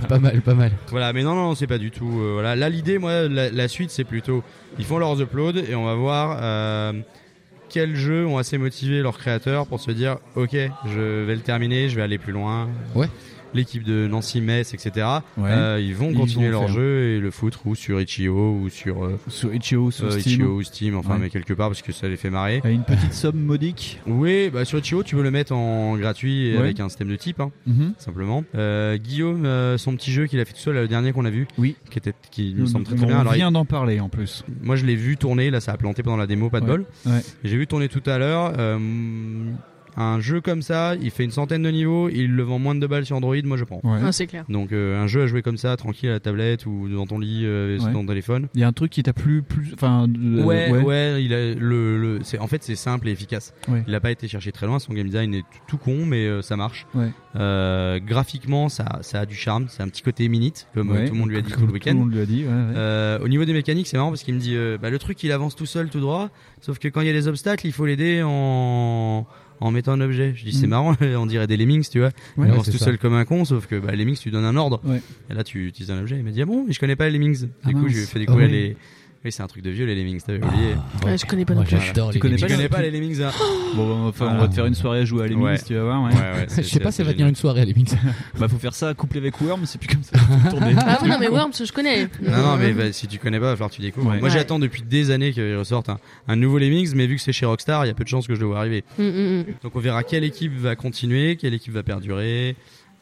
S4: Pas mal, pas mal.
S10: Voilà, mais non, non, c'est pas du tout. euh, voilà. Là, l'idée, moi, la, la suite, c'est plutôt. Ils font leurs uploads et on va voir euh, quels jeux ont assez motivé leurs créateurs pour se dire Ok, je vais le terminer, je vais aller plus loin.
S4: Ouais.
S10: L'équipe de Nancy Metz, etc.
S8: Ouais.
S10: euh, ils vont
S8: Ils
S10: continuer
S8: vont
S10: leur
S8: faire.
S10: jeu et le foutre ou sur Itch.io ou sur. euh,
S8: Sur itch.io, sur
S10: euh,
S8: Steam.
S10: itch.io ou Steam, enfin,
S8: Ouais.
S10: mais quelque part parce que ça les fait marrer.
S8: À une petite somme modique.
S10: Oui, bah sur Itch.io, tu peux le mettre en gratuit et
S8: Ouais.
S10: avec un système de type, hein,
S8: Mhm.
S10: simplement. Euh, Guillaume, euh, son petit jeu qu'il a fait tout seul, le dernier qu'on a vu,
S8: oui.
S10: qui, était, qui me
S8: Nous-
S10: semble très très
S8: on
S10: bien. Alors, il-
S8: vient d'en parler en plus.
S10: moi, je l'ai vu tourner. Là, ça a planté pendant la démo, pas de
S8: Ouais.
S10: bol.
S8: Ouais.
S10: J'ai vu tourner tout à l'heure. euh, un jeu comme ça, il fait une centaine de niveaux, il le vend moins de deux balles sur Android, moi je prends.
S8: Ouais.
S5: Ah, c'est clair.
S10: Donc euh, un jeu à jouer comme ça, tranquille à la tablette ou dans ton lit, euh, sur
S8: Ouais.
S10: ton téléphone.
S8: Il y a un truc qui t'a plu plus. Enfin, de- euh,
S10: Ouais, ouais, il a le, le- c'est, en fait c'est simple et efficace.
S8: Ouais.
S10: Il n'a pas été cherché très loin, son game design est tout, tout con, mais euh, ça marche.
S8: Ouais.
S10: Euh, graphiquement, ça, ça a du charme, c'est un petit côté minute, comme euh,
S8: Ouais.
S10: tout le monde lui a dit
S8: Comme
S10: tout le
S8: tout
S10: week-end.
S8: le monde lui a dit, ouais, ouais.
S10: Euh, au niveau des mécaniques, c'est marrant parce qu'il me dit euh, bah, le truc il avance tout seul, tout droit, sauf que quand il y a des obstacles, il faut l'aider en, en mettant un objet. Je dis c'est
S8: Mm.
S10: marrant, <laughs> on dirait des Lemmings, tu vois.
S8: Ouais,
S10: il avance
S8: c'est
S10: tout
S8: ça.
S10: seul comme un con, sauf que bah, Lemmings, tu donnes un ordre.
S8: Ouais.
S10: Et là, tu utilises un objet. Il m'a dit ah bon, mais je connais pas les Lemmings. Du
S8: Ah
S10: coup,
S8: mince.
S10: je lui ai fait
S8: Ah
S10: découvrir
S8: ouais.
S10: les. Oui, c'est un truc de vieux, les Lemmings, t'avais oublié.
S5: Ouais, je connais pas non plus.
S10: Tu connais pas, les
S8: <laughs>
S10: Lemmings hein
S8: <gasps> Bon, bah, enfin, on
S10: Voilà.
S8: va te faire une soirée à jouer à Lemmings,
S10: Ouais.
S8: tu vas voir. Ouais.
S10: Ouais,
S4: <laughs>
S10: ouais, c'est-
S4: Je sais pas,
S10: c'est
S4: ça va
S10: génial.
S4: tenir une soirée à la limite.
S8: Bah, faut faire ça couplé avec Worms, c'est plus comme
S4: <laughs>
S8: ça. faut tourner.
S5: Ah oui, non, mais Worms, je connais. Euh,
S10: Non, non, mais bah, si tu connais pas, il va falloir que tu découvres.
S8: Ouais.
S10: Moi,
S8: Ouais.
S10: j'attends depuis des années qu'il ressorte un, un nouveau Lemmings, mais vu que c'est chez Rockstar, il y a peu de chances que je le vois arriver.
S5: Mm, mm, mm.
S10: Donc, on verra quelle équipe va continuer, quelle équipe va perdurer.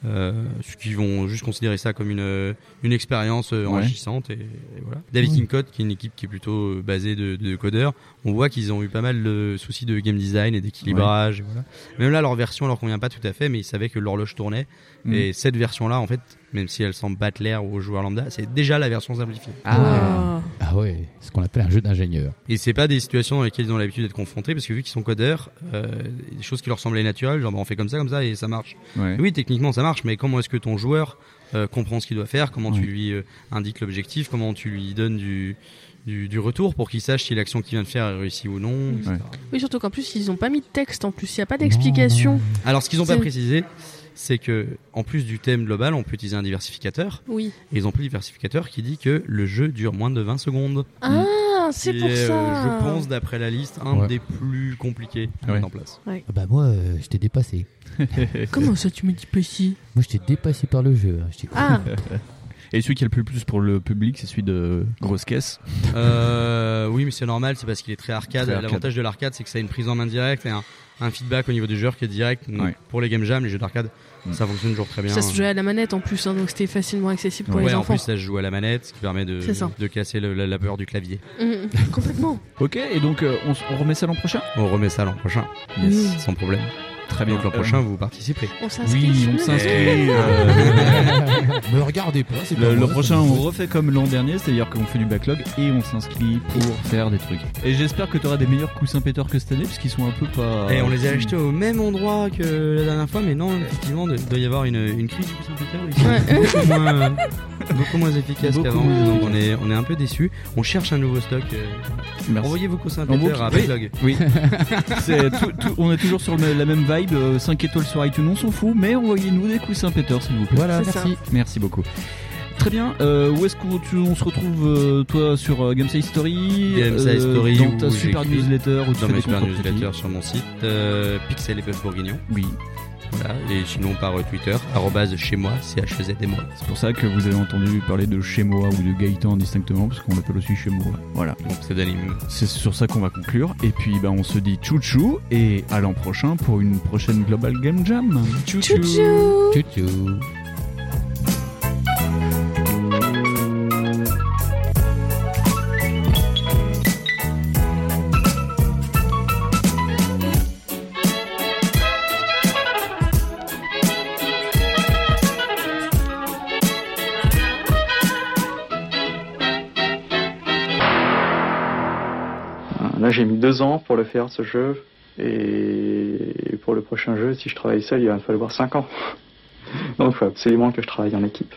S10: Euh, ceux qui vont juste considérer ça comme une, euh, une expérience euh,
S8: Ouais. Mm.
S10: enrichissante. Et, et voilà. David
S8: Ouais.
S10: Kincote, qui est une équipe qui est plutôt euh, basée de, de codeurs, on voit qu'ils ont eu pas mal de soucis de game design et d'équilibrage. et Voilà. Même là, leur version leur convient pas tout à fait, mais ils savaient que l'horloge tournait.
S8: Mm.
S10: Et cette version-là, en fait, même si elle semble battre l'air aux joueurs lambda, c'est déjà la version simplifiée.
S8: Ah.
S4: Ah Ah ouais, ce qu'on appelle un jeu d'ingénieur.
S10: Et c'est pas des situations dans lesquelles ils ont l'habitude d'être confrontés, parce que vu qu'ils sont codeurs, euh, des choses qui leur semblaient naturelles, genre bah, on fait comme ça, comme ça, et ça marche.
S17: Ouais.
S10: Oui, techniquement ça marche, mais comment est-ce que ton joueur euh, comprend ce qu'il doit faire Comment
S17: Ouais.
S10: tu lui euh, indiques l'objectif Comment tu lui donnes du, du, du retour pour qu'il sache si l'action qu'il vient de faire est réussie ou non etc.
S5: Oui, surtout qu'en plus, ils n'ont pas mis de texte en plus. Il n'y a pas d'explication.
S10: Alors, ce qu'ils n'ont pas
S5: C'est-
S10: précisé, c'est que en plus du thème global, on peut utiliser un diversificateur.
S5: Oui.
S10: Et ils ont pris le diversificateur qui dit que le jeu dure moins de 20 secondes.
S5: Ah, c'est
S10: Qui
S5: pour
S10: est, euh,
S5: ça.
S10: je pense, d'après la liste, un
S4: Ouais.
S10: des plus compliqués à
S4: Ouais.
S10: mettre en place.
S5: Ouais.
S4: Ah Bah moi, euh, je t'ai dépassé.
S5: <laughs> Comment ça, tu me dis petit
S4: Moi, je t'ai dépassé par le jeu. hein, je t'ai-
S5: Ah.
S8: <laughs> Et celui qui a le plus- plus pour le public, c'est celui de Grosse Caisse.
S10: Euh, oui, mais c'est normal, c'est parce qu'il est très arcade.
S8: Très arcade.
S10: L'avantage de l'arcade, c'est que ça a une prise en main directe et un, un feedback au niveau du joueur qui est direct. Donc,
S8: Ouais. Mm.
S10: Pour les game jam, les jeux d'arcade, ça fonctionne toujours très bien.
S5: Ça se jouait à la manette en plus, hein, donc c'était facilement accessible pour
S10: Ouais,
S5: les
S10: en
S5: enfants.
S10: plus, ça se joue à la manette, ce qui permet de,
S5: C'est ça.
S10: de casser le- la, la peur du clavier.
S5: Mm, complètement.
S10: <laughs>
S8: Ok, et donc euh, on, s- on remet ça l'an prochain
S10: On remet ça l'an prochain.
S8: Yes.
S10: Sans problème. Très bien. Donc l'an
S8: Euh,
S10: prochain, vous Eh. participerez.
S5: On
S8: s'inscrit Oui, on sur- s'inscrit, euh.
S13: <laughs> Me regardez pas, c'est pas
S8: Le, le
S13: moi.
S8: prochain, on refait comme l'an dernier, c'est-à-dire qu'on fait du backlog et on s'inscrit pour faire des trucs. Et j'espère que t'auras des meilleurs coussins péteurs que cette année, puisqu'ils sont un peu pas.
S10: Et Eh, on les a achetés au même endroit que la dernière fois, mais non, effectivement, il doit y avoir une, une crise du Saint-Péter. Ils sont beaucoup, moins, beaucoup moins efficaces
S8: Beaucoup
S10: qu'avant,
S8: moins.
S10: donc on est, on est un peu déçus. On cherche un nouveau stock. euh, Envoyez vos coussins
S8: En
S10: Saint-Péter
S8: boucle.
S10: à Backlog.
S8: Oui. <laughs> C'est tout- tout- on est toujours sur le- la même vibe, 5 étoiles sur iTunes, on s'en fout, mais envoyez-nous des coussins péteurs s'il vous plaît.
S13: Voilà, C'est merci. ça.
S8: Merci beaucoup. Très bien, euh, où est-ce qu'on tu- on se retrouve euh, toi sur euh, Gameside Story
S10: DMSI
S8: euh,
S10: Story
S8: dans
S10: où
S8: ta super
S10: j'écris-
S8: newsletter ou
S10: dans ma super newsletter sur mon site euh, Pixel et Bœuf Bourguignon.
S8: Oui.
S10: Voilà, et sinon par euh, Twitter, arrobase chez moi, c h E z et moi.
S8: C'est pour ça que vous avez entendu parler de chez moi ou de Gaëtan distinctement, parce qu'on l'appelle aussi chez moi. Voilà.
S10: pseudonyme.
S8: C'est sur ça qu'on va conclure. Et puis bah, on se dit tchou tchou et à l'an prochain pour une prochaine Global Game Jam. Tchou tchou.
S4: Tchou tchou.
S1: Ah, Là, j'ai mis deux ans pour le faire, ce jeu. Et pour le <laughs> prochain jeu, si je travaille seul, il va me falloir cinq ans. Donc, il faut absolument que je travaille en équipe.